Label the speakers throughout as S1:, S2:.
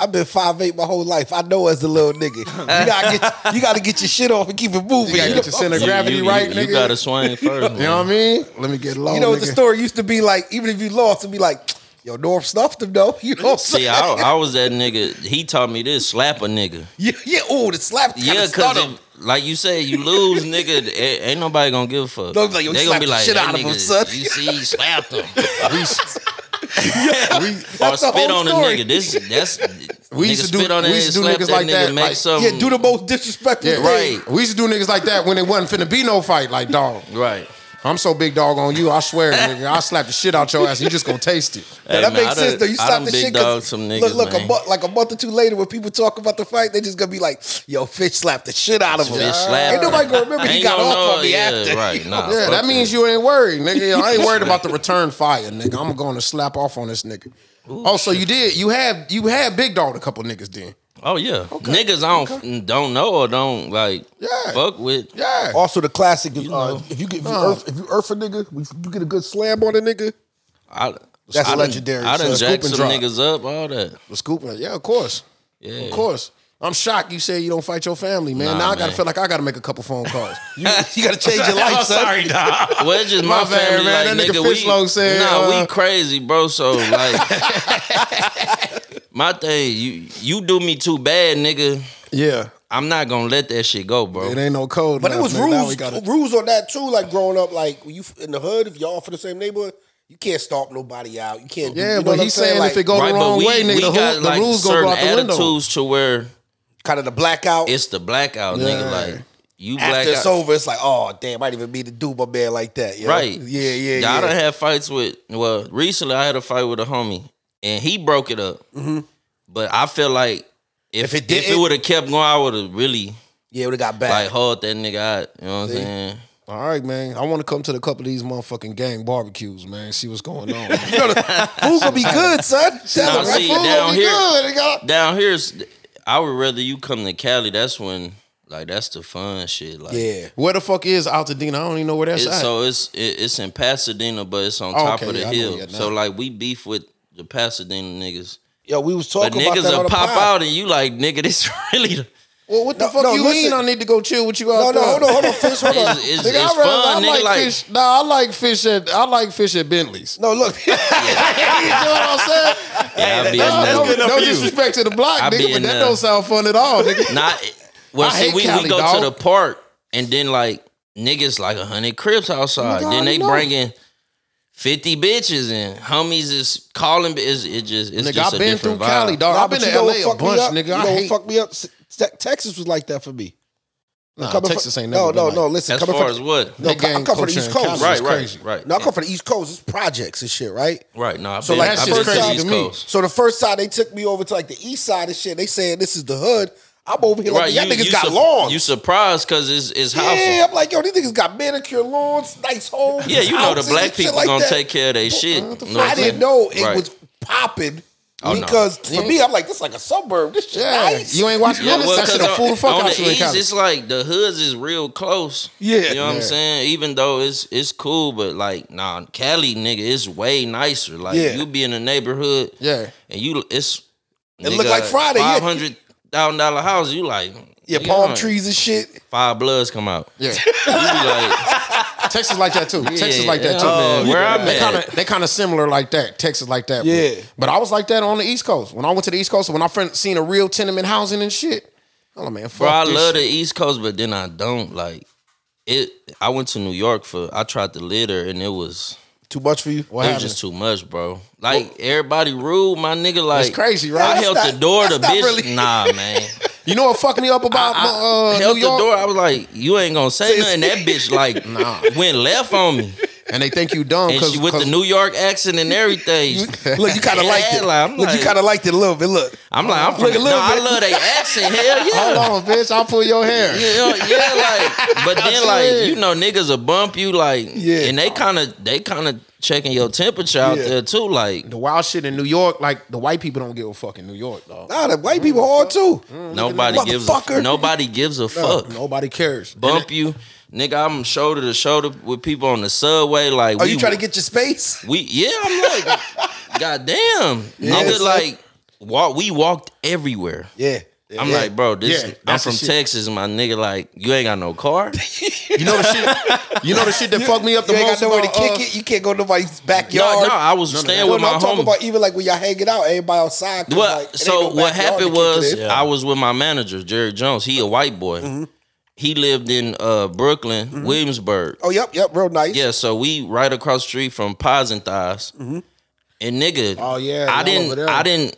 S1: I've been five eight my whole life. I know as a little nigga, you gotta get you gotta get your shit off and keep it moving.
S2: You gotta get your center of
S1: know?
S2: gravity
S3: you,
S2: right,
S3: you,
S2: nigga.
S3: You gotta swing first.
S2: You know what I mean? Let me get low.
S1: You know what
S2: nigga.
S1: the story used to be like. Even if you lost, it'd be like, yo, North snuffed him though. You know what I'm
S3: See,
S1: saying?
S3: I, I was that nigga. He taught me this: slap a nigga.
S1: yeah, yeah. Oh, the slap. kinda
S3: Yeah,
S1: stunned him.
S3: because like you say, you lose, nigga. a- Ain't nobody gonna give a fuck.
S1: They'll be like, "Yo, you slapped the shit
S3: "That
S1: out of him,
S3: nigga,
S1: son."
S3: You see, he slapped him.
S2: we,
S3: or
S1: That's the
S3: spit
S1: whole
S3: on
S1: story.
S3: a nigga. This that's
S2: We
S3: nigga
S2: used to do-
S3: spit on
S2: we
S3: that,
S2: used to do
S3: slap
S2: niggas
S3: that
S2: like
S3: nigga,
S2: that,
S3: make
S2: like-
S3: something.
S1: yeah, do the most disrespectful.
S2: yeah,
S1: thing.
S3: right.
S2: We used to do niggas like that when it wasn't finna be no fight. Like dog,
S3: right.
S2: I'm so big dog on you. I swear, nigga, I slap the shit out your ass. You just gonna taste it.
S1: Now,
S3: Hey,
S1: that
S3: man,
S1: makes
S3: I
S1: sense
S3: done-
S1: though. You
S3: I
S1: stop
S3: done
S1: the
S3: big
S1: shit. 'cause
S3: dog some
S1: look,
S3: niggas,
S1: look, a
S3: man.
S1: month, like a month or two later, when people talk about the fight, they just gonna be like, "Yo, Fish slapped the shit out of him."
S3: Fish slapped
S1: Ain't nobody
S3: him.
S1: gonna remember he
S3: Ain't
S1: got
S3: gonna
S1: off
S3: know,
S1: on me
S3: yeah,
S1: after.
S3: right, nah.
S2: Yeah,
S3: fuck
S2: that means you ain't worried, nigga. I ain't worried about the return fire, nigga. I'm going to slap off on this nigga. oh, so you did? You had you had big dog a couple niggas then?
S3: Oh yeah, niggas I don't don't know or don't like
S2: Yeah.
S3: fuck with.
S2: Yeah.
S1: Also, the classic is uh,
S3: know.
S1: if you get if you,
S2: Nah.
S1: earth, if you earth a nigga, if you get a good slam on a nigga.
S3: I,
S1: That's
S3: I done-
S1: legendary,
S3: I
S1: son.
S3: done jacked
S2: Scoop
S3: some
S2: and
S3: niggas up, all that.
S2: The scoop. uh, Yeah, of course.
S3: Yeah.
S2: Of course. I'm shocked you say you don't fight your family, man.
S3: Nah,
S2: now I gotta
S3: man.
S2: feel like I gotta make a couple phone calls.
S1: You, you gotta change your life, son.
S4: sorry, dog.
S3: Well, it's just
S2: My bad,
S3: my, family,
S2: man.
S3: like
S2: That nigga
S3: nigga, we
S2: Fishlow said,
S3: nah,
S2: uh,
S3: we crazy, bro. So like, my thing, you you do me too bad, nigga.
S2: yeah.
S3: I'm not gonna let that shit go, bro.
S2: It ain't no code.
S1: But it
S2: left,
S1: was
S2: man. Now we
S1: rules
S2: gotta-
S1: rules on that too. Like growing up, like when you f- in the hood, if y'all from the same neighborhood, you can't stomp nobody out. You can't. do-
S2: Yeah,
S1: you know
S2: but
S1: what I'm
S2: he's saying
S1: like,
S2: if it go the wrong way, nigga, the, whole, the rules gonna go out the window.
S3: attitudes to where
S1: kind of the blackout.
S3: it's the blackout, nigga. Like you
S1: after
S3: black
S1: it's over, it's like, oh damn, I didn't even mean to do my man like that. you know?
S3: right?
S1: Yeah, yeah,
S3: I done
S1: yeah.
S3: had fights with. Well, recently I had a fight with a homie, and he broke it up. But I feel like
S1: If it
S3: if, it if it
S1: didn't-
S3: would have kept going, I would have really
S1: Yeah, we got back.
S3: like hauled that nigga out. You know what I'm saying?
S2: All right, man. I want to come to the couple of these motherfucking gang barbecues, man. See what's going on.
S1: you know, the food gonna be good, son. Tell
S3: Nah,
S1: him, right?
S3: see,
S1: Food gonna
S3: down
S1: be
S3: here-
S1: good. They got-
S3: Down here's, I would rather you come to Cali. That's when like that's the fun shit. Like
S1: Yeah.
S2: where the fuck is Altadena? I don't even know where that's
S3: It's,
S2: at.
S3: so it's it, it's in Pasadena, but it's on
S2: Oh,
S3: top
S2: okay,
S3: of the
S2: yeah, I know where
S3: hill.
S2: you're now.
S3: So like we beef with the Pasadena niggas,
S1: Yo, we was
S3: but
S1: talking about
S3: niggas
S1: that on
S3: will
S1: the
S3: pop
S1: pod.
S3: out and you like nigga, this really the,
S2: well, what the
S1: No,
S2: fuck
S1: no,
S2: you mean?
S1: listen.
S2: I need to go chill with you
S1: No,
S2: out
S1: no,
S2: there.
S1: hold on, hold on, fish, hold on.
S3: it's, it's,
S2: Nigga,
S3: it's
S2: I, rather, I
S3: fun, nigga.
S2: like,
S3: like
S2: fish. Nah, I like fish at I like fish at Bentley's.
S1: No, look,
S2: you know what I'm saying?
S3: yeah, I be
S2: No,
S3: in
S2: no,
S3: there.
S4: good enough
S2: no
S4: for you.
S2: disrespect to the block,
S3: I
S2: nigga,
S3: be
S2: but
S3: in
S2: that
S3: the-
S2: don't sound fun at all, nigga.
S3: Not well.
S2: I
S3: see,
S2: hate
S3: we,
S2: Cali,
S3: we go
S2: dawg.
S3: to the park and then like niggas like a hundred crips outside.
S2: Nigga, I
S3: then
S2: already
S3: they
S2: know.
S3: bringing fifty bitches and homies is calling. It's, it just it's
S2: Nigga,
S3: just
S2: I've
S3: a
S2: been through
S3: different vibe.
S2: Cali, dog.
S1: Nah,
S2: I've been
S1: but you
S2: to
S1: know what
S2: LA a
S1: fucked me
S2: bunch,
S1: up?
S2: nigga.
S1: You
S2: I
S1: know what
S2: hate.
S1: fucked me up. Se- Te- Texas was like that for me.
S2: Nah,
S1: Coming from-
S2: Uh, Texas ain't
S1: no,
S2: never
S1: no,
S2: been
S1: no.
S2: like
S1: Listen,
S3: As
S1: coming
S3: far
S1: from
S3: as what,
S1: no,
S2: That gang
S1: I come from
S2: culture
S1: the East
S2: in
S1: Coast,
S2: Cali
S3: right,
S2: is
S3: right,
S2: crazy.
S3: right.
S1: No, I come from the East Coast. It's projects and shit, right?
S3: right. No, I've
S1: So,
S3: been,
S1: like,
S3: I've
S1: that
S3: been
S1: shit's
S3: to the
S1: crazy
S3: East
S2: to me.
S3: Coast.
S1: So the first time they took me over to like the East Side and shit, they saying this is the hood. I'm over here like y'all niggas got
S3: sup-
S1: lawns.
S3: You surprised because it's it's house.
S1: yeah, I'm like, yo, these niggas got manicure lawns, nice homes.
S3: Yeah, you know the
S1: houses
S3: black
S1: and shit
S3: people
S1: like
S3: gonna
S1: that.
S3: take care of their shit. Know what
S1: I
S3: I'm
S1: didn't
S3: saying?
S1: know it
S3: Right.
S1: was popping
S3: Oh, no.
S1: because for me, I'm like, this is like a suburb. This shit
S2: Yeah,
S1: nice.
S2: you ain't watching
S3: Yeah,
S2: none of
S3: well,
S2: this. That shit
S3: cause
S2: a fool the fuck
S3: on
S2: out
S3: the
S2: you in
S3: east,
S2: Cali.
S3: it's like the hoods is real close.
S1: Yeah.
S3: you know what
S2: Yeah.
S3: I'm saying. Even though it's it's cool, but like nah, Cali nigga, it's way nicer. Like
S1: Yeah.
S3: you be in the neighborhood,
S2: Yeah.
S3: and you it's
S1: It look like Friday, yeah.
S3: Five hundred thousand dollar house. You like
S1: yeah,
S3: nigga,
S1: palm
S3: like,
S1: trees and shit.
S3: Five bloods come out.
S2: Yeah,
S3: You be like,
S2: Texas like that too. Texas
S3: yeah,
S2: like that too.
S3: oh, man, where I'm
S2: they
S3: at.
S2: kind of they kind of similar like that. Texas like that. bro.
S1: Yeah.
S2: But I was like that on the East Coast when I went to the East Coast. When I friend, seen a real tenement housing and shit. Oh man, fuck
S3: bro, I
S2: this
S3: love
S2: shit.
S3: the East Coast, but then I don't like it. I went to New York for I tried to live there, and it was.
S1: Too much for you?
S2: What
S3: it
S2: happened?
S3: was just too much, bro. Like everybody rude, my nigga. Like
S2: It's crazy, right?
S3: I
S2: That's
S3: held the
S1: not-
S3: door to
S1: that's not
S3: bitch.
S1: really-
S3: Nah, man.
S2: you know what fucked me up about
S3: I
S2: my, uh,
S3: held
S2: New York?
S3: the door. I was like, you ain't gonna say nothing. That bitch like went left on me,
S2: and they think you dumb
S3: and
S2: because
S3: she with the New York accent and everything.
S1: Look, you kind of liked it.
S3: Yeah, like, I'm
S1: Look, you
S3: like-
S1: kind of liked it a little bit. Look,
S3: I'm like, I'm
S1: Look,
S3: from.
S1: a
S3: No,
S1: little
S3: I
S1: bit.
S3: love they accent. Hell
S2: Hold
S3: yeah.
S2: on, bitch. I'll pull your hair.
S3: Yeah, yeah, like, but then,
S2: swear.
S3: like, you know, niggas will bump you, like,
S1: Yeah.
S3: and they kind of, they kind of checking your temperature out
S1: Yeah.
S3: there too, like,
S2: The wild shit in New York, like the white people don't give a fuck in New York, dog.
S1: nah, the white people hard too.
S2: Mm.
S3: nobody gives, a,
S1: Motherfucker.
S3: nobody gives a fuck.
S2: Nobody cares.
S3: bump you. Nigga, I'm shoulder to shoulder with people on the subway. Like,
S1: Are
S3: we,
S1: you trying to get your space?
S3: We, yeah, I'm like, goddamn,
S1: Yeah,
S3: nigga,
S1: son.
S3: like, walk, we walked everywhere.
S1: Yeah.
S3: I'm
S1: Yeah.
S3: like, bro, this
S2: Yeah,
S3: I'm
S2: that's the
S3: from
S2: shit.
S3: Texas, my nigga. Like, you ain't got no car.
S2: You know the shit. You know the shit that fucked me up the
S1: you ain't
S2: most.
S1: got nowhere to
S2: about,
S1: kick
S2: uh,
S1: it. You can't go to nobody's
S3: No,
S1: backyard.
S3: no, I was staying
S1: No,
S3: with
S1: no,
S3: my
S1: I'm talking
S3: homie.
S1: about even like when y'all hanging out, everybody outside. 'cause,
S3: Well,
S1: like, it ain't
S3: so
S1: no backyard
S3: what
S1: to kick
S3: happened
S1: it
S3: was
S1: in.
S4: Yeah.
S3: I was with my manager, Jerry Jones. He a white boy.
S1: Mm-hmm.
S3: He lived in uh, Brooklyn, Williamsburg.
S1: oh yep, yep, real nice.
S3: Yeah, so we right across the street from Pies and Thighs. And nigga,
S2: Oh, yeah,
S3: I
S2: y'all over
S3: didn't,
S2: there.
S3: I didn't,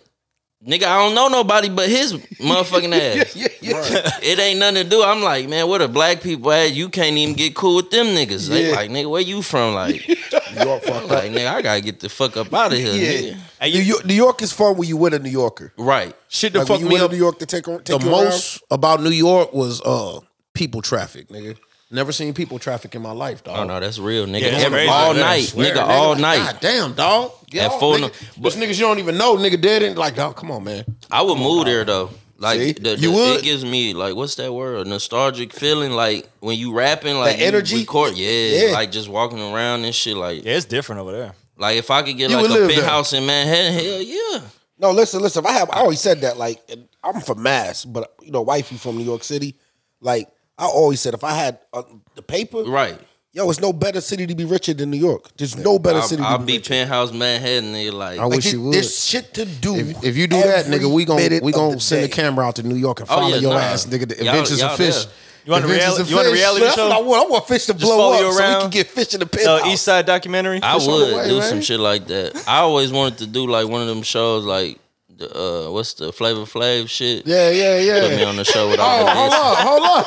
S3: nigga, I don't know nobody but his motherfucking ass.
S1: yeah, yeah.
S3: It ain't nothing to do. I'm like, man, where the black people at? You can't even get cool with them niggas. They
S1: Yeah.
S3: like, nigga, where you from? Like,
S1: New York, fuck up.
S3: like, nigga, I gotta get the fuck up out of here.
S1: Yeah.
S3: Nigga.
S4: Hey,
S1: New
S4: you,
S1: York, New York is fun when you with a New Yorker.
S3: Right.
S2: Shit that
S1: Like when
S2: fucked
S1: you
S2: me
S1: went to
S2: up
S1: New York to take, take
S2: the
S1: you
S2: most about New York was uh people traffic, nigga. Never seen people traffic in my life, dog.
S3: Oh no, that's real, nigga.
S4: Yeah, that's
S3: Every-
S4: crazy.
S3: all
S4: Yeah,
S3: night,
S4: swear,
S3: nigga, all night.
S2: God damn, dog. Yeah,
S3: At four in
S2: nigga.
S3: the-
S2: Those niggas you don't even know, nigga, dead in like, dog, come on, man.
S3: I would move there though. Like
S1: See?
S3: the, the,
S2: You would?
S3: it gives me like what's that word? A nostalgic feeling like when you rapping, like you
S1: energy?
S3: record, yeah,
S1: Yeah.
S3: like just walking around and shit. Like,
S4: yeah, it's different over there.
S3: like if I could get
S2: You
S3: like
S2: would
S3: a
S2: live there.
S3: penthouse in Manhattan, hell yeah.
S1: No, listen, listen. If I have, I always said that. Like, and I'm from Mass, but you know, wifey from New York City. Like, I always said, if I had uh, the paper,
S3: Right.
S1: yo, it's no better city to be richer than New York. There's no better
S3: I'll,
S1: city.
S3: I'll
S1: to
S3: be
S1: be, richer.
S3: penthouse Manhattan, nigga. Like,
S2: I wish
S1: Like,
S2: you
S1: it-
S2: would.
S1: There's shit to do.
S2: If, if you do that,
S1: every
S2: nigga, we gon'
S1: minute
S2: we
S1: of
S2: gon'
S1: the
S2: send the
S1: day.
S2: camera out to New York and follow
S3: yeah,
S2: your
S3: nah.
S2: ass, nigga. The
S3: Y'all-
S2: adventures
S3: y'all
S2: of fish.
S3: there.
S2: You
S4: want a reali- you want a reality
S1: That's
S4: show?
S1: what I want. I want fish to blow
S4: follow
S1: up
S4: you
S1: so we
S4: around?
S1: can get fish in the
S4: The
S1: penthouse.
S4: East Side documentary.
S3: I
S2: on
S3: would
S2: the way,
S3: do some
S2: right?
S3: shit like that. I always wanted to do like one of them shows, like the uh, what's the Flavor Flav shit.
S2: Yeah, yeah,
S3: Put me
S2: yeah.
S3: on the show with
S2: Oh,
S3: all
S2: hold
S3: the
S2: on, hold on.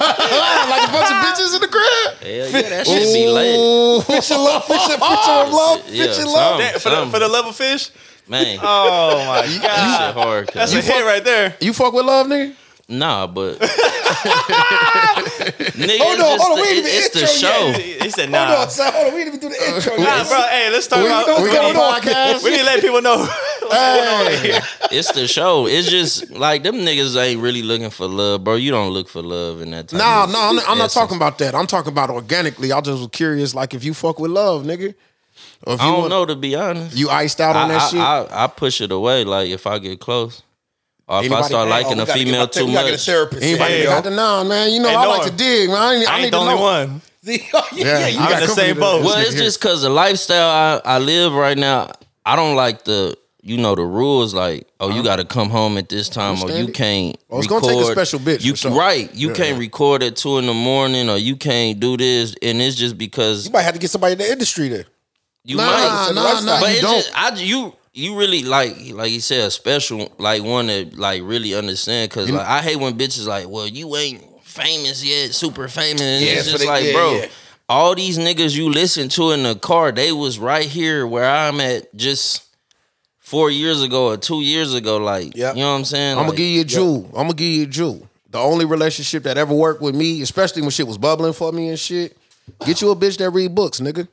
S2: like a bunch of bitches in the crib.
S3: bitches. Hell yeah, that shit be lit.
S2: Ooh.
S1: Fish in love, fish in, fish in love,
S3: Yeah,
S1: fish in love.
S3: some-
S4: That- for, the,
S3: some-
S4: for the level fish.
S3: Man,
S4: Oh my
S3: that shit
S4: god,
S3: hard.
S4: that's
S3: cuz.
S4: a hit right there.
S2: You fuck with love, nigga?
S3: Nah, but nigga,
S1: Hold
S3: it's
S1: on, hold
S3: just
S1: on,
S3: the,
S1: we ain't even
S3: it's the
S1: intro
S3: show.
S4: He said
S1: Hold
S4: nah.
S1: on, son. Hold on. We didn't even do the intro.
S4: Nah,
S1: yet.
S4: bro. Hey, let's talk
S1: We
S4: about.
S1: know
S4: We
S1: what's
S4: need,
S1: going on.
S4: we need to let people know.
S2: Hey.
S3: It's the show. It's just like them niggas ain't really looking for love, bro. You don't look for love in that. Type
S2: Nah,
S3: of
S2: no, I'm, I'm not
S3: essence.
S2: talking about that. I'm talking about organically. I just was curious, like if you fuck with love, nigga. Or if
S3: I
S2: you
S3: don't
S2: want-
S3: know to be honest.
S2: You iced out on
S3: I,
S2: that
S3: I-
S2: shit.
S3: I, I push it away. Like if I get close, or if I
S2: Anybody-
S3: start
S2: Oh,
S1: Oh,
S3: liking
S1: we
S3: a
S1: gotta get
S3: female
S1: my ther-
S3: too
S1: we gotta get a
S3: much,
S1: therapist.
S2: Anybody
S1: Hey,
S2: that got the nah, man? You know,
S4: Hey,
S2: I like
S4: Norm.
S2: to dig, man. I, ain't, I
S4: I
S2: need
S4: ain't the
S2: to
S4: only
S2: know.
S4: one.
S1: See, oh, yeah, yeah, you
S2: I'm
S1: got
S4: in the
S2: company
S4: same
S2: to-
S4: boat.
S3: Well, it's just because the lifestyle I, I live right now, I don't like the you know the rules like oh you got to come home at this time or you
S2: Understand it.
S3: can't.
S2: Uh-huh. Well, it's
S3: record.
S2: gonna take a special bitch,
S3: You
S2: for sure.
S3: right? You
S2: Yeah.
S3: can't record at two in the morning or you can't do this, and it's just because
S1: You might have to get somebody in the industry then.
S3: you
S2: Nah,
S3: might.
S2: nah, nah,
S3: but
S2: you
S3: it's
S2: don't.
S3: just I you. You really like, like you said, a special, like one that like really understand. Cause like I hate when bitches like, well, you ain't famous yet, super famous. And
S1: Yeah,
S3: it's
S1: so
S3: just
S1: they-
S3: like,
S1: yeah,
S3: bro,
S1: yeah.
S3: all these niggas you listen to in the car, they was right here where I'm at just four years ago or two years ago. Like,
S1: Yep.
S3: you know what I'm saying?
S2: I'm gonna
S3: Like,
S2: give you a jewel. I'm gonna give you a jewel. The only relationship that ever worked with me, especially when shit was bubbling for me and shit, get you a bitch that read books, nigga.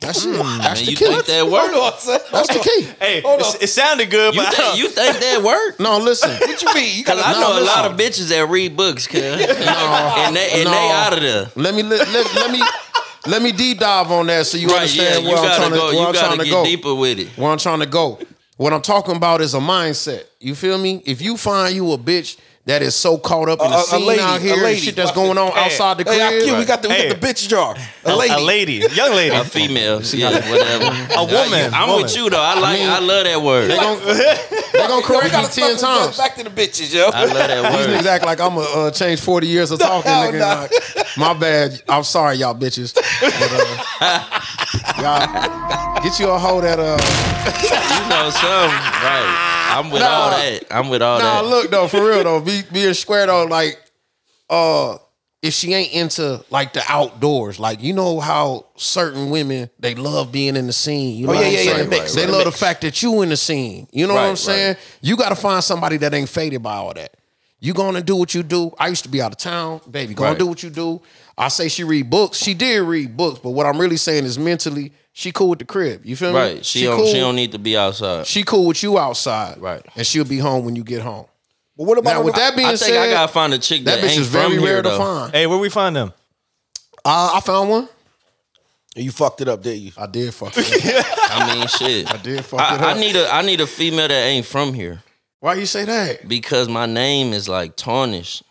S2: That's it. That's
S3: man,
S2: the
S3: you
S2: key.
S3: think that
S1: Hold
S3: work?
S1: on, son.
S2: That's the key.
S4: Hey, it, it sounded good,
S3: You
S4: but I
S3: think,
S4: don't-
S3: you think that work?
S2: No, listen.
S1: What you mean? You
S3: Cause
S1: gotta,
S3: I
S2: No,
S3: know a
S2: listen.
S3: lot of bitches that read books, cuz. and they and
S2: No.
S3: they out of there.
S2: Let me let, let, let me let me deep dive on that so you
S3: Right, yeah,
S2: understand
S3: you
S2: where I'm
S3: gotta
S2: trying to
S3: go.
S2: where
S3: You
S2: I'm
S3: gotta
S2: trying
S3: get
S2: to go.
S3: deeper with it.
S2: Where I'm trying to go. What I'm talking about is a mindset. You feel me? If you find you a bitch that is so caught up in
S1: A-
S2: the
S1: a
S2: scene
S1: lady,
S2: out
S1: a
S2: here, and
S1: lady.
S2: shit that's going on
S4: Hey,
S2: outside the crib.
S1: hey, IQ, we got the,
S4: Hey.
S1: we got the bitch jar. A
S4: a
S1: lady.
S4: lady, young lady.
S3: A female, yeah, whatever.
S4: A woman,
S3: I'm
S4: woman.
S3: with you though. I like. I love that word.
S2: They gon' they gonna
S1: Yo, we
S2: correct
S1: gotta
S2: me
S1: fucking
S2: ten
S1: go
S2: times.
S1: Back to the bitches, yo.
S3: I love that
S2: These
S3: word.
S2: niggas act like I'm gonna uh, change forty years of talking,
S1: hell
S2: nigga.
S1: no.
S2: Like, my bad. I'm sorry, y'all bitches. But, uh, y'all get you a hoe that uh.
S3: You know some right. I'm with all
S2: Nah.
S3: that. I'm with all
S2: Nah,
S3: that.
S2: look though, for real though, be being square though, like uh, if she ain't into like the outdoors, like you know how certain women they love being in the scene. You know
S3: Oh,
S1: yeah,
S2: what I'm
S1: yeah, yeah, the
S2: saying?
S1: mix,
S2: they
S1: the
S2: love
S1: mix.
S2: the fact that you in the scene. You know
S3: Right,
S2: what I'm saying?
S3: right.
S2: You got to find somebody that ain't faded by all that. You gonna do what you do. I used to be out of town, baby. Gonna
S3: Right.
S2: do what you do. I say she read books. She did read books, but what I'm really saying is mentally, she cool with the crib. You feel me?
S3: Right. She, don't.
S2: cool.
S3: She don't need to be outside.
S2: She cool with you outside.
S3: Right.
S2: And she'll be home when you get home.
S1: But what about
S2: Now,
S1: on
S2: with
S1: the-
S2: that being
S3: I think
S2: said,
S3: I gotta find a chick that,
S2: that bitch
S3: ain't
S2: is very
S3: from
S2: rare
S3: here
S2: to
S3: though.
S2: find.
S4: hey, where we find them?
S2: Uh, I found one.
S1: You fucked it up, didn't you?
S2: I did fuck it. up.
S3: I mean, shit. I
S2: did fuck it
S3: I,
S2: up.
S3: need a. I need a female that ain't from here.
S2: Why you say that?
S3: because my name is like tarnished,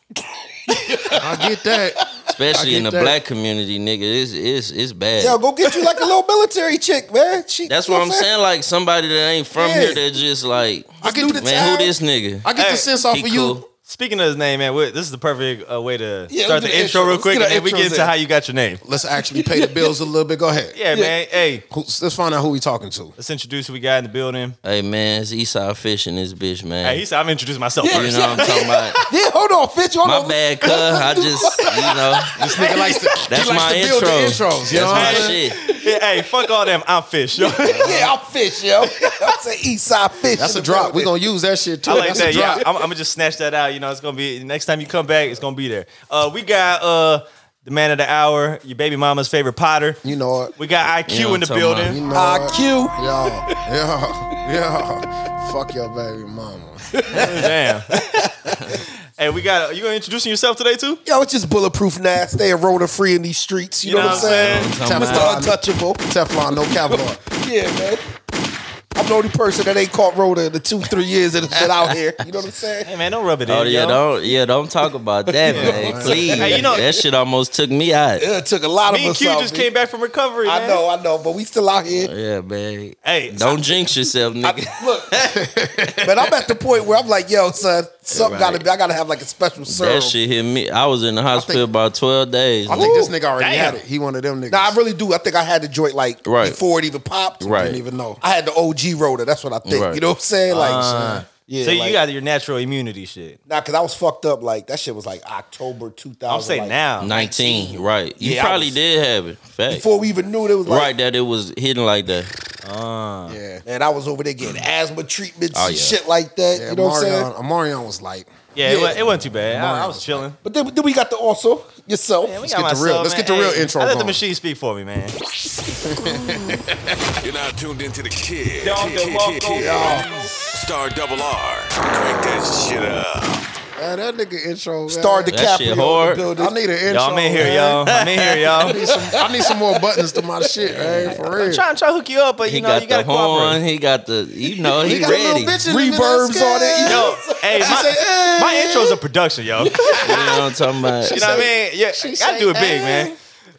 S2: I get that. I
S3: especially
S2: get
S3: in the
S2: that.
S3: black community, nigga. It's it's it's bad.
S1: Yo, go get you like a little military chick, man. She,
S3: That's
S1: you
S3: what
S1: know
S3: I'm saying. Like somebody that ain't from
S1: Yeah.
S3: here, that just like,
S2: I get the
S3: man,
S2: time.
S3: who this nigga?
S2: I get
S4: Hey,
S2: the sense off
S3: he
S2: of you.
S3: cool.
S4: Speaking of his name, man, we- this is the perfect uh, way to
S1: Yeah,
S4: start
S1: let's do
S4: the
S1: the
S4: intro
S1: intro.
S4: real
S1: Let's
S4: quick,
S1: get
S4: and
S1: our
S4: then we get
S1: intros
S4: into
S1: in.
S4: how you got your name.
S2: Let's actually pay the bills a little bit. Go ahead.
S4: Yeah, man. Hey,
S2: Who- Let's find out who we talking to.
S4: let's introduce who we got in the building.
S3: Hey man, it's Eastside Fish in this bitch, man.
S4: Hey, he said, "I'm introducing myself
S1: Yeah,
S3: you
S4: first.
S3: know what I'm talking about?
S1: Yeah, hold on, Fitch. Hold
S3: My
S1: on.
S3: bad, cuz I just, you know,
S2: This nigga likes to,
S3: that's
S2: he likes
S3: my
S2: to
S3: intro.
S2: build the intros. You know what
S3: that's my
S2: I'm saying?
S3: shit.
S4: hey, fuck all them. I'm fish. Yo. I
S1: Yeah, I'm Fish, yo. That's an East Side Fish.
S2: That's
S1: in
S2: a
S1: the
S2: drop. We're
S1: building.
S2: going to use that shit too.
S4: like
S2: That's
S4: that.
S2: a drop.
S4: Yeah, I'm, I'm gonna just snatch that out. You know, it's gonna be next time you come back, it's gonna be there. Uh, we got uh the man of the hour, your baby mama's favorite Potter.
S2: You know it.
S4: We got IQ
S3: You know
S4: in the
S3: what I'm talking
S4: building.
S2: You know
S1: Ah,
S2: it.
S1: Q.
S2: Yeah, yeah, yeah. Fuck your baby mama.
S4: Damn. hey, we got you gonna introducing yourself today too?
S1: Yo, it's just bulletproof now. Stay roller free in these streets. You, know, what I'm saying?
S3: Talking
S2: Teflon.
S1: Mr.
S3: about-
S1: Untouchable.
S2: Teflon, no Kevlar.
S1: Yeah, man. I'm the only person that ain't caught roller in the two, three years that has been out here. You know what I'm saying?
S4: Hey man, don't rub it in.
S3: Oh yeah,
S4: yo.
S3: don't yeah, don't talk about that, man. Please,
S4: Hey, you know-
S3: that shit almost took me out.
S1: Yeah, It took a lot
S4: Me
S1: of
S4: and
S1: us
S4: Q
S1: out,
S4: just
S1: man.
S4: came back from recovery.
S1: I
S4: man.
S1: know, I know, but we still out here.
S3: Yeah, man.
S4: Hey,
S3: don't jinx yourself, nigga.
S1: Look, but I'm at the point where I'm like, yo, son, something
S3: Right.
S1: gotta be. I gotta have like a special
S3: that
S1: serum.
S3: shit hit me. I was in the hospital
S2: think-
S3: about twelve days.
S2: I think this
S1: Ooh,
S2: nigga already
S4: damn.
S2: had it. He one of them niggas.
S1: Nah, I really do. I think I had the joint like
S3: Right.
S1: before it even popped.
S3: Right.
S1: Didn't even know. I had the OG roller. That's what I think.
S3: Right.
S1: You know what I'm saying? Like,
S4: Uh,
S1: yeah.
S4: so
S1: like-
S4: you got your natural immunity shit.
S1: nah, because I was fucked up. Like that shit was like October 2000.
S4: I'm saying
S1: like,
S4: now.
S3: Nineteen, right? You
S1: Yeah, I
S3: probably
S1: was-
S3: did have it. Fact.
S1: Before we even knew it, it was like,
S3: right that it was hidden like that.
S2: yeah.
S1: And I was over there getting asthma treatments
S3: Mm. Oh,
S1: and
S3: yeah.
S1: shit like that.
S2: Yeah,
S1: you know what I'm
S2: Marion,
S1: saying?
S2: Marion was like,
S4: Yeah, It,
S1: Yeah.
S4: wa- it wasn't too bad. I, I
S2: Mario
S4: was
S2: was
S4: chilling.
S1: But then, then we got the also yourself.
S4: Man, we
S1: Let's
S4: got
S2: get the
S4: myself,
S2: real- let's
S4: man.
S2: get the real
S4: Hey,
S2: intro
S4: I let the
S2: going.
S4: machine speak for me, man.
S5: You're now tuned into the kid.
S4: Dog that walk on
S5: Star double R. Crank that shit up.
S2: man, that nigga intro. Man.
S1: Star DiCaprio.
S3: That shit
S1: in the
S3: hard.
S1: building.
S2: I need an intro.
S4: Y'all, I'm in here,
S2: man.
S4: y'all. I'm in here, y'all.
S2: I need, some, I need some more buttons to my shit, man. For real.
S4: I'm trying to hook you up, but you
S3: He
S4: know
S3: got
S4: you gotta
S3: the horn.
S4: cooperate.
S3: He got the you know he,
S2: He got a
S3: ready.
S2: little bitch in
S1: Reverbs on it, you know?
S4: Yo, hey,
S2: say,
S4: my,
S2: "Hey."
S4: my intro's a production, yo. You know
S3: You know what I'm talking about?
S4: what I mean? Yeah, I do it
S2: say,
S4: big, man.
S2: "Hey."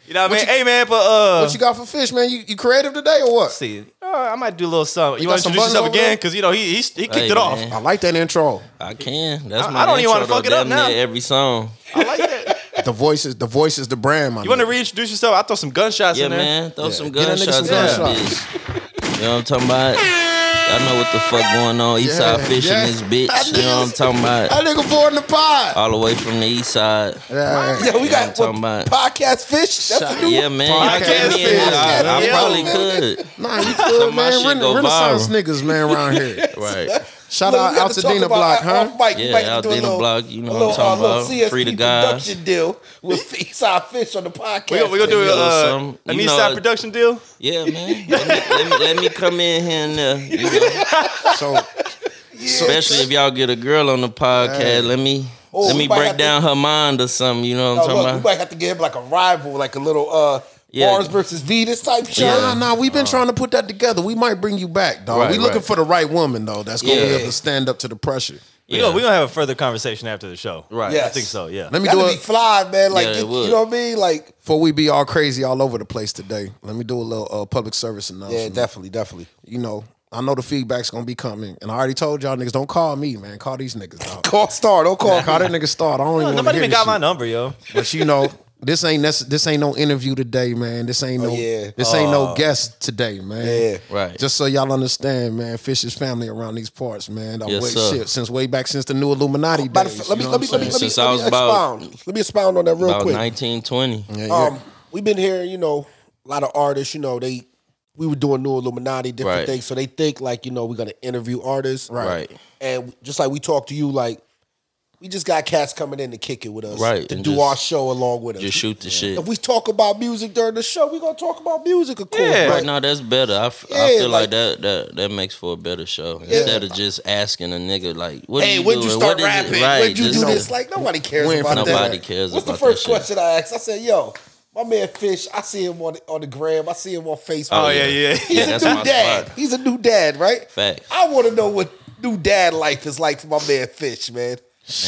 S4: You know what I mean? Hey, man, but uh,
S2: What you got for fish, man? You, you creative today or what?
S4: see, uh, I might do a little something. You
S2: got
S4: want to
S2: some
S4: introduce yourself
S2: buttons over
S4: again?
S2: there?
S4: Because you know he he, he kicked
S3: Hey,
S4: it off.
S3: man.
S2: I like that intro.
S3: I can. That's
S4: I-
S3: my.
S4: I don't even
S3: want
S4: wanna
S3: to
S4: fuck it up now.
S3: Every song.
S4: I like that.
S2: The voice is the voice is the brand, my
S4: You want to
S2: nigga.
S4: reintroduce yourself? I throw some gunshots
S3: Yeah,
S4: in there.
S3: man. Throw some
S2: Get that nigga
S3: gunshots on
S2: some
S3: that
S2: gunshots.
S3: bitch. You know what I'm talking about? I know what the fuck going on. East side
S2: Yeah,
S3: fishing
S2: yeah.
S3: this bitch. You know what I'm talking about?
S2: That nigga born the pod.
S3: All the way from the east side.
S2: Yeah.
S1: Yeah, we got
S3: You know what I'm
S1: what,
S3: talking
S1: podcast fish. That's a new
S3: Yeah, man. I
S2: Podcast
S3: can't be in
S2: fishing.
S3: it. I, I
S4: Yeah.
S3: probably could.
S2: Nah, you good,
S3: my
S2: man.
S3: shit
S2: Ren-
S3: go
S2: Renaissance
S3: viral.
S2: niggas, man, around here.
S3: Right.
S2: Shout
S1: Look, we
S2: out
S1: got
S2: out to
S1: talk
S2: Dina
S1: about
S2: Block,
S1: our-
S2: huh?
S1: off mic. We
S3: Yeah,
S1: might do
S3: out
S1: a
S3: Dina
S1: little-
S3: Block, you know
S1: a
S3: what I'm
S1: little,
S3: talking
S1: uh, little
S3: about.
S1: CSP
S3: Free the guys.
S1: production deal with Eastside Fish on the podcast.
S4: We gonna, we gonna do
S3: Yeah,
S4: a, uh,
S3: some-
S4: an
S3: you
S4: East
S3: know,
S4: Side production deal.
S3: Yeah, man. Let me, let me, let me come in here and there. You know,
S2: So
S3: especially if y'all get a girl on the podcast. Let me
S1: Oh,
S3: let
S1: we
S3: me
S1: might
S3: break
S1: have to-
S3: down her mind or something. You
S1: Oh,
S3: know what I'm
S1: look,
S3: talking
S1: we
S3: about?
S1: might have to give like a rival, like a little uh,
S3: Yeah.
S1: Mars versus Venus type show.
S2: Nah, nah, we've been trying to put that together. We might bring you back, dog.
S3: Right,
S2: we looking
S3: right.
S2: for the right woman, though. That's gonna be
S3: Yeah.
S2: able to stand up to the pressure.
S4: We
S3: Yeah.
S4: gonna we gonna have a further conversation after the show.
S3: Right.
S1: Yes.
S4: I think so. Yeah.
S2: Let me
S1: That'd
S2: do
S1: be
S2: it
S1: fly, man. Like
S3: Yeah, it
S1: you, you
S3: would.
S1: know what I mean? Like
S2: before we be all crazy all over the place today. Let me do a little uh, public service announcement.
S1: yeah, definitely, definitely.
S2: You know, I know the feedback's gonna be coming, and I already told y'all niggas, don't call me, man. Call these niggas, dog.
S1: Call Star, don't call.
S2: call that nigga Star. I don't even.
S4: Look,
S2: wanna
S4: Nobody
S2: hear
S4: even
S2: this
S4: got
S2: shit.
S4: my number, yo.
S2: But you know, this ain't nece- this ain't no interview today, man. This ain't no
S1: Oh, yeah. Uh,
S2: this ain't no guest today, man.
S1: Yeah.
S3: Right.
S2: Just so y'all understand, man, Fish's family around these parts, man. Dog,
S3: Yes,
S2: way,
S3: sir.
S2: shit, since way back since the new Illuminati
S1: Matter of
S2: days.
S1: fact, let me
S2: you know
S1: let me
S2: what I'm
S1: let me
S2: saying?
S1: let me,
S3: Since I
S1: let me
S3: was about-
S1: expound. let me expound on that real
S3: About
S1: quick.
S3: 1920.
S2: Yeah,
S1: Um, we've been hearing, you know, a lot of artists. You know, they we were doing new Illuminati different
S3: Right.
S1: things, so they think like you know we're gonna interview artists,
S3: Right.
S1: And just like we talked to you, like we just got cats coming in to kick it with us,
S3: Right,
S1: To
S3: and
S1: do
S3: just-
S1: our show along with us.
S3: Just shoot the shit.
S1: If we talk about music during the show, we gonna talk about music, of course.
S4: Yeah.
S1: but-
S3: Right now, that's better. I, f- I
S1: Yeah,
S3: feel
S1: like-
S3: like, that that that makes for a better show instead of just asking a nigga like, "What
S1: Hey,
S3: do you
S1: when'd you
S3: doing?
S1: start
S3: What is it?"
S1: rapping?
S3: Right,
S1: when'd you
S3: just-
S1: do this? Like nobody cares
S2: When
S1: about
S2: nobody
S1: that.
S3: cares
S1: What's
S3: about
S1: the
S3: that
S1: first
S3: shit?
S1: question I asked? I said, "Yo, my man Fish. I see him on the, on the gram. I see him on Facebook.
S4: Oh yeah, yeah.
S1: He's
S3: Yeah,
S1: a
S3: that's
S1: new
S3: my
S1: dad.
S3: spot.
S1: He's a new dad, right?
S3: Facts.
S1: I want to know what new dad life is like for my man Fish, man.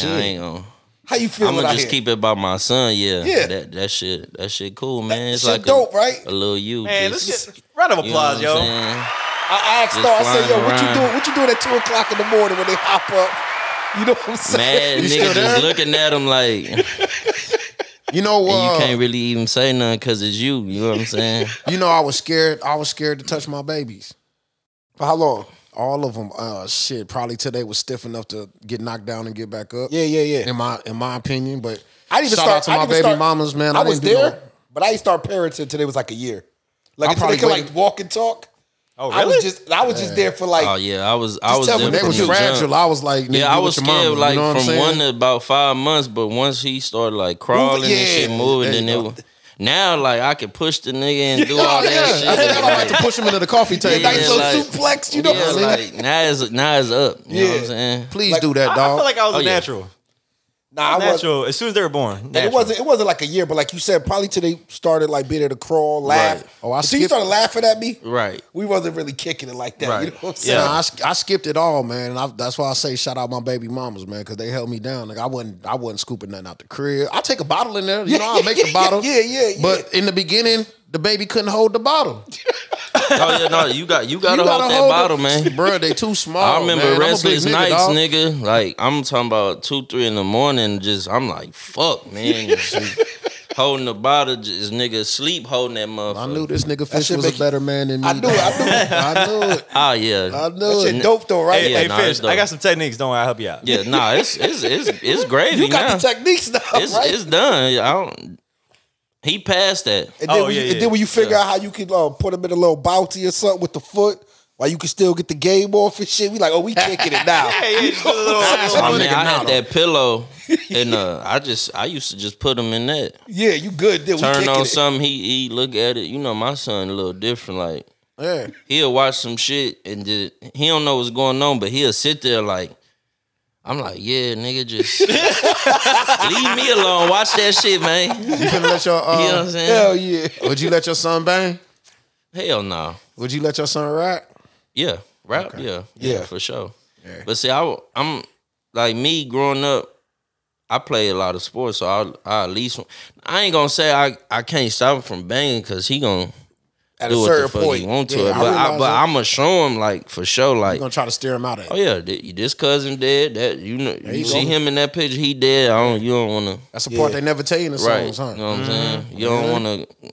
S3: Man, I ain't gonna.
S1: How you feel
S3: I'm gonna
S1: about
S3: just
S1: it?
S3: keep it by my son. Yeah,
S1: Yeah.
S3: That that shit, that shit cool, man. it's
S1: shit
S3: like
S1: dope,
S3: a,
S1: right?
S3: A little you,
S4: Man, let's get round of applause, yo.
S1: I asked
S3: Just
S1: her, I said, yo,
S3: flying
S1: what you
S3: around.
S1: doing? What you doing at two o'clock in the morning when they hop up? You know what I'm
S3: Mad
S1: saying?
S3: nigga just looking at him like, and you
S2: You know, uh,
S3: can't really even say nothing because it's you. You know what I'm saying?
S2: you know, I was scared. I was scared to touch my babies.
S1: For how long?
S2: All of them. Uh, shit. Probably till they was stiff enough to get knocked down and get back up.
S1: Yeah, yeah, yeah.
S2: In my in my opinion, but
S1: I didn't even start
S2: shout out to
S1: I
S2: my
S1: didn't
S2: baby
S1: start-
S2: mamas, man. I,
S1: I, was
S2: didn't do
S1: there,
S2: no-
S1: but I didn't start parenting until it was like a year. Like
S2: I
S1: until they
S2: probably
S1: could like
S2: waited-
S1: walk and talk.
S4: Oh,
S1: I was
S4: really?
S1: just I was just there for like
S3: Oh yeah, I was, I was
S1: tell
S3: there
S1: me
S3: from
S1: they
S2: they was
S3: the jump.
S2: fragile. I was like, nigga,
S3: Yeah, I was
S2: your
S3: scared
S2: mama, you
S3: like
S2: know what I'm
S3: from
S2: saying?
S3: one to about five months, but once he started like crawling
S2: yeah,
S3: and shit moving,
S2: there
S3: then
S2: you
S3: it
S2: go. Oh,
S3: was now like I could push the nigga and do all that
S2: yeah, I
S3: shit.
S2: think I like to push him into the coffee table.
S3: Yeah,
S1: like so
S3: like-
S1: suplex, you know
S3: yeah,
S1: what I'm saying?
S3: like now is now is up. You know what
S1: Yeah.
S3: I'm saying?
S2: Please
S1: like-
S2: do that,
S4: I, I
S2: dog.
S4: feel like I was
S3: Oh,
S4: a
S3: yeah.
S4: natural.
S1: nah, I was
S4: natural. As soon as they were born.
S1: And
S4: Natural.
S1: it wasn't it wasn't like a year, but like you said, probably till they started like being able to crawl, laugh.
S3: Right.
S2: Oh, I
S1: Until you
S2: skipped-
S1: started laughing at me.
S3: Right.
S1: We wasn't really kicking it like that. You know
S3: Right.
S1: what I'm saying?
S4: Yeah.
S2: Nah, I, sk- I skipped it all, man. And I, that's why I say shout out my baby mamas, man, because they held me down. Like I wasn't, I wasn't scooping nothing out the crib. I take a bottle in there, you know, I will make
S1: yeah,
S2: the bottle.
S1: yeah, yeah, yeah.
S2: But in the beginning, the baby couldn't hold the bottle.
S3: Oh yeah, no, you got you got to
S2: You
S3: hold that
S2: the-
S3: bottle, man.
S2: Bruh, they too small.
S3: I remember
S2: Oh, man. I'm a big
S3: restless
S2: nigga,
S3: nights,
S2: dog.
S3: nigga. Like I'm talking about two, three in the morning. Just I'm like, fuck, man. Just holding the bottle, just nigga sleep holding that motherfucker.
S2: I knew this nigga Fish
S1: shit
S2: was a
S1: make-
S2: better man than me.
S1: I knew it, I knew it.
S2: I knew it.
S3: Oh yeah,
S2: I
S1: That
S2: knew
S1: shit
S2: it.
S1: dope though, right?
S4: Hey,
S3: Yeah,
S4: hey
S3: nah, it's
S4: Fish,
S3: dope.
S4: I got some techniques. Don't worry, I'll help you out.
S3: yeah. Nah, it's it's it's it's gravy
S1: you got
S3: now.
S1: the techniques now,
S3: it's
S1: right?
S3: it's done. I don't. He passed that.
S1: and then,
S4: Oh,
S1: when, you,
S4: yeah,
S1: and
S4: yeah.
S1: then when you figure out how you can uh, put them in a little bounty or something with the foot, while you can still get the game off and shit, we like, oh, we kicking it now.
S4: Hey, yeah, just a little- uh, little-
S3: I,
S2: my
S3: mean,
S2: nigga
S3: I had
S2: Nano.
S3: that pillow, and uh, I just I used to just put him in that.
S1: yeah, you good? Then we
S3: Turn
S1: kicking
S3: on
S1: it.
S3: something, he he look at it. You know, my son a little different. Like
S2: Yeah.
S3: he'll watch some shit and just, he don't know what's going on, but he'll sit there like, I'm like, yeah, nigga, just leave me alone. Watch that shit, man. You
S2: You finna let your
S3: know what
S2: uh,
S3: I'm
S1: Hell
S3: saying?
S1: yeah!
S2: would you let your son bang?
S3: Hell no.
S2: Would you let your son ride?
S3: Yeah, rap. Yeah, yeah,
S1: Yeah.
S3: for sure. But see, I, am like me growing up. I play a lot of sports, so I, I at least I ain't gonna say I, I can't stop him from banging because he gonna
S1: At a
S3: do what the
S1: certain
S3: fuck
S1: point,
S3: he want to.
S2: Yeah,
S3: it.
S2: I
S3: But I,
S2: realize
S3: but
S2: that.
S3: I'm gonna show him like for sure, like
S2: You gonna try to steer him out of
S3: oh
S2: it.
S3: yeah, th- this cousin dead. That you know you,
S2: you
S3: see
S2: go.
S3: him in that picture, he dead. I don't you don't want to
S2: That's the part they never tell you in the
S3: right.
S2: songs, huh?
S3: You know what
S1: Mm-hmm.
S3: I'm saying? You don't
S2: Mm-hmm.
S3: want to.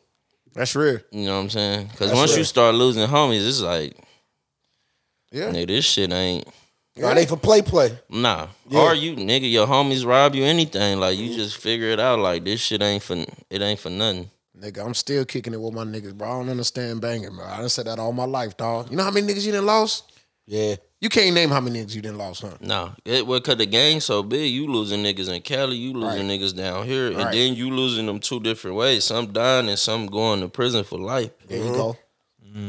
S2: That's real.
S3: You know what I'm saying? Because once you start losing homies, it's like
S2: Yeah.
S3: nigga, this shit ain't.
S1: Nah, they for play play.
S3: Nah. Or you nigga, your homies rob you anything. Like
S2: Mm.
S3: you just figure it out. Like this shit ain't for it ain't for nothing.
S2: Nigga, I'm still kicking it with my niggas, bro. I don't understand banging, bro. I done said that all my life, dog. You know how many niggas you done lost?
S1: Yeah,
S2: You can't name how many niggas you done lost, huh?
S3: Nah. It well, cause the gang so big, you losing niggas in Cali, you losing niggas down here,
S2: Right.
S3: and then you losing them two different ways. Some dying and some going to prison for life.
S2: There you go. There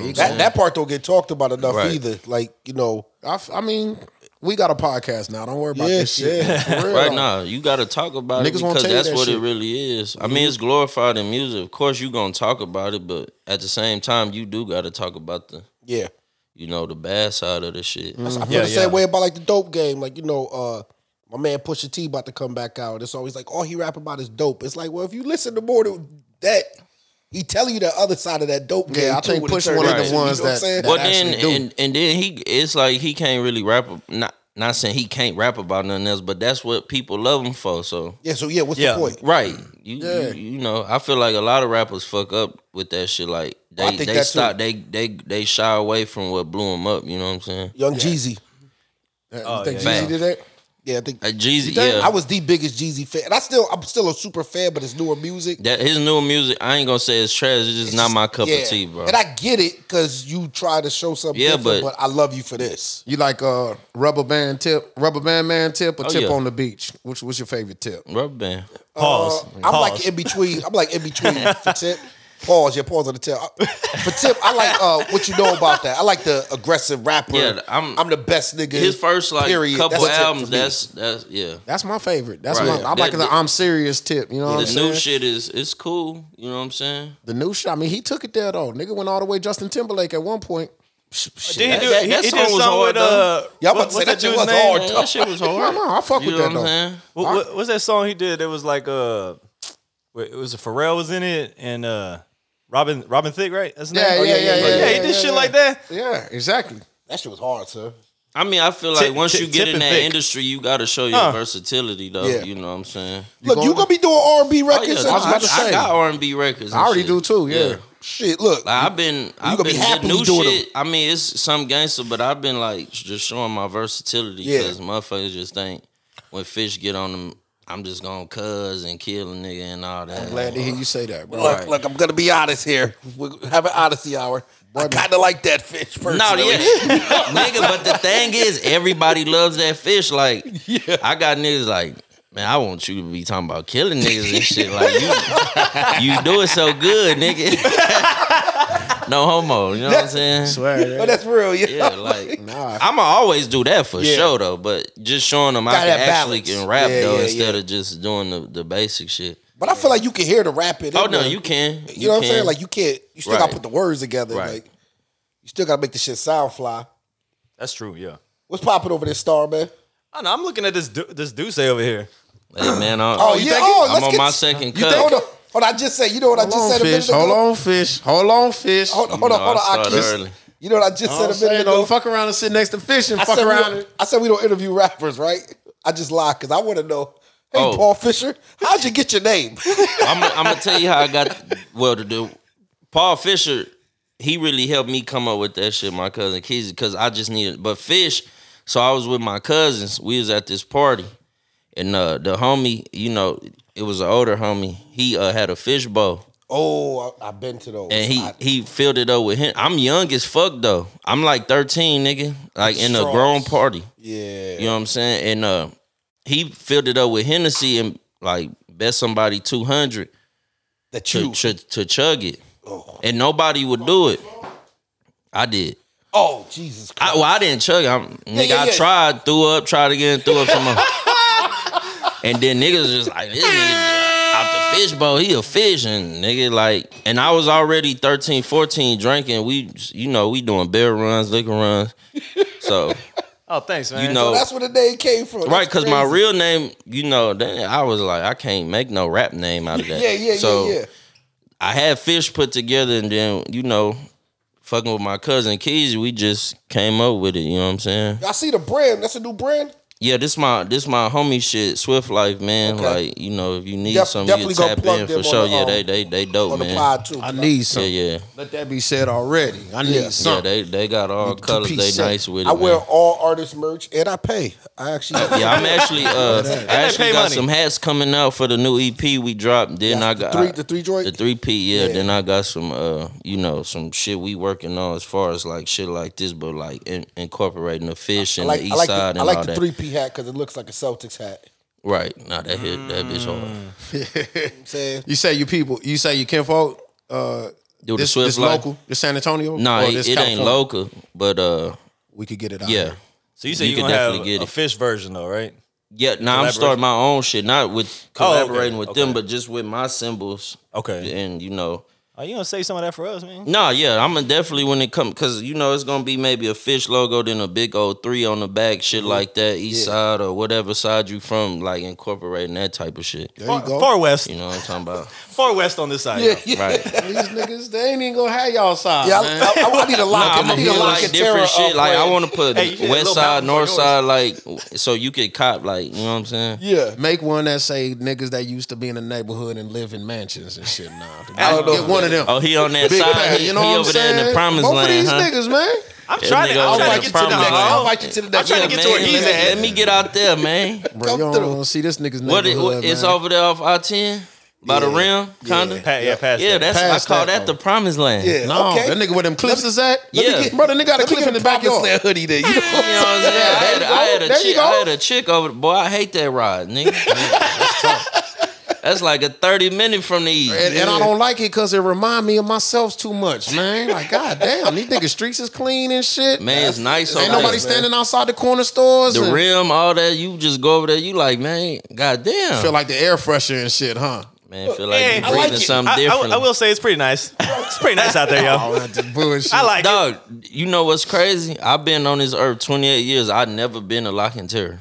S2: you go.
S1: that that part don't get talked about enough
S3: Right.
S1: either. Like you know,
S2: I, f- I mean, we got a podcast now. Don't worry about
S1: Yeah,
S2: this shit.
S1: yeah.
S2: For real.
S3: Right now, you gotta talk about
S2: Niggas
S3: it
S2: won't
S3: because
S2: tell you
S3: that's
S2: that
S3: what
S2: shit. Mm-hmm.
S3: it really is. I mean, it's glorified in music. Of course, you gonna talk about it, but at the same time, you do gotta talk about the
S1: yeah.
S3: you know the bad side of the shit.
S1: I feel
S4: Yeah,
S1: the same
S4: yeah.
S1: way about like the dope game. Like, you know, uh, my man Pusha T about to come back out. It's always like, all he rap about is dope. It's like, well, if you listen to more than that, he telling you the other side of that dope game.
S2: I
S1: too,
S2: think
S1: when it
S2: Push
S1: turned
S2: one of
S1: out
S3: the
S1: to be,
S2: ones
S1: you know what I'm
S2: that-
S1: saying?
S2: that-
S3: Well, then
S2: actually do.
S3: and, and then he it's like he can't really rap. ab- Not not saying he can't rap about nothing else, but that's what people love him for. So
S1: yeah, so yeah, what's
S4: Yeah.
S1: the point?
S3: right, you
S2: Yeah.
S3: you, you know, I feel like a lot of rappers fuck up with that shit. Like they
S1: Oh, I think
S3: they
S1: that
S3: stop
S1: too.
S3: they they they shy away from what blew him up. You know what I'm saying?
S1: Young Jeezy.
S2: you think
S4: yeah,
S2: Jeezy
S3: yeah.
S2: did that?
S1: Yeah, I think
S3: Uh, Jeezy,
S1: Damn,
S3: yeah.
S1: I was the biggest Jeezy fan. And I still I'm still a super fan, but it's newer music.
S3: that his new music, I ain't gonna say it's trash. It's just not my cup
S1: yeah.
S3: of tea, bro.
S1: And I get it because you try to show something
S3: Yeah,
S1: different, but,
S3: but-
S1: I love you for this.
S2: You like uh, rubber band tip, rubber band man tip, or
S3: Oh,
S2: tip
S3: yeah.
S2: on the beach? Which was your favorite tip?
S3: Rubber band.
S4: Pause.
S1: Uh, I'm
S4: Pause.
S1: like in between. I'm like in between for tip. Pause. Yeah, pause on the tip. I- For tip, I like uh, what you know about that. I like the aggressive rapper.
S3: Yeah, I'm-
S1: I'm the best nigga.
S3: His first like
S1: period.
S3: couple
S1: That's a tip for
S3: albums.
S1: me.
S3: That's that's yeah.
S2: That's my favorite. That's
S3: Right.
S2: my. I'm
S3: That-
S2: like the,
S3: that-
S2: I'm serious tip. You know what I'm
S3: The
S2: saying?
S3: new shit is it's cool. You know what I'm saying?
S2: The new shit. I mean, he took it there though. Nigga went all the way Justin Timberlake at one point.
S4: Did he
S3: That-
S4: do
S3: that-
S4: he,
S3: that
S4: he
S3: song
S4: did
S3: was
S4: something
S3: hard,
S4: with uh?
S1: Yeah, I'm
S4: what-
S1: about to
S4: what's
S1: say that shit
S4: dude's
S1: was
S4: name?
S1: hard,
S3: that shit was hard.
S2: No, no, I fuck
S3: you
S2: with that
S3: know what I'm
S2: though.
S3: saying?
S4: What, what, what's that song he did? That was like uh, wait, it was a Pharrell was in it and uh, Robin Robin Thicke, right? That's his
S2: Yeah,
S4: name?
S2: yeah, yeah, yeah,
S4: yeah. He
S2: yeah,
S4: did shit
S2: yeah.
S4: like that.
S2: Yeah, exactly.
S1: That shit was hard, sir.
S3: I mean, I feel
S4: Tip-
S3: like once
S4: tip-
S3: you get in
S4: tip and
S3: that
S4: thick.
S3: industry, you got to show your
S4: Huh.
S3: versatility, though.
S1: Yeah.
S3: You know what I'm saying?
S1: Look,
S2: going
S1: you
S2: to-
S1: gonna be doing R and B
S3: Oh,
S1: records?
S3: yeah,
S1: and
S3: I,
S2: was about to
S3: I
S2: say.
S3: got R&B records. and
S2: I already
S3: shit.
S2: do too. Yeah.
S1: shit, look,
S3: Like, I've been, I've
S1: gonna be
S3: been
S1: happy
S3: new
S1: you doing
S3: shit. I mean, it's some gangster, but I've been like just showing my versatility
S1: Yeah.
S3: because motherfuckers just think when fish get on them, I'm just gonna cuz and kill a nigga and all that.
S2: Glad to hear you say that, bro.
S1: look, look. I'm gonna be honest here. We have an honesty hour. I kind of like that fish personally.
S3: No, yeah, nigga. But the thing is, everybody loves that fish. Like, I got niggas like, man, I want you to be talking about killing niggas and shit. Like, you, you do it so good, nigga. no homo. You know what I'm saying?
S2: Swear,
S1: But that's real. Yeah,
S3: Yeah, like
S2: Nah.
S3: I'ma always do that for sure though. But just showing them I
S1: Gotta
S3: can
S1: have
S3: actually
S1: balance.
S3: can rap
S1: Yeah,
S3: though
S1: yeah,
S3: instead of just doing the, the basic shit.
S1: but I feel like you can hear the rap it.
S3: Oh
S1: in
S3: no,
S1: there.
S3: you can.
S1: You, know what I'm
S3: can.
S1: saying? Like you can't. You still gotta
S3: Right.
S1: put the words together.
S3: Right.
S1: Like you still gotta make the shit sound fly.
S4: That's true. Yeah.
S1: What's popping over there, star man?
S4: I know. I'm looking at this du- this Duce over here.
S3: hey, man, I'm,
S1: Oh, you thinking? Oh,
S3: I'm
S1: let's
S3: on
S1: get-
S3: my second
S1: You think- hold
S3: cup.
S1: on. Hold on. I just said. You know what I
S2: Hold
S1: just
S2: on,
S1: said a minute
S2: fish.
S1: ago.
S2: Hold on, fish. Hold on, fish.
S1: Hold on. Hold
S3: No,
S1: on. Hold
S3: I
S1: on. I
S3: started
S1: just-
S3: early.
S1: You know what I just
S2: Don't
S1: said a minute
S2: say
S1: ago.
S2: no. Fuck around and sit next to fish and
S1: I
S2: fuck
S1: said we
S2: around.
S1: don't-
S2: and-
S1: I said we don't interview rappers, right? I just lied because I want to know. Hey,
S3: Oh.
S1: Paul Fisher, how'd you get your name?
S3: I'm, I'm gonna tell you how I got well to do. Paul Fisher, he really helped me come up with that shit. My cousin Kizzy, because I just needed. But Fish, so I was with my cousins. We was at this party, and uh, the homie, you know, it was an older homie. He uh, had a fish bowl.
S1: oh, I, I've been to those.
S3: And he
S1: I-
S3: he filled it up with him. I'm young as fuck though. I'm like 13, nigga. Like in a
S1: Straws.
S3: grown party.
S1: yeah.
S3: You know what I'm saying? And uh he filled it up with Hennessy and like bet somebody 200
S1: that
S3: to
S1: you.
S3: to, to chug it. And nobody would do it. I did.
S1: oh, Jesus
S3: I,
S1: Christ.
S3: well, I didn't chug. it. I'm, nigga,
S1: yeah, yeah.
S3: I tried, threw up, tried again, threw up some more. and then niggas just like, this nigga out the fish bowl, he a fish. And nigga, like, and I was already 13, 14 drinking. We, you know, we doing beer runs, liquor runs. So,
S4: Oh, thanks, man.
S3: You know-
S1: That's where the name came from.
S3: right, because my
S1: real.
S3: real name, you know, then I was like, I can't make no rap name out of that.
S1: Yeah, yeah,
S3: so,
S1: yeah, yeah.
S3: I had fish put together, and then you know, fucking with my cousin Keys, we just came up with it. You know what I'm saying?
S1: I see the brand. That's a new brand.
S3: Yeah, this my this my homie shit. Swift Life, man.
S1: Okay.
S3: Like you know, if you need
S1: Def-
S3: something, you
S1: definitely gonna
S3: tap
S1: plug
S3: in
S1: them
S3: for
S1: on
S3: sure.
S1: the,
S3: yeah,
S1: um,
S3: they they they dope,
S1: On the
S3: man.
S1: pod too.
S2: I need
S3: yeah,
S2: some.
S3: yeah,
S2: Let that be said already. I need
S1: Yeah.
S3: yeah.
S2: some.
S3: They they got all colors. They
S2: two-piece set.
S3: nice with it.
S1: I wear
S3: man.
S1: all artist merch and I pay. I actually.
S3: Oh, Yeah, I'm actually uh, I actually
S4: pay
S3: got
S4: money.
S3: some hats coming out for the new EP we dropped. Then
S1: Yeah,
S3: I
S1: the
S3: got
S1: three- the three joint?
S3: the three P. Yeah,
S1: Yeah.
S3: then I got some uh, you know, some shit we working on as far as like shit like this, but like in, incorporating the fish
S1: I
S3: and
S1: like, I
S3: the east
S1: like
S3: side
S1: the, I
S3: and all
S1: like the
S3: that.
S1: three P hat because it looks like a Celtics hat.
S3: Right, nah, that hit that bitch hard.
S1: I'm saying
S2: You say you people. You say you kinfolk. Uh,
S3: Dude,
S2: this
S3: the Swift
S2: this
S3: Life-
S2: local. This San Antonio.
S3: Nah,
S2: Or
S3: it,
S2: this
S3: it ain't
S2: California?
S3: local, but uh,
S2: We could get it out.
S3: yeah,
S2: there.
S4: so you said
S3: you
S4: you are
S3: could
S4: gonna have
S3: definitely get
S4: a
S3: it.
S4: fish version though, right?
S3: yeah. Now I'm starting my own shit, not with
S4: Oh, okay,
S3: collaborating with them,
S4: okay.
S3: but just with my symbols.
S4: Okay.
S3: and you know.
S4: Are Oh, you gonna say some of that for us, man?
S3: No, yeah, I'm gonna definitely when it comes because you know it's gonna be maybe a fish logo, then a big old three on the back, shit like that, east side or whatever side you from, like incorporating that type of shit.
S2: There
S4: Far,
S2: you go.
S4: far west,
S3: You know what I'm talking about?
S4: far west on this side.
S1: yeah,
S4: yo.
S1: yeah.
S3: Right.
S2: These niggas, they ain't even gonna have y'all side.
S1: Yeah,
S2: man.
S1: I, I, I need a
S3: Nah,
S1: lock.
S3: I'm
S1: I
S3: gonna
S1: need
S3: put
S1: a lock
S3: like
S1: and Terra
S3: different shit.
S1: up
S3: Like I
S1: brand.
S3: want to put
S4: Hey, you did
S3: west
S4: Lil
S3: side,
S4: Mountain
S3: north
S4: for yours.
S3: side, like so you could cop, like you know what I'm saying?
S1: Yeah.
S2: Make one that say niggas that used to be in the neighborhood and live in mansions and shit. Nah,
S4: I don't know.
S2: Get one of them.
S3: Oh, he on that
S2: Big
S3: side.
S2: pack,
S3: he
S2: you know
S3: he
S2: what I'm
S3: over
S2: saying?
S3: there in the promised
S2: Both
S3: land. huh?
S2: of these niggas, man.
S4: I'm trying to,
S3: nigga
S4: I'm
S3: over
S4: trying
S3: there
S4: to
S3: in
S4: get
S3: the
S4: to the
S3: promised
S4: next.
S3: land.
S4: level.
S1: I'll invite you to the next
S4: I'm trying
S1: one.
S4: to get to where
S3: man,
S4: he's
S3: let, me-
S4: at.
S3: let me get out there, man.
S2: Bro, you
S1: Come
S2: don't
S1: through.
S2: wanna see this niggas
S3: What, it,
S2: neighborhood,
S3: what it's
S2: man.
S3: over there off I-10 by the rim, kinda.
S4: Pa- yeah, pass
S3: Yeah,
S4: that.
S3: that's
S2: Past
S3: I call
S2: that,
S3: that,
S2: though.
S3: the promised land.
S1: Yeah.
S2: No,
S1: Okay.
S2: that nigga where them cliffs is at.
S3: Yeah.
S2: Let me get- bro, the nigga got
S1: Let
S2: a
S1: me
S2: cliff
S1: get
S2: in the
S1: a promised
S2: backyard.
S1: land hoodie there. You know what
S3: You know what I'm saying? I had,
S2: there you
S3: I had
S2: go.
S3: a
S2: There you
S3: chick.
S2: go.
S3: I had a chick over. Boy, I hate that ride, nigga. That's tough. That's like a thirty minute from the east.
S2: And, and I don't like it because it remind me of myself too much, man. Like, goddamn, these niggas streets is clean and shit.
S3: man, it's nice.
S2: ain't
S3: over
S2: nobody
S3: there.
S2: standing outside the corner stores.
S3: The
S2: and
S3: rim, all that. You just go over there. You like, man, goddamn.
S1: Uh-huh.
S2: Feel like the air fresher and shit, huh?
S3: Man, I feel like you're
S4: I
S3: breathing
S4: like it.
S3: something
S4: I- I w-
S3: different.
S4: I, will say it's pretty nice. It's pretty nice out there, yo.
S1: Oh,
S2: All that just bullshit.
S4: I like it.
S3: Dog, you know what's crazy? I've been on this earth 28 years. I've never been to Lock and Terror.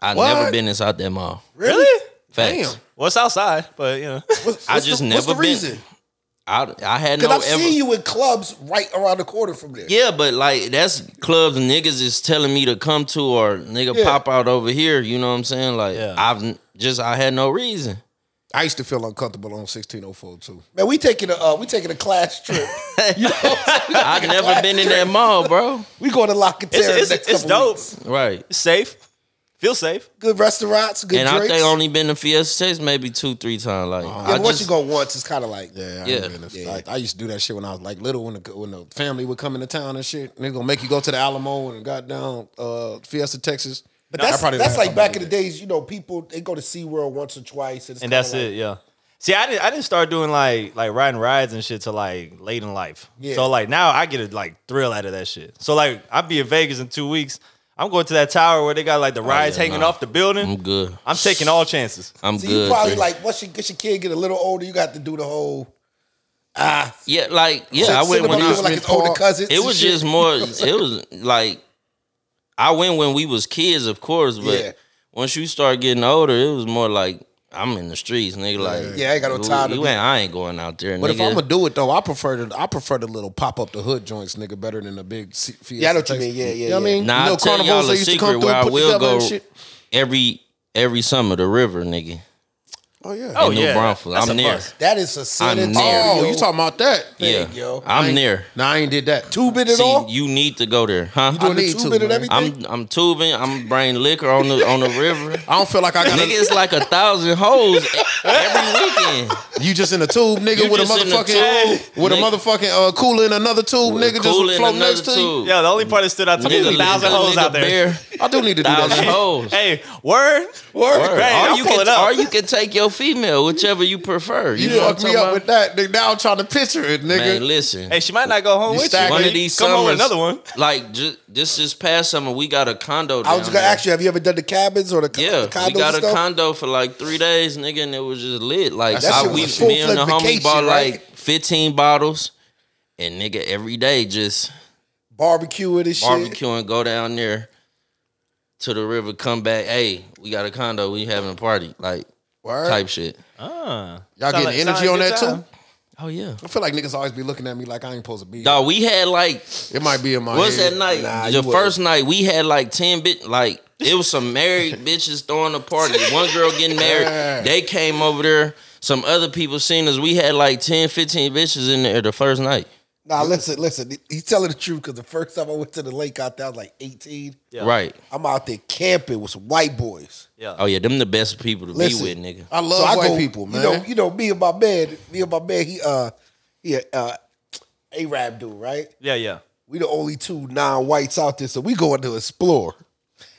S3: I've
S2: What?
S3: never been inside that mall.
S4: Really?
S3: Facts.
S2: Damn.
S4: Well, it's outside, but you know.
S1: What's,
S3: I
S1: what's
S3: just
S1: the,
S3: never
S1: what's the
S3: been.
S1: reason?
S3: I, I had no
S1: Because I've
S3: ever.
S1: seen you in clubs right around the corner from there.
S3: Yeah, but like that's clubs niggas is telling me to come to or nigga
S1: Yeah.
S3: pop out over here. You know what I'm saying? Like I've n- just I had no reason.
S2: I used to feel uncomfortable on 1604 too.
S1: Man, we taking a uh, we taking a class trip.
S3: I've never been in that mall, bro.
S1: We going to La
S4: It's,
S1: Catera
S4: it's,
S1: next
S4: it's
S1: couple
S4: dope.
S1: weeks.
S3: Right.
S4: It's safe. Feel safe.
S1: Good restaurants, good
S3: and I
S1: drinks.
S3: think only been to Fiesta Chase maybe two, three times. Like
S1: yeah,
S3: I
S1: but once
S3: just
S1: you go once, it's kind of like
S2: Yeah, I,
S3: Yeah.
S2: remember that. Like, I used to do that shit when I was like little. When the when the family would come into town and shit, and they gonna make you go to the Alamo and goddamn uh, Fiesta, Texas.
S1: But that's that's like back in the days, you know, people they go to SeaWorld once or twice and, it's
S4: And
S1: kinda
S4: that's
S1: like-
S4: it, yeah. See, I didn't I didn't start doing like like riding rides and shit till like late in life.
S1: Yeah.
S4: So like now I get a like thrill out of that shit. So like I'll be in Vegas in two weeks. I'm going to that tower where they got like the rides
S3: yeah,
S4: hanging
S3: nah.
S4: off the building.
S3: I'm good.
S4: I'm taking all chances.
S3: I'm
S1: So
S3: good.
S1: you probably
S3: bro.
S1: like once you get your kid get a little older, you got to do the whole ah.
S3: yeah, like yeah. I
S1: send
S3: went
S1: them
S3: when
S1: up
S3: I
S1: to like his older
S2: Park.
S1: cousins.
S3: It
S1: and
S3: was
S1: shit.
S3: just more. It was like I went when we was kids, of course, but
S1: Yeah.
S3: once you start getting older, it was more like I'm in the streets, nigga. Like
S1: Yeah, I ain't got no time to
S3: You
S1: be-
S3: ain't, I ain't going out there,
S2: But
S3: nigga.
S2: if I'm gonna do it though, I prefer the I prefer the little pop up the hood joints, nigga, better than the big. C- Fiesta
S1: Yeah, I know what you
S2: Texas.
S1: mean. Yeah, yeah,
S2: You know what I
S1: yeah.
S2: mean?
S3: Nah,
S2: you know,
S3: I'll tell
S2: carnivals
S3: y'all a
S2: they used to
S3: secret
S2: come through,
S3: where I
S2: and put
S3: will
S2: together
S3: go
S2: and shit.
S3: every every summer the river, nigga.
S2: Oh yeah.
S4: Oh
S3: New
S4: yeah,
S3: Braunfels.
S4: That's
S3: I'm
S4: a
S3: there.
S4: must.
S1: Oh. that is a
S3: I'm
S1: sanitary.
S3: there.
S2: Oh, you talking about that?
S3: Yeah,
S1: Big, yo.
S2: I
S3: I'm
S2: ain't-
S3: there.
S2: Nah, I ain't did that. Two
S1: tubing and
S3: See,
S1: all?
S3: you need to go there, huh?
S1: doing the
S2: need
S1: tubing
S2: to,
S1: and
S2: man.
S1: everything?
S3: I'm I'm tubing. I'm bringing liquor on the on the river.
S2: I don't feel like I got.
S3: Nigga,
S2: a,
S3: it's like a thousand hoes every weekend.
S2: you just in a tube, nigga,
S3: You
S2: with a
S3: just in a
S2: motherfucking
S3: tube,
S2: with a
S3: nigga.
S2: motherfucking uh, cooler in another tube,
S3: With a
S2: nigga, just
S3: cooler in
S2: floating
S3: another
S2: next to you.
S3: tube.
S4: Yeah, the only part that stood out to me was a
S3: Nigga,
S4: thousand
S3: nigga,
S4: hoes out
S3: nigga,
S4: there.
S3: bear.
S2: I do need to do that.
S3: Thousand
S2: shit.
S3: hoes.
S4: Hey, word,
S3: Word.
S4: Great,
S3: Or
S4: I'll
S3: you
S4: pull
S3: can,
S4: it up.
S3: or you can take your female, whichever you prefer. You
S2: You
S3: know what
S2: fucked
S3: I'm
S2: me
S3: talking
S2: up
S3: about?
S2: with that. Nigga, now I'm trying to picture it, nigga.
S3: Man, listen.
S4: Hey, she might not go home
S2: You
S4: with you.
S2: stack
S3: one
S2: hey,
S3: of these
S4: Come
S3: summers,
S4: on with another one.
S3: Like ju- this this past summer, we got a condo.
S1: I was just
S3: down
S1: gonna
S3: there.
S1: ask you, have you ever done the cabins or the, co-
S3: Yeah,
S1: the condos
S3: we got a
S1: and stuff?
S3: condo for like three days, nigga, and it was just lit. Like
S1: That
S3: I,
S1: shit
S3: we,
S1: was a
S3: me and the
S1: full-fledged
S3: homie bought
S1: vacation, right?
S3: like fifteen bottles, and nigga every day just
S1: Barbecue and shit.
S3: barbecue and go down there to the river, come back. Hey, we got a condo. We having a party, like
S2: Word.
S3: type shit.
S2: Y'all getting energy on that too?
S3: Oh yeah,
S2: I feel like niggas always be looking at me like I ain't supposed to be.
S3: dog. We had like
S2: here. It might be in my
S3: What's
S2: head.
S3: that night? the first night we had like ten bit like it was some married bitches throwing a party. One girl getting married. They came over there. Some other people seen us. We had like 10, 15 bitches in there the first night.
S1: Nah, listen, listen. He's telling the truth because the first time I went to the lake out there, I was like 18.
S3: Right.
S1: I'm out there camping with some white boys.
S3: Oh yeah, them the best people to
S1: Listen. Oh,
S3: be with, nigga.
S2: I love
S1: So I
S2: white
S1: go,
S2: people, man.
S1: You know, you know, me and my man, me and my man, he uh he a, uh Arab dude, right?
S4: Yeah, yeah.
S1: We the only two non-whites out there, so we going to explore.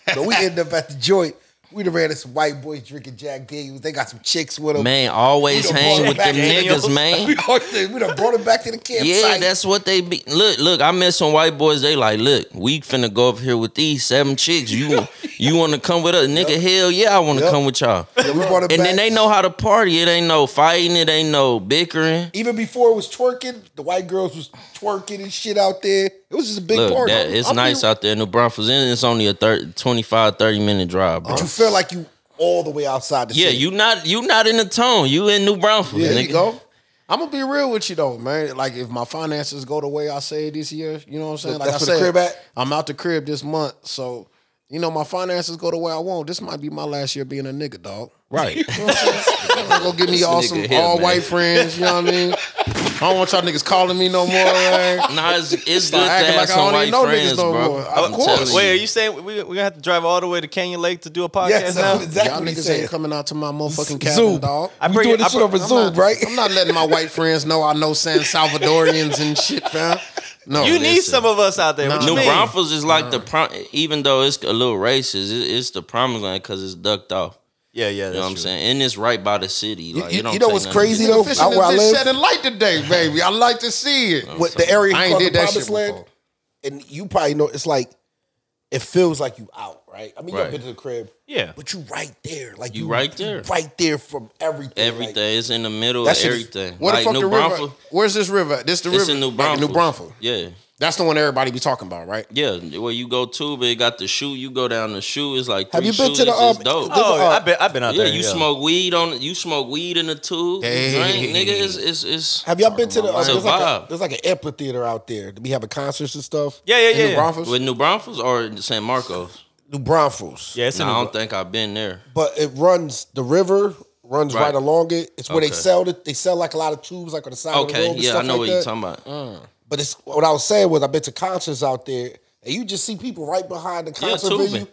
S1: But we end up at the joint. We done ran into some white boys drinking Jack Daniels. They got some chicks with them.
S3: Man, always
S1: We done
S3: hang
S1: brought
S3: with
S1: back
S3: them niggas,
S4: Daniels.
S1: We
S3: man.
S1: done, we done brought them back to the campsite.
S3: Yeah, that's what they be. Look, look, I met some white boys. They like, look, we finna go up here with these seven chicks. You you wanna come with us? Nigga, hell yeah, I wanna
S1: Yup.
S3: come with y'all.
S1: Yeah, we brought them
S3: And
S1: back.
S3: then they know how to party. It ain't no fighting. It ain't no bickering.
S1: Even before it was twerking, the white girls was twerking and shit out there. It was just a big
S3: Look,
S1: party.
S3: that, it's
S1: I'm
S3: nice
S1: being-
S3: out there in New Braunfels. And it's only a 30, 25, 30 minute drive, bro.
S1: But you feel like you all the way outside the
S3: yeah,
S1: city.
S3: you not you not in the tone. You in New Braunfels,
S2: There
S3: nigga.
S2: you go. I'm gonna be real with you though, man. Like if my finances go the way I say this year, you know what I'm saying? Like
S1: That's
S2: I
S1: where
S2: said,
S1: the crib at?
S2: I'm out the crib this month, so you know my finances go the way I want. This might be my last year being a nigga, dog.
S3: Right.
S2: Go get me
S3: This
S2: all
S3: nigga
S2: some
S3: here,
S2: all
S3: man.
S2: white friends. You know what I mean? I don't want y'all niggas calling me no more. Man.
S3: nah, it's, it's good
S2: Start
S3: to
S2: acting
S3: have
S2: like I
S3: some
S2: don't
S3: white
S2: even know niggas
S3: friends,
S2: no
S3: bro.
S2: more.
S3: I'm
S2: Of course.
S3: telling you.
S4: Wait, are you saying we we gonna have to drive all the way to Canyon Lake to do a podcast
S1: yes,
S4: now?
S1: that's exactly
S2: Y'all
S1: what he
S2: niggas
S1: said.
S2: ain't coming out to my motherfucking cabin,
S1: Zoom.
S2: dog.
S4: I
S1: We
S4: bring
S1: doing
S4: it- I
S1: this shit
S4: bring-
S1: over
S4: I'm
S1: Zoom,
S2: not-
S1: right?
S2: I'm not letting my white friends know I know San Salvadorians and shit, fam. No,
S4: You need
S3: listen.
S4: some of us out there.
S2: Nah.
S4: What you
S3: New
S4: mean? uh,
S3: Braunfels is like the prom, even though it's a little racist, it, it's the promised land because it's ducked off.
S4: Yeah, yeah.
S3: You know what I'm saying? And it's right by the city. Like,
S1: you-
S3: it don't
S1: you know
S3: take
S1: what's
S3: nothing to
S1: crazy,
S3: get-
S1: though?
S2: Fishing
S1: Out
S2: is
S1: where I
S2: just
S1: live.
S2: shedding light today, baby. I like to see it.
S1: What the area
S2: I
S1: I
S2: ain't
S1: called
S2: did
S1: the
S2: that shit
S1: promised land,
S2: before.
S1: and you probably know it's like it feels like you out, right? I mean, you've
S3: Right.
S1: been to the crib,
S4: Yeah.
S1: but you right there, like
S3: You right there.
S1: right there from everything.
S3: Everything.
S1: Like,
S3: it's in the middle
S2: That
S3: of
S2: shit is-
S3: everything.
S2: Where
S3: like
S2: the fuck
S3: New
S2: the river?
S3: Braunfels.
S2: Where's this river? at? This the river.
S3: It's in New
S2: like,
S3: Braunfels.
S2: New Braunfels.
S3: Yeah.
S2: That's the one everybody be talking about, right?
S3: Yeah, where you go to, but it got the shoe. You go down the shoe. It's like three
S1: Have you been
S3: shoes,
S1: to the,
S3: it's
S1: um,
S3: dope.
S1: the-
S4: Oh,
S1: Uh,
S4: I've been I've been out
S3: yeah,
S4: there.
S3: you smoke weed on. You smoke weed in the tube. You drink,
S2: Dang.
S3: nigga. It's it's, it's
S1: have y'all been to the? Uh,
S3: It's a
S1: there's, like a,
S3: vibe.
S1: there's like an amphitheater out there. We having concerts and stuff.
S4: Yeah, yeah,
S2: In
S4: yeah.
S2: New
S4: yeah.
S2: Braunfels.
S3: with New Braunfels or in San Marcos.
S1: New Braunfels.
S4: Yeah, it's in
S3: Nah, I
S4: New
S3: don't think I've been there.
S1: but it runs the river runs right,
S3: Right.
S1: along it. It's where they
S3: Okay.
S1: sell it. They sell like a lot of tubes, like on the side of the road.
S3: Okay,
S1: and
S3: yeah, I
S1: stuff
S3: know
S1: like
S3: what
S1: that.
S3: you're talking about.
S1: But it's what I was saying was I've been to concerts out there, and you just see people right behind the concert
S3: tubing.
S1: venue,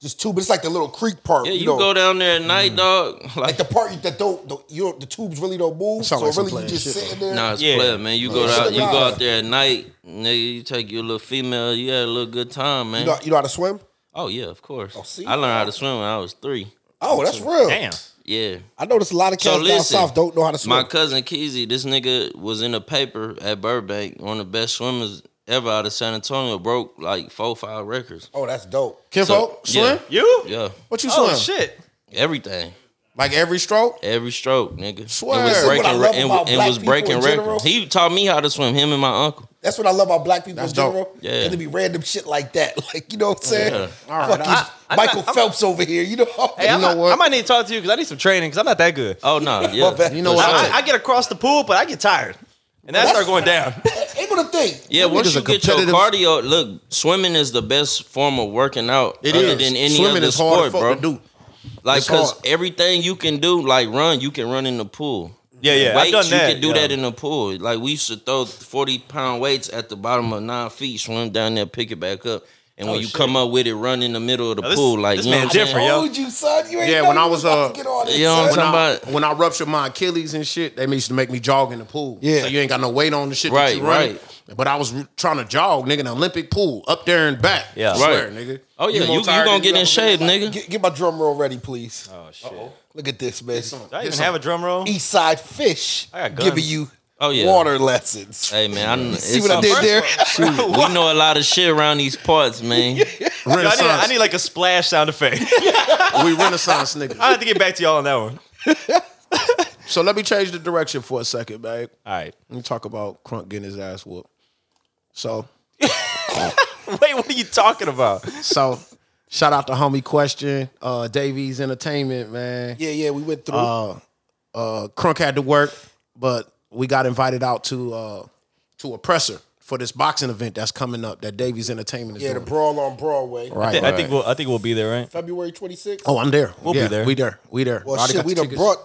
S1: just tubing. It's like the little creek part.
S3: Yeah,
S1: you,
S3: you
S1: know, Mm.
S3: go down there at night, dog. Like,
S1: like the part that don't the, you don't, the tubes really don't move, so
S2: Sound like some
S1: really you
S2: plain
S1: just
S2: shit,
S1: sitting there.
S3: nah, it's
S4: Yeah.
S3: player, man. You go
S1: shut
S3: out,
S1: the
S3: you go
S1: line.
S3: out there at night, nigga. You take your little female. You had a little good time, man.
S1: you, know, you know how to swim?
S3: oh yeah, of course.
S1: see?
S3: I learned how to swim when I was three.
S1: Oh, that's real.
S4: Damn.
S3: Yeah.
S1: I noticed a lot of
S3: So
S1: cats down
S3: listen,
S1: south don't know how to
S3: My
S1: swim.
S3: cousin Keezy, this nigga was in a paper at Burbank, one of the best swimmers ever out of San Antonio, broke like four, five records.
S1: oh, that's dope.
S2: Kinfolk,
S3: So, yeah.
S2: swim.
S4: You?
S3: Yeah,
S2: What you swim?
S4: Oh shit.
S3: everything,
S2: Like every stroke.
S3: every stroke, nigga.
S2: Swear.
S3: It was
S2: That's what I
S3: breaking,
S1: love
S3: and,
S1: about
S3: and
S1: black
S3: was
S1: people in
S3: breaking
S1: general.
S3: records. He taught me how to swim. Him and my uncle.
S1: That's what I love about black people
S2: That's
S1: in
S2: dope.
S1: general.
S3: Yeah.
S1: And it be random shit like that. Like, you know what I'm saying?
S3: Yeah.
S1: Fucking Michael Phelps over here. You know,
S4: Hey,
S2: You
S4: I'm
S2: know
S4: not-
S2: what?
S4: I might need to talk to you because I need some training because I'm not that good.
S3: Oh no, yeah,
S1: bad.
S2: You know
S3: For
S2: what?
S3: sure.
S4: I, I, I get across the pool, but I get tired, and that start going down.
S1: ain't gonna think.
S3: Yeah, once
S2: niggas
S3: you
S2: are
S3: get your
S2: competitive.
S3: cardio, look, swimming is the best form of working out
S2: It
S3: other
S2: is.
S3: than any
S2: Swimming
S3: other
S2: is hard
S3: sport,
S2: as fuck
S3: bro.
S2: to do.
S3: Like,
S2: It's
S3: cause
S2: hard.
S3: everything you can do, like run, you can run in the pool.
S4: Yeah, yeah, I've
S3: Weights,
S4: done that,
S3: you can do
S4: yeah.
S3: that in the pool. Like we used to throw forty pound weights at the bottom of nine feet, swim down there, pick it back up, and when you come up with it, run in the middle of the
S4: Oh, Now, this-
S3: pool. Like
S4: this
S3: you know
S4: man
S3: what I'm
S4: different,
S3: saying?
S4: yo.
S1: Told you, son. You ain't
S2: Yeah,
S1: know
S2: when
S1: you
S2: I was,
S1: about
S2: uh,
S1: to get on it,
S3: you know
S1: son.
S3: what I'm
S2: When I,
S3: Somebody-
S2: when I ruptured my Achilles and shit, they used to make me jog in the pool.
S1: Yeah.
S2: So you ain't got no weight on the shit that
S3: Right,
S2: you running.
S3: right.
S2: But I was re- trying to jog, nigga, in the Olympic pool, up there and back.
S4: Yeah.
S2: I swear,
S3: Right.
S2: nigga.
S3: Oh yeah, you
S2: more
S3: you
S2: tired
S3: gonna
S2: than
S3: get in
S2: ever
S3: shape, nigga.
S1: Get, get my drum roll ready, please.
S4: Oh shit.
S1: Look at this, man.
S4: Do I even have a drum roll?
S1: East Side Fish
S4: I got guns.
S1: giving you
S3: Oh, yeah.
S1: water lessons.
S3: Hey man, I, kn-
S1: See
S3: it's
S1: what I
S3: a-
S1: did there?
S3: We know a lot of shit around these parts, man.
S4: Yo, I, need, I
S2: Renaissance.
S4: need like a splash sound effect.
S2: we Renaissance niggas.
S4: I have to get back to y'all on that one.
S2: So let me change the direction for a second, babe.
S4: All right.
S2: Let me talk about Crunk getting his ass whooped. So,
S4: Wait, what are you talking about?
S2: so shout out to homie question, uh, Davies Entertainment, man.
S1: Yeah, yeah, we went through.
S2: uh, Crunk had to work, but we got invited out to uh, to Oppressor for this boxing event that's coming up that Davies Entertainment is
S1: yeah, the
S2: doing.
S1: brawl on Broadway.
S2: right,
S4: I think we'll I think we'll be there, right?
S1: February 26th.
S2: Oh, I'm there. We'll
S4: be
S2: yeah,
S4: there.
S2: We there. We there.
S1: well,
S2: Already
S1: shit,
S2: got
S1: we
S2: the
S1: done
S2: tickets.
S1: brought.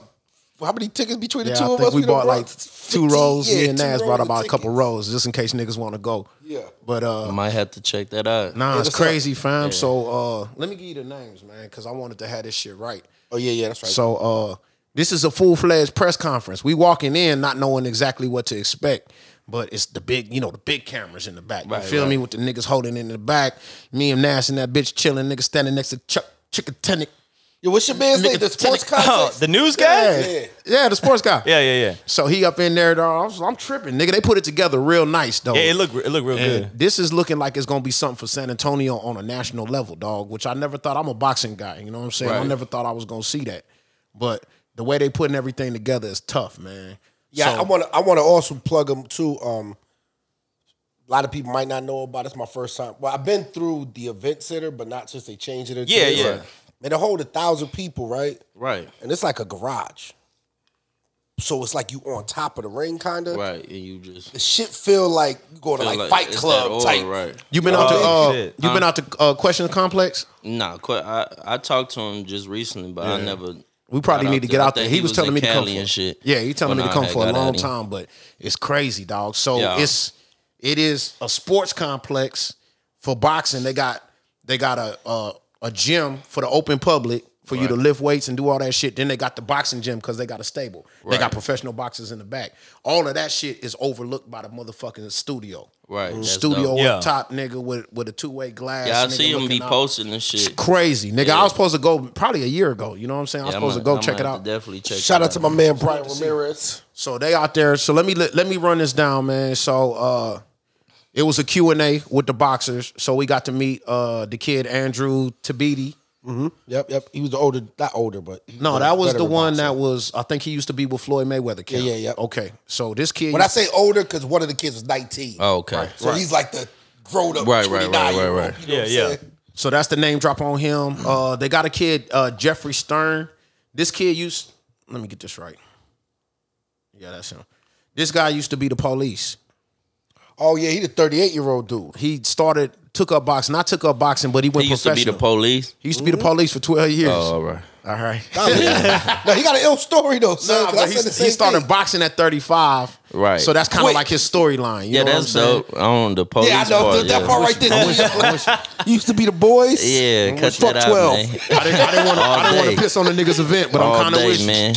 S1: How many tickets between the
S2: Yeah,
S1: two
S2: I
S1: of
S2: think
S1: us?
S2: we
S1: done
S2: brought
S1: brought
S2: like
S1: 15
S2: two rolls. Me and
S1: two
S2: Nas brought
S1: rolls of
S2: about a couple
S1: tickets.
S2: rolls just in case niggas want to go.
S1: Yeah.
S2: But uh,
S3: I might have to check that out.
S2: nah, it's
S1: that's up.
S2: crazy, fam. So uh, let me give you the names, man, because I wanted to have this shit right.
S1: Oh yeah, yeah, that's right.
S2: So uh this is a full-fledged press conference. We walking in not knowing exactly what to expect, but it's the big, you know, the big cameras in the back. You feel me with the niggas holding in the back, me and Nash and that bitch chilling, niggas standing next to Chuck Chickatenic.
S1: Yo, what's your man's
S2: Nigga,
S1: name? The sports
S2: Titty-
S4: Oh,
S1: contest.
S4: the news guy?
S2: Yeah. yeah, the sports guy.
S4: Yeah, yeah, yeah.
S2: So he up in there, dog. I was- I'm tripping, nigga. They put it together real nice, though.
S4: Yeah, it looked it looked real
S2: And
S4: good.
S2: this is looking like it's gonna be something for San Antonio on a national level, dog. Which I never thought. I'm a boxing guy, you know what I'm saying. I
S3: Right.
S2: never thought I was gonna see that, but the way they putting everything together is tough, man.
S1: Yeah,
S2: So-
S1: I want to. I want to also plug them too. Um, a lot of people might not know about. it. It's my first time. Well, I've been through the event center, but not since they changed it. into
S4: Yeah,
S1: this.
S4: yeah.
S1: Man, they hold a thousand people, right?
S3: Right,
S1: And it's like a garage, so it's like you on top of the ring, kind of.
S3: right, and you just
S1: The shit feel like you going to
S3: feel
S1: like, Fight
S3: it's that
S1: Club
S3: old,
S1: type.
S3: right?
S2: you been out to
S4: Oh,
S2: uh,
S4: shit.
S2: you been out to uh, question complex.
S3: Nah, qu- I I talked to him just recently, but I never.
S2: We probably
S3: got
S2: need
S3: out
S2: to get
S3: I
S2: out there.
S3: think
S2: He, was, telling
S3: in
S2: me to come.
S3: Cali
S2: For,
S3: and shit.
S2: Yeah, he telling me
S3: when
S2: to
S3: I
S2: come
S3: had
S2: for a
S3: got
S2: long
S3: out here.
S2: time, but it's crazy, dog. So
S3: Yeah.
S2: it's it is a sports complex for boxing. They got they got a a, a gym for the open public for you to lift weights and do all that shit. Then they got the boxing gym because they got a stable. They got professional boxers in the back. All of that shit is overlooked by the motherfucking studio.
S3: Right, that's
S2: Studio
S3: dope.
S4: Yeah.
S2: up top, nigga, with with a two way glass.
S3: Yeah, I
S2: nigga,
S3: see him be
S2: looking out.
S3: posting and shit.
S2: It's crazy, nigga. I was supposed to go probably a year ago. You know what I'm saying? I was
S3: Yeah, I
S2: supposed
S3: might-
S2: to go
S3: I
S2: check
S3: might
S2: it
S3: have
S2: out.
S3: to Definitely check.
S1: Shout
S3: it
S1: out to my man Brian Ramirez.
S2: So they out there. So let me let, let me run this down, man. So uh It was a Q&A with the boxers. So we got to meet uh, the kid Andrew Tabidi.
S1: Yep, yep. He was the older, not older, but he
S2: No, that was the
S1: veteran
S2: one
S1: boxer.
S2: that was. I think he used to be with Floyd Mayweather. Kid.
S1: Yeah, yeah, yeah.
S2: Okay, so this kid.
S1: When I say older, because one of the kids was nineteen.
S3: Oh, okay.
S1: so he's like the grown up.
S3: Right,
S1: Right,
S3: right, right,
S1: right,
S3: right,
S1: right, You
S3: right.
S1: know
S4: Yeah,
S1: yeah,
S4: yeah.
S1: yeah.
S2: so that's the name drop on him. Uh, they got a kid, uh, Jeffrey Stern. This kid used. Let me get this right. Yeah, that's him. This guy used to be the police.
S1: Oh yeah, he the thirty eight year old dude.
S2: He started took up boxing. Not took up boxing, but he went
S3: He used to be
S2: professional.
S3: the police.
S2: he used to be the police for twelve years.
S3: Oh, all right.
S2: All right.
S1: No, he got an ill story though. Son,
S2: Nah,
S1: 'cause I
S2: but he,
S1: said the same
S2: he started
S1: thing.
S2: boxing at 35.
S3: Right.
S2: So that's kind of
S1: Wait.
S2: like his storyline.
S3: Yeah,
S2: know
S3: that's
S2: what I'm saying?
S3: dope. On the police
S1: Yeah, I know
S3: part,
S1: dude, that
S3: yeah.
S1: part right there. He used to be the boys.
S3: Yeah, cut
S1: fuck
S3: that out,
S1: 12.
S3: man.
S2: I didn't, I didn't want to.
S3: All
S2: I didn't want
S3: day.
S2: to piss on the niggas event, but
S3: All
S2: I'm kind of
S3: day,
S2: wishing.
S3: man.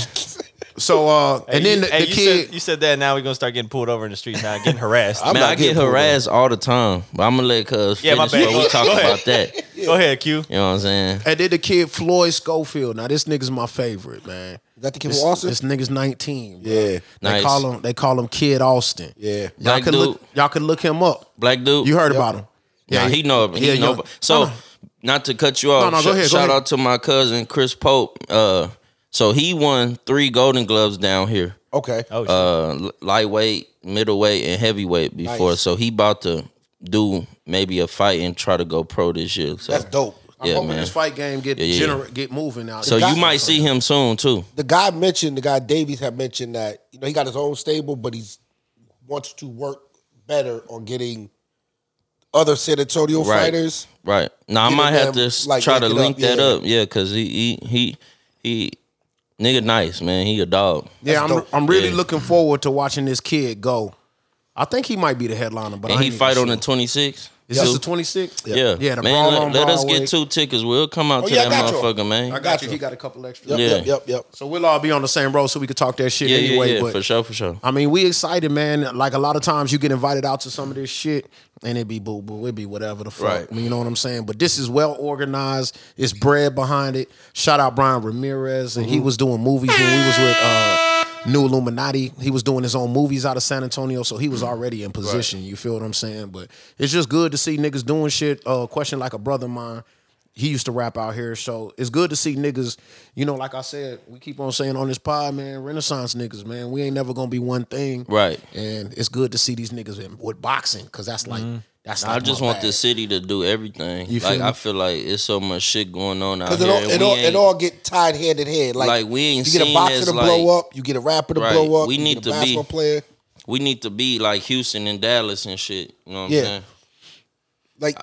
S2: So uh, and then the,
S4: hey,
S2: the
S4: you
S2: kid.
S4: Said, you said that. Now we're gonna start getting pulled over in the streets. Now getting harassed.
S3: man,
S1: not
S3: I
S1: getting
S3: get
S1: pulled over.
S3: harassed all the time. But I'm gonna let Cuz
S4: Yeah, my
S3: finish
S4: bad.
S3: what we
S4: Go
S3: talk
S4: ahead.
S3: about that. You
S4: Go ahead, Q.
S3: know what I'm saying?
S2: and then the kid Floyd Schofield. Now this nigga's my favorite, man.
S1: Is that the kid
S2: This,
S1: with Austin?
S2: this nigga's 19. bro.
S1: Yeah.
S2: They
S3: Nice.
S2: call him. They call him Kid Austin.
S1: Yeah.
S2: Y'all
S3: Black
S2: can look.
S3: dude.
S2: Y'all can look him up.
S3: Black dude.
S2: You heard about him.
S3: Yeah, he know. He
S2: yeah,
S3: know.
S2: yo-
S3: So not to cut you off.
S2: No, no, go
S3: sh-
S2: ahead, go
S3: shout
S2: ahead.
S3: out to my cousin Chris Pope. Uh, so he won three Golden Gloves down here.
S1: Okay.
S4: Oh, shit.
S3: uh, li- lightweight, middleweight, and heavyweight before.
S1: Nice.
S3: So he about to do maybe a fight and try to go pro this year. So,
S1: That's dope.
S2: I'm
S3: Yeah,
S2: hoping
S3: man.
S2: this fight game get
S3: yeah, yeah.
S2: gener- get moving now.
S3: so you
S1: got-
S3: might see him soon too.
S1: The guy mentioned, the guy Davies had mentioned that you know he got his own stable, but he's wants to work better on getting other San Antonio
S3: Right.
S1: fighters.
S3: Right now, I
S1: Get it
S3: might have
S1: done,
S3: to s-
S1: like,
S3: try to
S1: link it up,
S3: link that
S1: yeah.
S3: up. Yeah, because he, he he he nigga nice man. He a dog.
S2: Yeah, I'm,
S1: dope.
S2: I'm really
S3: Yeah.
S2: looking forward to watching this kid go. I think he might be the headliner, but
S3: And
S2: I
S3: he
S2: ain't
S3: fight
S2: even
S3: on the
S2: sure.
S3: 26th.
S2: Is this the 26th?
S3: Yeah,
S2: Yeah, the
S3: man.
S2: brawl
S3: Let,
S2: on
S3: let us get
S2: Broadway.
S3: two tickets. We'll come out to
S1: Oh, yeah, I got
S3: that
S1: you.
S3: motherfucker, man.
S2: I got you. He got a couple extra.
S1: Yep,
S3: Yeah.
S1: yep, yep, yep.
S2: So we'll all be on the same road so we could talk that shit
S3: yeah, yeah,
S2: anyway.
S3: yeah,
S2: but
S3: for sure, for sure.
S2: I mean, we excited, man. Like a lot of times you get invited out to some of this shit and it be boo boo, it be whatever the fuck.
S3: Right.
S2: I mean, you know what I'm saying? But this is well organized. It's bread behind it. Shout out Brian Ramirez, and he was doing movies when we was with uh, New Illuminati. He was doing his own movies out of San Antonio, so he was already in position. You feel what I'm saying? But it's just good to see niggas doing shit. Uh, question like a brother of mine he used to rap out here. So it's good to see niggas, you know, like I said, we keep on saying on this pod, man, Renaissance niggas, man. We ain't never gonna be one thing.
S3: Right.
S2: And it's good to see these niggas in, with boxing, cause that's like that's
S3: Mm-hmm. I
S2: like
S3: just
S2: my
S3: want
S2: bag.
S3: the city to do everything.
S2: You
S3: like
S2: feel
S3: I
S2: me?
S3: feel like it's so much shit going on out
S1: Because
S3: here.
S1: it all,
S3: and
S1: it
S3: we
S1: all,
S3: ain't-
S1: it all get tied hand in hand. Like,
S3: Like, we ain't
S1: you get a
S3: seen
S1: boxer
S3: as,
S1: to
S3: like-
S1: blow up, you get a rapper to
S3: Right.
S1: blow up,
S3: We
S1: you get
S3: need to
S1: a
S3: be-
S1: basketball player.
S3: we need to be like Houston and Dallas and shit. You know what I'm
S1: Yeah.
S3: saying?
S1: Like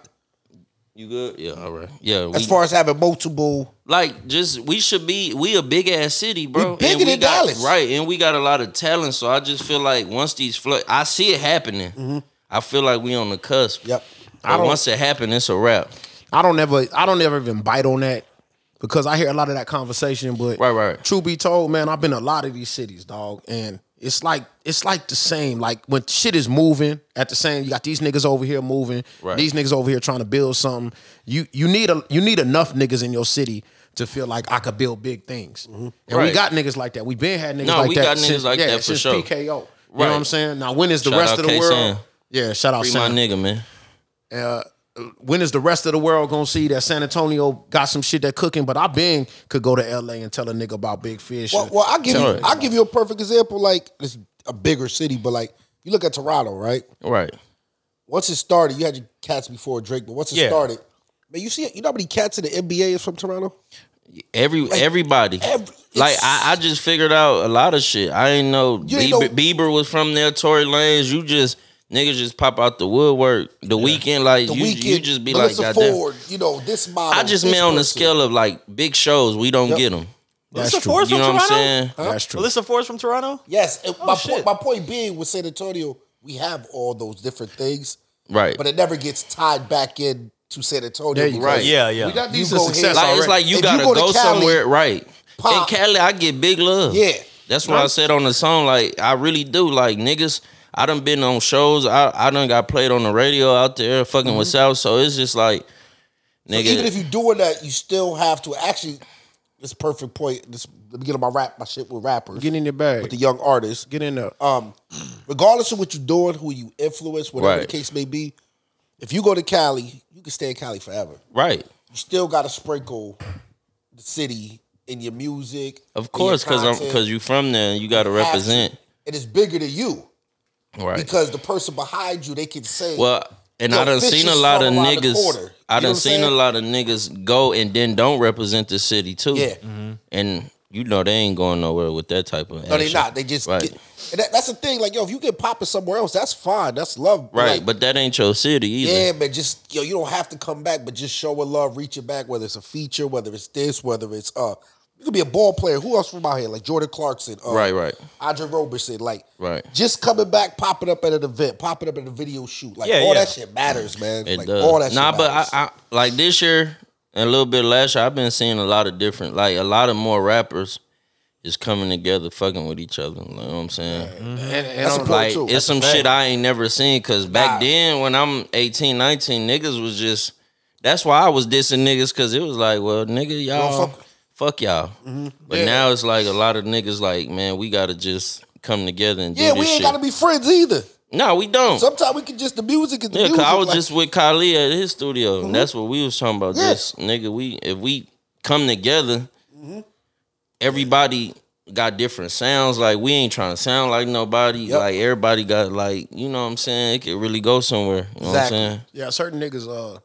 S3: You good? Yeah, all right. Yeah, we,
S1: as far as having multiple,
S3: like just we should be we a big ass city, bro.
S1: We bigger
S3: And we
S1: than
S3: got-
S1: Dallas.
S3: right? And we got a lot of talent, so I just feel like once these flood, I see it happening. I feel like we on the cusp.
S1: Mm-hmm. yep.
S3: But once it happens, it's a wrap.
S2: I don't ever I don't ever even bite on that because I hear a lot of that conversation. But
S3: Right, right.
S2: True be told, man, I've been a lot of these cities, dog, and it's like it's like the same. Like when shit is moving at the same, you got these niggas over here moving,
S3: Right.
S2: these niggas over here trying to build something. You you need a you need enough niggas in your city. To feel like I could build big things, and we
S3: Right.
S2: got niggas like that. We've been had niggas
S3: No,
S2: like
S3: we
S2: that.
S3: got niggas
S2: since-
S3: like
S2: yeah,
S3: that for
S2: since
S3: sure.
S2: PKO. You know
S3: Right.
S2: what I'm saying? Now, when is the
S3: Shout
S2: rest
S3: out
S2: of the
S3: K-San.
S2: world? Yeah, shout out
S3: Free
S2: Sam
S3: my nigga, man.
S2: when is the rest of the world gonna see that San Antonio got some shit that cooking? But I been could go to LA and tell a nigga about big fish.
S1: Well, well I give
S3: Tell
S1: you,
S3: her.
S1: I give you a perfect example. Like it's a bigger city, but like you look at Toronto, right?
S3: Right.
S1: Once it started, you had your cats before Drake, but once it
S4: Yeah.
S1: started, man, you see, you know how many cats in the NBA is from Toronto?
S3: Every everybody,
S1: every-
S3: like
S1: it's-
S3: I, I just figured out a lot of shit. I ain't know
S1: You ain't
S3: Bieber,
S1: know-
S3: Bieber was from there. Tory Lanez, you just niggas just pop out the woodwork. The weekend, like
S1: The
S3: you,
S1: weekend,
S3: you just be
S1: Melissa
S3: like, goddamn.
S1: Ford, you know this model.
S3: I just
S1: this
S3: meant on the
S1: person.
S3: scale of like big shows, we don't get 'em.
S4: Melissa
S2: true.
S4: Ford's
S3: get them. You
S4: from
S3: know what I'm
S4: Toronto.
S3: saying?
S2: That's true.
S4: Melissa Ford's from Toronto.
S1: Yes, and my,
S4: Oh, shit.
S1: point, my point being with San Antonio, we have all those different things,
S3: Right.
S1: But it never gets tied back in to San Antonio.
S2: There you go.
S1: because
S3: Right.
S4: Yeah, yeah.
S2: we got
S1: You
S2: these
S1: go ahead.
S2: success
S3: like it's
S2: already.
S3: like you
S1: If
S3: gotta
S1: you go to
S3: go
S1: Cali,
S3: somewhere, right? In
S1: pop.
S3: Cali, I get big love.
S1: Yeah.
S3: that's what I said on the song. Like I really do. Like niggas, I done been on shows. I I done got played on the radio out there, fucking
S1: Mm-hmm.
S3: with South. So it's just like, nigga,
S1: Even if you're doing that, you still have to actually this perfect point. This let me get on my rap, my shit with rappers,
S2: Get in your bag.
S1: with the young artists.
S2: Get in there.
S1: um, regardless of what you're doing, who you influence, whatever the
S3: Right.
S1: case may be, if you go to Cali, you can stay in Cali forever.
S3: Right.
S1: You still got to sprinkle the city in your music. in
S3: Of
S1: your
S3: course, because I'm
S1: content.
S3: because you from there, and you got to
S1: Have to.
S3: represent.
S1: And it's bigger than you
S3: Right.
S1: because the person behind you, they can say,
S3: Well, and
S1: Yo,
S3: I done
S1: fish
S3: seen a
S1: is
S3: lot of
S1: from around the
S3: niggas.
S1: corner.
S3: I
S1: You know
S3: done
S1: what I'm
S3: seen a
S1: saying?
S3: lot of niggas go and then don't represent the city too.
S1: Yeah.
S3: Mm-hmm. And you know they ain't going nowhere with that type of.
S1: no, they
S3: action.
S1: not. They just
S3: Right.
S1: get. And that, that's the thing. Like, yo, if you get popping somewhere else, that's fine. That's love.
S3: Right,
S1: like,
S3: but that ain't your city either.
S1: Yeah, man, just yo, you don't have to come back, but just show a love, reach it back, whether it's a feature, whether it's this, whether it's uh you could be a ball player. Who else from out here? Like Jordan Clarkson, uh,
S3: Right, right.
S1: Andre Roberson, like
S3: Right.
S1: just coming back, popping up at an event, popping up at a video shoot. Like
S4: Yeah,
S1: all
S4: yeah.
S1: that shit matters, man.
S3: It
S1: like
S3: does.
S1: all that
S3: nah,
S1: shit
S3: but I,
S1: matters.
S3: I like this year and a little bit last year. I've been seeing a lot of different, like a lot of more rappers is coming together, fucking with each other. You know what I'm saying?
S2: And, and
S1: That's
S2: on-
S1: important
S3: Like
S1: too.
S3: it's some shit I ain't never seen. Cause back
S1: Nah.
S3: then when I'm 18, 19, niggas was just. That's why I was dissing niggas because it was like, well, nigga, y'all,
S1: Don't
S3: fuck,
S1: fuck- Mm-hmm.
S3: y'all. But now it's like a lot of niggas like, man, we gotta just come together and
S1: yeah,
S3: do
S1: we
S3: this
S1: ain't
S3: shit.
S1: gotta be friends either.
S3: no, we don't.
S1: Sometimes we can just the music is the
S3: Yeah,
S1: music.
S3: cause I was
S1: like,
S3: just with Kylie at his studio, and that's what we was talking about.
S1: Mm-hmm. Yeah.
S3: Just nigga, we if we come together,
S1: Mm-hmm.
S3: everybody got different sounds. Like we ain't trying to sound like nobody. Like everybody got like you know what I'm saying. It could really go somewhere. You know
S1: Exactly.
S3: what I'm saying?
S2: yeah, certain niggas. Uh,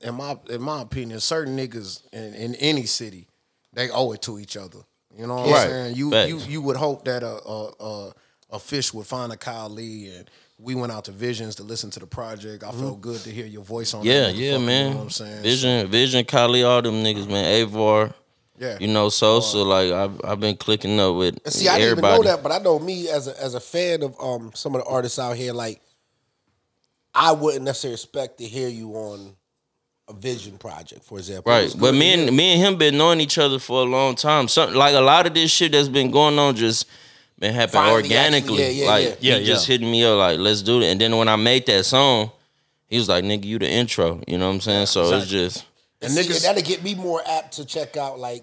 S2: in my in my opinion, certain niggas in, in any city, they owe it to each other. You know what
S3: Right.
S2: I'm saying? You
S3: Facts.
S2: you you would hope that a a, a a fish would find a Kyle Lee and. We went out to Visions to listen to the project. I felt good to hear your voice on.
S3: Mm-hmm. Yeah,
S2: that
S3: yeah,
S2: motherfucker,
S3: man.
S2: You know what I'm saying?
S3: Vision, Vision, Kylie, all them niggas, man. Avar,
S2: Yeah.
S3: you know, Sosa. like I've I've been clicking up with
S1: And see, I didn't
S3: everybody.
S1: even know that, but I know me as a as a fan of um some of the artists out here, like I wouldn't necessarily expect to hear you on a vision project, for example.
S3: Right, but me and me and him been knowing each other for a long time. Something like a lot of this shit that's been going on just been happening
S1: Finally,
S3: organically.
S1: actually, yeah, yeah,
S3: like
S4: yeah.
S3: he
S4: Yeah,
S3: just
S4: yeah.
S3: hitting me up like, "Let's do it." And then when I made that song, he was like, "Nigga, you the intro." You know what I'm saying? So it's just
S1: and
S2: And
S1: see,
S2: niggas-
S1: and that'll get me more apt to check out like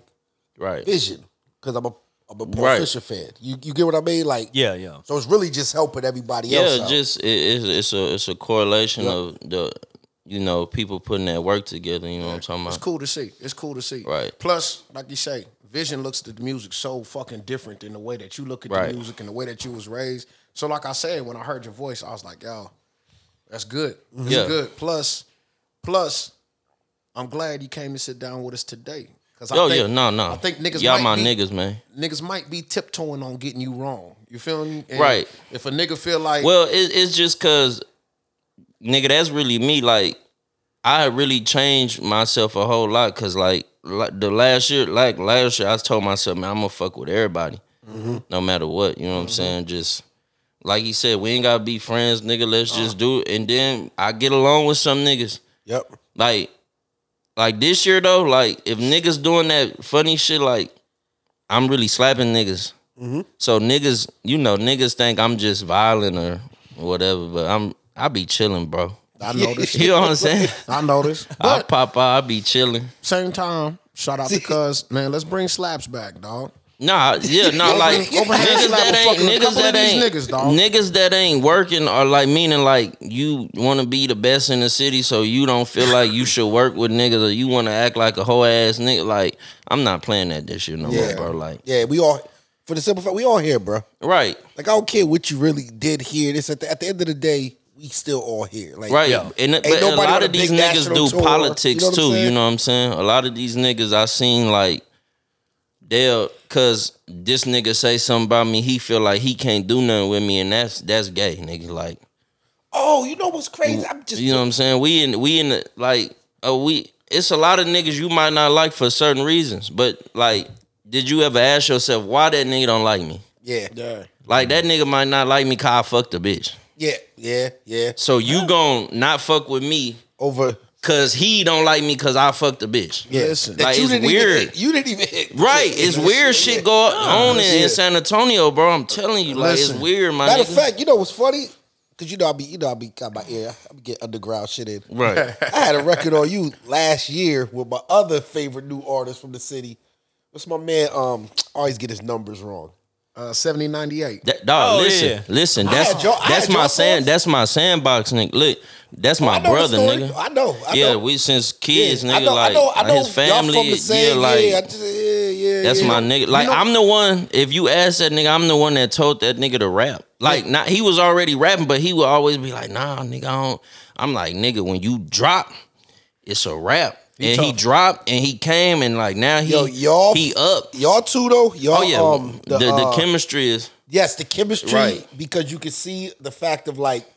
S3: right.
S1: vision because I'm a I'm a Paul
S3: Right.
S1: Fisher fan. You you get what I mean? Like
S4: Yeah, yeah.
S1: So it's really just helping everybody else.
S3: Yeah,
S1: out.
S3: just it, it's it's a it's a correlation of the you know people putting that work together. You know what I'm talking about?
S2: It's cool to see. It's cool to see.
S3: Right.
S2: Plus, like you say, Vision looks at the music so fucking different than the way that you look at
S3: Right.
S2: the music and the way that you was raised. So, like I said, when I heard your voice, I was like, "Yo, that's good. That's
S3: Yeah.
S2: good." Plus, plus, I'm glad you came and sit down with us today. Cause I
S3: Oh
S2: think-
S3: yeah, no, no.
S2: I think niggas
S3: y'all
S2: might
S3: my
S2: be,
S3: niggas, man.
S2: Niggas might be tiptoeing on getting you wrong. You feel me? And
S3: Right.
S2: If a nigga feel like,
S3: Well, it, it's just cause, nigga, that's really me. Like, I really changed myself a whole lot. Cause like, li- the last year, like last year, I told myself, man, I'm gonna fuck with everybody, no matter what. You know what I'm saying? Just like he said, we ain't gotta be friends, nigga. Let's just do it. And then I get along with some niggas.
S1: yep.
S3: Like, like this year though, like if niggas doing that funny shit, like I'm really slapping niggas. So niggas, you know, niggas think I'm just violent or whatever, but I'm I be chilling, bro.
S2: I noticed.
S3: You know what I'm saying?
S2: I noticed.
S3: I
S2: But
S3: pop out, I be chilling.
S2: same time, shout out to Cuz. Man, let's bring slaps back, dog.
S3: Nah, yeah, nah,
S2: Open-
S3: like
S2: open hand
S3: niggas
S2: slap
S3: that
S2: a
S3: ain't
S2: fucking
S3: niggas
S2: couple of
S3: that
S2: these
S3: ain't
S2: niggas, dog.
S3: niggas that ain't working are like meaning like you want to be the best in the city, so you don't feel like you should work with niggas or you want to act like a whole ass nigga. Like I'm not playing that this year no
S1: Yeah.
S3: more, bro. Like
S1: Yeah, we all for the simple fact we all here, bro.
S3: right,
S1: Like I don't care what you really did here. This at the, at the end of the day, we still all here. Like
S3: right, and but a
S1: nobody
S3: lot
S1: on a
S3: of these
S1: big
S3: niggas
S1: national
S3: do
S1: tour, you
S3: politics
S1: know what I'm
S3: too. You
S1: saying?
S3: know what I'm saying? A lot of these niggas I seen like they'll cause this nigga say something about me, he feel like he can't do nothing with me, and that's that's gay, nigga. Like.
S1: Oh, you know what's crazy? I'm just
S3: you know what I'm saying? We in we in the, like uh, we it's a lot of niggas you might not like for certain reasons, but like did you ever ask yourself why that nigga don't like me?
S1: yeah.
S2: Yeah.
S3: Like that nigga might not like me cause I fucked a bitch.
S1: Yeah, yeah, yeah.
S3: So you gon' not fuck with me
S1: Over
S3: cause he don't like me cause I fucked a bitch.
S1: yeah.
S2: Listen.
S1: That
S3: Like,
S1: you
S3: it's
S1: didn't
S3: weird.
S1: Even, you didn't even hit.
S3: Right, it's weird shit go on in,
S1: Yeah.
S3: in San Antonio, bro. I'm telling you, like
S2: Listen.
S3: it's weird, my
S1: Matter of
S3: nigga.
S1: fact, you know what's funny? Cause you know I be, you know I be got my ear. I be get underground shit in.
S3: right,
S1: I had a record on you last year with my other favorite new artist from the city, What's my man? Um, always get his numbers wrong.
S2: Uh, 70 98.
S3: That, dog,
S4: Oh,
S3: listen,
S4: yeah.
S3: listen.
S1: I had
S3: That's
S1: Joe- I
S3: that's
S1: had
S3: my
S1: Joe
S3: sand.
S1: Fox.
S3: That's my sandbox, nigga. Look, that's my
S1: I know the
S3: brother,
S1: story.
S3: nigga.
S1: I know. I
S3: yeah,
S1: know.
S3: we since kids,
S1: Yeah,
S3: nigga. like his family,
S1: y'all from the same.
S3: yeah, like
S1: yeah, I just, yeah, yeah.
S3: that's
S1: yeah.
S3: my nigga. Like I'm the one. If you ask that nigga, I'm the one that told that nigga to rap. Like not he was already rapping, but he would always be like, Nah, nigga, I don't. I'm like, nigga, when you drop, it's a rap. and he
S2: tough.
S3: dropped, and he came, and like now he
S1: Yo, y'all-
S3: he up.
S1: Y'all too though. Y'all.
S3: Oh yeah,
S1: Um,
S3: the, the,
S1: uh,
S3: chemistry is
S1: yes, the chemistry.
S3: Right.
S1: Because you can see the fact of like,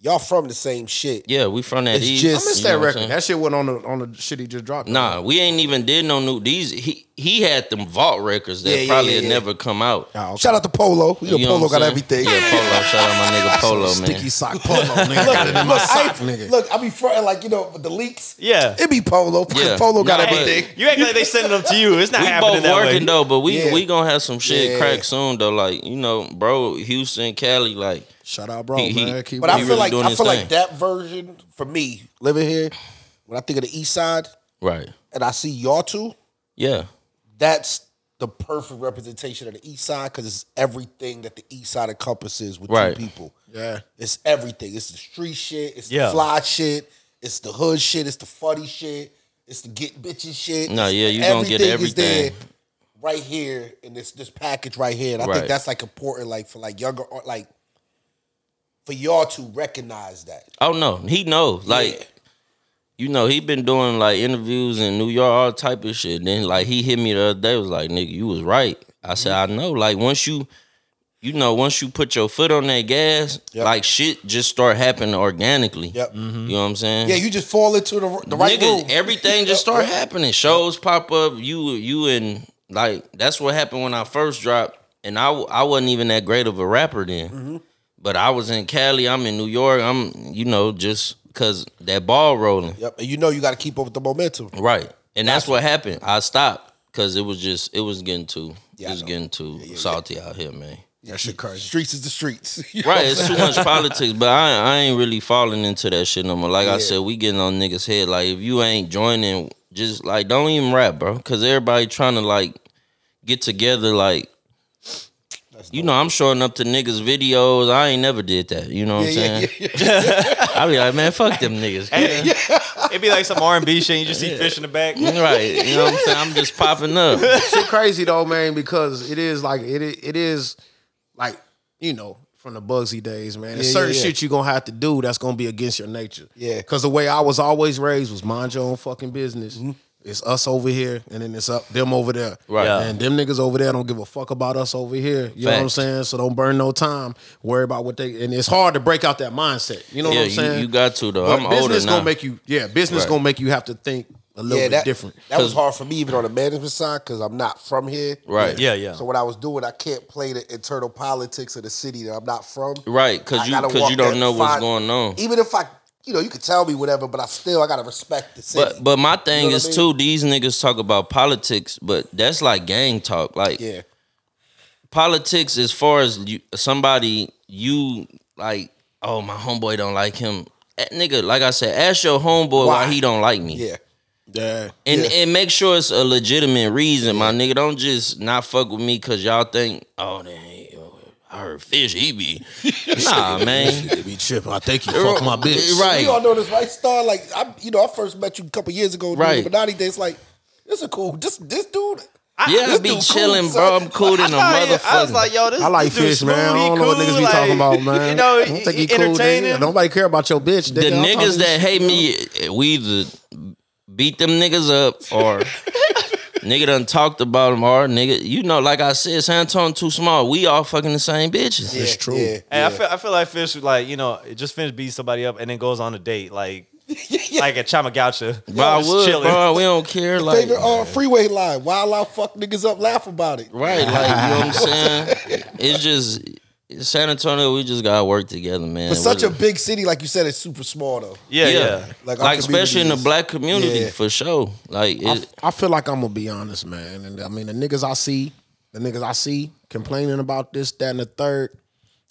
S1: y'all from the same shit.
S3: yeah. We from that.
S1: It's
S3: east,
S1: just-
S2: I missed
S3: you know
S2: that
S3: what I'm
S2: record.
S3: saying?
S2: That shit went on the on the shit he just dropped.
S3: Nah, we ain't even did no new these. He he had them vault records that
S1: Yeah, yeah,
S3: probably
S1: yeah,
S3: had
S1: yeah.
S3: never come out.
S2: Oh, okay.
S1: Shout out to Polo. You know,
S3: You know
S1: Polo
S3: what I'm
S1: got everything.
S3: saying? Yeah, Polo. Shout out my nigga Polo, man.
S2: Sticky sock polo, nigga. Got it in my sock, nigga.
S1: Look, I be fronting like you know the leaks.
S4: Yeah.
S1: it be Polo.
S3: Yeah.
S1: Polo got
S3: Nah, but-
S1: everything.
S4: You act like they sending them to you. It's not
S3: We
S4: happening
S3: both
S4: that
S3: working
S4: way.
S3: though, but we
S1: Yeah.
S3: we gonna have some shit
S1: Yeah.
S3: crack soon though. Like you know, bro, Houston, Cali, like
S2: Shout out, bro,
S3: He- he-
S2: man. Keep
S1: But I
S3: He
S1: feel
S3: really
S1: like
S3: doing
S1: I
S3: his
S1: feel
S3: thing.
S1: like that version for me living here. When I think of the East Side
S3: right,
S1: and I see y'all two,
S3: yeah,
S1: that's the perfect representation of the East Side because it's everything that the East Side encompasses with
S3: Right.
S1: two people.
S2: Yeah.
S1: It's everything. It's the street shit. It's
S4: Yeah.
S1: the fly shit. It's the hood shit. It's the funny shit. It's the get bitches shit.
S3: No,
S1: It's
S3: yeah,
S1: the
S3: you gonna get
S1: everything is there
S3: everything.
S1: right here in this this package right here. And I
S3: Right.
S1: think that's like important, like for like younger, art- like for y'all to recognize that.
S3: Oh no, he knows. Like, you know, he been doing like interviews in New York, all type of shit. Then like he hit me the other day, was like, nigga, you was right. I said, I know. Like once you you know, once you put your foot on that gas,
S1: Yep.
S3: like shit just start happening organically.
S1: Yep.
S3: You know what I'm saying?
S1: Yeah, you just fall into the, the right
S3: Nigga,
S1: room.
S3: everything just start happening. Shows pop up. You you and like that's what happened when I first dropped, and I w- I wasn't even that great of a rapper then.
S1: Mm-hmm.
S3: But I was in Cali. I'm in New York. I'm you know just because that ball rolling
S1: Yep, and you know you got to keep up with the momentum.
S3: right, and that's what happened. I stopped because it was just it was getting too
S1: Yeah,
S3: it
S1: I
S3: was
S1: know.
S3: getting too salty out here, man.
S2: That shit crazy.
S1: Streets is the streets. You know what
S3: Right,
S1: I'm
S3: it's too much politics, but I, I ain't really falling into that shit no more. Like I said, we getting on niggas' head. Like if you ain't joining, just like don't even rap, bro, because everybody trying to like get together. Like you know, I'm showing up to niggas' videos. I ain't never did that. You know what I'm
S1: saying?
S3: saying? I be like, man, fuck them niggas. man.
S4: It'd be like some R and B shit. And you just see fish in the back.
S3: Right, you know what I'm saying? I'm just popping up.
S2: shit crazy though, man, because it is like it i- it is like you know from the Bugsy days, man. There's
S1: Yeah,
S2: certain
S1: yeah, yeah.
S2: shit you gonna have to do that's gonna be against your nature.
S1: Yeah.
S2: because the way I was always raised was mind your own fucking business.
S1: Mm-hmm.
S2: It's us over here, and then it's up them over there.
S3: Right. Yeah.
S2: and them niggas over there don't give a fuck about us over here. You know what I'm
S3: Facts.
S2: saying? So don't burn no time. Worry about what they. And it's hard to break out that mindset. You know
S3: Yeah,
S2: what I'm saying?
S3: you, you got to though.
S2: But
S3: I'm older
S2: business
S3: now.
S2: gonna make you. Yeah, business
S3: Right.
S2: gonna make you have to think a little bit
S1: that,
S2: different.
S1: That was hard for me even on the management side because I'm not from here.
S3: right.
S4: Yeah, yeah.
S1: So what I was doing, I can't play the internal politics of the city that I'm not from.
S3: Right, because
S1: I
S3: you
S1: gotta
S3: because
S1: walk
S3: you don't
S1: that
S3: know what's
S1: fine-
S3: going on.
S1: Even if I, you know, you could tell me whatever, but I still I gotta respect the city.
S3: But but my thing
S1: know what
S3: is
S1: I mean?
S3: too, these niggas talk about politics, but that's like gang talk. Like
S1: yeah,
S3: politics as far as you, somebody you like, oh my homeboy don't like him. Eh, nigga, like I said, ask your homeboy why,
S1: Why?
S3: he don't like me.
S1: yeah,
S2: Yeah.
S3: And
S1: yeah.
S3: and make sure it's a legitimate reason, my nigga. Don't just not fuck with me cause y'all think, oh then I heard fish, he be Nah, man.
S2: They be tripping. I think you fuck my bitch.
S3: Right.
S1: You all know this, right, Star? Like I, you know, I first met you a couple years ago.
S3: Right.
S1: Right, Illuminati days. Like this is cool. This this dude.
S3: yeah, I
S1: this
S3: be
S1: dude cool,
S3: chilling,
S1: son.
S3: bro. I'm cool than a motherfucker.
S4: I was like, yo, this.
S2: I like
S4: this dude
S2: fish, man.
S4: smooth,
S2: I
S4: he
S2: don't know what
S4: cool,
S2: niggas be
S4: like,
S2: talking about, man.
S4: You know,
S2: I don't think he cool,
S4: entertaining.
S2: nigga. Nobody care about your bitch.
S3: the
S2: nigga. I'm talking
S3: niggas
S2: shit.
S3: that hate me, eh, we either beat them niggas up or nigga done talked about them hard. Nigga, you know, like I said, San Antonio too small. We all fucking the same bitches.
S1: Yeah,
S2: true.
S1: Yeah,
S4: Hey, I feel I feel like Fish like you know it just finished beating somebody up and then goes on a date like like at Chamagoucha.
S3: Bro, I would, bro. We don't care. Like,
S1: Favorite uh, freeway line. Why allow fuck niggas up? Laugh about it.
S3: right? Like, you know what I'm saying? It's just San Antonio. We just gotta work together, man.
S1: But such a
S3: Really.
S1: big city, like you said, it's super small though.
S4: Yeah, yeah.
S1: Like, our
S3: Like, especially in the
S1: communities.
S3: black community,
S1: Yeah.
S3: for sure. Like,
S2: I,
S3: it,
S2: f- I feel like I'm gonna be honest, man. And I mean, the niggas I see, the niggas I see complaining about this, that, and the third.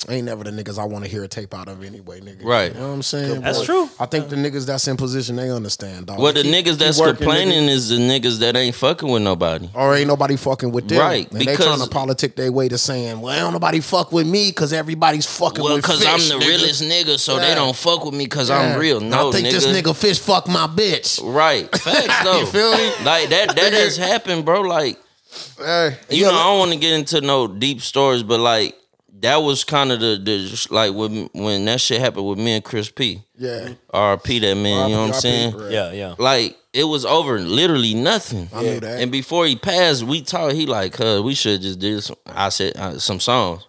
S2: ain't never the niggas I want to hear a tape out of anyway, nigga.
S3: Right.
S2: You know what I'm saying?
S4: That's
S2: But
S4: true.
S2: I think the niggas that's in position, they understand, dog.
S3: Well, the
S2: Keep-
S3: niggas
S2: keep
S3: that's
S2: working,
S3: complaining
S2: nigga.
S3: is the niggas that ain't fucking with nobody.
S2: Or ain't nobody fucking with them.
S3: Right,
S2: And they
S3: because-
S2: trying to politic their way to saying, well, don't nobody fuck with me because everybody's fucking
S3: Well,
S2: with
S3: because I'm
S2: Fish,
S3: the
S2: nigga.
S3: realest nigga, so
S2: Yeah.
S3: they don't fuck with me because
S2: Yeah.
S3: I'm real. No,
S2: I think
S3: nigga.
S2: this nigga Fish fuck my bitch.
S3: Right. Facts, though.
S2: feel me?
S3: Like, that, that has happened, bro. Like,
S2: Hey,
S3: you know, I don't want to get into no deep stories, but like that was kind of the, the like when when that shit happened with me and Chris P.
S2: yeah.
S3: R.P. that man, you know what I'm
S1: RIP,
S3: saying?
S1: bruh.
S4: Yeah, yeah.
S3: Like it was over, literally nothing.
S2: I knew that.
S3: And before he passed, we talked. He like, "Cuz we should just do some." I said uh, some songs.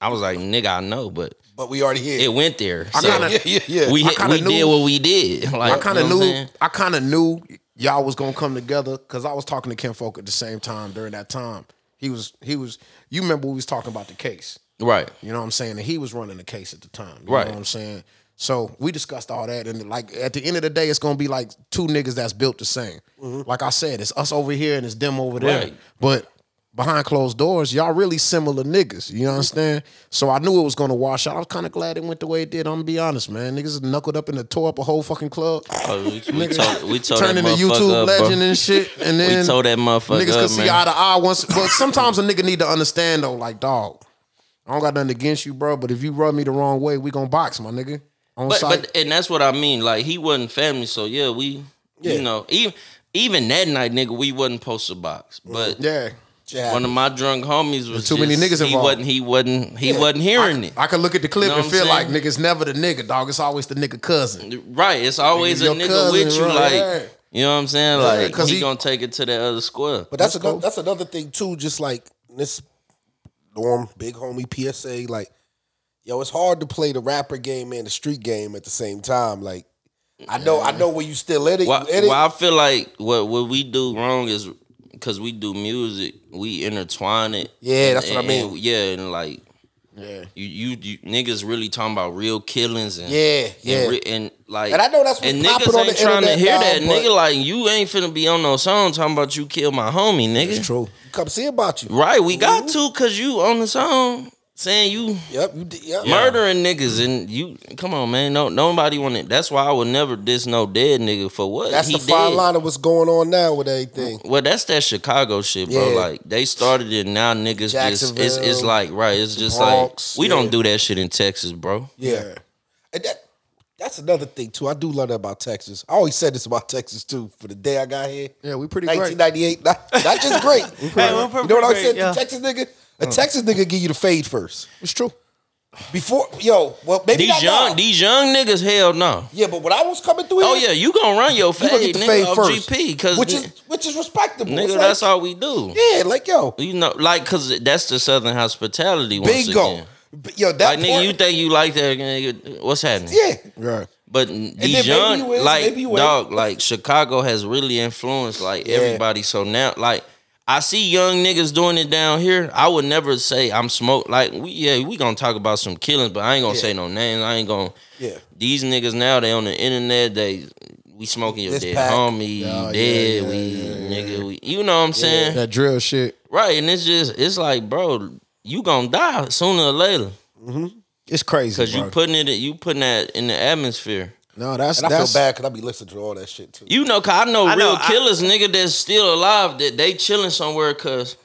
S3: I was like, "Nigga, I know," but
S1: But we already here.
S3: it went there. So
S2: kinda-
S1: yeah, yeah, yeah.
S3: we
S2: I
S3: hit,
S2: kinda
S3: we did
S2: knew-
S3: what we did. Like
S2: I kind of
S3: you know what I'm
S2: knew.
S3: saying?
S2: I kind of knew y'all was gonna come together because I was talking to Ken Folk at the same time during that time. He was. He was. You remember we was talking about the case.
S3: right.
S2: You know what I'm saying? And he was running the case at the time. You
S3: Right.
S2: know what I'm saying? So we discussed all that. And like at the end of the day, it's gonna be like two niggas that's built the same. Like I said, it's us over here and it's them over there.
S3: Right.
S2: But behind closed doors, y'all really similar niggas. You understand? So I knew it was gonna wash out. I was kind of glad it went the way it did. I'm gonna be honest, man. Niggas knuckled up and tore up a whole fucking club.
S3: Oh, we, we told we told
S2: Turned
S3: that
S2: into
S3: motherfucker
S2: YouTube
S3: up, bro.
S2: legend and shit. And then
S3: We told that motherfucker
S2: niggas
S3: up,
S2: could see
S3: man.
S2: eye to eye once. But sometimes a nigga need to understand though, like dog. I don't got nothing against you, bro. But if you rub me the wrong way, we gonna box, my nigga. On
S3: But,
S2: site.
S3: but and that's what I mean. Like he wasn't family, so yeah, we you know even even that night, nigga, we wasn't supposed to box. But
S2: yeah,
S1: Yeah.
S3: one of my drunk homies was
S2: Too many
S3: just-
S2: niggas
S3: He
S2: involved.
S3: wasn't. He wasn't. He wasn't hearing it.
S2: I could look at the clip
S3: Know
S2: and
S3: what
S2: feel
S3: I'm
S2: like
S3: saying?
S2: niggas never the nigga, dog. It's always the nigga cousin.
S3: right. It's always a
S2: Your
S3: nigga
S2: cousin,
S3: with you,
S2: right,
S3: like.
S2: right.
S3: You know what I'm saying? Like
S2: 'cause
S3: he,
S2: he-
S3: gonna take it to the other square.
S1: But that's
S2: That's
S1: another
S2: cool.
S1: that's another thing too. Just like this, norm big homie PSA. Like, yo, it's hard to play the rapper game and the street game at the same time. Like, I know, I know where you still at it.
S3: Well,
S1: you in it.
S3: well, I feel like what what we do wrong is because we do music, we intertwine it.
S1: Yeah, that's
S3: And-
S1: what I
S3: and-
S1: mean.
S3: yeah, and like
S2: Yeah,
S3: you, you you niggas really talking about real killings and
S1: Yeah, yeah.
S3: and, re- and like
S1: And I know that's what's
S3: and
S1: popping
S3: niggas
S1: on
S3: ain't
S1: the
S3: trying to
S1: internet
S3: hear
S1: now,
S3: that
S1: but-
S3: nigga like you ain't finna be on no song talking about you kill my homie nigga
S1: It's true. Come see about you.
S3: right we got
S1: Mm-hmm.
S3: to cause you on the song saying you
S1: Yep. You did. Yep.
S3: murdering niggas and you come on man no nobody want it that's why I would never diss no dead nigga for what
S1: That's
S3: he
S1: the fine
S3: did.
S1: line of what's going on now with everything.
S3: Well, that's that Chicago shit, bro.
S1: Yeah.
S3: Like they started it now, niggas just it's it's
S1: Jacksonville,
S3: like right, it's just
S1: Bronx,
S3: like we
S1: yeah.
S3: don't do that shit in Texas, bro.
S1: Yeah. And that that's another thing too. I do love that about Texas. I always said this about Texas too. For the day I got here,
S2: yeah, we pretty great.
S1: 1998, not, not just great.
S4: Hey, we're
S1: you know what I
S4: pretty
S1: said?
S4: great, yeah.
S1: to Texas nigga, a Texas nigga give you the fade first.
S2: It's true.
S1: Before yo, well maybe
S3: These
S1: not
S3: young
S1: now.
S3: these young niggas, hell no.
S1: Yeah, but when I was coming through,
S3: Oh
S1: here,
S3: yeah, you gonna run your
S1: you gonna get
S3: fade,
S1: the
S3: nigga,
S1: fade
S3: off
S1: first,
S3: GP, cause
S1: which is which is respectable.
S3: nigga,
S1: It's like,
S3: that's all we do.
S1: yeah, like yo,
S3: You know, like cause that's the Southern hospitality. Once
S1: bingo.
S3: again.
S1: B- Yo, that
S3: Like
S1: part-
S3: nigga, you think you like that? Nigga, what's happening?
S1: yeah,
S2: Yeah,
S3: But
S1: then
S3: these
S1: maybe
S3: young,
S1: you is,
S3: like
S1: maybe you ain't.
S3: dog, like Chicago has really influenced like everybody. So now, like I see young niggas doing it down here. I would never say I'm smoke. Like we, yeah, we gonna talk about some killings, but I ain't gonna say no names. I ain't gonna.
S1: Yeah.
S3: These niggas now they on the internet. They we smoking your
S1: This
S3: dead
S1: pack.
S3: homie,
S2: Yeah,
S3: you dead.
S2: Oh, yeah,
S3: we
S2: yeah,
S3: nigga, we. You know what I'm saying?
S2: that drill shit.
S3: Right, and it's just it's like, bro, you gonna die sooner or later
S2: It's crazy,
S3: because
S2: bro.
S3: you putting it, you putting that in the atmosphere.
S2: no, that's
S1: and I
S2: that's
S1: feel bad because I be listening to all that shit too.
S3: You know, cause I know
S4: I know,
S3: real
S4: I-
S3: killers, nigga, that's still alive that they chilling somewhere cause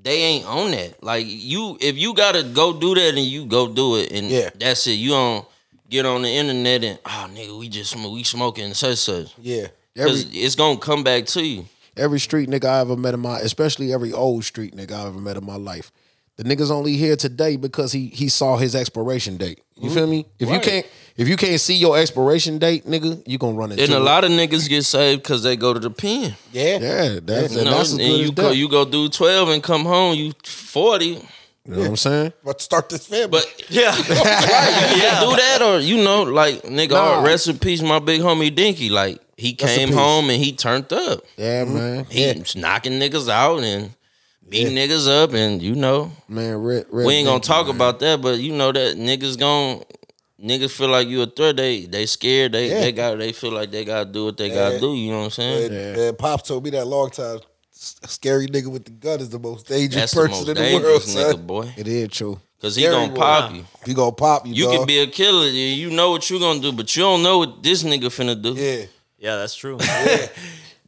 S3: they ain't on that. Like you, if you gotta go do that, and you go do it, and
S1: Yeah.
S3: that's it. You don't get on the internet and oh, nigga, we just sm- we smoking such such.
S1: Yeah,
S3: Cause it's gonna come back to you.
S2: Every street nigga I ever met in my, especially every old street nigga I ever met in my life, the nigga's only here today because he he saw his expiration date. You feel me? If you
S3: Right.
S2: can't if you can't see your expiration date, nigga, you gonna run into
S3: And
S2: it.
S3: a lot of niggas get saved cause they go to the pen.
S1: yeah,
S2: Yeah, that's,
S3: You
S2: and
S3: know,
S2: that's as
S3: and
S2: good as
S3: you go,
S2: death.
S3: you go do twelve and come home, you forty.
S2: You know what I'm saying?
S1: Let's start this family.
S3: But
S4: Yeah.
S3: You do that or you know, like nigga,
S2: Nah.
S3: all rest in peace, my big homie Dinky. Like he
S2: in
S3: came
S2: peace.
S3: home and he turned up.
S2: Yeah, man.
S3: He was knocking niggas out and beating niggas up, and you know
S2: Man, red, red
S3: we ain't gonna
S2: nigga,
S3: talk
S2: man.
S3: about that, but you know that niggas gon' niggas feel like you a threat. They they scared. They
S1: Yeah.
S3: they got they feel like they gotta do what they gotta do. You know what I'm saying?
S1: And, and Pop told me that a long time. S- Scary nigga with the gun is the most dangerous
S3: That's the
S1: person
S3: most
S1: in the world,
S3: dangerous
S1: son.
S3: nigga, boy.
S2: It is true.
S3: Cause he
S1: Gary
S3: gonna
S1: will.
S3: pop you.
S1: He gonna pop you.
S3: You
S1: dog.
S3: can be a killer. You you know what you gonna do, but you don't know what this nigga finna do.
S1: Yeah.
S4: Yeah, that's true.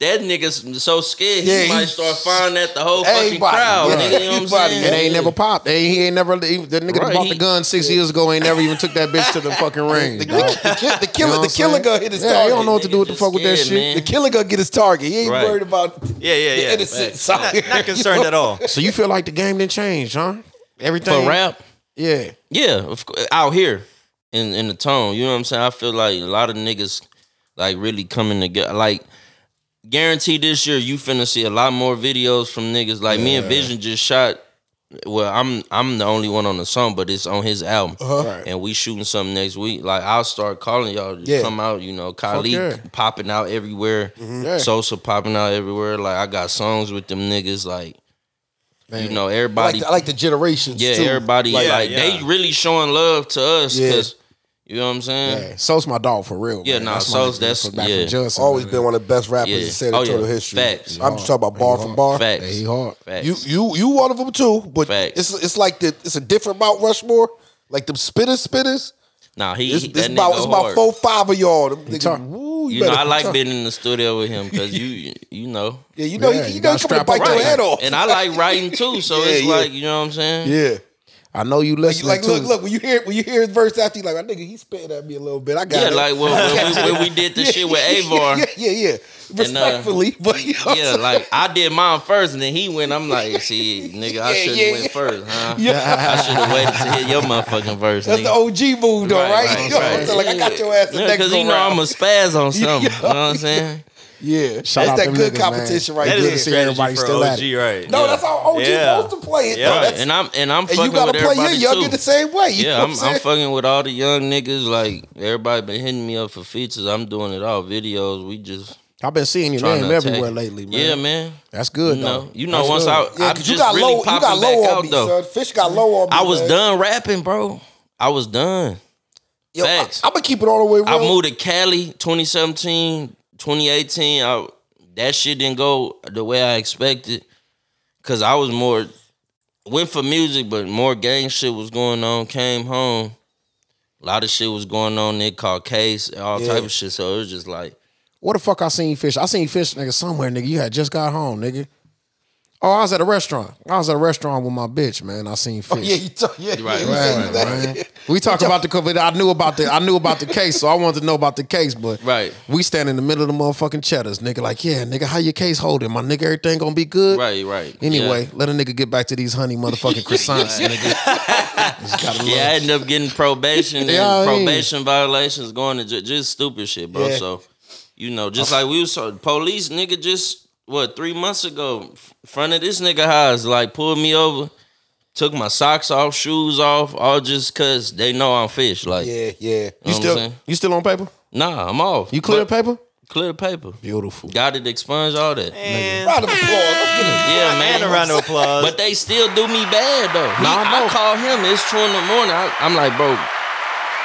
S3: That nigga's so scared he
S1: Yeah, he-
S3: might start firing at the whole fucking
S1: Everybody.
S3: crowd.
S1: Yeah.
S3: Nigga, you know what I'm
S1: Everybody.
S3: saying?
S2: It ain't never popped. They- He ain't never. The nigga
S3: Right,
S2: that bought
S3: he-
S2: the gun six years ago. Ain't never even took that bitch to the fucking range.
S1: The, the,
S2: dog.
S1: the, ki- the killer,
S2: what
S1: the
S2: I'm
S1: killer
S2: saying?
S1: gonna hit his
S2: Yeah, he
S1: target.
S2: don't know what to do with the
S3: Nigga
S2: fuck with that
S3: just
S2: shit.
S1: The killer gonna get his target. He ain't
S3: Right.
S1: worried about
S4: Yeah, yeah,
S1: the
S4: yeah.
S1: innocent
S4: Facts.
S1: side.
S4: Not, not concerned at all.
S2: So you feel like the game didn't change, huh? Everything
S3: For rap,
S2: Yeah.
S3: yeah, of cou- out here in in the tone. You know what I'm saying? I feel like a lot of niggas like really coming together. Like, guarantee this year you finna see a lot more videos from niggas. Like me and Vision just shot. Well, I'm I'm the only one on the song, but it's on his album,
S2: Uh-huh.
S1: Uh,
S3: and we shooting something next week. Like I'll start calling y'all to
S1: Yeah.
S3: come out. You know, Khalid
S2: yeah.
S3: popping out everywhere,
S1: Mm-hmm.
S3: Sosa popping out everywhere. Like I got songs with them niggas. Like you know,
S1: I like,
S3: everybody
S1: the, I like the generations.
S3: yeah,
S1: too.
S3: everybody like,
S4: Yeah,
S3: they
S4: yeah.
S3: really showing love to us
S1: Yeah.
S3: 'cause, you know what I'm saying.
S2: Yeah. So's my dog for real.
S3: Yeah,
S2: man.
S3: nah,
S2: my
S3: So's-
S2: nigga
S3: that's-
S2: from- back
S3: yeah.
S2: From Judson,
S1: Always
S2: man.
S1: been one of the best rappers
S3: Yeah.
S1: in San
S3: Oh, yeah.
S1: Antongo's history.
S3: Facts.
S1: I'm just talking about bar for bar.
S3: Facts.
S2: Yeah, he hard.
S3: Facts.
S1: You you you one of them too, but
S3: Facts.
S1: it's it's like the it's a different Mount Rushmore. Like them spitters, spitters.
S3: nah, he,
S1: It's,
S3: he
S1: it's
S3: that
S1: about
S3: nigga
S1: it's about
S3: hard.
S1: four five of y'all. Them niggas,
S2: talk-
S1: woo,
S3: you know,
S1: better-
S3: I like being in the studio with him because you you know,
S1: Yeah, you know,
S2: Yeah,
S1: you,
S2: you
S1: you know, you
S2: gotta
S1: coming to
S2: strap
S1: bite
S2: up.
S1: your head off.
S3: and I like writing too. So
S1: Yeah,
S3: it's
S1: yeah.
S3: like you know what I'm saying.
S1: yeah.
S2: I know you
S1: You
S2: listening.
S1: like,
S2: too.
S1: look, look. When you hear when you hear his verse after, you like, I nigga, he spitting at me a little bit. I got
S3: Yeah,
S1: it.
S3: like when, when, we, when we did the shit with Avar.
S1: Yeah, yeah, yeah. Respectfully, but you know,
S3: Yeah, like I did mine first, and then he went. I'm like, see, nigga, I
S1: Yeah,
S3: should have
S1: yeah, yeah.
S3: went first, huh?
S1: Yeah.
S3: I should have waited to hit your motherfucking verse.
S1: that's
S3: nigga.
S1: the OG move, though, right? You know what I'm
S3: right.
S1: saying? Like, I got your ass the
S3: Yeah,
S1: next
S3: because you
S1: go
S3: know
S1: round.
S3: I'm a spaz on something. You know what I'm saying?
S1: yeah,
S2: Shout out
S1: that's that
S2: them
S1: good
S2: niggas, man.
S1: competition right there.
S4: That is
S2: Yeah.
S4: a
S2: See
S4: strategy
S2: everybody
S4: for
S2: still
S4: OG,
S2: at it.
S4: right?
S1: no,
S3: Yeah.
S1: that's how OG
S4: Yeah.
S1: supposed to play it.
S4: Yeah.
S1: though.
S4: Right.
S1: That's,
S3: And I'm and I'm
S1: and
S3: fucking
S1: you gotta
S3: with
S1: play your
S3: everybody
S1: young
S3: too.
S1: in the same way. You
S3: yeah,
S1: know what
S3: I'm, I'm
S1: saying?
S3: fucking with all the young niggas. Like everybody been hitting me up for features. I'm doing it all videos. We just
S2: I've been seeing your
S3: trying
S2: name
S3: to attack.
S2: everywhere lately, man.
S3: Yeah, man.
S2: That's good,
S3: You know,
S2: though.
S3: you know
S2: That's
S3: once
S2: good.
S3: I
S1: Yeah, 'cause
S3: I'm just
S1: you got
S3: really
S1: low, you
S3: popping
S1: got
S3: back
S1: low on
S3: out
S1: me,
S3: though.
S1: son. Fish got low on me.
S3: I was
S1: man.
S3: done rapping, bro. I was done.
S1: Yo, I, am
S3: Facts.
S1: gonna keep it all the way. Real.
S3: I moved to Cali 2017, 2018. I, that shit didn't go the way I expected because I was more, went for music, but more gang shit was going on. Came home, a lot of shit was going on. They called case, all type of shit. So it was just like,
S2: Where the fuck I seen you fish? I seen you fish, nigga, somewhere, nigga. You had just got home, nigga. Oh, I was at a restaurant. I was at a restaurant with my bitch, man. I seen fish.
S1: Oh, Yeah, you talk. Yeah,
S3: Right,
S1: yeah, you
S2: Right,
S1: said that.
S2: man. We talk about the COVID. I knew about the I knew about the case, so I wanted to know about the case. But
S3: Right.
S2: we stand in the middle of the motherfucking cheddars, nigga. Like, yeah, nigga, how your case holding? My nigga, everything gonna be good.
S3: right, right.
S2: Anyway, let a nigga get back to these honey motherfucking croissants, nigga. Just gotta
S3: Yeah, yeah I
S2: love-
S3: ended up getting probation and
S2: Yeah, I mean-
S3: probation violations, going to ju- just stupid shit, bro.
S1: Yeah.
S3: So, you know, just like we was so, police nigga just what three months ago, f- front of this nigga house, like pulled me over, took my socks off, shoes off, all just cause they know I'm fish. Like,
S1: Yeah, yeah.
S2: You
S3: know what I'm
S2: still
S3: saying?
S2: you still on paper?
S3: nah, I'm off.
S2: You clear
S3: But-
S2: paper?
S3: Clear paper.
S2: Beautiful.
S3: Got it expunged, all that.
S4: And,
S1: Round of applause. Let's get it.
S3: Yeah, man.
S4: and a round of applause.
S3: But they still do me bad though. He-
S2: Nah, I
S3: I,
S2: know.
S3: call him. It's two in the morning. I, am like, bro,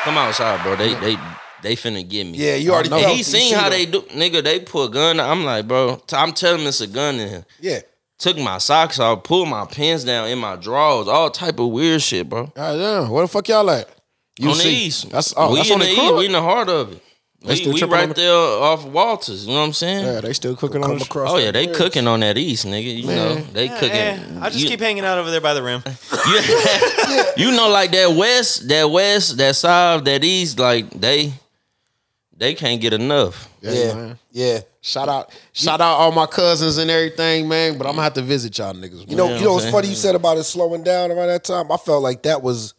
S3: come outside, bro. They they they finna get me.
S1: Yeah, you already.
S3: And
S1: felt it.
S3: he
S1: You
S3: seen how
S1: them.
S3: they do, nigga. They put a gun. I'm like, bro. t- I'm telling him it's a gun in here.
S1: Yeah,
S3: Took my socks off, pulled my pants down in my drawers, all type of weird shit, bro.
S2: God damn, where the fuck y'all at? You
S3: on the
S2: see.
S3: east,
S2: That's oh,
S3: we
S2: that's
S3: in
S2: on the,
S3: the
S2: crib?
S3: east. We in the heart of it. We,
S2: still
S3: we
S2: tripping on
S3: right
S2: the-
S3: there off Walters. You know what I'm saying?
S2: Yeah, they still cooking on the crib.
S3: Oh yeah, they cooking on that east, nigga. You know they cooking.
S4: Eh, I just
S3: you-
S4: keep hanging out over there by the rim.
S3: You, you know, like that west, that west, that south, that east, like they they can't get enough.
S1: yeah, yeah.
S2: Shout out, shout out all my cousins and everything, man. But I'm gonna have to visit y'all niggas.
S1: You know, you
S3: what
S1: know
S3: I'm
S1: what's
S3: saying?
S1: funny you said about it slowing down around that time? I felt like that was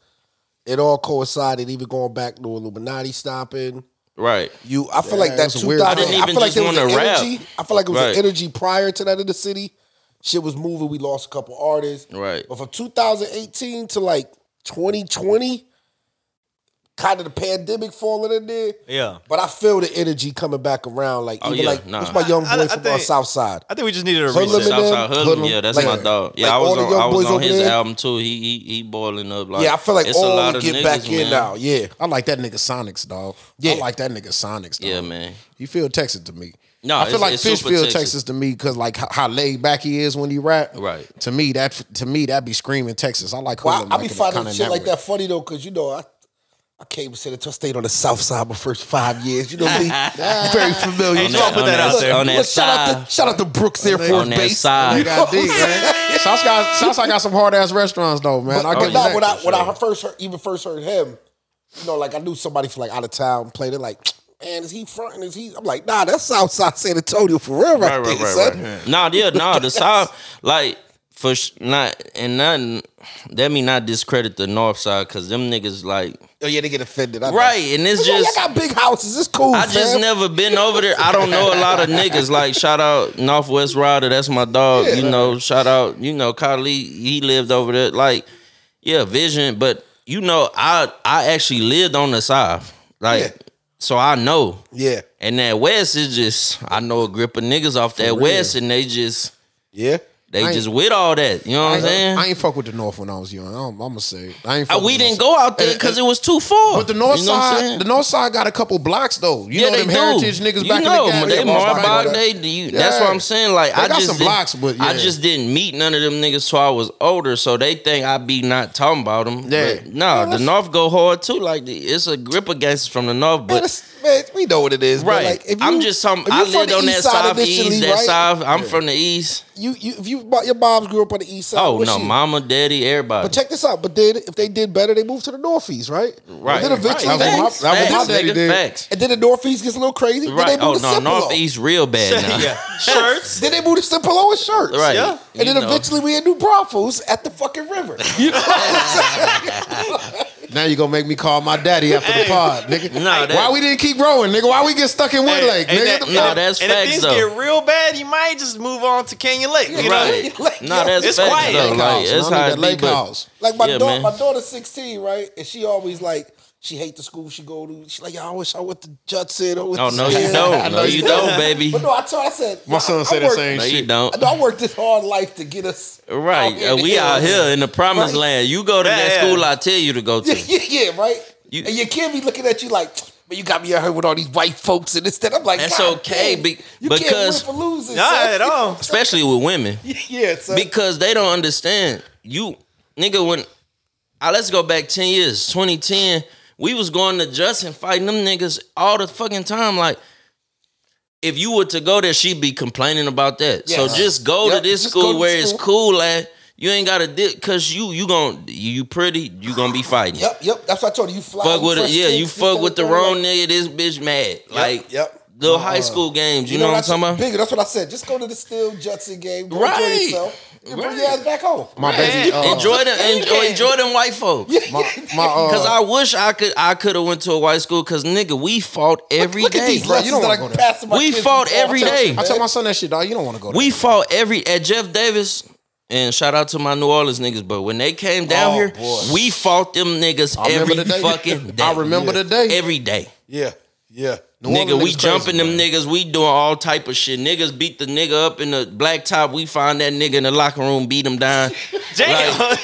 S1: it all coincided, even going back to Illuminati stomping.
S3: Right.
S1: You I feel like
S2: it
S1: that
S2: was
S1: 2000
S2: a weird
S1: I
S2: time. I didn't
S1: feel
S3: even
S1: like
S3: just
S1: there was an
S3: wanna rap.
S1: energy. I feel like it was
S3: Right.
S1: an energy prior to that in the city. Shit was moving. We lost a couple artists.
S3: Right.
S1: But from 2018 to like 2020, kind of the pandemic falling in there.
S4: Yeah.
S1: But I feel the energy coming back around. Like,
S3: Oh,
S1: even
S3: yeah,
S1: like,
S3: nah.
S1: what's my young boy
S4: I- I
S1: from our
S4: think-
S1: south side?
S4: I think we just needed a
S1: So
S4: reset.
S1: limit-
S3: Southside Hoodlum,
S2: Hoodlum,
S3: yeah, that's
S1: like-
S3: my dog. Yeah,
S1: like
S3: I was
S1: all the
S3: on,
S1: young
S3: I was
S1: boys
S3: on
S1: over
S3: his
S1: there.
S3: album too. He he, he boiling up like
S1: yeah, I feel like
S3: it's a
S1: all
S3: lot of
S1: get
S3: niggas,
S1: back in
S3: man.
S1: now. Yeah.
S2: I like that nigga Sonics, dog.
S1: Yeah.
S2: I like that nigga Sonics, dog.
S3: Yeah, man.
S2: You feel Texas to me.
S3: No,
S2: I feel
S3: it's-
S2: like
S3: it's super
S2: Fishville,
S3: Texas.
S2: Texas. to me, because like how, how laid back he is when he rap.
S3: Right.
S2: To me, that to me that be screaming Texas. I like.
S1: Well,
S2: Well,
S1: I, I be finding shit like that funny though, cause you know I I came to San Antonio, stayed on the south side my first five years. You know me, very familiar.
S3: On that-
S4: put that out there.
S3: On that
S1: Look, shout out
S3: side.
S1: to shout out to Brooks Air Force
S3: on that
S1: Base.
S3: side.
S1: You know what I'm saying?
S2: Southside, Southside got some hard ass restaurants though, man. I
S3: Oh,
S1: But, oh, but
S2: get
S1: not
S2: that.
S1: when I when I first heard, even first heard him, you know, like I knew somebody from like out of town played it. Like, man, is he fronting? Is he? I'm like, nah, that's Southside San Antonio for real, right,
S3: right,
S1: there,
S3: right,
S1: son.
S3: right. Nah, yeah, nah. The South, like for sh- not and nothing. That mean not discredit the North Side because them niggas like
S1: Oh yeah, they get offended. I know.
S3: right, and it's
S1: But, yo, y'all
S3: just.
S1: got big houses. It's cool.
S3: I just
S1: fam.
S3: never been over there. I don't know a lot of niggas. Like shout out Northwest Rider, that's my dog. you know, shout out you know Kali. He lived over there. Like yeah, Vision. But you know, I I actually lived on the side. Like
S1: Yeah.
S3: so, I know.
S1: Yeah,
S3: And that West is just I know a grip of niggas off that West, and they just
S1: yeah.
S3: They
S2: I ain't-
S3: just with all that. You know
S2: I
S3: what I'm
S2: ain't,
S3: saying?
S2: I ain't fuck with the North when I was young. I'm, gonna say it. I ain't.
S3: Uh,
S2: Fuck
S3: we
S2: with the
S3: didn't
S2: North
S3: go out there
S2: And-
S3: because it
S2: and-
S3: was too far.
S2: But the North
S3: You know what I'm saying?
S2: Side, the North Side got a couple blocks though. You
S3: yeah,
S2: know
S3: they
S2: them
S3: do.
S2: heritage niggas
S3: you
S2: back
S3: know,
S2: in the game.
S3: They
S2: Them
S3: more
S2: blocks back
S3: block.
S2: in the
S3: They,
S2: day.
S3: you, That's what I'm saying. Like
S2: They
S3: I
S2: got
S3: just
S2: some
S3: didn't-
S2: blocks, but
S3: I
S2: yeah.
S3: just didn't meet none of them niggas till I was older. So they think I be not talking about them.
S2: Yeah.
S3: But nah, the North go hard too. Like the, it's a grip of gangsters from the North,
S1: Man,
S3: but.
S1: it's- man, we know what it is.
S3: Right,
S1: Right. Like, if
S3: I'm
S1: you-
S3: just talking.
S1: if
S3: I
S1: you from
S3: lived
S1: the
S3: on that
S1: east side
S3: side,
S1: initially,
S3: east, that
S1: right,
S3: side. I'm from the east.
S1: You, you, if you, your moms grew up on the east side.
S3: Oh
S1: what
S3: no,
S1: she-
S3: mama, daddy, everybody.
S1: But check this out. But then, if they did better, they moved to the northeast, right?
S3: right,
S1: And then eventually,
S3: right.
S1: they
S2: That's what my-
S3: Facts,
S2: that was my
S3: facts,
S2: daddy
S3: nigga,
S2: did.
S3: facts.
S1: And then the Northeast gets a little crazy.
S3: Right.
S1: Then they
S3: Oh
S1: move to
S3: no,
S1: Cipolo.
S3: Northeast real bad now.
S4: yeah. Shirts.
S1: Then they moved to Cipolo and shirts.
S3: Right. Yeah.
S1: And then
S3: You know.
S1: eventually we had New Braunfels at the fucking river. You know what I'm saying?
S2: Now you gonna make me call my daddy after the pod, nigga.
S3: Nah, that-
S2: Why we didn't keep growing, nigga? Why we get stuck in one
S4: Hey,
S2: lake,
S4: ain't
S2: nigga?
S4: that-
S2: What the
S4: and
S3: Nah,
S4: if-
S3: that's
S4: and if
S3: facts,
S4: things
S3: though.
S4: get real bad, you might just move on to Canyon Lake. You
S3: Right.
S4: know?
S1: Like,
S3: nah,
S1: yo,
S3: that's
S4: it's
S3: facts
S4: quiet.
S3: though.
S2: Lake
S3: Like
S2: house,
S3: that's
S2: man. I
S3: how
S2: need
S3: it
S2: that
S3: be,
S2: lake
S3: but-
S2: house.
S1: Like my
S3: Yeah,
S1: daughter,
S3: man.
S1: my daughter's 16, right? And she always like, she hate the school she go to. She like, yo, I wish I went to Judson. Or went
S3: Oh
S1: to
S3: no, you
S1: Stan."
S3: don't. No, you don't, baby.
S1: But no, I told her, I said,
S2: My son
S1: I,
S2: said
S1: I
S2: the
S1: worked-
S2: same
S3: No,
S2: shit.
S3: you don't.
S1: I worked this hard life to get us
S3: Right.
S1: here
S3: Uh,
S1: in
S3: we
S1: the
S3: out
S1: hills.
S3: here in the promised
S1: Right.
S3: land. You go to
S4: Yeah,
S3: that
S4: yeah.
S3: school I tell you to go
S1: Yeah,
S3: to.
S1: yeah, yeah, right.
S3: You-
S1: and your kid be looking at you like, but you got me out here with all these white folks and this that. I'm like,
S3: That's
S1: "God
S3: okay,
S1: damn,
S3: be-
S1: you
S3: because-
S1: can't win for losing.
S4: Not
S1: son."
S4: at all.
S3: Especially with women.
S1: yeah, son.
S3: Because they don't understand. You nigga when I let's go back 10 years, 2010. We was going to Justin fighting them niggas all the fucking time. Like, if you were to go there, she'd be complaining about that. So
S1: Yes.
S3: just go
S1: Yep,
S3: to this
S1: just
S3: school
S1: go to
S3: where
S1: school.
S3: it's cool at. You ain't got to dick cause you you gon' you pretty, you gonna be fighting.
S1: yep, yep. That's what I told you. You fly.
S3: fuck with it.
S1: fresh
S3: Yeah,
S1: kid,
S3: you
S1: this,
S3: fuck
S1: that,
S3: with the
S1: and
S3: wrong
S1: that.
S3: nigga. This bitch mad. Like,
S1: yep.
S3: little high school games. You, know, what I'm talking about?
S1: Bigger. That's what I said. Just go to the Steel Judson game. Go
S3: Right.
S1: Enjoy yourself. And bring your ass back home.
S2: My baby, uh,
S3: enjoy them. Enjoy,
S4: Yeah.
S3: enjoy them white folks.
S2: my, my, uh,
S3: Cause I wish I could. I could have went to a white school. Cause nigga, we fought every day.
S1: Look at these
S2: bro, you
S1: lessons
S2: don't
S1: that
S2: wanna
S1: I
S2: go
S1: can
S2: there.
S1: pass to my
S3: We
S1: kids
S3: fought
S1: before I
S3: every
S1: tell
S3: day.
S1: them,
S2: I
S1: man.
S2: tell my son that shit, dog. You don't want to go.
S3: We fought every at Jeff Davis. And shout out to my New Orleans niggas, but when they came down
S2: Oh,
S3: here,
S2: boy.
S3: we fought them niggas
S2: I remember
S3: every
S2: the day.
S3: fucking day.
S2: I remember the day.
S3: every day,
S2: yeah, yeah.
S3: nigga. We jumping them niggas. We doing all type of shit. Niggas beat the nigga up in the black top. We find that nigga in the locker room, beat him down.
S4: Damn.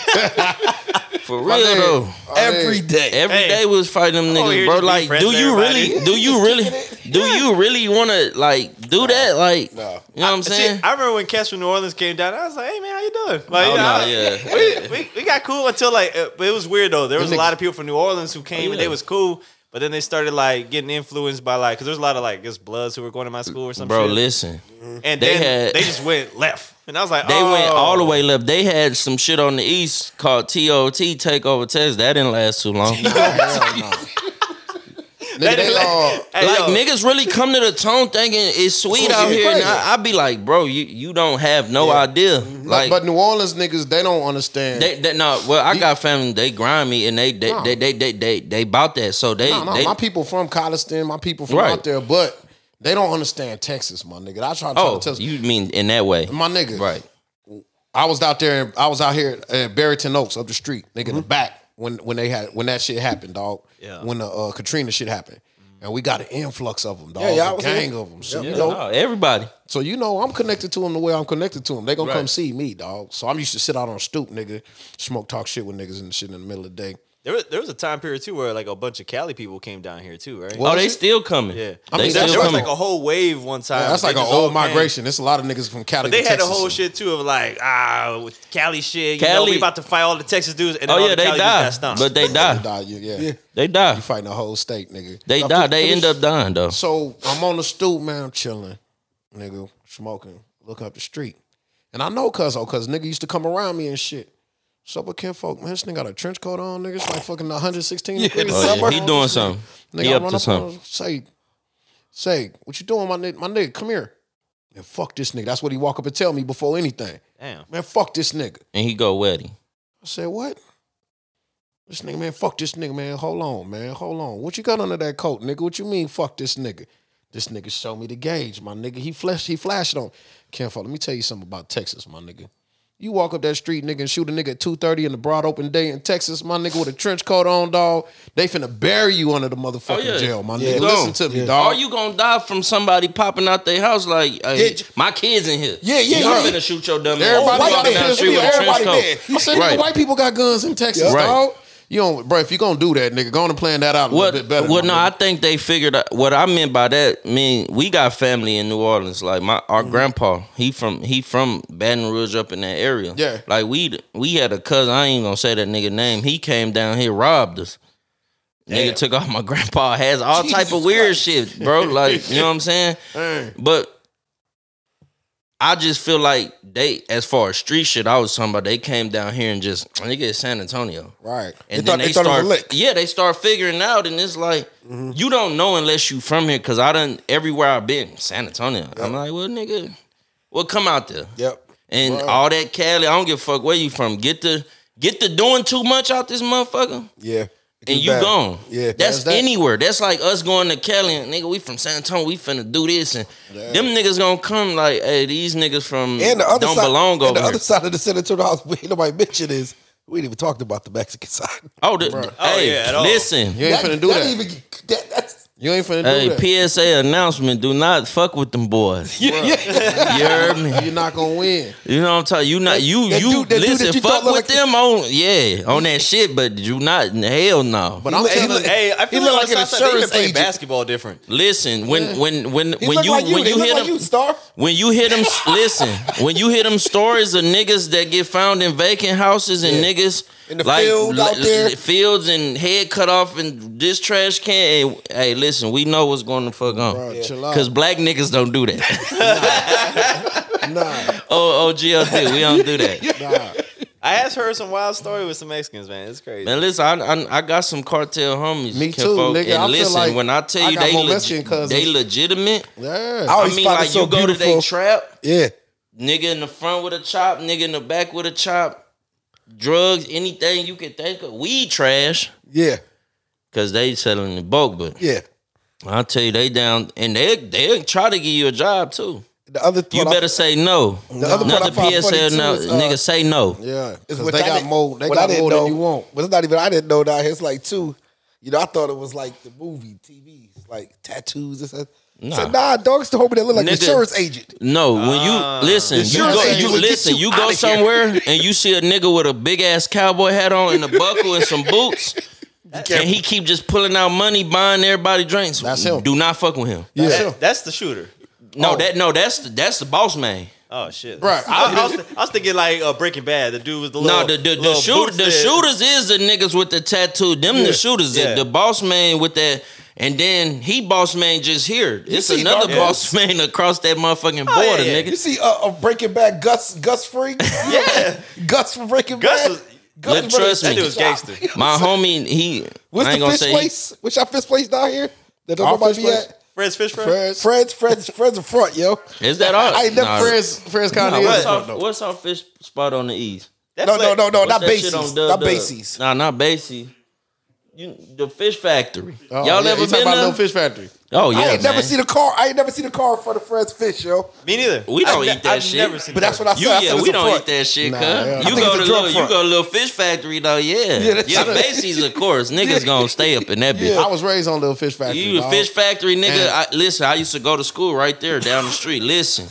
S3: For real though,
S2: every day.
S3: Every day
S4: Hey.
S3: we was fighting them
S4: over
S3: niggas,
S4: here
S3: bro.
S4: just being
S3: Like,
S4: friends
S3: do
S4: with
S3: you
S4: everybody.
S3: really, do you really, do you really want to like do that? Like, you know what I'm
S4: See,
S3: saying?
S4: I remember when Cash from New Orleans came down. I was like, "Hey man, how you doing?" Like,
S3: Oh,
S4: you know,
S3: nah,
S4: I-
S3: yeah.
S4: we, we, we got cool until like, uh, but it was weird though. There was a
S2: niggas-
S4: lot of people from New Orleans who came
S3: Oh,
S4: and
S3: yeah.
S4: they was cool, but then they started like getting influenced by like, because there's a lot of like just Bloods who were going to my school or something.
S3: bro,
S4: shit.
S3: listen,
S4: and
S3: they
S4: then
S3: had-
S4: they just went left, and I was like,
S3: they
S4: oh.
S3: went all the way left. They had some shit on the east called TOT Takeover Test. That didn't last too long. like
S2: Nigga, they, uh,
S4: Hey, yo,
S3: niggas really come to the tone thinking it's sweet
S2: It's
S3: out here,
S2: crazy.
S3: and I, I be like, bro, you you don't have no idea. Like,
S2: but New Orleans niggas, they don't understand.
S3: They, they no, well, I got family. They grind me, and they they
S2: No.
S3: they they they they, they bought that. So they
S2: No, no,
S3: they
S2: my people from Colliston, my people from
S3: Right.
S2: out there, but they don't understand Texas, my nigga. I try to tell
S3: oh,
S2: to tell
S3: you mean in that way,
S2: my nigga.
S3: right?
S2: I was out there. I was out here at Barrington Oaks up the street, nigga, in the back when when they had when that shit happened, dog.
S4: Mm-hmm. Yeah.
S2: When the uh, Katrina shit happened, and we got an influx of them, dog.
S1: Yeah, yeah, I
S2: a
S1: was
S2: gang
S1: there.
S2: of them. So
S1: Yeah.
S2: you know,
S3: No, everybody.
S2: so you know, I'm connected to them the way I'm connected to them. They gonna
S3: Right.
S2: come see me, dog. So I'm used to sit out on a stoop, nigga, smoke, talk shit with niggas and shit in the middle of the day.
S4: There was, there was a time period too where like a bunch of Cali people came down here too, right?
S3: Oh, they still coming. they
S4: yeah.
S2: mean,
S4: there
S2: that's-
S3: still
S4: was
S3: coming.
S4: like a whole wave one time.
S2: that's
S4: They
S2: like an
S4: just all
S2: old
S4: came.
S2: migration. It's a lot of niggas from Cali.
S4: But they
S2: to
S4: had the
S2: Texas.
S4: whole shit too of like ah with Cali shit. You know,
S3: Cali-
S4: we about to fight all the Texas dudes. And then
S3: oh
S4: all
S3: yeah,
S4: the
S3: they
S4: Cali dudes
S3: die,
S4: got stomped.
S3: but they
S2: They
S3: die.
S2: died, you- yeah.
S3: They die.
S2: You fighting the whole state, nigga.
S3: They
S2: Now,
S3: die.
S2: fin-
S3: They
S2: finish-
S3: end up dying though.
S2: So I'm on the stoop, man. I'm chilling, nigga, smoking. Look up the street, and I know cuz oh, cuz nigga used to come around me and shit. Sup with kinfolk, man. This nigga got a trench coat on, nigga. It's like fucking 116. degree in the
S3: Oh, yeah.
S2: summer.
S3: He doing something.
S2: Nigga,
S3: He
S2: I
S3: up
S2: run up
S3: to
S2: on
S3: something.
S2: him, Say, say, what you doing, my nigga? My nigga, come here. Man, fuck this nigga. That's what he walk up and tell me before anything.
S4: Damn.
S2: Man, fuck this nigga.
S3: And he go wedding.
S2: I said, what? This nigga, man, fuck this nigga, man. Hold on, man. Hold on. What you got under that coat, nigga? What you mean, fuck this nigga? This nigga showed me the gauge, my nigga. He flashed, he flashed on. Kenfo, let me tell you something about Texas, my nigga. You walk up that street, nigga, and shoot a nigga at 2.30 in the broad open day in Texas, my nigga, with a trench coat on, dog. They finna bury you under the motherfucking
S3: Oh, yeah.
S2: jail, my
S1: Yeah.
S2: nigga. Listen to me, dog.
S3: Are you gonna die from somebody popping out their house like, hey,
S1: Did you-
S3: my kids in here?
S1: Yeah, yeah,
S3: You
S1: yeah.
S3: finna shoot your dumb ass.
S2: Everybody
S1: White
S2: got
S3: walking
S1: man,
S3: down the
S2: guns.
S3: street with a trench
S1: everybody
S3: coat.
S1: dead.
S2: I said, nigga,
S3: Right.
S2: white people got guns in Texas,
S3: Right.
S2: dog. You don't, bro. If you gonna do that, nigga, go on and plan that out a
S3: What?
S2: little bit better.
S3: well,
S2: my
S3: no,
S2: nigga.
S3: I think they figured out what I meant by that. I mean, we got family in New Orleans. Like my our
S2: Mm-hmm.
S3: grandpa, he from he from Baton Rouge up in that area.
S2: Yeah.
S3: Like we we had a cousin. I ain't gonna say that nigga name. He came down here robbed us. Nigga took off my grandpa has all type of weird shit, bro. Like you know what I'm saying. But I just feel like they, as far as street shit, I was talking about, they came down here and just nigga it's San Antonio.
S1: Right. they
S3: And then
S1: thought
S3: they,
S1: they thought it
S3: start,
S1: was a lick. Mm-hmm.
S3: yeah, they start figuring out, and it's like you don't know unless you from here. Cause I done everywhere I've been, San Antonio. I'm like, well, nigga, well, come out there,
S1: Yep.
S3: and all that Cali. I don't give a fuck where you from. Get the get the doing too much out this motherfucker,
S1: Yeah.
S3: and you
S1: bad.
S3: gone.
S1: Yeah.
S3: that's
S2: that.
S3: anywhere. That's like us going to Cali, and nigga, we from San Antonio. We finna do this, and them niggas gonna come like, hey, these niggas from
S1: And the other
S3: don't
S1: side,
S3: belong
S1: and
S3: over
S1: the
S3: here.
S1: other side of the senatorial house, we ain't nobody mentioned is we ain't even talked about the Mexican side.
S3: oh, the,
S4: Oh,
S3: hey,
S4: yeah, at all.
S3: listen.
S2: you ain't finna do that.
S1: Even, that that's
S2: you ain't finna do
S3: Hey,
S2: that.
S3: PSA announcement: Do not fuck with them boys. you heard me.
S2: You're not gonna win.
S3: You know what I'm talking. You not
S1: That-
S3: you
S1: that
S3: you
S1: dude- that dude
S3: listen.
S1: that you
S3: fuck
S1: thought looked
S3: with
S1: like-
S3: them on yeah on that shit, but you not hell no.
S2: But I'm
S1: look- he
S2: telling
S1: look-
S4: Hey, I
S1: He
S4: feel
S1: looked
S4: like,
S1: like an
S4: like Southside, they even
S1: insurance
S4: play
S1: agent.
S4: basketball different.
S3: listen, when when when
S1: he
S3: when
S1: looked
S3: you
S1: like you
S3: when
S1: they
S3: you
S1: look
S3: hear
S1: like
S3: them
S1: you, star.
S3: when you hear them listen when you hear them stories of niggas that get found in vacant houses and niggas
S1: In the field out there.
S3: fields and head cut off and this trash can. Hey, hey, listen, we know what's going to fuck on
S2: Bruh, chill out.
S3: because black niggas don't do that.
S2: Nah,
S3: Oh, OGLD, we don't do that.
S2: nah.
S4: I has heard some wild story with some Mexicans, man. It's crazy.
S3: Man, listen, I, I I got some cartel homies.
S2: Me too,
S3: kinfolk,
S2: nigga.
S3: And
S2: I feel
S3: listen,
S2: like
S3: when I tell
S2: I
S3: you
S2: got
S3: they
S2: more
S3: leg-
S2: Mexican cousins.
S3: they legitimate.
S1: I
S2: Yeah.
S3: I
S1: always
S3: mean,
S1: find
S3: like
S1: it so
S3: you go to
S1: beautiful.
S3: they trap,
S1: yeah.
S3: nigga in the front with a chop, nigga in the back with a chop, drugs, anything you can think of, weed trash,
S1: Yeah.
S3: cause they selling the bulk. But
S1: Yeah.
S3: I tell you, they down and they they try to give you a job too.
S1: The other thought
S3: You
S1: I-
S3: better say no.
S1: The other part I
S3: Another
S1: find funny
S3: PSL,
S1: too
S3: no,
S1: is, uh,
S3: nigga, say no.
S2: Yeah.
S1: is
S2: 'cause
S1: what
S2: they
S1: I
S2: got
S1: didn't-
S2: more they
S1: what I
S2: got
S1: didn't
S2: more
S1: know-
S2: than you want.
S1: But it's not even I didn't know down here. It's like two. You know, I thought it was like the movie, TV, like tattoos. And stuff. Nah. So, nah, dogs told me that look like an
S3: Nigga.
S1: insurance agent.
S3: No, when you listen, you
S1: insurance
S3: go,
S1: agent
S3: you
S1: would get
S3: listen,
S1: you
S3: you go
S1: outta here.
S3: somewhere and you see a nigga with a big ass cowboy hat on and a buckle and some boots, and he keep just pulling out money, buying everybody drinks.
S2: That's him.
S3: Do not fuck with him.
S2: Yeah.
S4: That- that's the shooter.
S1: Oh.
S3: No, that no, that's the, that's the boss man.
S4: Oh shit,
S2: Right.
S4: I, I, was, I was thinking like uh, Breaking Bad. The dude was the little
S3: No, the the, the
S4: little
S3: shooter
S4: boots
S3: the
S4: that-
S3: shooters is the niggas with the tattoo. Them the shooters. The-
S4: Yeah.
S3: The, boss man with that, and then he boss man just here. It's
S1: see Oh,
S3: another
S1: Narcos?
S3: boss man across that motherfucking border,
S4: yeah, yeah.
S3: nigga.
S1: You see, uh, uh Breaking Back, Gus, Gus Free,
S4: Yeah,
S1: Gus from Breaking
S4: Gus
S1: Bad.
S4: was-
S3: Let-
S1: was running
S3: trust
S1: the
S3: me.
S4: that dude was
S1: Texas
S4: gangster.
S1: job.
S3: My homie, he. I
S1: What's
S3: ain't
S1: the
S3: gonna
S1: fish
S3: say.
S1: place? What's your fish place down here? That don't
S2: Our
S1: nobody
S2: fish
S1: be
S2: place?
S1: at.
S4: Fred's fish fry.
S2: Fred's
S1: Friends, friends, friends in front, yo.
S3: Is that all?
S1: I ain't never
S3: Nah,
S2: Fred's Fred's kind of
S3: Nah, what's,
S2: is.
S3: our, what's our fish spot on the east?
S4: That's
S1: No,
S4: like-
S1: no, no, no,
S3: What's
S1: Oh, not
S3: that shit on
S1: Basie's.
S3: Dub
S1: Not
S3: Dub?
S1: Basie's.
S3: Nah, not Basie's. You, the Fish Factory.
S2: Oh,
S3: Y'all
S2: yeah,
S3: ever
S2: you talking
S3: been
S2: about Little
S3: there?
S2: Fish Factory?
S3: Oh yeah,
S1: I ain't never
S3: man.
S1: seen a car. I ain't never seen a car in front of Fred's Fish, yo.
S4: Me neither.
S3: We don't
S4: I've
S3: eat
S4: ne-
S3: that
S4: I've
S3: shit.
S4: Never seen
S1: But that's
S4: that.
S1: what I said.
S3: You
S1: I
S3: yeah,
S1: said it's
S3: we
S1: a
S3: don't
S1: front.
S3: eat that shit,
S2: Nah,
S3: cuz.
S2: yeah. I
S3: You
S1: think
S3: go
S1: it's a
S3: to
S1: drug
S3: little, you
S1: front.
S3: go to little fish factory though, yeah. Yeah,
S1: that's what I-
S3: Macy's of course. Niggas gonna stay up in that bitch.
S2: I was raised on Little Fish Factory.
S3: You a
S2: dog.
S3: fish factory nigga.
S2: And-
S3: I, listen, I used to go to school right there down the street. Listen,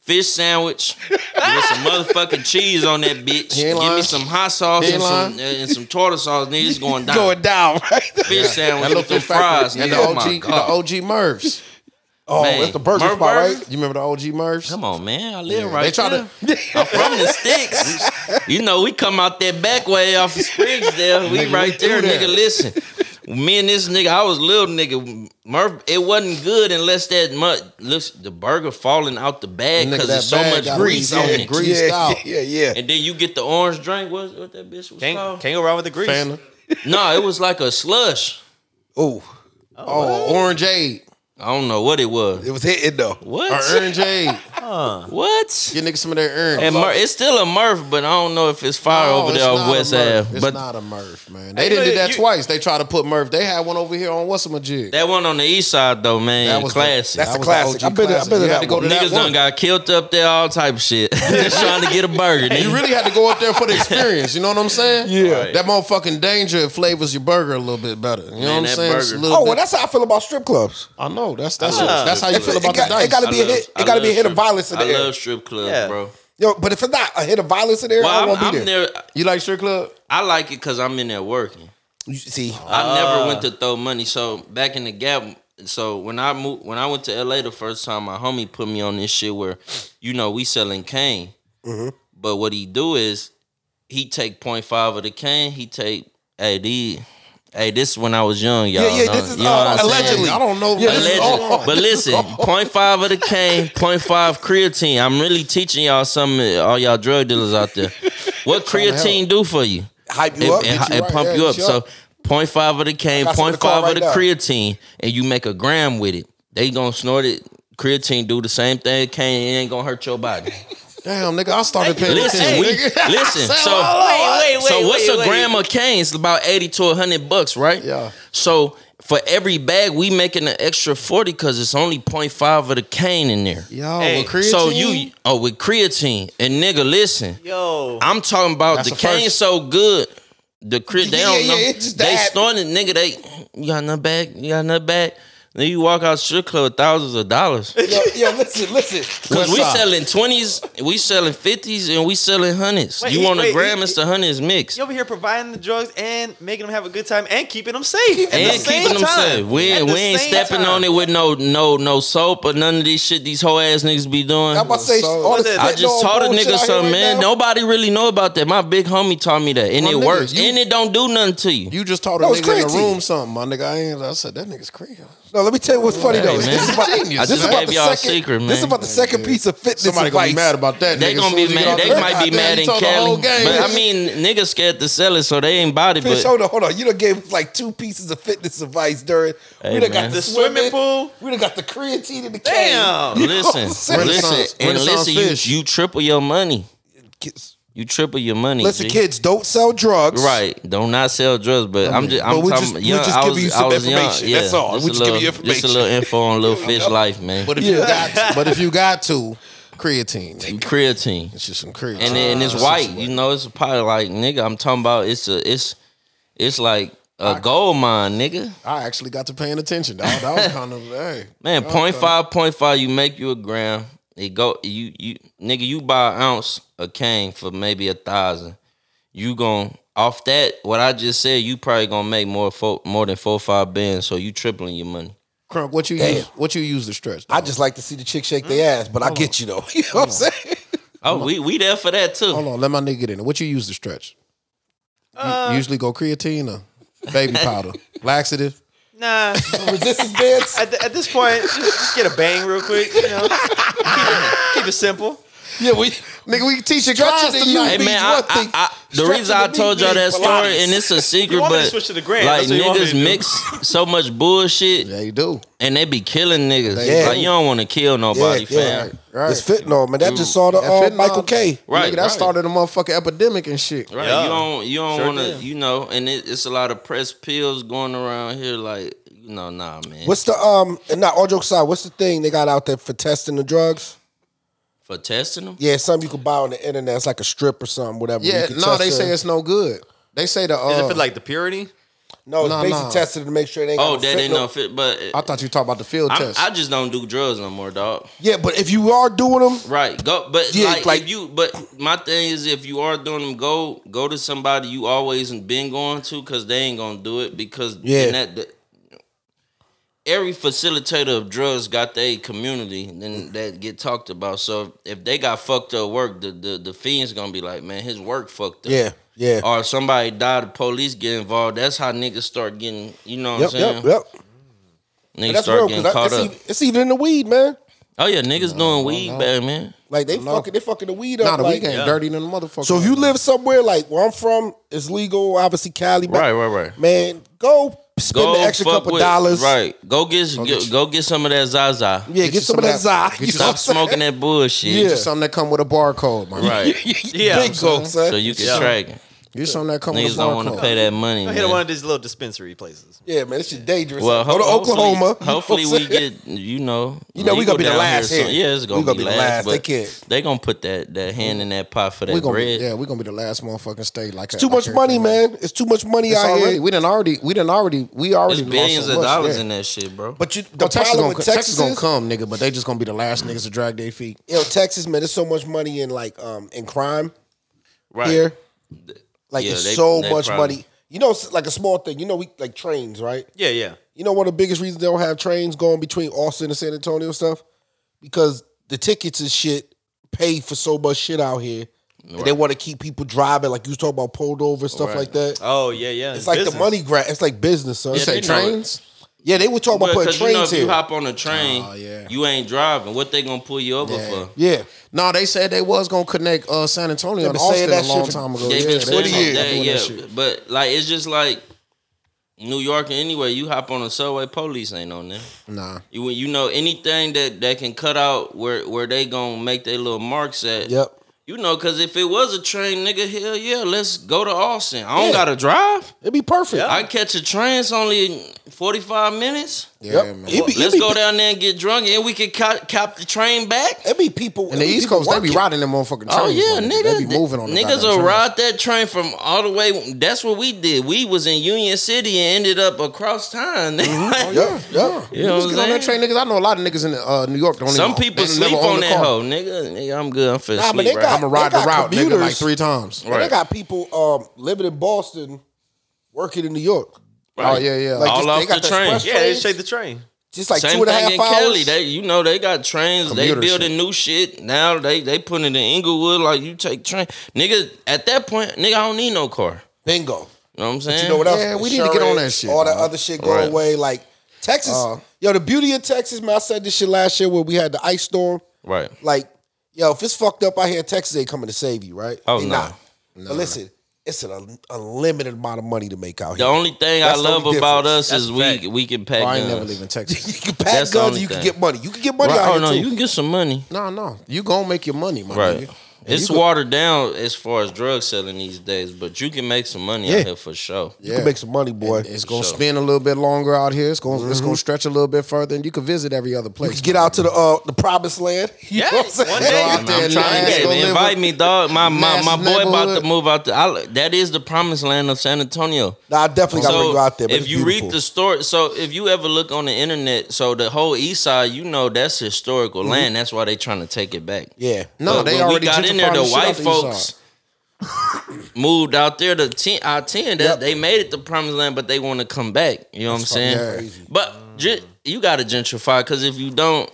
S3: fish sandwich with some motherfucking cheese on that bitch.
S2: He ain't
S3: Give me
S2: lying.
S3: some hot sauce
S2: He ain't
S3: and some,
S2: lying.
S3: and some tartar sauce. Nigga, it's going down.
S2: Going down, right?
S3: Fish sandwich
S2: That little
S3: with some
S2: fish fries.
S3: fries.
S2: And
S3: Nigga.
S2: the
S3: Oh
S2: OG,
S3: my
S2: the
S3: God.
S2: OG Mervs.
S1: Oh,
S3: Man.
S1: that's the burger
S3: Merv
S1: spot,
S3: Burger?
S1: right?
S2: You remember the OG Mervs?
S3: Come on, man. I live
S2: Yeah,
S3: right
S2: they try
S3: there.
S2: to-
S3: I'm from the sticks. you know, we come out that back way off of Springsdale. We
S2: Nigga, we
S3: right there,
S2: through there.
S3: nigga. Listen, me and this nigga, I was little nigga. Murph, it wasn't good unless that much. Look, the burger falling out the bag
S2: Nigga,
S3: because
S2: that
S3: there's so
S2: bag
S3: much
S2: got
S3: grease on
S2: yeah,
S3: it.
S2: Greased out.
S1: Yeah, yeah.
S3: And then you get the orange drink. What, what that bitch was
S4: Can't,
S3: called?
S4: can't go wrong with the grease.
S2: Fanta.
S3: No, it was like a slush.
S1: Oh,
S2: Oh, Orangeade.
S3: I don't know what it was.
S1: it was hitting though.
S2: Or
S3: What?
S2: Orangeade.
S3: What?
S2: Get niggas some of their orange.
S3: And Mur- it's still a Murph, but I don't know if it's fire
S2: No,
S3: over
S2: it's
S3: there
S2: not
S3: on
S2: a
S3: West
S2: Murph.
S3: Ave.
S2: It's
S3: But
S2: not a Murph, man. They
S4: Hey,
S2: didn't
S4: look,
S2: do that
S4: you-
S2: twice. They tried to put Murph. They had one over here on what's a jig.
S3: That one on the east side though, man,
S2: That was the-
S3: classic.
S1: That's
S2: That
S1: a
S2: was
S1: classic.
S2: the
S1: I've
S2: OG
S1: been, to- I've
S2: classic.
S1: been to
S2: You had
S1: that
S2: to go
S1: one.
S2: to that
S3: Niggas done
S2: one.
S3: got killed up there, all type of shit. Just trying to get a burger.
S2: You
S3: Nigga.
S2: really had to go up there for the experience. You know what I'm saying?
S1: Yeah.
S3: Right.
S2: That motherfucking danger it flavors your burger a little bit better. You know
S3: Man,
S2: what I'm
S3: that
S2: saying? It's a
S3: burger.
S2: little
S1: Oh, well,
S2: bit-
S1: that's how I feel about strip clubs.
S2: I know. That's that's
S4: Ah.
S2: that's how you feel
S1: It
S2: about
S1: got-
S2: the dice.
S1: it gotta
S3: I
S1: be a
S3: love-
S1: hit.
S3: I
S1: It got to
S3: love
S1: be a hit of
S3: strip-
S1: violence in
S3: I
S1: the air.
S3: love strip clubs,
S4: Yeah.
S3: bro.
S1: Yo, but if it's not a hit of violence in there, I
S3: Well,
S1: won't
S3: I'm,
S1: be
S3: I'm
S1: there.
S3: there.
S2: you like strip club?
S3: I like it because I'm in there working.
S1: You see,
S3: I
S1: Ah.
S3: never went to throw money. So back in the gap, so when I moved, when I went to LA the first time, my homie put me on this shit where, you know, we selling cane.
S1: Mm-hmm.
S3: But what he do is he take 0.5 of the cane. He take hey these, hey this is when I was young, y'all.
S1: Yeah, yeah,
S3: know-
S1: this is,
S3: you know
S1: uh,
S3: what I'm saying?
S1: allegedly.
S2: I don't know.
S1: Yeah,
S2: man.
S1: this is
S3: Allegedly.
S1: all-
S3: But listen, 0.5 of the cane, 0.5 creatine. I'm really teaching y'all something, all y'all drug dealers out there. What creatine do for you?
S1: hype
S3: And,
S1: you up,
S3: and-
S1: get you
S3: and
S1: right
S3: pump
S1: there,
S3: you
S1: get
S3: up. So 0.5 of the cane,
S1: I got some in the
S3: 0.5
S1: car
S3: of
S1: right
S3: the
S1: now.
S3: creatine, and you make a gram with it. They gonna snort it. Creatine do the same thing. Cane it ain't gonna hurt your body.
S2: Damn, nigga, I started paying
S3: Listen,
S2: attention.
S3: we
S2: nigga.
S3: listen. So
S4: Oh, Wait, wait,
S3: so what's a gram of cane? It's about eighty to hundred bucks, right?
S2: Yeah.
S3: So for every bag, we making an extra forty because it's only 0.5 of the cane in there.
S2: Yo,
S4: Hey,
S2: with creatine,
S3: So you oh with creatine and nigga, listen,
S4: Yo.
S3: I'm talking about
S2: That's
S3: the
S2: the
S3: cane
S2: first-
S3: so good. The crit, they
S1: Yeah,
S3: don't
S1: yeah,
S3: know.
S1: it's just
S3: they
S1: that-
S3: snorting, nigga. They you got nothing back. You got nothing back. Then you walk out strip club with thousands of dollars.
S1: Yo, yo, listen, listen.
S3: Cause
S2: West
S3: we
S2: side.
S3: selling twenties, we selling fifties, and we selling hundreds.
S4: Wait,
S3: You
S4: he-
S3: want a
S4: wait,
S3: gram?
S4: he-
S3: It's the hundreds mix.
S4: You over here providing the drugs and making them have a good time and keeping them safe. at the
S3: and
S4: same
S3: keeping them
S4: time.
S3: safe. We
S4: At
S3: ain't,
S4: the
S3: we ain't
S4: same
S3: stepping
S4: time.
S3: on it with no no no soap or none of this shit these whole ass niggas be doing.
S1: I'm about to say
S2: So-
S1: all this
S4: I
S3: I just taught a
S1: fentanyl bullshit
S3: nigga
S1: out here
S3: something,
S1: right
S3: man.
S1: now.
S3: Nobody really know about that. My big homie taught me that, and
S2: My
S3: it
S2: nigga,
S3: works,
S2: you-
S3: and it don't do nothing to you.
S2: you just told a
S1: No, it's
S2: nigga in the
S1: creatine.
S2: room something, my nigga. I ain't. I said that nigga's crazy.
S1: No, let me tell you what's funny though.
S3: Hey,
S1: is
S3: man.
S1: This is about,
S2: Genius. I
S1: this is
S2: just
S1: about
S3: gave
S1: the
S3: y'all a
S1: second.
S3: second,
S1: This is
S3: man.
S1: about the second piece of fitness
S2: Somebody gonna
S1: advice.
S2: be mad about that.
S3: They
S2: nigga,
S3: gonna
S2: Soon
S3: be
S2: as you get
S3: mad.
S2: off
S3: They
S2: the-
S3: might be
S2: Goddamn,
S3: mad
S2: you
S3: in
S2: told the whole
S3: Cali,
S2: game.
S3: but I mean, niggas scared to sell it, so they ain't body.
S1: Fish,
S3: But
S1: hold on, hold on. You done gave like two pieces of fitness advice during. we done
S3: man.
S1: got
S4: The
S1: the
S4: swimming
S1: swimming
S4: pool.
S1: We done got the creatine in the
S4: Damn.
S1: cane. You know what I'm
S3: listen,
S1: saying?
S2: Renaissance-
S3: listen, and
S2: Renaissance
S3: listen. You,
S2: fish.
S3: you triple your money.
S1: Kids-
S3: You triple your money.
S1: Listen,
S3: G.
S1: kids, don't sell drugs.
S3: Right. Don't not sell drugs, but I'm just I'm
S1: But we
S3: talking
S1: just- we
S3: young,
S1: just
S3: I
S1: give
S3: was,
S1: you some
S3: I was young.
S1: information.
S3: Yeah,
S1: That's all.
S3: Just
S1: We
S3: a
S1: just give
S3: little-
S1: you
S3: Just
S1: information.
S3: a little info on little fish life, man.
S2: But if you
S1: Yeah.
S2: got, but if you got to creatine,
S3: creatine.
S2: it's just some creatine.
S3: And then and it's white. You know, it's probably like nigga, I'm talking about it's a it's it's like a gold mine, nigga.
S2: I actually got to paying attention. Dog. That was kind of hey.
S3: Man, point five, point five. you make you a gram. It go you you nigga, you buy an ounce of cane for maybe a thousand. You gon' off that, what I just said, you probably gonna make more fo- more than four five bands, so you tripling your money.
S2: Crump, what you use? What you use to stretch?
S1: I
S2: Dog?
S1: just like to see the chick shake their ass, but I get you though. You know what I'm saying?
S3: Oh, we we there for that too.
S2: Hold on, let my nigga get in. there. What you use to stretch? You
S3: Uh,
S2: usually go creatine or baby powder, laxative.
S4: Nah.
S1: Resistance bands.
S4: At, th- at this point, just, just get a bang real quick. You know, keep, it, keep it simple.
S1: Yeah, we.
S2: Nigga, we teach you
S1: Stretches
S2: classes
S1: to you.
S2: tonight.
S3: Hey
S1: means
S3: man, I,
S1: one
S3: I,
S1: thing.
S3: I, the
S1: Stretching
S3: reason I
S1: to me
S3: told y'all that
S1: means
S3: story,
S1: Pilates.
S3: and it's a secret,
S4: want me
S3: but
S4: to switch to the gram,
S3: like
S4: that's what you want me to
S3: niggas
S4: do.
S3: mix so much bullshit,
S2: Yeah, you do.
S3: and they be killing niggas.
S1: Yeah.
S3: Like you don't want to kill nobody,
S1: yeah,
S3: fam.
S1: yeah.
S2: Right.
S1: It's fentanyl, man. That just saw the
S2: That
S1: uh,
S2: fentanyl-
S1: Michael K.
S3: Right,
S2: Nigga, that
S3: right.
S2: started a motherfucking epidemic and shit.
S3: Right?
S4: Yeah.
S3: You don't you don't
S4: Sure
S3: want to
S4: did.
S3: you know, and it, it's a lot of press pills going around here. Like you know, nah, man.
S1: What's the um? And not all jokes aside, what's the thing they got out there for testing the drugs?
S3: for testing them?
S1: Yeah, it's something you can buy on the internet. It's like a strip or something, whatever.
S2: Yeah,
S1: You can
S2: no,
S1: test
S2: they
S1: the-
S3: Oh.
S2: say it's no good. They say the uh,
S4: Is it for like the purity?
S1: No, it's
S2: Nah,
S1: basically
S2: nah.
S1: tested to make sure it ain't.
S3: Oh,
S1: got
S3: that
S1: fentanyl.
S3: ain't no fit. But
S2: I thought you talked about the field
S3: I'm-
S2: test.
S3: I just don't do drugs no more, dog.
S1: Yeah, but if you are doing them,
S3: Right. Go but
S1: Yeah,
S3: like,
S1: like-
S3: if you but my thing is if you are doing them, go go to somebody you always been going to because they ain't gonna do it because
S1: Yeah.
S3: in that, that- every facilitator of drugs got their community and then that get talked about. So if they got fucked up work, the the, the fiend's gonna be like, man, his work fucked up.
S1: yeah, yeah.
S3: Or somebody died, the police get involved. That's how niggas start getting, you know
S1: yep,
S3: what I'm saying?
S1: yep, yep.
S3: Niggas
S1: And that's
S3: start
S1: real
S3: getting
S1: because
S3: caught
S1: it's,
S3: up.
S1: even- it's even in the weed, man.
S3: oh yeah, niggas doing weed bad, man.
S1: Like they fucking, they fucking the weed up.
S2: nah, the
S1: like-
S2: weekend ain't dirty than the motherfucker.
S1: So if you live somewhere like where I'm from, it's legal. Obviously, Cali, but
S3: Right, right, right.
S1: man, go spend
S3: Go
S1: the extra
S3: fuck
S1: couple
S3: with-
S1: dollars.
S3: Right. Go get, go get some of that Zaza.
S1: Yeah, get,
S2: you
S1: some of that za.
S2: get you
S3: Stop smoking that bullshit.
S1: Yeah.
S2: something that come with a barcode, man.
S3: Right.
S4: Yeah.
S1: Big go, son.
S3: so you can
S4: Yeah.
S3: track it.
S2: You something that come with
S3: Niggas
S2: a
S3: don't want to
S2: barcode.
S3: pay that money.
S4: I hit one
S3: Man.
S4: of these little dispensary places.
S1: Yeah, man, this shit dangerous.
S3: Well,
S1: go to
S3: ho- hopefully-
S1: Oklahoma.
S3: Hopefully,
S1: You know what
S3: we
S1: I'm saying?
S3: get you know.
S1: You know, we
S3: legal
S1: gonna be the
S3: down
S1: last
S3: soon.
S1: here.
S3: Yeah, it's gonna,
S1: We gonna
S3: be,
S1: be the
S3: last.
S1: last.
S3: but
S1: They can't.
S3: They gonna put that that hand in that pot for that
S2: We gonna be,
S3: bread.
S2: yeah, we gonna be the last motherfucking state. Like
S1: Too much money, man. It's too much money
S2: It's
S1: out
S2: already
S1: here.
S2: we done already we done already we already
S3: There's
S2: lost
S3: billions
S2: so
S3: of
S2: much,
S3: dollars
S2: yeah.
S3: in that shit, bro.
S1: But you, the
S2: Well, Texas
S1: problem
S2: gonna,
S1: with
S2: Texas, gonna
S1: is-
S2: come, nigga, but they just gonna be the last niggas to drag their feet.
S1: Yo, Texas, man, there's so much money in like um in crime
S3: right.
S1: here. Like
S3: Yeah,
S1: it's
S3: they-
S1: so
S3: they
S1: much
S3: probably-
S1: money. You know, it's like a small thing. You know, we like trains, right?
S4: Yeah, yeah.
S1: You know, one of the biggest reasons they don't have trains going between Austin and San Antonio and stuff because the tickets and shit pay for so much shit out here. And they want to keep people driving, like you was talking about pulled over and stuff
S3: Right.
S1: like that.
S4: Oh, yeah, yeah.
S1: It's like the money grab. It's like business, son.
S3: Yeah,
S1: Yeah,
S3: they
S1: they,
S2: Say
S3: know it.
S2: trains.
S1: were talking about putting
S3: Because you know, if
S1: trains
S3: you
S1: here.
S3: hop on a train,
S2: Oh, yeah.
S3: you ain't driving. What they gonna pull you over for?
S1: Yeah,
S2: No, they said they was gonna connect uh, San Antonio and
S1: been saying
S2: Austin
S1: that
S2: a long
S1: shit for-
S2: time ago.
S3: They
S2: Oh, yeah,
S3: been
S2: they
S3: saying
S2: was
S1: years.
S3: that,
S2: doing
S3: yeah.
S2: that shit.
S3: But like, it's just like New York and anywhere you hop on a subway, police ain't on there.
S2: Nah.
S3: You you know anything that that can cut out where where they gonna make their little marks at?
S1: yep.
S3: You know, cause if it was a train, nigga, hell yeah, let's go to Austin. I don't
S1: Yeah.
S3: gotta drive.
S1: It'd be perfect.
S3: I catch a train. It's only forty five minutes.
S1: Yep.
S2: Yeah, man.
S1: It'd be,
S3: let's
S1: it'd be,
S3: go down there and get drunk, and we can cop, cop the train back.
S1: It'd be people
S2: And the
S1: it'd be
S2: East
S1: people
S2: Coast, they be
S1: working.
S2: riding them motherfucking trains.
S3: Oh yeah,
S2: my
S3: nigga.
S2: They be moving on the
S3: niggas
S2: goddamn
S3: will
S2: trains.
S3: ride that train from all the way. That's what we did. We was in Union City and ended up across town.
S2: Mm-hmm.
S1: Yeah, yeah.
S3: You know
S2: Niggas
S3: what
S2: get on
S3: I'm
S2: that
S3: saying?
S2: train, niggas. I know a lot of niggas in uh, New York don't
S3: Some
S2: even,
S3: people
S2: they
S3: sleep
S2: never own
S3: on
S2: the
S3: that
S2: car.
S3: hoe, nigga. Nigga, I'm good. I'm finna
S1: Nah, but
S3: sleep.
S1: they
S3: right
S1: got-
S3: now.
S2: I'ma ride
S1: They
S2: the route, nigga, like
S1: commuters.
S2: three times.
S1: Man,
S3: Right.
S1: They got people um, living in Boston working in New York.
S2: Oh yeah, yeah.
S1: Like,
S3: All
S1: just-
S3: off
S1: they got that
S3: the train.
S1: express
S4: Yeah, they
S1: trains.
S4: just take the train.
S1: Just like
S3: Same
S1: two and a half
S3: thing in
S1: hours.
S3: Cali. They, you know, they got trains.
S2: Commuter
S3: they building
S2: shit.
S3: new shit now. They they putting it in Inglewood. Like you take train, nigga. At that point, nigga, I don't need no car.
S1: Bingo.
S3: You know what I'm saying?
S1: You know what else?
S2: Yeah, we need to get on that shit, Uh,
S1: All that
S2: dog.
S1: other shit go
S3: Right.
S1: away. Like Texas, yo, the beauty of Texas, man. I said this shit last year when we had the ice storm.
S3: Right.
S1: Like, yo, if it's fucked up out here, Texas ain't coming to save you, right?
S3: Oh,
S1: They
S3: no.
S1: not. But listen, it's an un- unlimited amount of money to make out
S3: The
S1: here.
S3: only thing
S1: That's
S3: I
S1: the
S3: love
S1: only
S3: about
S1: difference.
S3: us is we we can pack
S2: Oh, I ain't
S3: guns.
S2: never leaving Texas.
S1: you can
S3: That's
S1: pack
S3: the
S1: guns,
S3: only
S1: and you can
S3: thing.
S1: get money. You can get money
S3: Right.
S1: out
S3: Oh
S1: here
S3: no,
S1: too.
S3: you can get some money.
S2: No, no, you gonna make your money, my
S3: Right.
S2: nigga. And
S3: It's
S2: you go-
S3: watered down as far as drug selling these days, but you can make some money
S1: Yeah.
S3: out here for sure.
S1: You can make some money, boy.
S2: It's gonna
S3: Sure. Mm-hmm.
S2: spin a little bit longer out here. It's gonna it's gonna stretch a little bit further, and you can visit every other
S1: You
S2: place.
S1: can get out to the uh, the promised land. You know what I'm saying?
S4: one day.
S2: Go out
S3: I'm
S2: there
S3: trying
S2: and
S3: to
S2: ask,
S3: get
S2: go live
S3: invite
S2: with-
S3: me, dog. My my,
S2: nice
S3: my boy about to
S2: neighborhood.
S3: move out. The, I, that is the promised land of San Antonio.
S1: Nah, I definitely gotta bring you out there. But
S3: if
S1: it's
S3: you read
S1: beautiful.
S3: the story, so if you ever look on the internet, so the whole east side, you know that's historical land. That's why they trying to take it back.
S1: Mm-hmm. yeah,
S2: No,
S3: But
S2: they
S3: when
S2: already
S3: we got in
S2: gentrified
S3: there.
S2: shit
S3: The
S2: out
S3: white
S2: the east side.
S3: folks moved out there to ten, our ten. That
S1: Yep.
S3: they made it to promised land, but they want to come back. You know what I'm saying?
S1: crazy.
S3: But ju- you got to gentrify because if you don't,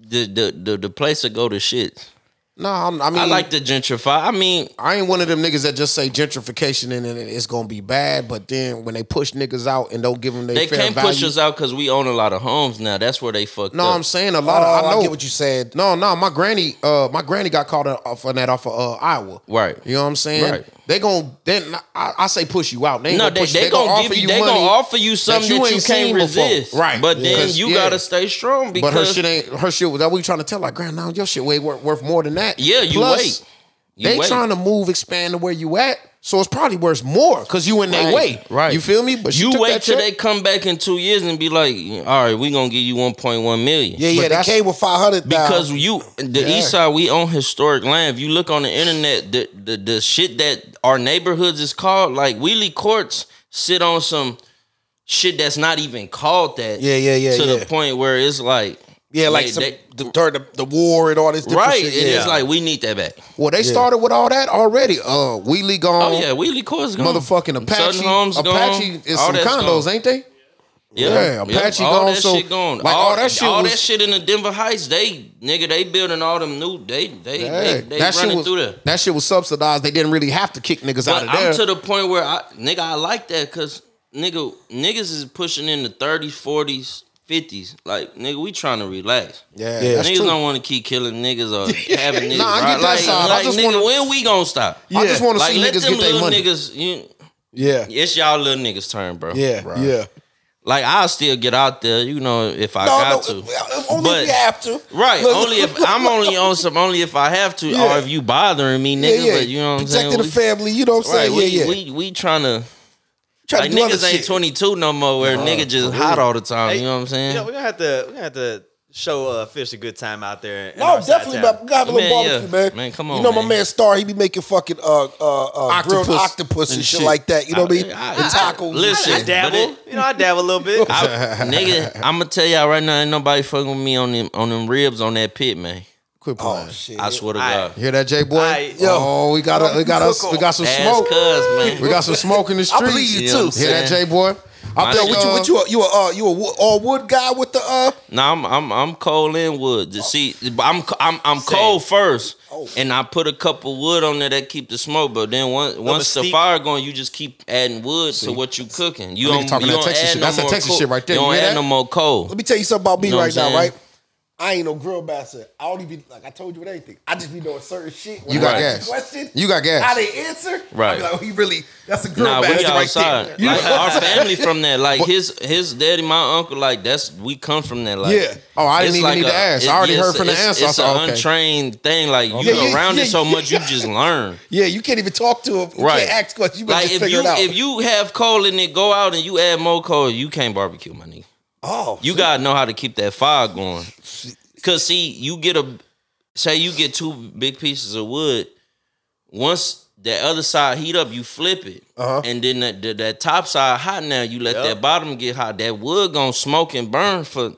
S3: the the the, the place will go to shit.
S2: No, I'm, I mean,
S3: I like to gentrify. I mean,
S2: I ain't one of them niggas that just say gentrification and then it's gonna be bad, but then when they push niggas out and don't give them their
S3: they
S2: fair
S3: can't
S2: value.
S3: push us out because we own a lot of homes now. That's where they fucked
S2: no,
S3: up.
S2: I'm saying a
S1: Oh,
S2: lot of. I know
S1: get what you said.
S2: No, no, my granny, uh, my granny got caught up off on that off of uh, Iowa.
S3: Right.
S2: You know what I'm saying?
S3: Right.
S2: They gon' then I, I say push you out. They ain't
S3: no,
S2: gonna
S3: they,
S2: push you.
S3: they, gonna
S2: offer
S3: give you.
S2: you
S3: They
S2: money.
S3: gonna offer you something that
S2: you
S3: you,
S2: ain't
S3: can't
S2: seen before.
S3: resist.
S2: Right.
S3: but
S2: Yeah.
S3: then
S2: 'Cause-
S3: you
S2: yeah.
S3: gotta stay strong because
S2: But her shit ain't her shit was that we trying to tell like grand now your shit way worth, worth more than that.
S3: Yeah, you
S2: Plus,
S3: wait. You
S2: they
S3: wait.
S2: trying to move, expand to where you at, so it's probably worth more because you in their
S3: Right,
S2: way.
S3: right.
S2: You feel me? But she
S3: you
S2: took
S3: wait
S2: that
S3: till
S2: check.
S3: they come back in two years and be like, all right, we gonna give you 1.1 million.
S1: Yeah, yeah, they
S2: that's-
S1: came with five hundred
S3: Because you, the East Side, we own historic land. If you look on the internet, the, the the shit that our neighborhoods is called, like Wheelie Courts, sit on some shit that's not even called that.
S1: Yeah, yeah, yeah,
S3: To
S1: yeah.
S3: the point where it's like,
S1: Yeah, like
S3: wait,
S1: some,
S3: they-
S1: the, during the, the war and all this different
S3: right?
S1: shit.
S3: And
S1: Yeah.
S3: it's like we need that back.
S2: Well, they started with all that already. Uh, Wheelie gone.
S3: Oh yeah, Wheelie Core's gone.
S2: Motherfucking Apache.
S3: Sutton Homes gone.
S2: Apache is
S3: All
S2: some
S3: that's
S2: condos,
S3: gone.
S2: ain't they? Yeah, Apache
S3: all
S2: gone,
S3: That
S2: so,
S3: shit gone.
S2: like,
S3: all,
S2: all that shit
S3: all
S2: was-
S3: that shit in the Denver Heights. They nigga, they building all them new. They they they,
S2: Yeah.
S3: they
S2: that shit
S3: running
S2: was
S3: through there.
S2: that shit was subsidized. They didn't really have to kick niggas out
S3: But
S2: of there.
S3: I'm to the point where I nigga, I like that because nigga, niggas is pushing in the 30s, 40s, 50s. Like nigga, we trying to relax.
S2: yeah,
S1: Yeah.
S2: that's
S3: niggas
S2: true.
S3: don't want to keep killing niggas or having niggas.
S2: Nah, I get
S3: right?
S2: that
S3: like,
S2: side. I
S3: like,
S2: just
S3: nigga,
S2: wanna-
S3: when we gonna stop?
S2: I just
S1: Yeah.
S2: want to
S3: Like
S2: see
S3: let
S2: niggas
S3: them
S2: get their
S3: little
S2: money.
S3: niggas. You,
S1: yeah, yeah,
S3: it's y'all little niggas' turn, bro.
S1: yeah. yeah.
S3: Like I'll still get out there, you know, if I
S1: No,
S3: got
S1: no,
S3: to.
S1: well, only
S3: But-
S1: if you have to.
S3: Right.
S1: Look,
S3: only if I'm only on some only if I have to,
S1: Yeah.
S3: or if you bothering me,
S1: yeah,
S3: nigga.
S1: yeah.
S3: But you know what I'm
S1: Protecting
S3: saying?
S1: the family, you know what I'm
S3: right,
S1: saying?
S3: we,
S1: yeah, yeah.
S3: we we trying to
S1: Try
S3: like
S1: to do other
S3: niggas ain't
S1: shit.
S3: 22 no more where nigga just hot all the time. you know what I'm saying?
S4: You know, we're gonna have to we're gonna have to show uh, Fish a good time out there. in
S1: No,
S4: our side
S1: definitely,
S4: town.
S1: man. We got a little
S3: Man,
S1: barbecue,
S3: yeah.
S1: man.
S3: Man, come
S1: You
S3: on,
S1: know my
S3: man.
S1: man Star, he be making fucking uh uh, uh grilled
S2: Octopus
S1: octopus and,
S2: and
S1: shit
S2: shit.
S1: like that. You know what I mean?
S3: I-
S1: And
S3: I-
S1: tacos.
S3: listen.
S4: I dabble.
S3: But
S4: you know, I dabble a little bit.
S3: I, nigga, I'm gonna tell y'all right now, ain't nobody fucking with me on them on them ribs on that pit, man.
S2: Quit playing.
S1: Oh shit!
S3: I swear to
S4: Aight.
S3: God.
S2: Hear that, J boy?
S4: Aight.
S2: Yo, oh, we got a, we got us, we got some
S3: That's
S2: smoke.
S3: cuz,
S2: We
S3: man.
S2: got some smoke in the
S1: I
S2: streets.
S1: believe you
S3: Yeah.
S1: too.
S2: Hear that, J
S3: Yeah.
S2: boy? I
S3: My
S2: think
S3: nigga-
S1: What you, what you, a- you a uh, you a wo- all wood guy with the uh?
S3: Nah, I'm I'm I'm cold in wood. To see, but I'm I'm I'm cold first,
S2: Oh.
S3: and I put a couple wood on there that keep the smoke. But then once once the
S4: mystique.
S3: fire going, you just keep adding wood to what you cooking. You
S2: nigga
S3: don't,
S2: talking
S3: you
S2: that
S3: don't
S2: Texas
S3: add
S2: shit.
S3: no
S2: That's that
S3: more
S2: Texas
S3: cool-
S2: shit right there.
S3: You
S2: You
S3: don't
S2: hear
S3: add
S2: that?
S3: no more coal.
S1: Let me tell you something about me
S3: You know what
S1: right
S3: I'm
S1: now,
S3: saying?
S1: right? I ain't no grill master. I don't even like I told you with anything. I just be doing certain shit. When
S2: You
S1: I
S2: got
S1: ask
S2: gas.
S1: a Question.
S2: uh, You got gas.
S1: I didn't answer. I
S3: Right.
S1: be like, oh, he really. That's a grill
S3: Nah, we
S1: master right
S3: outside.
S1: there. You
S3: like
S1: know what I'm
S3: our
S1: saying?
S3: family from there. Like his his daddy, my uncle. Like that's we come from there. Like
S1: Yeah.
S2: Oh, I
S3: it's
S2: didn't even need to ask. I already
S3: it's-
S2: heard from the
S3: it's-
S2: answer. I
S3: It's
S2: said,
S3: an
S2: okay.
S3: untrained thing. Like you
S1: Yeah, yeah,
S3: around
S1: yeah,
S3: it so
S1: yeah.
S3: much, you just learn.
S1: Yeah, you can't even talk to him. You
S3: Right.
S1: can't ask questions. You better
S3: like
S1: just
S3: if
S1: figure
S3: you
S1: it out.
S3: if you have coal and it go out and you add more coal, you can't barbecue, my nigga.
S1: oh,
S3: You gotta know how to keep that fire going. Cause see, you get a say you get two big pieces of wood. Once that other side heat up, you flip it,
S1: Uh-huh.
S3: and then that, that that top side hot. Now you let that bottom get hot. That wood gonna smoke and burn for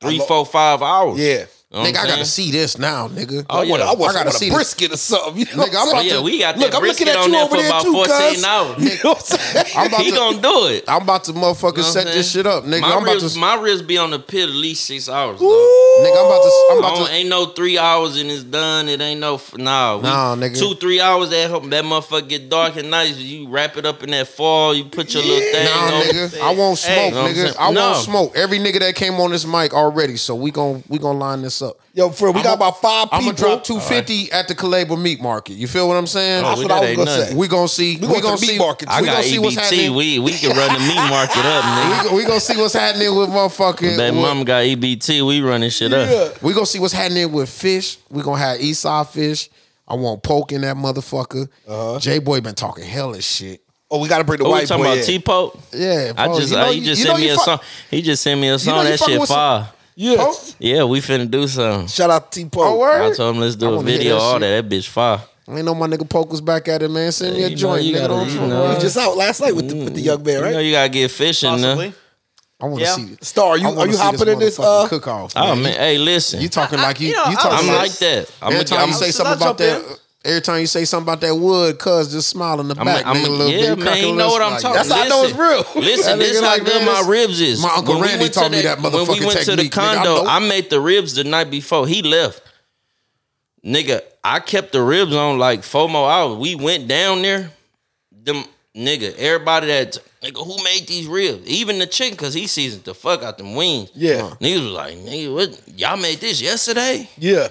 S3: three, four, five hours.
S1: yeah.
S3: Know what I'm
S2: Nigga, I
S3: saying?
S2: gotta see this now, nigga.
S3: Oh, yeah.
S1: I,
S3: I
S1: want- I
S2: gotta
S1: got
S2: see
S1: a
S2: this.
S1: brisket or something. You know
S2: Nigga, I'm
S1: what
S2: about
S1: I'm
S3: Oh,
S1: saying?
S3: yeah, we got that
S1: Look, I'm
S3: brisket
S1: looking at
S3: on
S1: you
S3: there
S1: over
S3: for
S1: there
S3: about
S1: too,
S3: 14
S1: cuz.
S3: hours.
S1: You know what I'm saying?
S2: I'm about
S3: He
S2: to,
S3: gonna do it.
S2: I'm about to motherfucking
S3: Know what
S2: set
S3: I'm
S2: this
S3: saying?
S2: shit up, nigga.
S3: My
S2: I'm about
S3: ribs,
S2: to,
S3: my ribs be on the pit at least six hours. dog.
S2: nigga. I'm about to, I'm about
S3: Oh,
S2: to.
S3: ain't no three hours and it's done. It ain't no f- nah. we-
S2: Nah, nigga.
S3: Two three hours that ho- that motherfucker get dark and nice. You wrap it up in that fall. You put your little thing.
S2: Nah,
S3: on.
S2: nigga. I won't smoke,
S3: Know what I'm saying?
S2: nigga. I
S3: No.
S2: won't smoke. Every nigga that came on this mic already, so we gon' we gonna line this up.
S1: Yo, for we got about five
S2: I'm
S1: people.
S2: gonna drop 250 at the Calabra Meat Market. You feel what I'm saying?
S1: That's
S3: Oh, we
S1: what
S3: that
S1: I was
S3: ain't
S1: gonna
S3: nothing.
S1: say.
S2: we gonna see. We,
S1: going to
S2: gonna
S1: the meat
S2: see.
S1: market,
S3: I
S2: we
S3: got E
S2: gonna see what's
S3: EBT.
S2: happening. We,
S3: We we can run the meat market up, nigga.
S2: go- we gonna see what's happening with motherfucking.
S3: That
S2: with-
S3: mom got EBT. We running shit up.
S2: We gonna see what's happening with fish. We gonna have Esau fish. I want poke in that motherfucker.
S1: Uh-huh.
S2: J boy been talking hell and shit.
S1: Oh, we gotta bring the
S3: Oh, we
S1: white
S3: talking
S1: boy
S3: about
S1: in.
S3: T Pope.
S2: Yeah,
S3: I
S2: bro,
S3: just
S2: you
S3: uh,
S2: know
S3: he
S2: you-
S3: just
S2: you know
S3: sent me
S2: you
S3: a
S2: fuck-
S3: song. He just sent me a song.
S2: you
S3: that
S2: fucking
S3: shit
S2: with some-
S3: fire.
S1: yeah.
S3: Yeah, we finna do something.
S1: Shout out to T Pope.
S2: Oh, word?
S3: I told him let's
S2: I
S3: do a
S2: wanna hear
S3: video.
S2: that
S3: All
S2: shit.
S3: that that bitch fire.
S2: I know my nigga poke was back at it, man. Send me
S3: Yeah,
S2: a
S3: you know,
S2: joint,
S3: you
S2: nigga.
S3: gotta-
S2: Don't
S3: you
S2: you
S3: know.
S1: He was
S2: know,
S1: just out last night with the, with the young man,
S3: Mm. You know
S1: right?
S3: you gotta get fishing.
S4: Possibly.
S2: I want to
S4: Yeah.
S2: see.
S1: Star, you-
S2: I wanna
S1: are you
S2: see
S1: hopping in this,
S2: motherfucking
S1: uh,
S2: cook-off?
S3: Oh
S2: man.
S3: man, hey, listen.
S2: You talking like you?
S4: you know,
S2: You
S4: I
S2: talking
S4: was
S3: I'm
S4: Yes.
S3: like that. I'm
S2: every
S3: a,
S2: time
S3: I'm,
S2: you say
S4: since
S2: something
S4: I
S2: about
S4: jump
S2: that,
S4: in.
S2: every time you say something about that wood, cuz just smile in the
S3: I'm,
S2: back.
S3: I'm,
S2: nigga, a little
S3: yeah,
S2: bit.
S3: man, you
S2: cracking
S3: know
S2: lips
S3: what I'm
S2: like,
S3: talking.
S1: That's how I
S3: listen,
S1: know it's real.
S2: That
S3: Listen, this
S2: nigga
S3: how
S2: like,
S3: good
S2: man,
S3: my
S2: this-
S3: ribs is.
S2: my Uncle
S3: When
S2: Randy
S3: went to
S2: taught me that
S3: When we
S2: motherfucking
S3: went to the
S2: technique, nigga, I
S3: condo,
S2: know.
S3: I made the ribs the night before. He left. Nigga, I kept the ribs on like four more hours. We went down there. Them nigga, everybody that nigga who made these ribs, even the chicken, cause he seasoned the fuck out them wings.
S1: Yeah.
S3: niggas was like, nigga, what y'all made this yesterday?
S1: Yeah.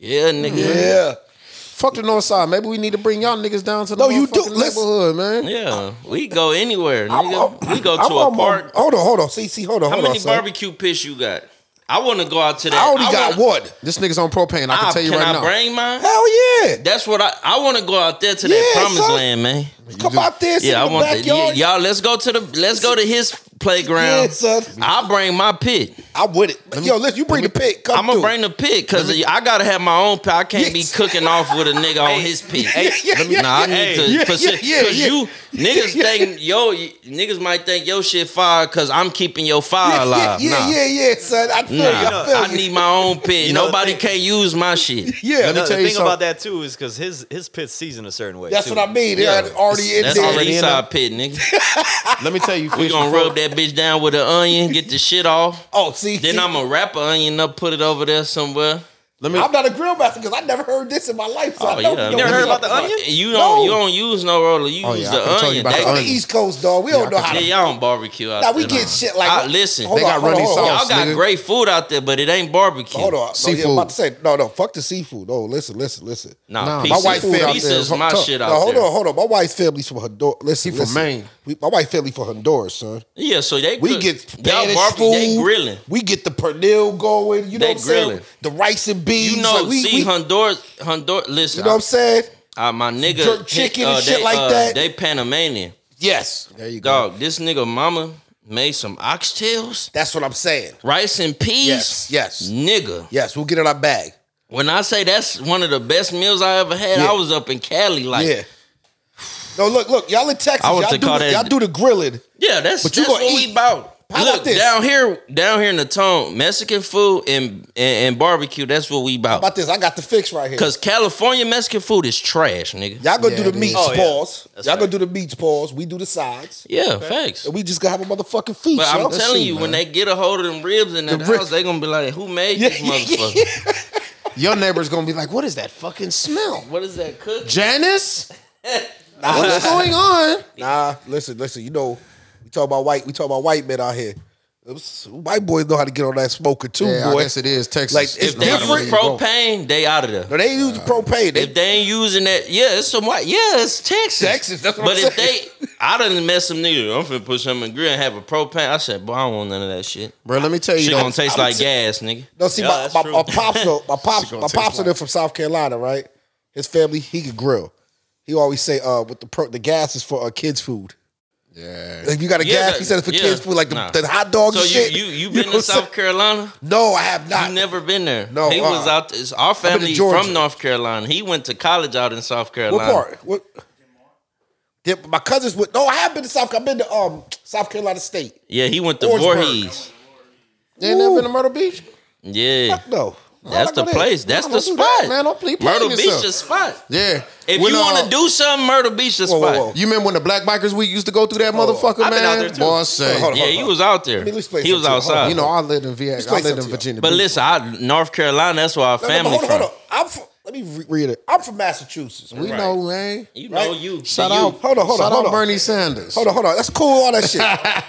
S3: Yeah, nigga.
S1: Yeah.
S2: Fuck the north side. Maybe we need to bring y'all niggas down to the
S1: No, you do.
S2: motherfucking
S1: Listen.
S2: neighborhood, man.
S3: Yeah, we go anywhere,
S1: I'm-
S3: nigga.
S1: I'm-
S3: we go to
S1: I'm
S3: a
S1: on my-
S3: park.
S1: Hold on, hold on. See, see, hold on,
S3: How
S1: hold on.
S3: many
S1: son.
S3: barbecue pits you got? I want to go out to that.
S1: I only
S3: I
S1: got
S3: wanna-
S1: one.
S2: This nigga's on propane. I can
S3: I-
S2: tell you
S3: can
S2: right
S3: I
S2: now.
S3: bring mine?
S1: Hell yeah.
S3: That's what I. I want to go out there to that
S1: Yeah,
S3: promised
S1: son.
S3: land, man.
S1: Come out there, sit
S3: Yeah, I
S1: in the
S3: want that. Yeah,
S1: backyard.
S3: y'all, let's go to the. Let's go to his playground.
S1: Yeah, son.
S3: I bring my pit.
S1: I'm with it. Yo, listen, you bring the pick. Come
S3: I'm gonna
S1: through.
S3: bring the pit because I gotta have my own pit. I can't be
S1: Yes.
S3: cooking off with a nigga on his pit.
S1: yeah, yeah,
S3: nah, I need
S1: yeah,
S3: to
S1: yeah,
S3: because
S1: yeah, yeah, yeah.
S3: you niggas think yo you- niggas might think your shit fire because I'm keeping your fire
S1: yeah,
S3: alive.
S1: Yeah,
S3: nah.
S1: yeah, yeah, son. I feel you.
S3: Nah,
S1: I feel
S3: I
S1: you.
S3: need my own pit.
S4: You know,
S3: Nobody
S4: think-
S3: can use my shit.
S1: yeah,
S2: me
S4: No, the
S2: tell you
S4: thing
S2: something.
S4: about that too is because his his pit's seasoned a certain way.
S1: that's
S4: too.
S1: what I mean. They're already in
S3: That's
S1: there.
S3: already
S2: in
S3: inside pit, nigga.
S2: Let me tell you,
S3: We gonna rub that bitch down with an onion, get the shit off.
S1: oh, see,
S3: Then
S1: see,
S3: I'm gonna wrap an onion up, put it over there somewhere.
S2: Let me.
S1: I'm not a grill master because I never heard this in my life. So
S3: Oh,
S1: I don't
S3: yeah.
S1: know
S3: You never
S1: what
S3: heard
S1: you're
S4: about the
S1: talking
S4: onion?
S3: You don't
S1: No.
S3: you don't use no roller. You
S2: Oh,
S3: use
S2: yeah,
S3: the
S2: I can tell you
S3: onion.
S2: about
S3: They-
S2: the
S1: On the
S2: onion.
S1: East Coast, dog, we don't know how.
S3: Yeah,
S1: to
S3: y'all don't barbecue out
S1: Now
S3: there.
S1: we get shit like
S3: I, listen,
S1: Hold
S2: They got
S1: on, hold
S2: runny
S1: on, hold on.
S2: sauce.
S3: y'all got
S2: nigga.
S3: great food out there, but it ain't barbecue.
S1: Hold on, seafood. No, yeah, I'm
S2: Seafood.
S1: about to say no, no. Fuck the seafood. No, listen, listen, listen.
S3: Nah,
S2: Nah, my
S3: pizza,
S1: wife's food out
S3: pizza
S1: there
S3: is
S1: is
S3: my
S2: tough.
S3: shit
S1: No,
S3: out
S1: hold
S3: there.
S1: on, hold on. My wife's family's from Honduras. Listen,
S2: She from
S1: listen.
S2: Maine.
S1: We, my wife's family from Honduras, son.
S3: Yeah, so they
S1: We
S3: cook-
S1: get
S3: y'all
S1: Spanish
S3: barbecue,
S1: food.
S3: they grilling.
S1: We get the pernil going. You know
S3: They
S1: what I'm
S3: grilling.
S1: saying? The rice and beans.
S3: You know,
S1: like, we,
S3: see
S1: we,
S3: Honduras, Honduras. Listen,
S1: you know what I'm saying?
S3: I- my nigga, uh,
S1: jerk chicken and
S3: they,
S1: shit like that?
S3: They Panamanian
S1: Yes. There you go.
S3: dog. This nigga mama made some oxtails,
S1: That's what I'm saying.
S3: rice and peas.
S1: Yes, yes.
S3: nigga.
S1: Yes, we'll get in our bag.
S3: When I say that's one of the best meals I ever had,
S1: Yeah.
S3: I was up in Cali. Like, yeah,
S1: yeah. No, look, look, y'all in Texas.
S3: I want
S1: Y'all
S3: to
S1: do,
S3: call
S1: the,
S3: that-
S1: y'all do the grilling.
S3: that's,
S1: But you
S3: that's
S1: gonna
S3: what
S1: eat-
S3: we about.
S1: How
S3: Look
S1: about this?
S3: down here, down here in the tone, Mexican food and, and and barbecue. That's what we about.
S1: About this, I got the fix right here.
S3: Cause California Mexican food is trash, nigga.
S1: Y'all gonna
S2: Yeah,
S1: do
S2: it
S1: the
S2: is.
S1: meats
S4: Oh, yeah.
S1: paws.
S4: That's
S1: Y'all
S4: right.
S1: gonna do the meats paws. We do the sides.
S3: Yeah, facts.
S1: And we just gotta have a motherfucking feast.
S3: But
S1: yo.
S3: I'm
S1: That's
S3: telling
S1: it.
S3: you, when they get a hold of them ribs in that
S1: The
S3: house,
S1: rib-
S3: they gonna be like, "Who made this
S1: Yeah, yeah,
S3: motherfucker?
S2: Your neighbor's gonna be like, "What is that fucking smell,
S3: What is that cooking?"
S2: Janice?
S1: Nah,
S2: What's
S1: listen,
S2: going on?"
S1: nah, listen, listen. You know, we talk about white. We talk about white men out here. Oops, White boys know how to get on that smoker too,
S2: Yeah,
S1: boy.
S2: I guess it is Texas.
S1: Like, it's
S3: If they use
S1: different.
S3: propane, they out of there.
S1: No, they ain't
S2: Uh,
S1: use propane. They
S3: If they ain't using that, yeah, it's some white. Yeah, it's Texas.
S1: Texas, that's what
S3: but
S1: I'm
S3: if
S1: saying.
S3: they, I done met some nigga. I'm finna put some in the grill and have a propane. I said, boy, I don't want none of that shit.
S2: bro. Let me tell you,
S3: Shit
S2: though,
S3: gonna taste like gas, nigga.
S1: No, see,
S4: Yeah,
S1: my,
S4: that's
S1: my,
S4: true.
S1: my pops, though, my pops,
S2: gonna
S1: my
S2: taste
S1: pops are there from South Carolina, right? His family, he could grill. He always say, "Uh, with the pro, the gas is for uh, kids' food.
S2: yeah,
S1: Like you got a
S3: Yeah,
S1: gas,
S3: that-
S1: he said it's for
S3: yeah,
S1: kids' food, like the,
S3: nah.
S1: the hot dog
S3: So
S1: and
S3: you
S1: shit."
S3: you you
S1: know what
S3: been to
S1: I'm
S3: South
S1: saying?
S3: Carolina?
S1: No, I have not.
S3: You never been there.
S1: No,
S3: he
S1: uh-uh.
S3: was out. There. Our family
S1: Georgia.
S3: from North Carolina. He went to college out in South
S1: What
S3: Carolina.
S1: part? What? Yeah, my cousins would. No, I have been to South. I've been to um South Carolina State.
S3: Yeah, he went to
S1: Orangeburg.
S3: Voorhees.
S2: they ain't never been to Myrtle Beach,
S3: Yeah,
S1: No, Why would I
S3: that's the
S1: go there?
S3: place. That's
S2: Nah,
S3: the
S2: don't do that,
S3: spot.
S2: man. Don't play- play
S3: Myrtle Beach,
S2: yourself.
S3: the spot.
S2: Yeah,
S3: If
S2: When,
S3: you
S2: uh,
S3: want to do something, Myrtle Beach, the
S1: Whoa, whoa,
S3: spot.
S1: whoa.
S2: you remember when the Black Bikers Week used to go through that motherfucker, man?
S4: I've been out there, too.
S2: Boy, I say,
S1: Hold on,
S3: Yeah,
S1: hold
S3: he
S1: on.
S3: was out there.
S1: Let me explain
S3: He was
S1: something. Hold on.
S3: outside.
S2: you know, I lived in VA. I
S1: play
S2: lived in
S1: something.
S2: Virginia.
S3: but
S2: Beach.
S3: listen, I, North Carolina. That's where our
S1: No, no, but
S3: family
S1: hold on,
S3: from.
S1: hold on. I'm from, let me re- read it. I'm from Massachusetts.
S2: we know, man.
S3: You know
S1: Right?
S3: you.
S2: Shout
S3: you.
S2: out,
S1: Hold on, hold on,
S2: shout
S1: hold
S2: out
S1: on.
S2: Bernie Sanders.
S1: Hold on, hold on. That's cool. All that shit.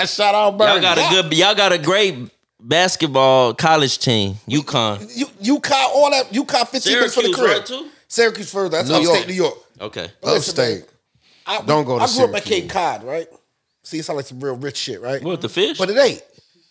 S2: shout out Bernie.
S3: Y'all got a good. Y'all got a great basketball college team. UConn.
S1: You UConn, all that UConn, fifteen minutes from the
S3: Syracuse,
S1: crib. Uh,
S3: right, too?
S1: Syracuse further. That's
S2: New
S1: upstate
S2: York.
S1: New York.
S3: Okay.
S2: upstate.
S1: I,
S2: Don't go to
S1: I grew up at
S2: Syracuse.
S1: Cape Cod, right? See, it sounds like some real rich shit, right?
S3: What the fish?
S1: But it ain't.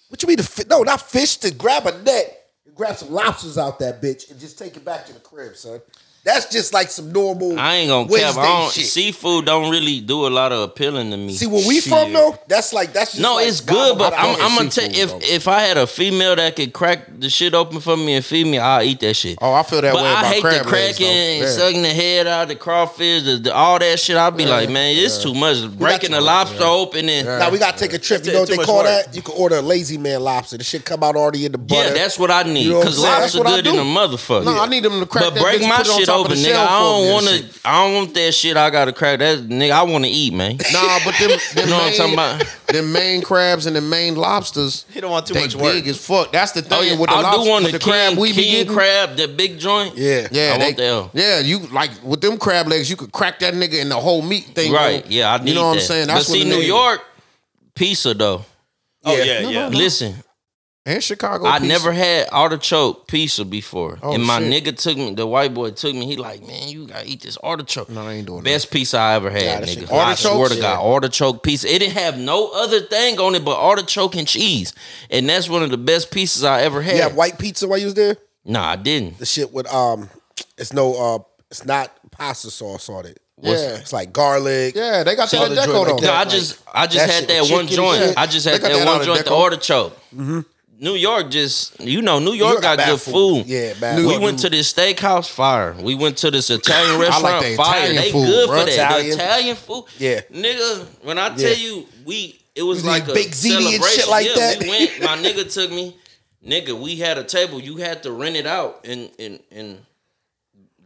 S1: What you mean? The fi- no, not fish. To grab a net, and grab some lobsters out that bitch, and just take it back to the crib, son. That's just like some normal.
S3: I ain't gonna
S1: Wednesday
S3: cap. I don't,
S1: shit.
S3: seafood don't really do a lot of appealing to me.
S1: See where we from though? That's like that's just
S3: no,
S1: like,
S3: it's
S1: why
S3: good, but
S1: I
S3: I'm,
S1: fucking
S3: I'm gonna
S1: seafood,
S3: tell if
S1: bro.
S3: if I had a female that could crack the shit open for me and feed me, I'll eat that shit.
S2: Oh, I feel that
S3: but
S2: way
S3: I
S2: about
S3: hate
S2: crab
S3: the
S2: legs, though.
S3: cracking and
S2: Yeah.
S3: sucking the head out of the crawfish, the, the- all that shit. I'd be like, man, it's too much. Breaking the lobster open and
S1: Now we gotta take a trip. You
S4: Too-
S1: know what
S4: too
S1: they
S4: much
S1: call
S4: work.
S1: that? You can order a lazy man lobster. The shit come out already in the
S3: yeah,
S1: butter.
S3: that's what I need
S1: You know what
S3: because
S1: I'm saying? That's
S3: lobster
S1: what I
S3: good in a
S1: do.
S3: motherfucker.
S2: No, I need them to crack
S3: But
S2: that
S3: break
S2: bitch,
S3: my
S2: put it on
S3: shit
S2: top of
S3: open,
S2: the
S3: nigga.
S2: shell
S3: I
S2: for me
S3: don't
S2: and
S3: want
S2: shit.
S3: to. I don't want that shit. I gotta crack that, nigga. I want to eat, man.
S2: Nah, but them, them
S3: You know what
S2: main,
S3: I'm talking about?
S2: Them main crabs and the main lobsters.
S4: He don't want too
S2: they
S4: much work.
S2: big as fuck. That's the thing
S3: Oh, yeah.
S2: with the
S3: I
S2: lobster,
S3: do want
S2: with
S3: the
S2: the crab
S3: king-
S2: we be
S3: king
S2: getting.
S3: crab, the big joint.
S1: yeah.
S2: Yeah,
S3: I
S2: they,
S3: want that.
S2: yeah, you like with them crab legs, you could crack that nigga in the whole meat thing.
S3: Right.
S2: on.
S3: Yeah, I need
S2: you know what I'm
S3: that.
S2: saying. That's
S3: but
S2: what
S3: see,
S2: the
S3: New
S2: nigga-
S3: York pizza though.
S4: Oh
S1: Yeah.
S4: yeah,
S1: No,
S4: yeah.
S3: Listen,
S2: and Chicago.
S3: I
S2: pizza.
S3: never had artichoke pizza before,
S2: Oh,
S3: and my
S2: shit.
S3: nigga took me. The white boy took me. He like, man, you gotta eat this artichoke.
S2: No, I ain't doing
S3: Best pizza I ever had,
S1: that
S3: nigga.
S1: shit-
S3: I swear
S2: Artichokes?
S3: to God, artichoke pizza. It didn't have no other thing on it but artichoke and cheese, and that's one of the best pizzas I ever had.
S1: You had white pizza while you was there.
S3: nah, I didn't.
S1: The shit with um, it's no uh, it's not pasta sauce on it.
S3: What's-
S2: Yeah.
S1: It's like garlic.
S2: Yeah, they got the
S1: Other
S2: deco
S1: joint
S2: though.
S1: like
S3: No,
S1: that,
S3: I
S1: like,
S3: just I just
S1: that
S3: had
S1: shit,
S3: that
S1: chicken
S3: one
S1: and
S3: joint.
S1: shit.
S3: I just
S2: They
S3: had
S2: got
S3: that,
S2: that out
S3: one
S2: of
S3: joint, the
S2: Deco.
S3: artichoke. New York just you know New York
S1: Mm-hmm. York got
S3: got,
S1: bad
S3: good food.
S1: food. Yeah, bad
S3: We
S1: food.
S3: went to this steakhouse fire. We went to this Italian restaurant
S2: the
S3: fire.
S2: Italian
S3: they
S2: food,
S3: good
S2: bruh.
S3: for that. The
S1: Italian.
S3: Italian food.
S1: Yeah.
S3: nigga. When I
S1: Yeah.
S3: tell you, we it was
S1: We
S3: like
S1: did
S3: a
S1: baked ziti and shit
S3: celebration.
S1: like
S3: yeah,
S1: that.
S3: we went. My nigga took me. Nigga, we had a table. You had to rent it out and and and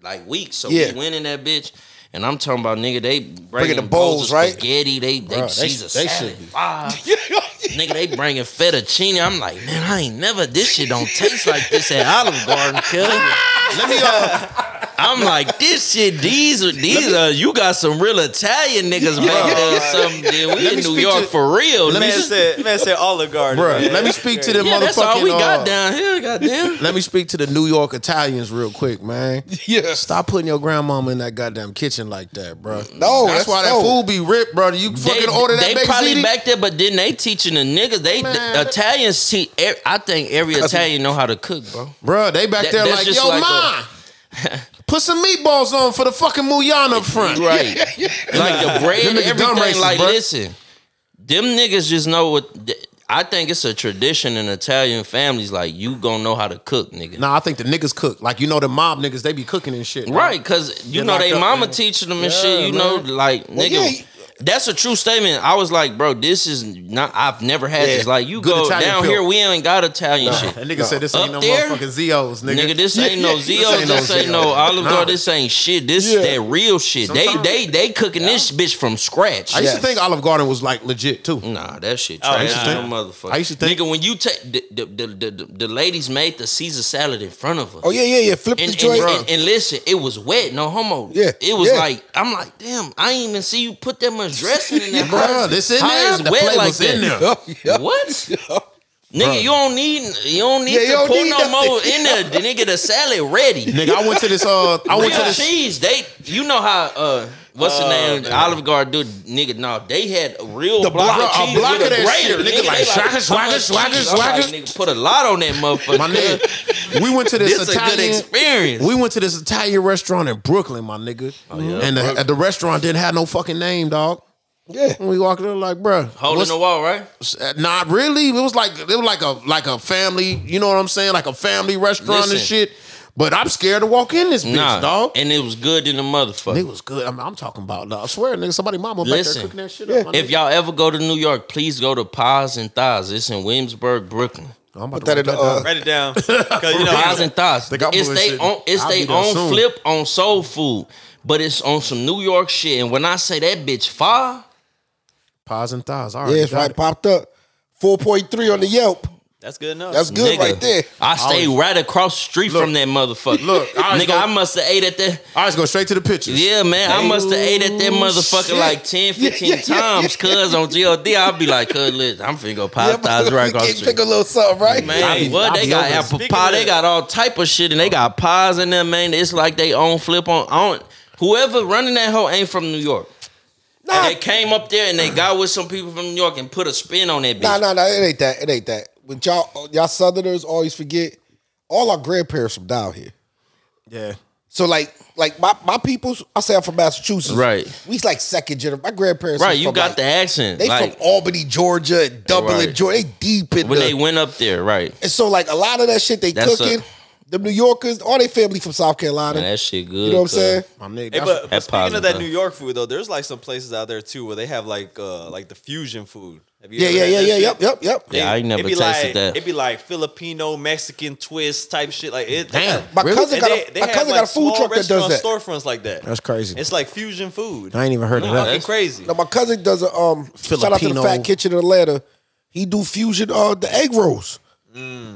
S3: like weeks. So
S1: Yeah.
S3: we went in that bitch. And I'm talking about nigga, they bringing,
S1: the
S3: bowls
S1: bowls,
S3: of
S1: right?
S3: Spaghetti, they they
S2: Bro, they-
S3: Jesus
S2: they
S3: salad.
S2: should be-
S3: Five. Nigga, they bringing fettuccine. I'm like, man, I ain't never. This shit don't taste like this at Olive Garden, cuz. Let me. Uh, I'm like, this shit. These are these are. You got some real Italian niggas back there. or Something. Then we
S2: Let me
S3: in New
S2: speak
S3: York
S2: to-
S3: for real.
S2: let me
S3: nigga.
S4: Man said, man said Olive Garden.
S2: Bruh,
S4: man.
S2: let me speak to them
S3: yeah,
S2: motherfucking.
S3: that's all we
S2: uh,
S3: got down here. Goddamn.
S2: Let me speak to the New York Italians real quick, man.
S1: Yeah.
S2: Stop putting your grandmama in that goddamn kitchen like that, bro.
S3: Mm,
S1: No,
S2: that's,
S1: that's-
S2: why that
S1: no.
S2: food be ripped, brother. You fucking order that
S3: they
S2: baked
S3: probably
S2: ziti.
S3: back there, but then they teaching the niggas. They
S2: Man.
S3: the Italians teach. ev- I think every Italian know how to cook, bro.
S2: Bruh, they back
S3: That-
S2: there
S3: that's
S2: like,
S3: just
S2: yo,
S3: like
S2: ma, put some meatballs on for the fucking Muyana up front.
S3: Right. Like the bread,
S2: Them niggas dumb
S3: everything.
S2: racist,
S3: like,
S2: bro.
S3: listen, them niggas just know what. th- I think it's a tradition in Italian families. Like, you gonna know how to cook, nigga.
S2: Nah, I think the niggas cook. Like, you know, the mob niggas, they be cooking and shit. dog.
S3: Right, because you
S2: Get
S3: know they
S2: locked up,
S3: mama
S2: man.
S3: teaching them and
S2: Yeah,
S3: shit. You know,
S2: man.
S3: like nigga,
S1: yeah, you-
S3: that's a true statement. I was like, bro, this is not. I've never had
S1: Yeah,
S3: this. Like, you
S2: good
S3: go
S2: Italian
S3: down
S2: feel.
S3: here, we ain't got Italian shit.
S2: That nigga said this ain't
S3: Up
S2: no
S3: there?
S2: motherfucking Zios, nigga.
S3: Nigga, this ain't no Zio.
S2: ain't no
S3: This ain't no
S2: Zio.
S3: Olive
S2: Nah.
S3: Garden. This ain't shit. This
S1: Yeah.
S3: that real shit.
S2: Sometimes-
S3: they they they cooking this bitch from scratch.
S2: I used to
S1: Yes.
S2: think Olive Garden was like legit too.
S3: Nah, that shit
S4: I
S3: trash.
S4: used to
S3: no
S2: think-
S3: motherfucker.
S2: Oh, I used to think-
S3: nigga, when you take the the, the, the the the ladies made the Caesar salad in front of us.
S1: Oh yeah, yeah, yeah. Flip the
S3: And, and,
S1: joint.
S3: and- and listen, it was wet, no homo.
S1: Yeah,
S3: it was
S1: yeah.
S3: like I'm like, damn, I ain't even see you put that much dressing in there.
S2: Bruh, this in
S3: How
S2: there?
S3: is
S2: The
S3: wet like
S2: flavor's
S3: that?
S2: in there.
S3: What? Nigga, you don't need you don't need
S1: Yeah, you
S3: to
S1: don't
S3: put
S1: need
S3: no
S1: nothing.
S3: more in there. The nigga, the salad ready.
S2: Nigga, I went to this. Uh, I went to
S3: Real
S2: this.
S3: cheese, they you know how uh what's the name Olive Garden do nigga? No, they had a real block,
S2: block-
S3: of
S2: a
S3: cheese
S2: block of
S3: with a
S2: that shit,
S3: grater,
S2: nigga, like,
S3: They
S2: swagger,
S3: how
S2: swagger,
S3: much
S2: swagger,
S3: cheese? I'm like,
S2: swagger.
S3: nigga, put a lot on that motherfucker.
S2: My nigga, we went to this,
S3: this a
S2: Italian.
S3: good experience. Oh,
S2: We went to this Italian restaurant in Brooklyn, my nigga. And the, the restaurant didn't have no fucking name, dog.
S1: Yeah.
S2: And we walked in like, bruh.
S3: Holding
S2: what's-
S3: the wall, right?
S2: uh, Not really. It was like it was like a like a family. You know what I'm saying? Like a family restaurant and
S3: Listen.
S2: shit. But I'm scared to walk in this bitch,
S3: Nah,
S2: dog.
S3: and it was good in the
S2: it
S3: motherfucker.
S2: was good. I'm, I'm talking about. Dog. I swear, nigga, somebody mama back
S3: Listen.
S2: there cooking that shit up. my
S3: If
S2: nigga.
S3: y'all ever go to New York, please go to Pies and Thighs. It's in Williamsburg, Brooklyn.
S2: I'm about
S1: Put that in the
S2: down.
S1: uh,
S4: Write it down. 'Cause, you know,
S3: Pies and thighs.
S2: Think I'm
S3: It's they
S2: bullshitting.
S3: own. It's
S2: I'll
S3: they
S2: be there
S3: own
S2: soon.
S3: flip on soul food, but it's on some New York shit. And when I say that bitch fire,
S2: Pies and thighs. All right,
S1: yeah, it's right popped up. Four point three on the Yelp.
S4: that's good enough.
S1: That's good
S3: nigga,
S1: right there.
S3: I stayed right across the street from that motherfucker.
S2: look, I always
S3: nigga,
S2: go-
S3: I must have ate at that.
S2: All right, let's go straight to the pictures.
S3: Yeah, man, I must have ate at that motherfucker
S1: oh, shit.
S3: like 10, 15 times. Cuz on GLD, I'll be like, cuz, listen, I'm finna go pie thighs right across the
S1: Pick
S3: street.
S1: a little something, right?
S3: Man,
S4: I be-
S3: what
S2: I
S3: they
S2: be
S3: got
S2: over
S3: apple
S4: speaking
S3: pie,
S4: of
S3: they
S4: that.
S3: got all type of shit, and they got pies in there, man. It's like they own flip on on whoever running that hoe ain't from New York.
S1: Nah.
S3: And they came up there and they got with some people from New York and put a spin on that bitch.
S1: Nah, nah, nah. It ain't that. It ain't that. When y'all y'all Southerners always forget, all our grandparents from down here.
S2: Yeah.
S1: So like like my my peoples, I say I'm from Massachusetts.
S3: Right.
S1: We like second generation. My grandparents,
S3: Right,
S1: was
S3: you
S1: from,
S3: got
S1: like-
S3: the accent.
S1: They
S3: like
S1: from Albany, Georgia, and Dublin,
S3: Right.
S1: Georgia. They deep in
S3: when
S1: the.
S3: they went up there, right?
S1: and so like a lot of that shit they
S3: That's a-
S1: cooking. the New Yorkers, all they family from South Carolina.
S3: Man, that shit good.
S1: you know what I'm
S3: cuz.
S1: saying?
S2: My nigga.
S4: Hey,
S2: that's-
S4: but, but
S3: That
S4: speaking
S3: positive,
S4: of that
S3: huh?
S4: New York food though, there's like some places out there too where they have like uh like the fusion food. Have you
S1: Yeah,
S4: ever
S1: yeah,
S4: had
S1: yeah,
S4: that
S1: yeah,
S4: shit?
S1: yep, yep, yep.
S3: Yeah, I ain't never
S4: it'd be
S3: tasted
S4: like,
S3: that.
S4: It'd be like Filipino Mexican twist type shit. Like it, they
S2: Damn.
S4: have-
S1: My
S2: Really?
S1: cousin
S4: and
S1: got
S4: they-
S1: a,
S4: they
S1: my
S4: have,
S1: cousin
S4: like,
S1: got a food
S4: small
S1: truck that does
S4: restaurant
S1: that.
S4: Storefronts like that.
S2: That's crazy.
S4: It's like fusion food.
S2: I ain't even heard of that.
S4: Fucking crazy.
S1: Now my cousin does a um shout out to the
S2: Filipino.
S1: Fat Kitchen in Atlanta. He do fusion uh the egg rolls.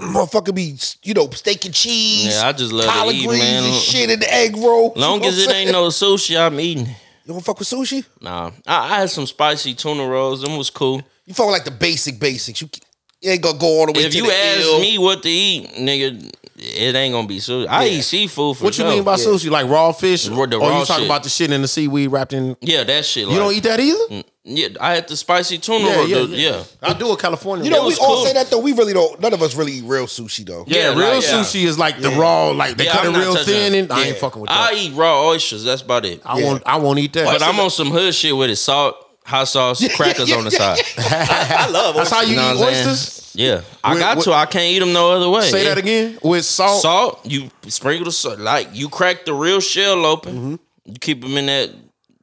S1: Motherfucker be you know steak and cheese.
S3: Mm. Yeah, I just love to
S1: collard
S3: eat,
S1: greens
S3: man.
S1: and shit in the egg roll. You
S3: Long
S1: know
S3: as
S1: what
S3: it
S1: I'm
S3: ain't
S1: saying?
S3: no sushi, I'm eating. it.
S1: you don't fuck with sushi.
S3: Nah, I, I had some spicy tuna rolls. Them was cool.
S1: You fuck with like the basic basics. You, you ain't gonna go all the way.
S3: if
S1: to
S3: you
S1: the
S3: ask
S1: ill.
S3: me what to eat, nigga, it ain't gonna be sushi. I eat seafood for
S2: What you
S3: sure.
S2: mean by sushi? Like raw fish?
S3: The raw- the
S2: or
S3: raw
S2: you talking
S3: shit.
S2: about the shit in the seaweed wrapped in?
S3: Yeah, that shit.
S2: you don't eat that either?
S3: Yeah, I had the spicy tuna
S2: Yeah,
S3: roll.
S2: yeah,
S3: dude.
S2: yeah.
S3: Yeah, yeah.
S2: I do a California.
S1: You
S2: roll.
S1: know, we
S3: was
S1: all
S3: cool.
S1: say that though. We really don't. None of us really eat real sushi though.
S2: Yeah,
S3: like,
S2: real
S3: yeah.
S2: sushi is like the raw, like they
S3: Yeah,
S2: cut
S3: I'm
S2: it
S3: not
S2: real
S3: touching
S2: thin.
S3: that.
S2: And I ain't
S1: Yeah.
S2: fucking with that.
S3: I eat raw oysters. That's about it.
S2: I, won't. I won't eat that.
S3: But I'm on some hood shit with it. Salt, hot sauce, crackers on the side.
S4: I love
S2: That's how you
S3: You know
S2: eat
S3: what I'm saying?
S2: oysters.
S3: Yeah, I
S2: With-
S3: got
S2: with-
S3: to. I can't eat them no other way.
S2: Say
S3: It-
S2: that again with salt.
S3: Salt. You sprinkle the salt. Like you crack the real shell open.
S2: Mm-hmm.
S3: You keep them in that.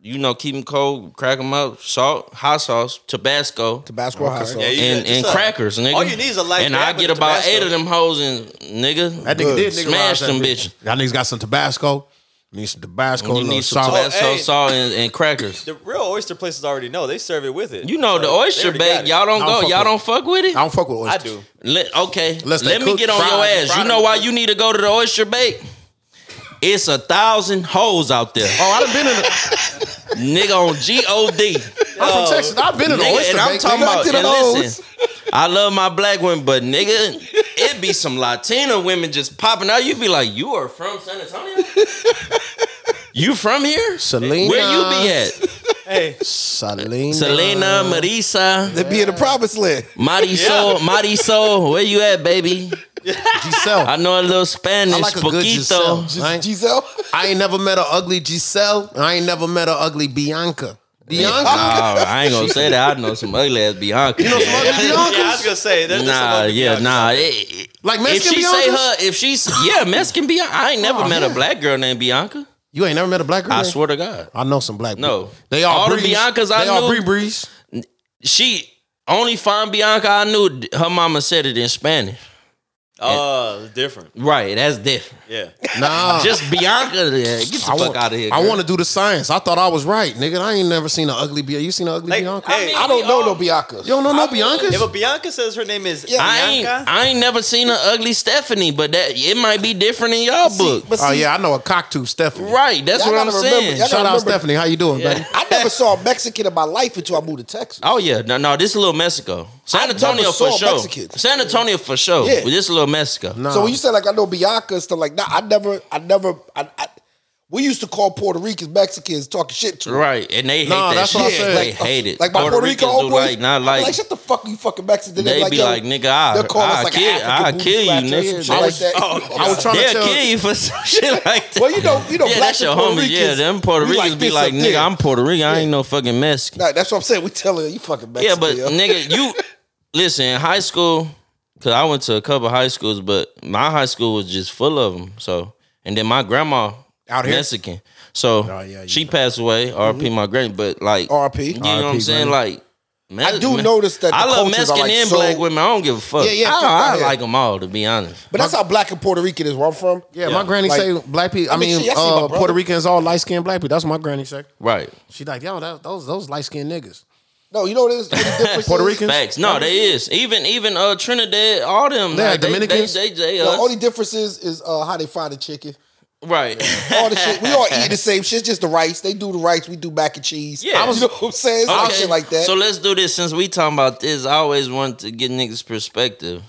S3: You know, keep them cold. Crack them up. Salt, hot sauce, Tabasco,
S1: Tabasco hot sauce.
S4: you-
S3: and,
S4: just
S3: and
S4: a-
S3: crackers, nigga.
S4: all you need is a light
S3: And
S4: dab
S3: I
S4: of
S3: get
S4: the
S3: about
S4: Tabasco.
S3: eight of them hoes and nigga.
S2: That nigga did nigga
S3: smash
S2: rise that
S3: them
S2: bitch.
S3: bitches.
S2: Y'all niggas got some Tabasco. Need some Tabasco.
S3: You need some
S2: salt.
S3: Tabasco
S4: Oh, hey.
S3: salt and, and crackers.
S4: The real oyster places already know they serve it with it.
S3: You know the
S4: So, they
S3: oyster
S4: already got
S3: bag.
S4: it.
S3: Y'all don't
S2: I don't
S3: go.
S2: fuck
S3: Y'all
S2: with
S3: don't fuck with it.
S2: I don't fuck with
S4: I
S2: oysters.
S4: do.
S3: Let, okay,
S2: Unless they
S3: let me
S2: cook
S3: get on
S2: fried-
S3: your ass.
S2: fried
S3: You know why
S2: them.
S3: you need to go to the oyster bait? It's a thousand hoes out there,
S2: Oh, I've been in. A,
S3: nigga. On God,
S2: I'm from Texas. I've been in an
S3: Oh, nigga,
S2: oyster.
S3: and I'm
S2: bake,
S3: talking
S2: nigga.
S3: about.
S2: To the
S3: And
S2: hoes.
S3: listen, I love my black women, but nigga, it be some Latina women just popping out. You be like, you are from San Antonio? you from here?
S2: Selena.
S3: Where you be at?
S4: Hey,
S2: Selena.
S3: Selena, Marisa,
S1: They be in the promised land.
S3: Marisol, Marisol. Where you at, baby?
S2: Giselle.
S3: I know a little Spanish,
S2: I like a good Giselle.
S3: poquito.
S2: I ain't-
S1: Giselle.
S2: I ain't never met an ugly Giselle. and I ain't never met an ugly Bianca. Bianca.
S3: Nah, I ain't gonna say that. I know some ugly ass Bianca.
S2: some ugly
S4: yeah,
S2: Biancas?
S4: I was gonna say there's there's some
S3: nah,
S4: other
S3: yeah,
S4: Biancas.
S3: nah. It- it-
S2: Like
S3: if
S2: Mexican
S3: she
S2: Bianca?
S3: say her, if she's yeah, Mexican Bianca. I ain't never
S2: Oh,
S3: met
S2: yeah.
S3: a black girl named Bianca.
S2: You ain't never met a black girl.
S3: I swear to God,
S2: I know some black.
S3: No.
S2: people. they all,
S3: All the
S2: breeze.
S3: Biancas
S2: They
S3: I
S2: all Bree
S3: knew-
S2: Breeze.
S3: she only fine Bianca I knew. Her mama said it in Spanish.
S4: Oh, it's different.
S3: Right, that's different.
S4: Yeah.
S2: Nah,
S3: Just Bianca, yeah, get the
S2: I
S3: fuck
S2: want,
S3: out of here.
S2: I
S3: girl.
S2: want to do the science. I thought I was right, nigga. I ain't never seen an ugly Bianca. You seen an ugly
S4: Like,
S2: Bianca?
S4: I-
S1: I don't know no Biancas.
S2: you don't know no Biancas.
S4: If a Bianca says her name is
S3: I ain't,
S4: Bianca,
S3: I ain't never seen an ugly Stephanie, but that it might be different in y'all book.
S1: But see,
S2: oh yeah, I know a cocktooth Stephanie.
S3: Right, that's
S1: Y'all
S3: what I'm
S1: gotta remember-
S3: saying.
S1: y'all
S2: Shout out
S1: remember-
S2: Stephanie. How you doing, baby?
S1: I never saw a Mexican in my life until I moved to Texas.
S3: Oh yeah, no, no, this is a little Mexico. San
S1: never
S3: Antonio for
S1: saw
S3: sure.
S1: Mexicans.
S3: San Antonio for sure.
S1: Yeah.
S3: But this is a little Mexico.
S2: Nah.
S1: So when you say like I know Bianca and stuff like that, I never, I never, I, I, we used to call Puerto Ricans Mexicans talking shit to. 'em.
S3: Right, and they hate
S2: Nah,
S3: that
S2: that's
S3: shit.
S2: what I said.
S3: They
S1: Like,
S3: hate it.
S1: Like my Puerto, Rican
S3: Ricans do
S1: homeboys,
S3: like not
S1: I'm
S3: like.
S1: like shut the fuck you fucking Mexican. Then
S3: they
S1: they're
S3: be
S1: yo,
S3: like, nigga, I,
S1: they'll call
S3: I,
S1: us like
S3: kill,
S1: an
S3: I
S1: African
S3: kill you,
S1: booty scratcher or
S3: nigga.
S1: some
S3: They-
S1: shit like that.
S2: I was trying to
S3: They'll
S2: tell.
S3: kill you for some shit like that.
S1: Well, you know, you know,
S3: yeah,
S1: blacks
S3: that's
S1: and
S3: your
S1: Puerto
S3: homie. Yeah,
S1: Ricans,
S3: them Puerto
S1: we
S3: Ricans be
S1: this
S3: like,
S1: up there.
S3: nigga, I'm Puerto Rican. I ain't no fucking Mexican.
S1: Nah, that's what I'm saying. We telling you, you fucking
S3: Yeah,
S1: Mexican.
S3: but
S1: yo.
S3: nigga, you listen. In high school, cause I went to a couple high schools, but my high school was just full of them. So, and then my grandma
S2: Out here?
S3: Mexican, so
S1: Oh,
S2: yeah,
S3: she passed away. R.P. My granny, but like
S1: R.P..
S3: You know what
S2: R.P.,
S3: I'm saying? Like. Me-
S1: Mm-hmm. I do
S3: me-
S1: notice that
S3: I
S1: the
S3: love
S1: cultures are,
S3: Mexican
S1: like,
S3: and
S1: so-
S3: black women. I don't give a fuck.
S2: Yeah, yeah,
S3: I,
S2: fuck
S1: out
S3: I,
S1: here.
S3: like them all, to be honest.
S1: But that's how black and Puerto Rican is where I'm from.
S2: yeah, my granny
S1: Like-
S2: say black people. I
S1: I mean,
S2: mean,
S1: shit, I see my
S2: uh,
S1: brother.
S2: Puerto Ricans all light skinned black people. That's what my granny say.
S3: Right.
S2: She like, yo, that, those those light skinned niggas.
S1: No, you know what it is? The difference
S2: Puerto
S1: is-
S2: Rican?
S3: Facts. No, they is even even uh Trinidad, all them.
S2: Yeah,
S3: like, they-
S2: Dominicans.
S3: They, they, they,
S1: The
S3: us.
S1: only difference is is uh, how they fry the chicken.
S3: right.
S1: All the shit. We all eat the same shit. Just the rice. They do the rice. We do mac and cheese.
S3: Yeah.
S1: I was, you know what I'm saying? It's all shit like that.
S3: So let's do this since we talking about this. I always want to get niggas' perspective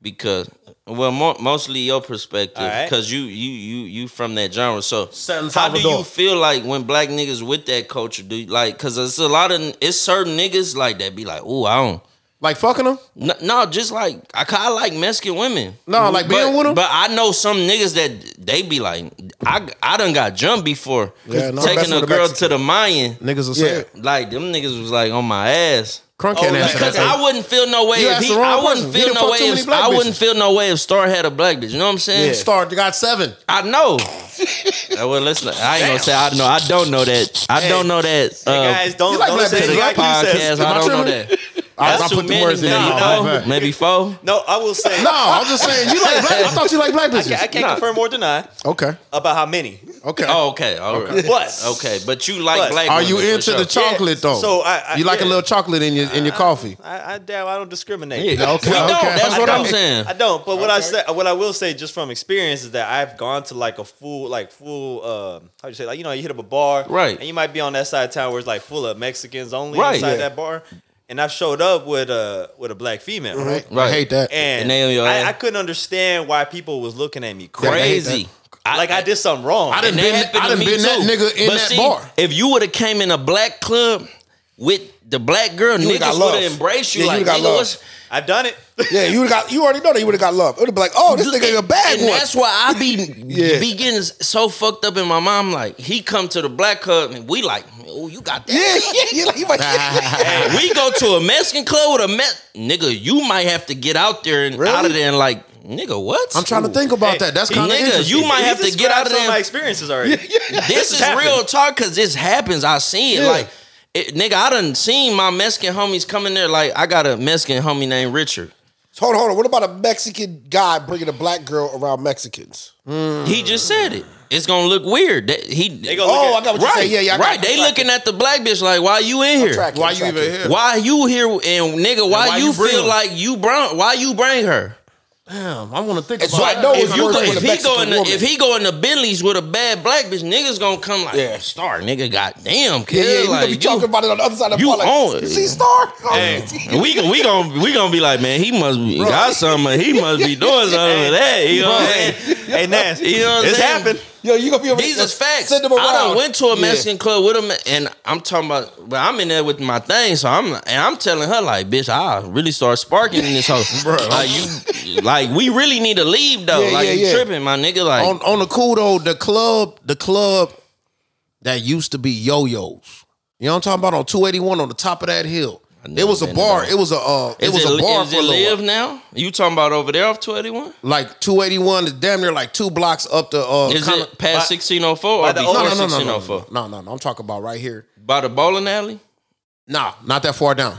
S3: because, well, mo- mostly your perspective
S4: All right.
S3: because you you you you from that genre. So
S2: San
S3: how do
S2: Salvador.
S3: you feel like when black niggas with that culture do you, like? Because it's a lot of it's certain niggas like that be like, oh, I don't.
S2: Like fucking them.
S3: No, no, just like I kind of like Mexican women.
S2: No, like being
S3: but,
S2: with 'em?
S3: But I know some niggas that they be like, I I done got jumped before
S2: Yeah, no, that's
S3: taking
S2: what
S3: a
S2: a
S3: girl to
S2: Mexican-
S3: the Mayan.
S2: Niggas will say
S1: Yeah.
S2: it.
S3: Like them niggas was like on my ass.
S2: Crunk can't answer
S3: Because
S2: that.
S3: I wouldn't feel no way
S2: You
S3: if
S2: asked
S3: he,
S2: the wrong
S3: I
S2: person.
S3: wouldn't
S2: He done
S3: feel no
S2: fucked
S3: way
S2: too many
S3: if
S2: black
S3: I
S2: bitches.
S3: wouldn't feel no way if Star had a black bitch. You know what I'm saying?
S2: Star got seven.
S3: I know. Uh, well, listen, I ain't gonna say I know. I don't know that. I don't know that. Uh,
S4: guys, don't
S2: you like
S4: don't
S2: black
S4: say
S2: bitches,
S4: it
S2: right?
S4: like you
S3: podcast.
S4: says.
S2: Am I
S3: I don't know
S2: tripping?
S3: that.
S2: I, I
S3: That's too
S2: put the
S3: many
S2: words in your
S3: now,
S2: mouth.
S3: though.
S2: my bad.
S3: Maybe four.
S4: No, I will say
S2: No, I'm just saying you like black. I thought you like black
S4: I can't, I
S2: bitches.
S4: can't
S3: Nah.
S4: confirm or deny
S2: Okay,
S4: about how many.
S2: okay.
S3: Oh, okay. All right.
S4: But
S3: Okay, but you like
S4: But-
S3: black.
S2: Are you
S3: women,
S2: into
S3: for sure.
S2: the chocolate
S4: Yeah,
S2: though?
S4: so I- I-
S2: you like a
S4: yeah.
S2: little chocolate in your in your coffee.
S4: I, I doubt I don't discriminate.
S2: Yeah, okay,
S3: We don't.
S2: okay.
S3: That's
S4: I
S3: what I'm
S4: don't.
S3: saying.
S4: I don't. But what I said, what I will say, just from experience, is that I've gone to like a full, like full, um, how do you say, like you know, you hit up a bar,
S3: Right.
S4: And you might be on that side of town where it's like full of Mexicans only
S3: Right,
S4: inside
S3: yeah.
S4: that bar, and I showed up with a with a black female, right?
S2: I hate that.
S4: And,
S3: And they on your ass.
S4: I, I couldn't understand why people was looking at me crazy.
S3: Crazy.
S4: like I did something wrong.
S2: I done
S3: And
S2: been,
S3: that happened
S2: I
S3: to
S2: done
S3: me
S2: been that
S3: too.
S2: nigga in
S3: But
S2: that
S3: see,
S2: bar.
S3: If you would have came in a black club with the black girl,
S1: You would've got
S3: niggas
S1: love.
S3: would have embraced you
S1: Yeah, you
S3: like
S1: would've got
S3: nigga,
S1: love.
S3: what's-
S4: I've done it.
S1: Yeah, you would've got you already know they would have got love. It would have been like, oh, this nigga a bad
S3: and
S1: one.
S3: that's why I be
S1: Yeah.
S3: be getting so fucked up in my mom. Like he come to the black club and we like, oh, you got that.
S1: Yeah, yeah, yeah, like, you like,
S3: Hey, we go to a Mexican club with a me- nigga. You might have to get out there and out of there and like, nigga, what?
S2: I'm trying to think about
S4: Hey,
S2: that. That's
S4: he-
S2: kind of
S3: nigga,
S2: interesting.
S3: you might
S4: He
S3: have to get
S4: described
S3: out of
S4: some
S3: there.
S4: my experiences already.
S3: this is
S4: happened.
S3: real talk because this happens. I see it.
S1: Yeah.
S3: Like, it, nigga, I done seen my Mexican homies coming there. Like, I got a Mexican homie named Richard.
S1: hold on, hold on. What about a Mexican guy bringing a black girl around Mexicans?
S3: He just said it. It's gonna look weird. That, he
S4: They gonna
S1: Oh,
S4: look
S1: I
S4: at-
S1: got what you
S3: right,
S1: say. Yeah, yeah, I got-
S3: right. They
S1: I'm
S3: looking at the black bitch like, why you in here?
S1: tracking,
S2: Why
S1: I'm
S2: you even
S1: tracking.
S2: here?
S3: Why you here? And nigga, why,
S2: why
S3: you,
S2: you bring
S3: feel
S2: her?
S3: like you brought? Why you bring her?
S2: Damn, I want to think
S1: It's
S2: about
S1: like,
S2: that.
S1: no,
S3: if
S1: it's
S3: you
S1: worse
S3: go,
S1: with
S3: if
S1: a
S3: he go
S1: Mexican
S3: in the,
S1: woman.
S3: if he go in the Billy's with a bad black bitch, niggas gonna come like
S1: Yeah.
S3: star nigga. Goddamn,
S1: Yeah,
S3: kid,
S1: yeah, we
S3: like
S1: gonna be
S3: you-
S1: talking about it on the other side of the
S3: you
S1: bar. Like,
S3: own it.
S1: you see, Star? Oh,
S4: Hey.
S3: And we we gonna we gonna be like, man, he must be got something. He must be doing something with that. You know what I'm saying?
S4: Hey, Nas,
S3: You know what I'm
S4: this
S3: saying?
S4: happened.
S1: Yo, you gonna be over
S3: These
S1: there-
S3: is facts. I
S1: Send them around.
S3: done went to a
S1: Yeah.
S3: Mexican club with him, and I'm talking about, but I'm in there with my thing, so I'm and I'm telling her like, bitch, I really start sparking in this hoe, Like you, like we really need to leave though.
S1: Yeah,
S3: like
S1: yeah,
S3: you
S1: yeah.
S3: tripping, my nigga. Like
S2: on on the cool though, the club, the club that used to be yo-yos. You know what I'm talking about on 281 on the top of that hill.
S3: never
S2: It was a
S3: been
S2: bar.
S3: there.
S2: It was a uh, it
S3: is
S2: was a bar
S3: is
S2: for
S3: it
S2: a little
S3: live
S2: while.
S3: now? You talking about over there off 281?
S2: like 281 is damn near like two blocks up the uh
S3: Is
S2: kinda-
S3: it past 1604 or
S4: by the
S3: before
S2: no,
S4: old-
S2: no, no, no, no,
S3: 1604?
S2: no, no, no, no. I'm talking about right here.
S3: By the bowling alley?
S2: Nah, not that far down.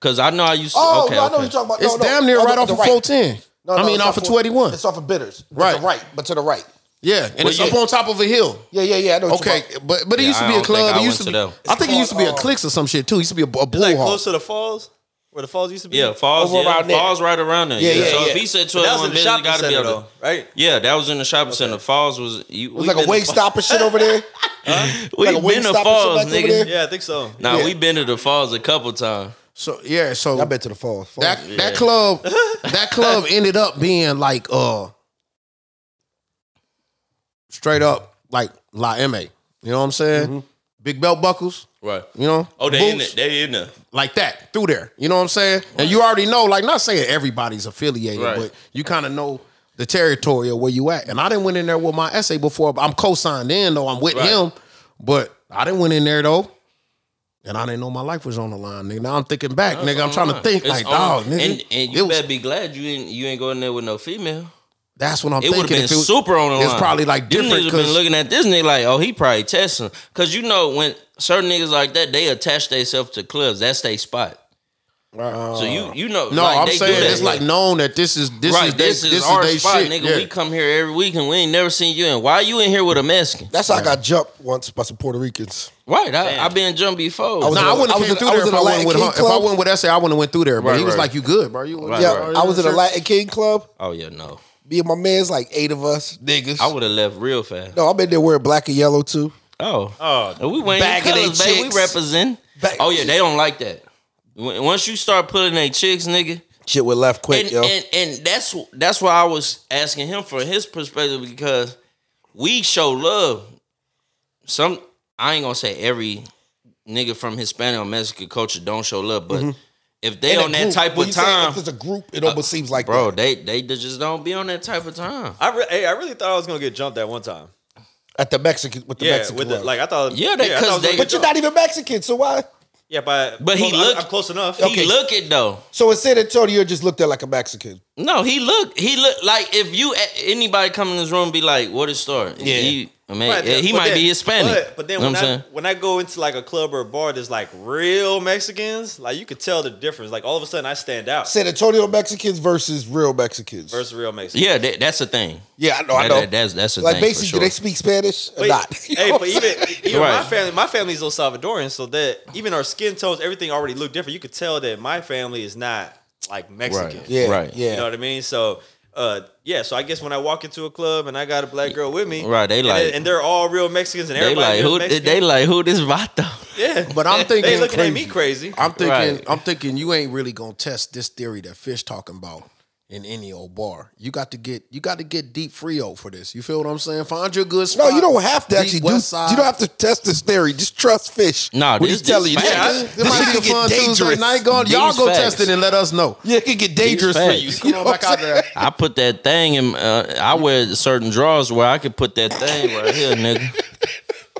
S3: Cause I know I used to.
S1: Oh,
S3: okay,
S1: no, I
S3: okay.
S1: know what you're talking about.
S2: It's
S1: No, no.
S2: damn near
S1: Oh,
S2: right
S1: the-
S2: off
S1: the
S2: of 410.
S1: No, no,
S2: I mean
S1: it's
S2: off of 281.
S1: It's off of Bitters. Right. To
S2: Right.
S1: the right, but to the right.
S2: Yeah, and it's
S3: yeah.
S2: up on top of a hill.
S1: Yeah, yeah, yeah. I know what you're
S2: Okay,
S1: talking
S2: but but it
S3: Yeah,
S2: used to
S3: I
S2: be a
S3: don't think
S2: club.
S3: I
S2: It used
S3: went
S2: to
S3: to
S2: be.
S3: them.
S2: I think it used to be a
S1: called, uh,
S2: clicks or some shit too. It used to be a, a
S4: It's like
S2: blue
S4: close to the falls, where the falls used to be.
S3: Yeah, falls.
S1: Over
S3: Yeah,
S1: around there.
S3: falls right around there.
S1: Yeah, yeah,
S3: so
S1: yeah.
S3: if he said
S4: But that was
S3: 12
S4: in the
S3: business,
S4: shopping
S3: gotta be
S4: center,
S3: able
S4: though,
S3: to.
S4: right?
S3: Yeah, that was in the shopping center. Falls was you.
S1: about. It was like a wake stop and shit over there.
S3: Huh? We
S1: like a
S3: been to
S1: Wingstop or
S3: falls,
S1: something like over
S3: nigga.
S1: there?
S4: Yeah, I think so.
S3: Nah,
S1: Yeah.
S3: we been to the falls a couple times.
S2: So yeah, so
S1: I bet to the falls. Fuck.
S3: Oh,
S2: that that club that club ended up being like uh straight up like La M A. You know what I'm saying? Big belt buckles,
S3: Right.
S2: you know?
S3: Mm-hmm. Oh, they in there.
S2: Boots,
S3: They in there.
S2: Like that, through there. You know what I'm saying? And you already know, like not saying everybody's affiliated,
S3: Right.
S2: but you kind of know the territory of where you at. And I didn't went in there with my essay before. I'm co-signed in though. I'm with
S3: Right.
S2: him. But I didn't went in there though. And I didn't know my life was on the line, nigga. Now I'm thinking back, nigga. I'm trying to think,
S3: It's
S2: like,
S3: on-
S2: dog, nigga.
S3: And,
S2: it
S3: and you
S2: was-
S3: better be glad you ain't you ain't going there with no female.
S2: That's what I'm
S3: It
S2: thinking.
S3: would have been
S2: If it was-
S3: super on the line.
S2: It's probably like
S3: Them
S2: different
S3: niggas been
S2: because
S3: looking at this nigga like, oh, he probably testing. Cause you know when certain niggas like that, they attach themselves to clubs. That's their spot. So you you know
S2: no,
S3: like,
S2: I'm
S3: they do
S2: saying
S3: that.
S2: it's like known that this is this
S3: right,
S2: is they,
S3: this,
S2: this,
S3: is
S2: is
S3: our
S2: they
S3: spot,
S2: shit.
S3: nigga.
S2: Yeah.
S3: We come here every week and we ain't never seen you in. Why you in here with a Mexican?
S1: That's how I got jumped once by some Puerto Ricans.
S3: Right, I, I've been jumped before.
S1: was
S2: Nah,
S1: in
S2: I
S1: a-
S2: wouldn't
S1: I
S2: have
S1: was
S2: came
S1: in-
S2: through
S1: I
S2: there
S1: was
S2: if
S1: in
S2: I
S1: a
S2: went with
S1: Latin
S2: her. If
S1: King
S2: I
S1: club.
S2: went with SA, I wouldn't have went through there. But
S3: Right,
S2: he was
S3: right.
S2: like, "You good, bro? You
S3: Right,
S1: Yeah,
S3: right.
S1: I was in a Latin King club.
S3: oh yeah, no,
S1: Me and my man's like eight of us niggas.
S3: I would have left real fast.
S1: no, I'm in there wearing black and yellow too.
S3: Oh,
S4: Oh,
S3: And we wearing
S2: Bagging they
S3: colors, baby.
S2: chicks.
S3: We represent.
S1: Bag-
S3: oh yeah, they don't like that. When- Once you start pulling they chicks, nigga,
S1: Shit went left quick,
S3: and,
S1: yo.
S3: and and that's that's why I was asking him for his perspective because we show love. Some I ain't gonna say every nigga from Hispanic or Mexican culture don't show love, but if they
S1: Mm-hmm. In a
S3: on that
S1: group.
S3: type
S1: When
S3: of
S1: you say
S3: time,
S1: If it's a group, it almost seems like
S3: bro,
S1: that.
S3: they they just don't be on that type of time.
S4: I re- hey, I really thought I was gonna get jumped that one time.
S1: at the Mexican with the
S4: Yeah,
S1: Mexican
S4: with the,
S1: club.
S4: like I thought.
S3: Yeah, they-
S4: I thought I
S3: 'cause
S4: was gonna
S3: they-
S4: get
S1: but you're
S4: jumped.
S1: not even Mexican, so why?
S4: Yeah, but
S3: But he
S4: well, I'm-
S3: looked-
S4: I'm close enough.
S1: Okay.
S3: He look it though.
S1: So in San Antonio, just looked at like a Mexican.
S3: No, he look he look like if you anybody come in this room be like, what is star? Yeah, he, I mean,
S4: But-
S3: yeah, he
S4: but
S3: might
S4: then-
S3: be Hispanic.
S4: But, but then
S3: You know
S4: when
S3: what I'm
S4: I
S3: saying?
S4: when I go into like a club or a bar that's like real Mexicans, like you could tell the difference. Like all of a sudden I stand out
S1: San Antonio Mexicans versus real Mexicans.
S4: versus real Mexicans.
S3: yeah, that, that's a thing.
S1: yeah, I know, I
S3: That-
S1: know.
S3: that- that's that's a
S1: like
S3: thing
S1: basically,
S3: for sure.
S1: do they speak Spanish or
S4: But-
S1: not?
S4: hey, but even, even my
S3: Right.
S4: family, my family's El Salvadorian, so that even our skin tones, everything already looked different. You could tell that my family is not like Mexican.
S1: yeah,
S3: Right.
S1: yeah.
S4: You know what I mean? So, uh, yeah. So I guess when I walk into a club and I got a black girl with me,
S3: Right, they
S4: and
S3: like-
S4: and they're all real Mexicans, and
S3: They
S4: everybody
S3: like
S4: real
S3: who
S4: Mexican.
S3: they like who this vato?
S4: Yeah.
S2: But I'm thinking
S4: They looking at me
S2: crazy.
S4: crazy.
S2: I'm thinking,
S3: Right.
S2: I'm thinking you ain't really gonna test this theory that Fish talking about in any old bar. You got to get, you got to get deep frio for this. You feel what I'm saying? Find your good
S1: No,
S2: spot.
S1: you don't have to
S2: deep
S1: actually do.
S2: west side.
S1: You don't have to test this theory. Just trust fish.
S3: Nah,
S1: What
S3: this-
S1: he's telling you.
S3: this fact.
S1: This,
S2: It
S1: this
S2: might be
S1: could
S2: a fun
S1: get
S2: Tuesday
S1: dangerous.
S2: night. Go, y'all
S3: These
S2: go
S3: facts.
S2: test it and let us know.
S1: Yeah, it could get dangerous for
S3: facts.
S1: you.
S2: Come
S1: You know
S2: on
S1: what
S2: back
S1: I'm
S2: out
S1: saying?
S2: there.
S3: I put that thing in. Uh, I wear certain drawers where I could put that thing right here, nigga.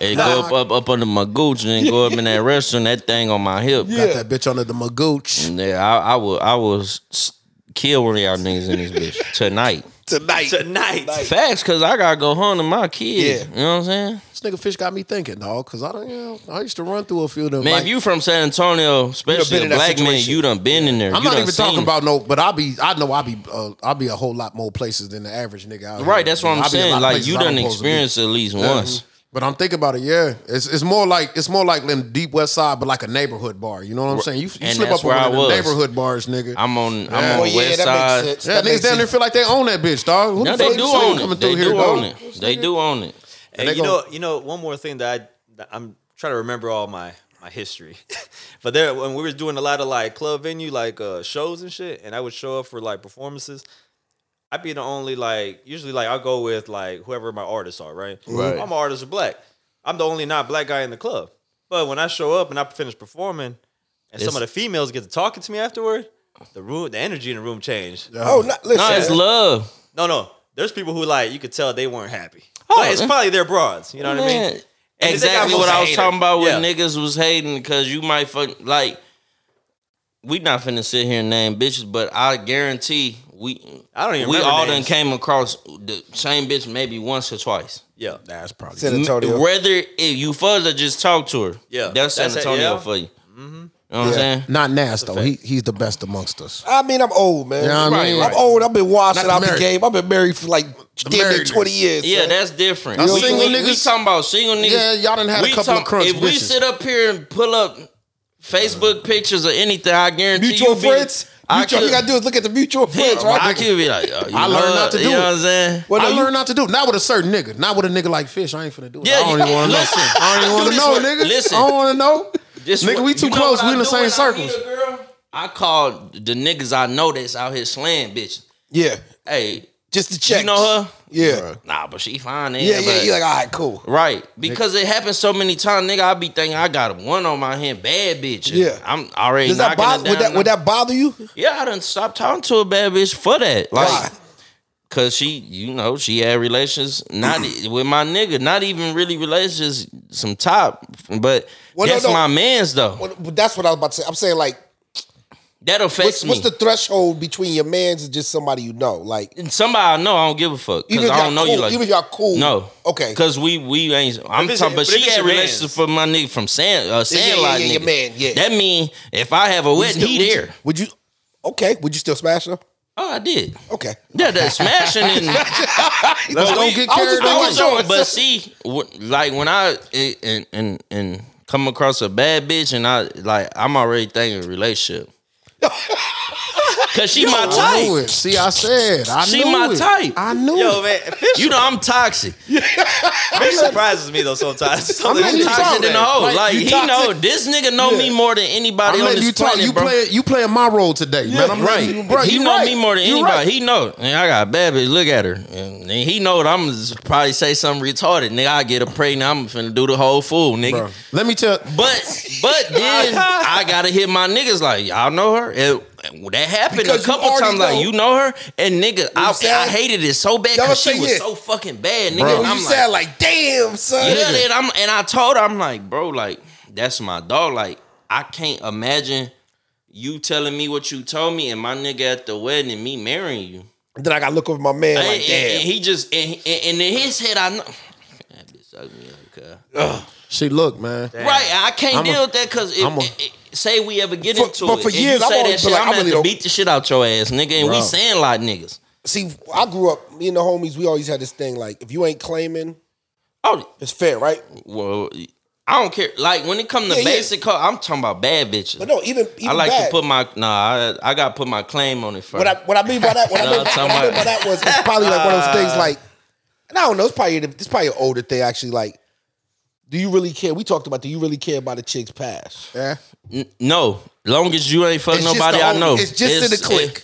S3: And go up, up, up under my gooch, and then go up in that restaurant. That thing on my hip.
S2: Got that bitch under the magooch.
S3: Yeah, I, I will. I will s- kill one of y'all niggas in this bitch tonight.
S1: Tonight.
S4: Tonight.
S3: Facts, cause I gotta go home to my kids.
S1: Yeah.
S3: You know what I'm saying?
S2: This nigga Fish got me thinking, dog, because I don't, you know, I used to run through a few of them.
S3: Man,
S2: like-
S3: if you from San Antonio, especially a
S1: in that
S3: black man,
S1: situation.
S3: you done been in there.
S2: I'm
S3: You
S2: not
S3: done
S2: even
S3: seen
S2: talking
S3: it.
S2: about no, but I be I know I be uh, I be a whole lot more places than the average nigga out here.
S3: Right, that's
S2: I
S3: what
S2: be
S3: I'm
S2: a lot
S3: saying.
S2: of
S3: Like
S2: places
S3: you
S2: I don't
S3: done
S2: supposed to be.
S3: experienced it at least once.
S2: But I'm thinking about it. Yeah, it's it's more like it's more like them Deep West Side, but like a neighborhood bar. You know what I'm saying? You, you
S3: And
S2: slip up
S3: that's
S2: on
S3: where
S2: one
S3: I
S2: of them
S3: was.
S2: neighborhood bars, nigga.
S3: I'm on.
S2: Yeah.
S3: I'm on
S2: Oh,
S1: yeah,
S3: West
S1: that
S3: Side.
S1: makes sense.
S2: yeah,
S1: That
S2: niggas
S1: makes
S2: down there
S1: sense.
S2: feel like they own that bitch, dog. Who
S3: No,
S2: the
S3: they
S2: fuck
S3: do
S2: you say
S3: own
S2: coming
S3: it.
S2: through
S3: They
S2: here,
S3: do
S2: dog?
S3: own it. They do own it.
S4: And
S2: they
S4: you
S2: go-
S4: know, you know, one more thing that I that I'm trying to remember all my my history. but there, when we were doing a lot of like club venue, like uh, shows and shit, and I would show up for like performances. I'd be the only like usually like I'll go with like whoever my artists are, right?
S3: Right.
S4: All my artists are black. I'm the only not black guy in the club. But when I show up and I finish performing, and some
S3: It's-
S4: of the females get to talking to me afterward, the room, the energy in the room changed.
S1: Oh, no, listen.
S3: No, it's love.
S4: No, no. There's people who like you could tell they weren't happy.
S3: Oh,
S4: but it's
S3: yeah.
S4: probably their broads. You know what I
S3: Man,
S4: mean? And they got
S3: Exactly
S4: most
S3: what I was
S4: hater.
S3: talking about with
S4: Yeah.
S3: niggas was hating because you might fuck like we not finna sit here and name bitches, but I guarantee we
S4: I don't even
S3: we
S4: remember
S3: all done
S4: names.
S3: came across the same bitch maybe once or twice.
S4: Yeah.
S2: That's probably
S1: San Antonio.
S3: Whether if you further just talk to her,
S4: Yeah,
S3: that's San
S4: that's it,
S3: Antonio
S4: yeah.
S3: for you. You know what I'm saying?
S2: not Nas though. He he's the best amongst us.
S1: I mean, I'm old, man.
S2: You know what I mean?
S3: Right,
S1: I'm old. I've been watching
S2: Not
S1: out the
S2: married.
S1: game. I've been married for like 10
S2: married.
S1: 20 years.
S3: Yeah,
S1: son.
S3: that's different.
S2: Now,
S3: we,
S2: single
S3: we- we
S2: niggas-
S3: talking about single niggas.
S2: Yeah, y'all done had a
S3: We
S2: couple of crunch
S3: If we
S2: bitches.
S3: sit up here and pull up Facebook pictures or anything, I guarantee
S1: mutual
S3: you be-
S1: friends.
S3: I
S1: mutual,
S3: could,
S1: you gotta do is look at the mutual friends, right?
S3: I could be like, oh, you
S2: I learned
S3: know,
S2: not to do
S3: You know
S2: it.
S3: what I'm saying?
S1: Well, no,
S2: I
S1: you-
S2: learned not to do. it. Not with a certain nigga. Not with a nigga like Fish. I ain't finna do it. I
S3: Yeah,
S2: don't
S3: you-
S2: even want to know.
S3: listen.
S2: I don't even
S3: Do
S2: want to
S3: this with-
S2: know, nigga.
S3: listen.
S2: I don't want to know.
S3: Just
S2: nigga,
S3: what-
S2: we too
S3: you know
S2: close.
S3: what
S2: We
S3: I
S2: in the
S3: do
S2: same
S3: when I meet
S2: circles.
S3: a girl? I call the niggas I know that's out here slaying bitches.
S1: yeah,
S3: Hey,
S1: just to check.
S3: you know her?
S1: Yeah,
S3: Nah, but she fine.
S1: yeah,
S3: Yeah,
S1: yeah. You're like, all right, cool.
S3: Right, because it happens so many times, nigga. I be thinking I got one on my hand, bad bitch.
S1: Yeah.
S3: I'm already.
S1: Does that
S3: knocking her
S1: bother? Would
S3: down.
S1: that would that bother you?
S3: Yeah, I done stopped talking to a bad bitch for that. Like,
S1: Why?
S3: cause she, you know, she had relations not e- with my nigga, not even really relations, some top. But
S1: Well, no,
S3: that's
S1: no.
S3: my man's though.
S1: Well, that's what I was about to say. I'm saying like,
S3: that
S1: what's,
S3: affects
S1: what's
S3: me.
S1: the threshold between your man's and just somebody you know? Like,
S3: Somebody I know, I don't give a fuck. Cause
S1: even if
S3: I
S1: y'all
S3: don't know
S1: cool,
S3: you like
S1: even if y'all cool,
S3: No,
S1: okay,
S3: Cause we we ain't. I'm
S4: it's-
S3: talking, but
S4: but if
S3: she had
S4: it's your
S3: relations
S4: mans.
S3: for my nigga from Sand uh, Sandlot.
S1: yeah, yeah,
S3: nigga.
S1: your man, yeah.
S3: That mean if I have a wedding,
S1: Still-
S3: he
S1: would you-
S3: there.
S1: Would you? Okay, would you still smash her?
S3: Oh, I did.
S1: Okay,
S3: Yeah, that smashing and
S2: Let's don't get
S1: I was
S2: carried
S1: just- I
S2: away.
S1: was just-
S3: No, but see, wh- like when I eh, and and and come across a bad bitch, and I like I'm already thinking relationship. Cause she my
S2: I knew
S3: type.
S2: it. See, I said, I
S3: She
S2: knew
S3: my
S2: it.
S3: type.
S2: I knew
S4: Yo,
S2: it.
S4: man, fish,
S3: You know I'm toxic.
S4: fish surprises me though sometimes. I'm
S2: letting
S3: I'm
S2: you
S3: toxic
S2: talk.
S3: in the whole. Like,
S2: Like, you
S3: he
S2: toxic.
S3: know this nigga know me more than anybody
S2: I'm
S3: on
S2: letting
S3: this
S2: you talk.
S3: planet,
S2: you
S3: bro.
S2: play. You playing my role today, man. I'm letting you- bro,
S3: he
S2: you
S3: know
S2: right.
S3: me more than
S2: You
S3: anybody.
S2: right.
S3: He know. And I got a bad bitch. Look at her. And and he know that I'm just probably say something retarded. Nigga, I get a pregnant. I'm finna do the whole fool, nigga.
S2: Bro, Let me tell.
S3: But but then I gotta hit my niggas like y'all know her. It- that happened
S1: Because
S3: a
S1: you
S3: couple
S1: already
S3: times.
S1: know.
S3: Like you know her, and nigga, I,
S1: said-
S3: I hated it so bad
S1: Y'all
S3: because she
S1: say
S3: was
S1: yeah.
S3: so fucking bad, nigga.
S2: Bro.
S3: And
S1: you
S3: I'm like,
S1: sound like, damn son.
S3: yeah, then I'm and I told her I'm like, bro, like that's my dog. Like I can't imagine you telling me what you told me, and my nigga at the wedding, and me marrying you.
S1: Then I got to look over my man
S3: And,
S1: like,
S3: and-
S1: damn.
S3: and he just and, and, and in his head, I know. That bitch sucked me up, cuz.
S2: She look, man.
S3: Right, and I can't
S2: I'm a-
S3: deal with that because
S2: I'm a-
S3: say we ever get
S1: For-
S3: into
S1: but
S3: it,
S1: for
S3: and
S1: years,
S3: you
S1: I've
S3: say that
S1: always been
S3: shit,
S1: like,
S3: I'm
S1: I
S3: gonna
S1: really
S3: have to
S1: don't-
S3: beat the shit out your ass, nigga. And we
S2: Bro.
S3: saying like niggas.
S1: See, I grew up. Me and the homies, we always had this thing like, if you ain't claiming,
S3: Oh,
S1: it's fair, right?
S3: well, I don't care. Like when it come to
S1: Yeah, yeah.
S3: basic, call, I'm talking about bad bitches.
S1: But no, even, even
S3: I like
S1: that,
S3: to put my nah. I, I got to put my claim on it first.
S1: What I what I mean by that, what, I,
S3: No,
S1: mean,
S3: I'm
S1: what
S3: talking
S1: I mean by
S3: about- Uh,
S1: that was it's probably like one of those things like, and I don't know, it's probably it's probably an older thing actually. Like Do you really care? We talked about. Do you really care about a chick's past?
S2: Yeah.
S3: No, long as you ain't fuck
S2: It's just
S3: nobody
S2: the
S3: I
S2: only-
S3: know.
S2: It's just in the click.
S3: it-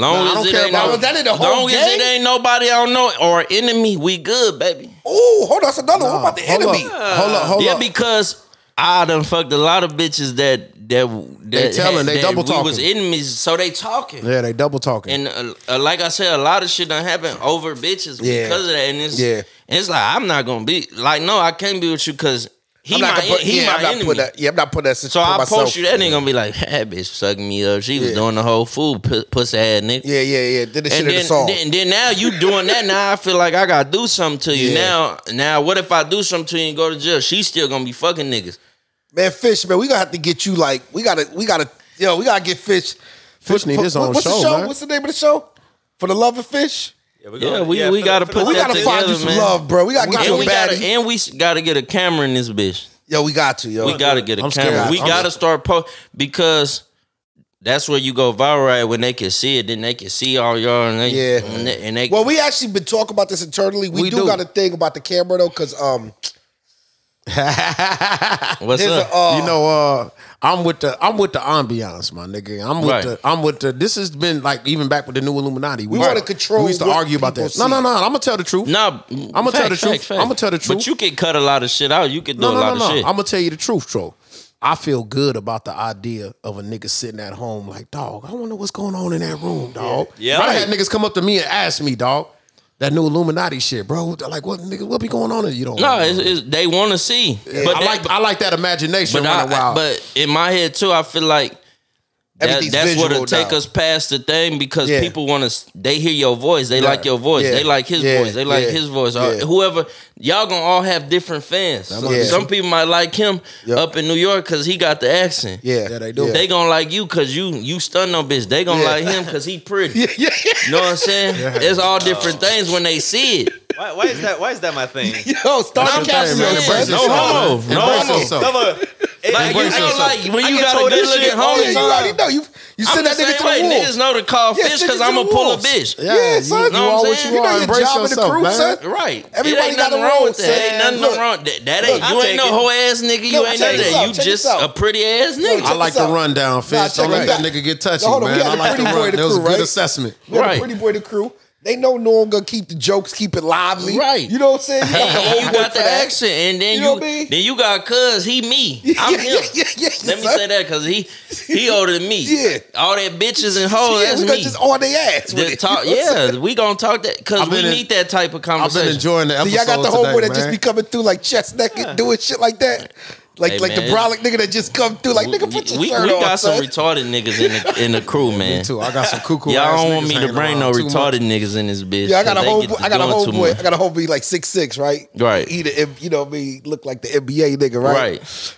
S3: long
S2: Nah, I
S3: as
S2: don't
S3: it
S2: care
S3: ain't
S2: about-
S3: no,
S2: that ain't the whole
S3: long as it
S2: game.
S3: ain't nobody I don't know or enemy, we good, baby.
S1: Oh, hold on, that's another one. What about the
S2: Hold
S1: enemy?
S2: up. Hold up.
S1: Oh,
S2: Hold
S3: yeah,
S2: up.
S3: because I done fucked a lot of bitches that that that
S2: They telling, they
S3: that
S2: double
S3: we was
S2: talking.
S3: enemies, so they talking.
S2: Yeah, they double talking.
S3: And uh, uh, like I said, a lot of shit done happened over bitches
S1: Yeah.
S3: because of that. And it's
S1: Yeah.
S3: and it's like I'm not gonna be like no, I can't be with you because he
S1: I'm
S3: my
S1: not gonna
S3: en-
S1: put,
S3: he
S1: yeah,
S3: my
S1: I'm not
S3: enemy.
S1: putting that. Yeah, I'm not putting that.
S3: So I
S1: myself.
S3: post you that nigga gonna be like, that bitch sucking me up. She was
S1: Yeah.
S3: doing the whole food p- pussy ass nigga.
S1: Yeah, yeah, yeah. Did the shit
S3: And
S1: in the
S3: then,
S1: song.
S3: then, then now you doing that. Now I feel like I gotta do something to you.
S1: Yeah.
S3: Now, now what if I do something to you and go to jail? She's still gonna be fucking niggas.
S1: Man, Fish, man, we gonna have to get you like we gotta, we gotta, yo, we gotta get Fish.
S2: Fish need
S1: Fu-
S2: his own
S1: what's
S2: show,
S1: the show?
S2: man.
S1: What's the name of the show? For the love of fish,
S4: Yeah, we,
S3: Yeah,
S4: gonna-
S3: we- we
S4: for the-
S3: gotta
S4: for
S3: put
S4: the-
S1: we
S3: that
S1: gotta
S3: together,
S1: find you some
S3: man.
S1: love, bro. We gotta get
S3: and
S1: you a
S3: we gotta
S1: baddie.
S3: and we s- gotta get a camera in this bitch.
S1: Yo, we got to, yo.
S3: We gotta get a
S2: I'm
S3: camera.
S2: scared.
S3: We
S2: I'm
S3: gotta start post because that's where you go viral at when they can see it. Then they can see all y'all and they
S1: Yeah.
S3: and they, and they
S1: Well, we actually been talking about this internally. We,
S2: We
S1: do,
S2: do.
S1: got a thing about the camera though, because um,
S3: what's
S1: there's
S3: up?
S1: a uh,
S2: you know, uh, I'm with the I'm with the ambiance, my nigga. I'm with
S3: Right.
S2: the I'm with the. This has been like even back with the new Illuminati.
S1: We wanna control
S2: We used to
S1: what
S2: argue about
S1: people
S2: that. No, no,
S1: see.
S2: no. I'm gonna tell the truth.
S3: Nah, I'm
S2: I'ma tell the truth. I'ma tell the
S3: But
S2: truth.
S3: you can cut a lot of shit out. You can do
S2: no,
S3: a lot
S2: no, no,
S3: of
S2: no.
S3: shit.
S2: I'm gonna tell you the truth, Tro. I feel good about the idea of a nigga sitting at home like, dog. I wonder what's going on in that room, dog.
S4: Yeah.
S2: I
S4: Yeah.
S2: had niggas come up to me and ask me, dog, that new Illuminati shit, bro. Like, what nigga? What be going on? in- You don't.
S3: no,
S2: know.
S3: it's, it's, they want to see.
S2: but
S3: But
S2: I
S3: that-
S2: like I like that imagination.
S3: but, I-
S2: running wild.
S3: but in my head too, I feel like that,
S1: Everything's
S3: that's
S1: visual
S3: what'll take
S1: now.
S3: us past the thing because
S1: Yeah.
S3: people want to. They hear your voice. They like your voice.
S1: Yeah.
S3: They like his
S1: Yeah.
S3: voice. They like
S1: Yeah.
S3: his voice. Or
S1: Yeah.
S3: Whoever y'all gonna all have different fans. So
S1: might be
S3: Some
S1: true.
S3: people might like him
S1: Yep.
S3: up in New York because he got the accent.
S1: yeah,
S2: Yeah, they do.
S3: They gonna like you cause you you stun no bitch. They gonna
S1: Yeah.
S3: like him cause he pretty. You know what I'm saying? It's all different things when they see it.
S4: Why, why is that? Why is that my thing?
S1: Yo, Oh, start
S3: That's what I'm
S1: casting
S3: saying,
S1: yo,
S3: man.
S1: bro.
S3: Embrace yourself, man. Embrace
S4: Come
S2: yourself.
S4: on. Hey,
S3: Like, you
S2: Embrace
S3: know,
S2: yourself.
S3: like when
S4: I
S3: you
S4: get
S3: got a
S4: told
S3: good
S4: that shit
S3: looking
S4: all
S1: Oh,
S4: the
S1: yeah,
S3: homie,
S1: you already know. You you
S3: I'm
S1: send
S3: the
S1: that nigga
S3: same
S1: to
S3: way.
S1: the
S3: Niggas
S1: wolves.
S3: know to call
S1: Yeah,
S3: fish
S1: send
S3: because
S1: it to
S3: I'm gonna
S1: the
S3: pull a
S1: wolves.
S3: bitch.
S1: Yeah, son. Know
S2: you, are
S3: what I'm
S2: what
S3: saying?
S2: you
S3: You know
S2: are.
S1: your
S2: Embrace
S1: job in the
S2: yourself,
S1: crew,
S2: man.
S1: son.
S3: Right.
S1: Everybody
S3: it ain't
S1: got
S3: nothing
S1: a
S3: wrong
S1: role,
S3: with that. Ain't
S1: son.
S3: nothing
S1: Look.
S3: wrong. That, that
S1: Look,
S3: ain't
S1: I
S3: you
S4: take
S3: ain't no
S4: it.
S3: whole ass nigga. You
S1: No,
S3: ain't
S1: check
S3: none of
S1: this
S3: that.
S1: out,
S3: you
S1: check
S3: just
S1: this out.
S3: a pretty ass nigga.
S2: I
S1: check
S2: like
S1: this
S2: the
S1: out.
S2: rundown, Fish.
S1: Nah, check
S2: Don't let
S1: this
S2: that
S1: out.
S2: nigga get touchy,
S1: Now, hold on, we
S2: man.
S1: had
S2: I
S1: a
S2: like the
S1: pretty boy
S2: run.
S1: in the
S2: That was a
S1: crew,
S2: good
S1: right?
S2: assessment.
S1: We had
S3: Right.
S1: a pretty boy the crew. They know no one gonna keep the jokes, keep it lively.
S3: Right.
S1: You know what I'm saying? You got the,
S3: And
S1: old
S3: you
S1: boy
S3: got
S1: for
S3: the
S1: that.
S3: accent, and then
S1: You
S3: you,
S1: know what I mean?
S3: then you got cuz he me. I'm
S1: Yeah,
S3: him.
S1: yeah, yeah, yeah,
S3: Let me
S1: son.
S3: say that because he he older than me.
S1: Yeah.
S3: all that bitches and hoes.
S1: yeah,
S3: Oh, that's
S1: we
S3: me.
S1: gonna just on their ass.
S3: The
S1: With it.
S3: talk,
S1: You know what I'm saying?
S3: yeah, we gonna talk that because
S2: I've
S3: we
S2: been in-
S3: need that type of
S2: I've
S3: conversation.
S2: been enjoying the
S1: So
S2: episode
S1: y'all got the
S2: today,
S1: homeboy
S2: man.
S1: that just be coming through like chest naked, doing shit like that. Like
S3: Hey,
S1: like the
S3: man.
S1: brolic nigga that just come through, like
S3: we,
S1: nigga, put your
S3: we,
S1: shirt
S3: we
S1: on.
S3: got some
S1: son.
S3: retarded niggas in the in the crew, man.
S2: too. I got some cuckoo.
S3: Y'all
S2: ass
S3: don't want
S2: niggas
S3: me to
S2: hanging
S3: bring no
S2: around too much.
S3: retarded niggas in this bitch.
S1: Yeah, I got a
S3: 'cause they
S1: whole,
S3: get to
S1: I got a
S3: doing too much.
S1: homeboy, I got a homeboy like six six, right?
S3: Right.
S1: He the, M- you know what I mean, look like the NBA nigga, right?
S3: Right,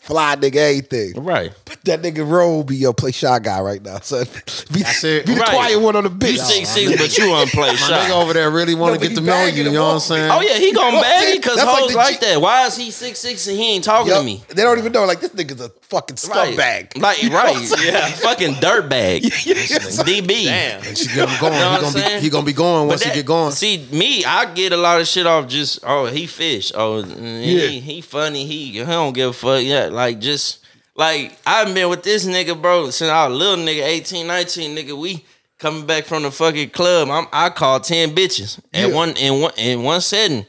S1: Fly nigga, everything.
S3: right.
S1: But that nigga roll be your play shy guy right now, son. Be,
S2: That's it.
S1: be the
S3: Right.
S1: quiet one on the bitch.
S3: You six six, but you unplayed
S2: My nigga
S3: shot.
S2: over there really
S1: No,
S2: want to
S1: but
S2: get
S1: he
S2: to know
S1: bagging
S2: you. You
S1: him
S2: know what I'm
S1: off.
S2: saying?
S3: Oh yeah, he gonna
S1: know what I'm
S3: bag me
S1: saying?
S3: because
S1: That's like
S3: hoes
S1: the
S3: like
S1: G-
S3: that. Why is he six six and he ain't talking
S1: Yup.
S3: to me?
S1: They don't even know. Like this nigga's a fucking
S3: Right.
S1: scumbag.
S3: Like right, yeah, fucking dirtbag, DB.
S4: Damn.
S2: She get him going.
S3: Know what
S2: he,
S3: I'm
S2: gonna
S3: saying?
S2: be, he gonna be going
S3: But
S2: once
S3: that-
S2: he get going.
S3: See me, I get a lot of shit off just oh he fish, oh he, he funny, he he don't give a fuck. Yeah, like just like I've been with this nigga, bro, since I was a little nigga, 18, 19, nigga. We coming back from the fucking club. I'm I called ten bitches at
S1: Yeah.
S3: one in one in one setting.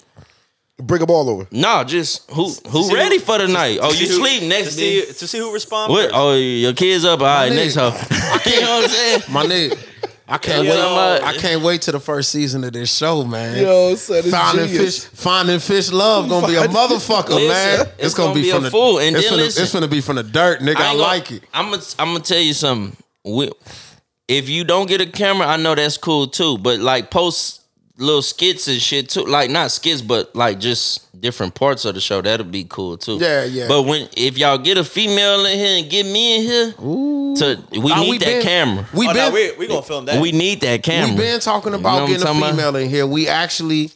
S1: Bring them all over.
S3: Nah, just who who
S4: see
S3: ready
S4: who-
S3: for the night? Oh, you
S4: To see who-
S3: sleep
S4: to
S3: next
S4: see,
S3: day.
S4: to see who responds.
S3: What?
S4: first.
S3: Oh, your kids up? All right,
S2: nigga.
S3: next hoe. you know what I'm saying?
S2: My nigga, I can't
S3: Yo.
S2: wait. I can't wait to the first season of this show, man.
S1: Yo, son, it's
S2: finding
S1: genius.
S2: fish, finding fish love gonna be a
S1: Finding-
S2: motherfucker,
S3: Listen,
S2: man.
S3: it's gonna be a
S2: from the
S3: fool, and
S2: it's,
S3: then
S2: gonna,
S3: listen.
S2: it's gonna be from the dirt, nigga. I, like it.
S3: I'm gonna I'm gonna tell you something. We, if you don't get a camera, I know that's cool too. But like post little skits and shit too. Like not skits, but like just different parts of the show. That'll be cool too.
S2: Yeah, yeah.
S3: But when if y'all get a female in here and get me in here, to we
S2: Ah,
S3: need
S2: we
S3: that
S2: been-
S3: camera.
S2: We
S4: Oh,
S2: been
S4: no, we we gonna film that.
S3: We need that camera.
S2: we been talking
S3: You know
S2: about
S3: what I'm
S2: getting a
S3: talking about?
S2: female in here. We actually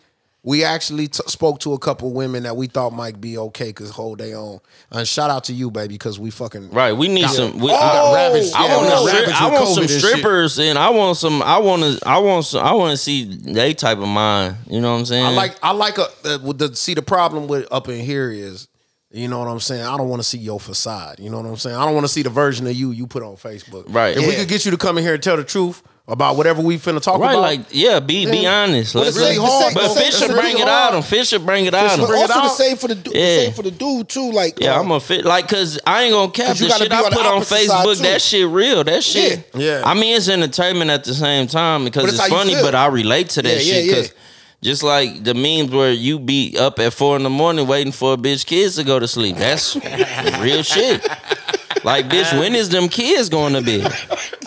S2: we actually t- spoke to a couple women that we thought might be okay because hold they own. And shout out to you, baby, because we fucking
S3: Right, we need some. We,
S2: got
S3: I-
S2: ravaged.
S3: I
S2: Oh, yeah, we
S3: want,
S2: got
S3: a strip-
S2: ravaged
S3: I
S2: with
S3: want
S2: COVID
S3: some
S2: and shit.
S3: strippers and I want some. I want to. I want some. I want to see they type of mind. You know what I'm saying?
S2: I like I like a uh, with the see the problem with up in here is you know what I'm saying. I don't want to see your facade. You know what I'm saying. I don't want to see the version of you you put on Facebook.
S3: Right.
S2: If we
S3: Yeah.
S2: could get you to come in here and tell the truth about whatever we finna talk
S3: Right,
S2: about,
S3: like yeah. Be be honest.
S2: Well,
S3: Let's
S2: it's really
S3: let's-
S2: hard,
S3: But
S2: though. It's
S3: Fisher
S2: really
S3: bring it
S2: hard.
S3: out. Him. Fisher bring it out.
S1: But
S2: bring it
S1: also the
S2: out.
S1: same for the dude,
S3: Yeah.
S1: the same for the dude too. Like,
S3: Yeah,
S1: uh,
S3: I'm a fit like cause I ain't gonna cap
S1: 'Cause you
S3: the
S1: gotta
S3: shit
S1: be
S3: I
S1: on the
S3: put on
S1: opposite side,
S3: Facebook.
S1: too.
S3: That shit real. That shit.
S2: Yeah. Yeah.
S3: I mean, it's entertainment at the same time because
S1: But it's
S3: it's
S1: how you
S3: funny,
S1: feel.
S3: but I relate to that
S1: Yeah,
S3: shit.
S1: yeah, yeah.
S3: Cause just like the memes where you be up at four in the morning waiting for a bitch kids to go to sleep. That's real shit. Like, bitch, when is them kids going to bed?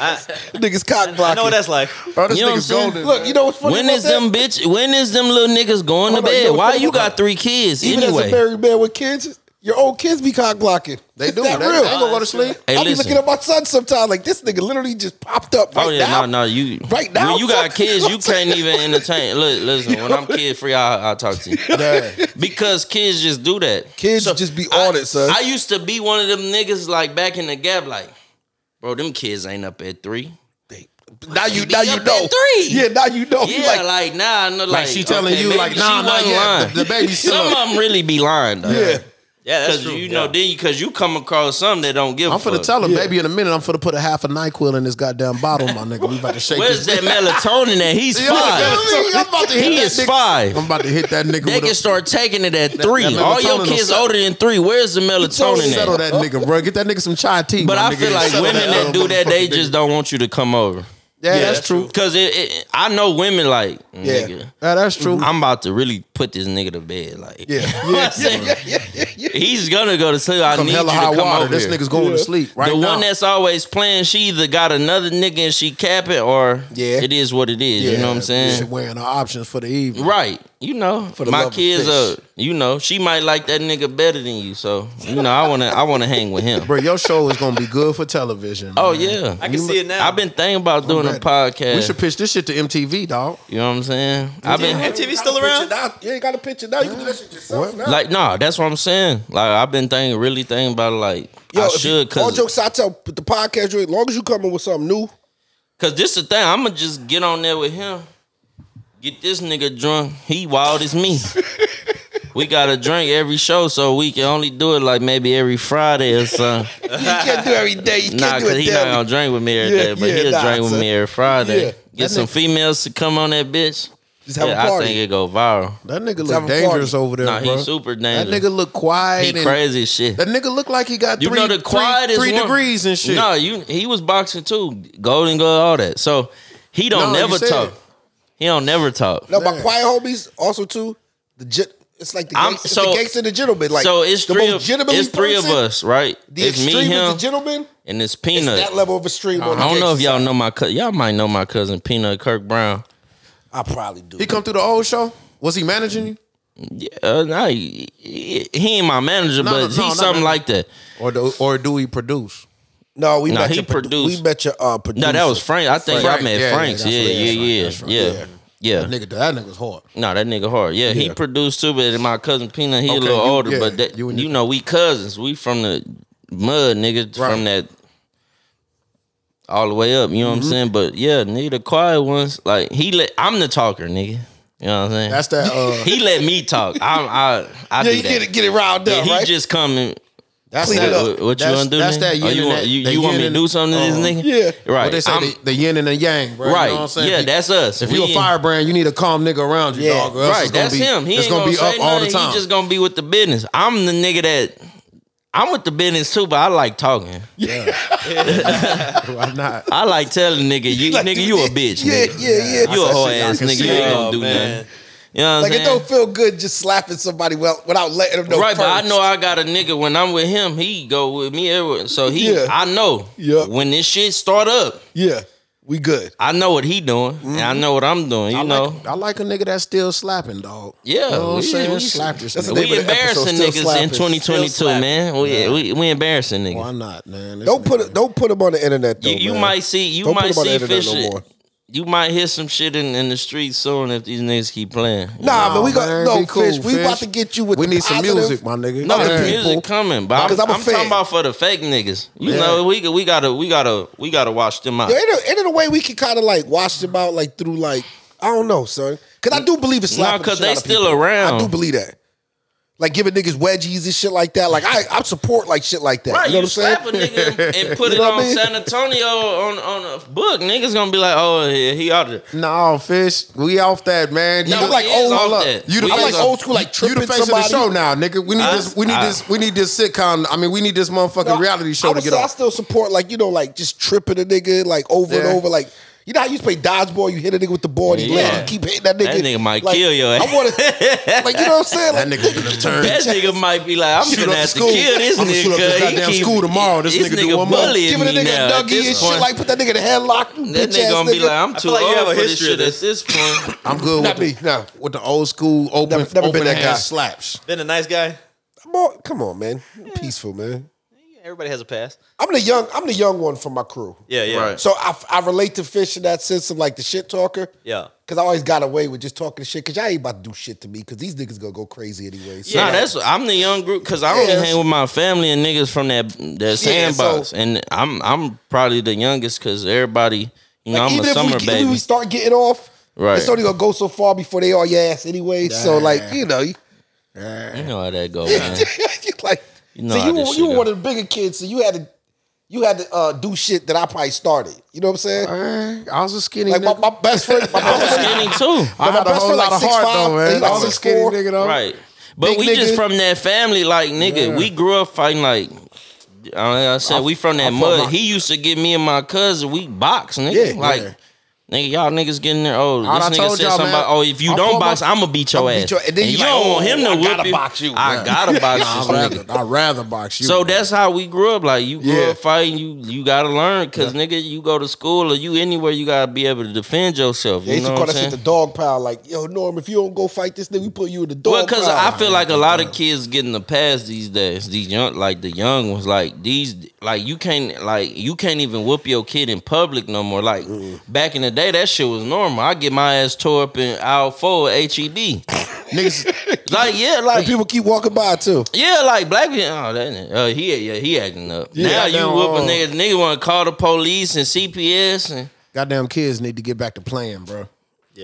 S1: niggas cock
S4: I
S1: blocking.
S4: know what that's like.
S2: oh, this
S3: You know what I'm
S2: nigga's
S3: saying?
S2: golden.
S1: Look, you know what's funny?
S3: When
S1: about
S3: is
S1: that?
S3: them bitch? When is them little niggas going
S1: Hold
S3: to
S1: on,
S3: bed?
S1: yo,
S3: Why
S1: hold
S3: you
S1: on.
S3: got three kids
S1: Even as
S3: anyway?
S1: a married man with kids, your old kids be cock blocking.
S2: they do.
S1: That
S2: They,
S1: real.
S2: they ain't gonna go to sleep.
S3: Hey,
S1: I be
S3: listen.
S1: looking at my son sometimes like this nigga literally just popped up right
S3: oh yeah,
S1: now.
S3: no, no, you
S1: Right now,
S3: When you got
S1: fuck
S3: kids,
S1: you.
S3: you can't even entertain. Look, listen, when I'm kid free, I I talk to you
S2: Yeah.
S3: because kids just do that.
S1: Kids just be on it, son.
S3: I used to be one of them niggas like back in the gap, like, bro, them kids ain't up at three.
S1: now you now
S3: be
S1: you
S3: up
S1: know.
S3: at three.
S1: Yeah, now you know. You
S3: Yeah, like,
S1: like,
S3: nah, I know, like,
S2: Like she telling
S3: okay,
S2: you,
S3: maybe
S2: like,
S3: she
S2: nah, nah,
S3: wasn't
S2: yeah,
S3: lying.
S2: the- the baby's still
S3: Some
S2: up.
S3: of them really be lying though.
S1: yeah.
S4: Yeah, that's
S3: Cause
S4: true.
S3: you know, then you cause you come across some that don't give.
S2: I'm
S3: a
S2: finna
S3: fuck.
S2: tell him, baby, in a minute. I'm finna put a half a Nyquil in this goddamn bottle, my nigga. We about to shake
S3: Where's
S2: this.
S3: that melatonin at? He's
S2: Yo,
S3: five.
S2: I'm about to hit
S3: He
S2: that
S3: is
S2: nigga.
S3: five.
S2: I'm about to hit that nigga.
S3: They
S2: with a-
S3: can start taking it at three.
S2: that
S3: All your
S2: melatonin
S3: kids
S2: will
S3: older than three. Where's the melatonin
S2: Settle
S3: at?
S2: that nigga, bro. Get that nigga some chai tea.
S3: But
S2: my
S3: I
S2: nigga.
S3: feel like
S2: Settle
S3: women that
S2: little
S3: do that, they
S2: motherfucking
S3: just
S2: nigga.
S3: don't want you to come over.
S2: Yeah, that's true.
S3: Cause it, it, I know women like,
S1: Yeah.
S3: nigga,
S2: Yeah, that's true.
S3: I'm about to really put this nigga to bed. Like,
S2: Yeah.
S3: he's gonna go to sleep. I
S2: Come
S3: need you
S2: hella
S3: to
S2: high
S3: come
S2: water.
S3: over.
S2: This
S3: here.
S2: nigga's going to sleep right
S3: the
S2: now.
S3: one that's always playing, she either got another nigga and she capping, or
S1: Yeah.
S3: it is what it is. you know what I'm saying?
S2: She wearing her options for the evening.
S3: Right. You know,
S1: the
S3: my
S1: love of
S3: kids
S1: fish.
S3: are, you know, she might like that nigga better than you. So, you know, I want to I want to hang with him.
S2: Bro, your show is gonna be good for television.
S3: Oh
S2: man.
S3: yeah.
S4: I can see it now.
S3: I've been thinking about doing a
S2: ready.
S3: podcast.
S2: We should pitch this shit to MTV, dog.
S3: you know what I'm saying? I've been
S4: MTV still around?
S1: You ain't got a picture now. You can do that shit yourself now.
S3: like nah, that's what I'm saying. Like I've been thinking really thinking about it, like I
S1: if you-
S3: should
S1: all
S3: cuz
S1: jokes I tell the podcast, as long as you coming with something new,
S3: cuz this the thing, I'm gonna just get on there with him. Get this nigga drunk. He wild as me. we got to drink every show so we can only do it like maybe every Friday or something.
S1: you can't do every day. You
S3: Nah,
S1: can't do
S3: because
S1: it
S3: he not
S1: daily.
S3: gonna drink with me every
S1: Yeah,
S3: day, but
S1: yeah,
S3: he'll
S1: nah,
S3: drink with
S1: son.
S3: me every Friday.
S1: Yeah,
S3: Get
S1: that
S3: some
S1: nigga-
S3: females to come on that bitch.
S1: Just have
S3: yeah,
S1: a
S3: I
S1: party.
S3: think it go viral.
S2: That nigga
S1: have
S2: look
S1: a
S2: dangerous
S1: party.
S2: over there,
S3: Nah,
S2: bro.
S3: he's super
S2: That
S3: dangerous.
S2: nigga look
S3: he
S2: quiet. and-
S3: crazy as shit.
S2: That nigga look like he got
S3: You
S2: three,
S3: know the
S2: three-
S3: quietest
S2: three
S3: one-
S2: degrees and shit.
S3: No, you he was boxing too, Golden Glove, all that. So he don't
S2: No, you
S3: never
S2: said
S3: talk.
S2: it.
S3: He don't never talk.
S1: No, my quiet homies also too. The gen- it's like the
S3: I'm-
S1: gangs,
S3: so-
S1: it's the gangster, the gentleman. Like
S3: so it's
S1: the
S3: three.
S1: most
S3: Of,
S1: gentlemanly
S3: it's three of
S1: person,
S3: us, right?
S1: The
S3: it's me,
S1: extreme is
S3: him,
S1: the gentleman.
S3: and it's
S1: It's
S3: Peanut.
S1: that level of extreme. on the
S3: I don't know if
S1: gangster
S3: y'all
S1: side.
S3: know my cousin. Y'all might know my cousin Peanut Kirk Brown.
S1: I probably do.
S2: He come through the old show. Was he managing you?
S3: Yeah, uh, nah, he, he- he ain't my manager,
S2: No,
S3: but
S2: no,
S3: he's
S2: no, not
S3: something
S2: manager.
S3: like that.
S2: Or do, or do he produce?
S1: no, we
S3: Nah,
S1: met
S3: he
S1: your produ-
S3: produced.
S1: We met your uh, producer.
S3: No, that was Frank. I think
S2: Frank.
S3: I met
S2: Yeah, yeah,
S3: Frank's.
S2: that's
S3: Yeah,
S2: right,
S3: yeah, yeah,
S2: that's right,
S3: yeah,
S2: that's right.
S3: yeah.
S2: That nigga, that nigga's hard.
S3: No, that nigga hard. Yeah, he
S2: Yeah.
S3: produced too, but my cousin Peanut, he a
S2: Okay,
S3: little
S2: you-
S3: older,
S2: yeah,
S3: but that,
S2: you
S3: you,
S2: and your-
S3: know, we cousins. We from the mud, nigga,
S2: Right. Mm-hmm.
S3: from that all the way up. You know what I'm saying? But yeah, nigga, the quiet ones, like he let I'm the talker, nigga. You know what I'm saying?
S2: That's that. Uh,
S3: he let me talk. I'm, I
S1: Yeah,
S3: I do
S1: you
S3: that.
S1: get it, get it riled
S3: Yeah,
S1: up,
S3: he
S1: right?
S3: just coming.
S2: that's
S1: Clean it
S2: that, uh,
S1: up.
S3: What, what you
S2: that's-
S3: gonna do?
S2: That's that
S3: nigga?
S2: yin
S3: Oh, you
S2: and
S3: want
S2: that-
S3: you,
S2: the
S3: you want
S2: yin
S3: me to
S2: and-
S3: do something to this nigga?
S1: yeah.
S3: right.
S2: What they say,
S3: I'm-
S2: the, the yin and the yang, bro.
S3: Right.
S2: You know what I'm saying?
S3: Yeah,
S2: If you-
S3: that's us.
S2: If you
S3: We-
S2: a firebrand, you need a calm nigga around you,
S1: Yeah.
S2: dog. or else
S3: right,
S2: it's gonna
S3: that's
S2: be-
S3: him. He
S2: it's
S3: ain't
S2: gonna,
S3: gonna,
S2: be
S3: say
S2: up all the
S3: nothing.
S2: time.
S3: He just gonna be with the business. I'm the nigga that I'm with the business too, but I like talking.
S2: Why not?
S3: I like telling nigga, you nigga, you a bitch.
S1: Yeah,
S3: nigga.
S1: yeah, yeah.
S3: You a
S2: That's
S3: whole
S2: that shit I
S3: ass
S2: can
S3: nigga.
S2: see.
S3: You ain't
S4: Oh,
S3: gonna do
S4: man.
S3: nothing. You know what
S1: like
S3: I'm
S1: it
S3: saying?
S1: don't feel good just slapping somebody well without letting them know.
S3: right, but I
S1: first.
S3: know I got a nigga when I'm with him, he go with me everywhere. So he
S1: Yeah.
S3: I know
S1: Yeah.
S3: when this shit start up,
S1: Yeah, we good.
S3: I know what he doing and
S1: Mm-hmm.
S3: I know what I'm doing. You
S2: I
S3: know.
S2: like, I like a nigga that's still slapping, dog.
S3: Yeah,
S2: you know what I'm
S3: we-
S2: saying?
S3: we-
S2: Slap this
S1: That's
S2: nigga.
S1: the name
S3: we
S1: of the episode,
S3: embarrassing
S1: still
S3: niggas in
S1: slapping.
S3: 2022,
S1: Still
S3: man. We, we we embarrassing niggas.
S2: Why not, man? This
S1: Don't
S2: nigga-
S1: put it. Don't put him on the internet. Though,
S3: You, you
S1: man.
S3: might see you
S1: Don't put
S3: might
S1: him on the
S3: see
S1: internet
S3: Fisher.
S1: no more.
S3: you might hear some shit in, in the street soon if these niggas keep playing.
S1: Nah, but we got
S2: man,
S1: no
S2: be cool,
S1: fish. We
S2: Fish.
S1: about to get you with.
S2: We
S1: the
S2: need some
S1: positive.
S2: music, my nigga.
S3: No,
S1: Other
S3: the
S1: people-
S3: music coming, but
S1: Because
S3: I'm,
S1: I'm a
S3: I'm
S1: fan.
S3: talking about for the fake niggas. You
S2: Yeah.
S3: know, we we gotta we gotta we gotta watch them out.
S1: Yeah, ain't it- ain't it a way we can kind of like watch them out, like through like I don't know, son. Because I do believe it's
S3: Nah,
S1: slapping. the
S3: 'cause
S1: shit
S3: they
S1: out of
S3: still
S1: people. I
S3: around.
S1: do believe that. Like giving niggas wedgies and shit like that. Like I, I support like shit like that.
S3: Right,
S1: you
S3: you,
S1: know what I'm saying?
S3: slap a nigga and put
S1: You
S3: it
S1: know what
S3: on
S1: I mean?
S3: San Antonio on, on a book. Niggas gonna be like, oh, yeah, he out there.
S2: No, fish. We off that, man. You
S3: No,
S2: the-
S1: I'm like
S3: he is
S1: old-
S3: off
S1: hold up.
S3: that.
S2: You the
S3: We
S1: I'm
S2: face
S1: like
S3: is off-
S1: old school, like
S2: You
S1: tripping
S2: the face
S1: somebody.
S2: of the show now, nigga. We need
S3: I-
S2: this. We need
S3: I-
S2: this. We need this sitcom. I mean, we need this motherfucking
S1: No,
S2: reality show
S1: I
S2: to
S1: would
S2: get
S1: say I
S2: off.
S1: still support like you know like just tripping a nigga like over
S2: Yeah.
S1: and over like. You know how you used to play dodgeball? You hit a nigga with the ball, and he
S3: Yeah.
S1: yeah. you keep hitting that nigga.
S3: That nigga might
S1: Like,
S3: kill your
S1: I
S3: ass.
S1: want to, like you know what I'm saying? Like,
S2: That nigga finna turn.
S3: That nigga might be like, I'm
S2: Shoot
S3: gonna
S2: up
S3: have to
S2: school.
S3: kill this
S2: I'ma
S3: nigga.
S2: shoot up this
S3: He
S2: goddamn
S3: keep-
S2: school tomorrow. This nigga do one more.
S3: bullying
S1: giving Oh, a nigga
S3: me
S1: a
S3: now at
S1: nuggie
S3: this
S1: and
S3: point.
S1: shit, like put that nigga in the headlock.
S3: That
S1: bitch
S3: nigga
S1: ass
S3: gonna be
S1: nigga.
S3: like, I'm
S4: I
S3: too
S4: feel like you
S3: old
S4: have a
S3: for this
S4: history of
S3: shit at this point.
S2: I'm good
S1: Not
S2: with
S1: me,
S2: the,
S1: no.
S2: with the old school open
S1: Never- never
S2: open
S1: been that
S2: hand
S1: guy.
S2: slaps.
S4: Been a nice guy.
S1: I'm all- come on, man. I'm peaceful, man.
S4: Everybody has a pass.
S1: I'm the young. I'm the young one from my crew.
S4: Yeah, yeah,
S3: Right.
S1: So I, I relate to Fish in that sense of like the shit talker.
S4: yeah.
S1: Cause I always got away with just talking shit. Cause y'all ain't about to do shit to me. Cause these niggas gonna go crazy anyway. So.
S3: Nah, that's I'm the young group because I only
S1: Yeah.
S3: hang with my family and niggas from that that sandbox,
S1: so-
S3: and I'm I'm probably the youngest because everybody, you know, I'm a
S1: even if we,
S3: summer
S1: even if we
S3: baby.
S1: start getting off,
S3: Right.
S1: it's only gonna go so far before they all your ass anyway. So like you know, you,
S3: You know how that go, man.
S1: you like
S3: know
S1: so
S3: how
S1: you
S3: this
S1: were-
S3: shit
S1: you were
S3: go.
S1: one of the bigger kids, so you had to you had to uh, do shit that I probably started. You know what I'm saying?
S2: I was a skinny
S1: Like my,
S2: nigga.
S1: my best friend, my best friend,
S3: Skinny too,
S2: I
S1: my
S2: had a
S1: best
S2: whole
S1: friend,
S2: lot
S1: like,
S2: of
S1: 6'5",
S2: heart though,
S1: and
S2: man.
S1: he like
S2: I was a
S1: 6'4".
S2: skinny nigga though.
S3: right? But
S1: Big
S3: we just
S1: nigga.
S3: from that family, like nigga. We grew up fighting like. I I said we from that
S2: I'm from
S3: mud.
S2: my-
S3: he used to get me and my cousin. We box, nigga.
S1: Yeah,
S3: like, nigga, y'all niggas getting there. Oh,
S2: All I
S3: this nigga
S2: told
S3: said
S2: y'all,
S3: something
S2: man,
S3: about. Oh, if you
S2: I'm
S3: don't
S2: from my-
S3: box, I'm gonna beat your
S1: I'ma
S3: ass.
S1: beat your- and then you
S3: you
S1: like,
S3: don't
S1: oh,
S3: want him to
S1: I
S3: whip
S1: gotta
S3: you.
S1: box you.
S3: I
S1: Yeah.
S3: gotta box
S2: Nah, I'd
S3: you. nigga.
S2: rather, I'd rather box you.
S3: So that's how we grew up. Like you grew
S2: Yeah.
S3: up fighting, you you gotta learn because nigga, you go to school or you anywhere, you gotta be able to defend yourself. You
S1: They used
S3: know
S1: to call
S3: what I'm
S1: that shit
S3: saying?
S1: the dog pound. Like, yo, Norm, if you don't go fight this nigga, we put you in the dog
S3: Well, because
S1: pound.
S3: I feel like a lot of kids getting the pass these days. These young, like the young ones, like these, like you can't, like you can't even whoop your kid in public no more. Like back in the day, that shit was normal. I get my ass tore up in aisle four, H E B.
S2: niggas.
S3: Like yeah,
S1: And
S3: like
S1: people keep walking by too.
S3: yeah, like black people. Oh, that uh, he yeah he acting up. now you
S2: goddamn,
S3: whoop
S2: uh,
S3: a nigga, nigga want to call the police and CPS and
S2: Goddamn kids need to get back to playing, bro.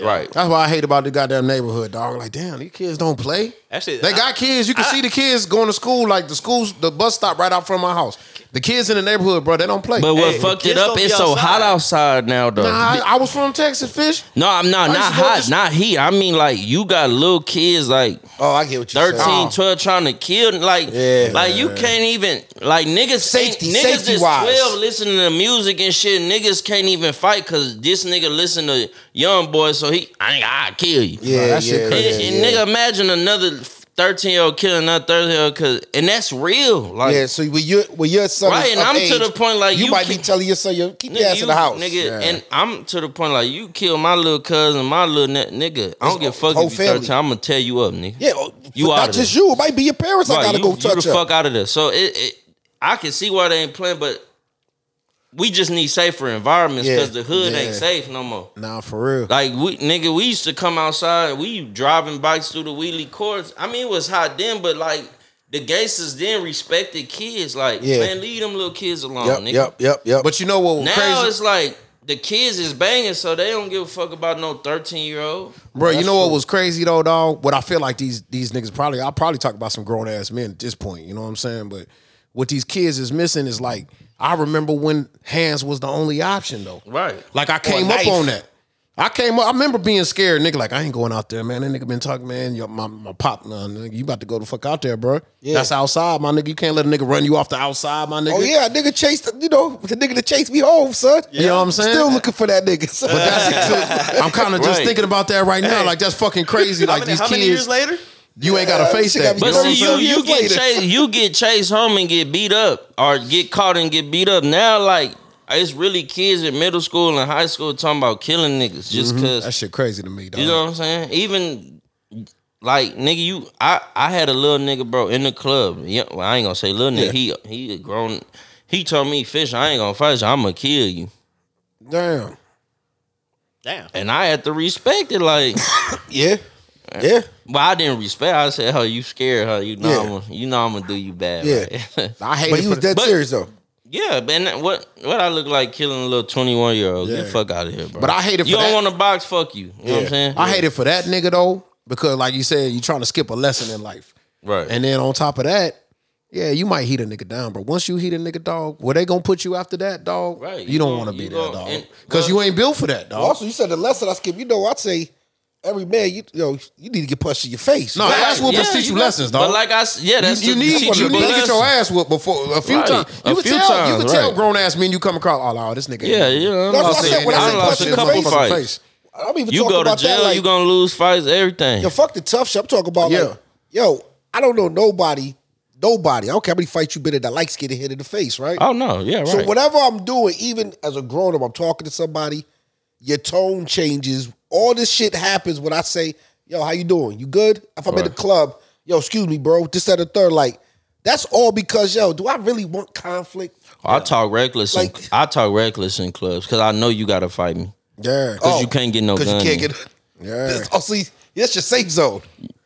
S3: right.
S2: That's what I hate about the goddamn neighborhood, dog. Like, damn, these kids don't play.
S4: Actually,
S2: they
S4: I-
S2: got kids. You can see the kids going to school. Like the schools, the bus stop right out front of my house. The kids in the neighborhood, bro, they don't play.
S3: But what
S4: Hey,
S3: fucked it
S4: kids
S3: up?
S4: don't be
S3: It's so hot
S4: outside.
S3: outside now, though.
S2: nah, I, I was from Texas, fish.
S3: no, I'm not
S2: I used
S3: not
S2: to go
S3: hot,
S2: just-
S3: not heat. I mean, like you got little kids, like
S1: Oh, I get what you're
S3: 13,
S1: saying.
S3: 12 trying to kill like
S1: Yeah.
S3: like you can't even like niggas
S1: Safety-
S3: ain't- niggas
S1: safety
S3: is
S1: wise.
S3: 12 listening to music and shit niggas can't even fight cuz this nigga listen to young boy so he I ain't I kill you.
S1: Yeah,
S2: that shit
S1: yeah,
S2: crazy.
S1: yeah,
S3: and,
S1: yeah.
S3: and nigga imagine another 13 year old killing another 13 year old cuz and that's real like
S1: Yeah, so when your when your son
S3: Right,
S1: is
S3: and
S1: of
S3: I'm to
S1: age,
S3: the point, like,
S1: you,
S3: you
S1: might be
S3: keep-
S1: telling your son, yo, keep your
S3: Nigga,
S1: ass
S3: you,
S1: in the house.
S3: nigga, and I'm to the point like you kill my little cousin, my little ne- nigga. I don't give a fuck
S1: whole
S3: if you 13.
S1: family.
S3: I'm gonna tear you up, nigga.
S1: yeah, oh,
S3: You
S1: not
S3: outta there.
S1: just you. It might be your parents. I
S3: Right,
S1: gotta
S3: you,
S1: go
S3: you
S1: touch
S3: the
S1: up.
S3: fuck out of there. So it, it, I can see why they ain't playing, but we just need safer environments
S1: Yeah,
S3: because the hood
S2: yeah.
S3: ain't safe no more.
S2: Nah, for real.
S3: Like we nigga, we used to come outside. We driving bikes through the wheelie courts. I mean, it was hot then, but like the gangsters then respected kids. Like
S1: Yeah.
S3: man, leave them little kids alone,
S1: Yep,
S3: nigga.
S1: yep, yep, yep.
S2: But you know what? was
S3: Now
S2: crazy?
S3: it's like the kids is banging, so they don't give a fuck about no thirteen year old.
S2: Bro, you know what was crazy though, dog? What I feel like these these niggas probably I'll probably talk about some grown ass men at this point, you know what I'm saying? But what these kids is missing is like I remember when hands was the only option though.
S3: Right.
S2: Like I came up
S1: knife.
S2: on that. I came up, I remember being scared, nigga. Like, I ain't going out there, man. That nigga been talking, man. Your, my, my pop, nah, nigga, you about to go the fuck out there, bro. That's outside, my nigga. You can't let a nigga run you off the outside, my nigga.
S1: Oh yeah, a nigga chased you know the nigga that chased me home, son.
S2: You know what I'm saying?
S1: Still looking for that nigga. son.
S2: That's- I'm kind of just
S3: Right.
S2: thinking about that right now. Like, that's fucking crazy.
S4: How
S2: Like,
S4: many-
S2: these
S4: how many years
S2: kids,
S4: later?
S2: you ain't got to
S1: Yeah,
S2: face
S1: she
S2: that.
S1: got me
S2: you
S3: But
S2: know what I'm
S3: see, you
S1: saying?
S3: you
S1: Years
S3: get
S1: later.
S3: chased, you get chased home and get beat up, or get caught and get beat up. Now, like it's really kids in middle school and high school talking about killing niggas just because
S2: That shit crazy to me, dog.
S3: You know what I'm saying? Even like nigga, you I I had a little nigga bro in the club. Yeah, well, I ain't gonna say little nigga. He he a grown. He told me, "Fish, I ain't gonna fight you. I'm gonna kill you."
S2: Damn.
S4: Damn.
S3: and I had to respect it. Like,
S1: Yeah. Yeah.
S3: but I didn't respect. I said, "Oh, you scared her? You know,
S1: Yeah.
S3: I'm gonna, you know, I'm gonna do you bad."
S1: Yeah.
S3: right?
S2: I hate
S1: But you
S2: it for
S1: was
S2: the-
S1: dead
S3: but-
S1: serious though.
S3: Yeah, but and what what I look like killing a little twenty one year old? Get the fuck out of here, bro.
S2: But I hate it
S3: You
S2: for
S3: don't
S2: that.
S3: want to box? Fuck you. You know what I'm saying?
S2: I hate it for that nigga though, because like you said, you're trying to skip a lesson in life.
S3: Right.
S2: And then on top of that, yeah, you might heat a nigga down, but once you heat a nigga dog, where they gonna put you after that dog?
S3: Right.
S2: You,
S3: You
S2: don't
S3: gon-
S2: want to be
S3: you
S2: there,
S3: gon-
S2: dog,
S3: and-
S2: because
S3: but-
S2: you ain't built for that, dog.
S1: Also, you said the lesson I skipped. You know, I'd say every man, you, you know, you need to get punched in your face.
S2: No, ass whoopings teach you
S3: got-
S2: lessons, dog.
S3: But like I, s- yeah, that's
S2: you, you
S3: the-
S2: need
S3: teach
S2: you need to
S3: lessons.
S2: get your ass whooped before a few
S3: Right.
S2: times.
S3: A
S2: You can
S3: few
S2: tell you
S3: times,
S2: can tell
S3: right.
S2: grown ass men you come across. Oh, no, this nigga.
S3: Yeah, yeah.
S1: That's what I
S3: lost-
S1: said when I said
S3: lost
S1: punch
S3: a
S1: in the
S3: couple
S1: face.
S3: fights.
S1: I'm even
S3: You
S1: talking
S3: go to
S1: about
S3: jail,
S1: that. Like,
S3: you gonna lose fights, everything.
S1: yo, fuck the tough shit. I'm talking about
S2: Yeah.
S1: like, yo, I don't know nobody, nobody. I don't care how many fights you been in that likes getting hit in the face, right?
S3: Oh no, yeah, right.
S1: So whatever I'm doing, even as a grown up, I'm talking to somebody. Your tone changes. All this shit happens when I say, "Yo, how you doing? You good?" If I'm in the
S3: Right.
S1: club, yo, excuse me, bro. This that, and the third, like that's all because yo, do I really want conflict?
S3: I talk reckless. in,
S1: Like-
S3: I talk reckless in clubs because I know you gotta fight me
S2: yeah.
S3: because you can't get no
S1: Because
S3: gun.
S1: Oh, you can't get.
S2: Yeah.
S1: Oh, see, that's your safe zone.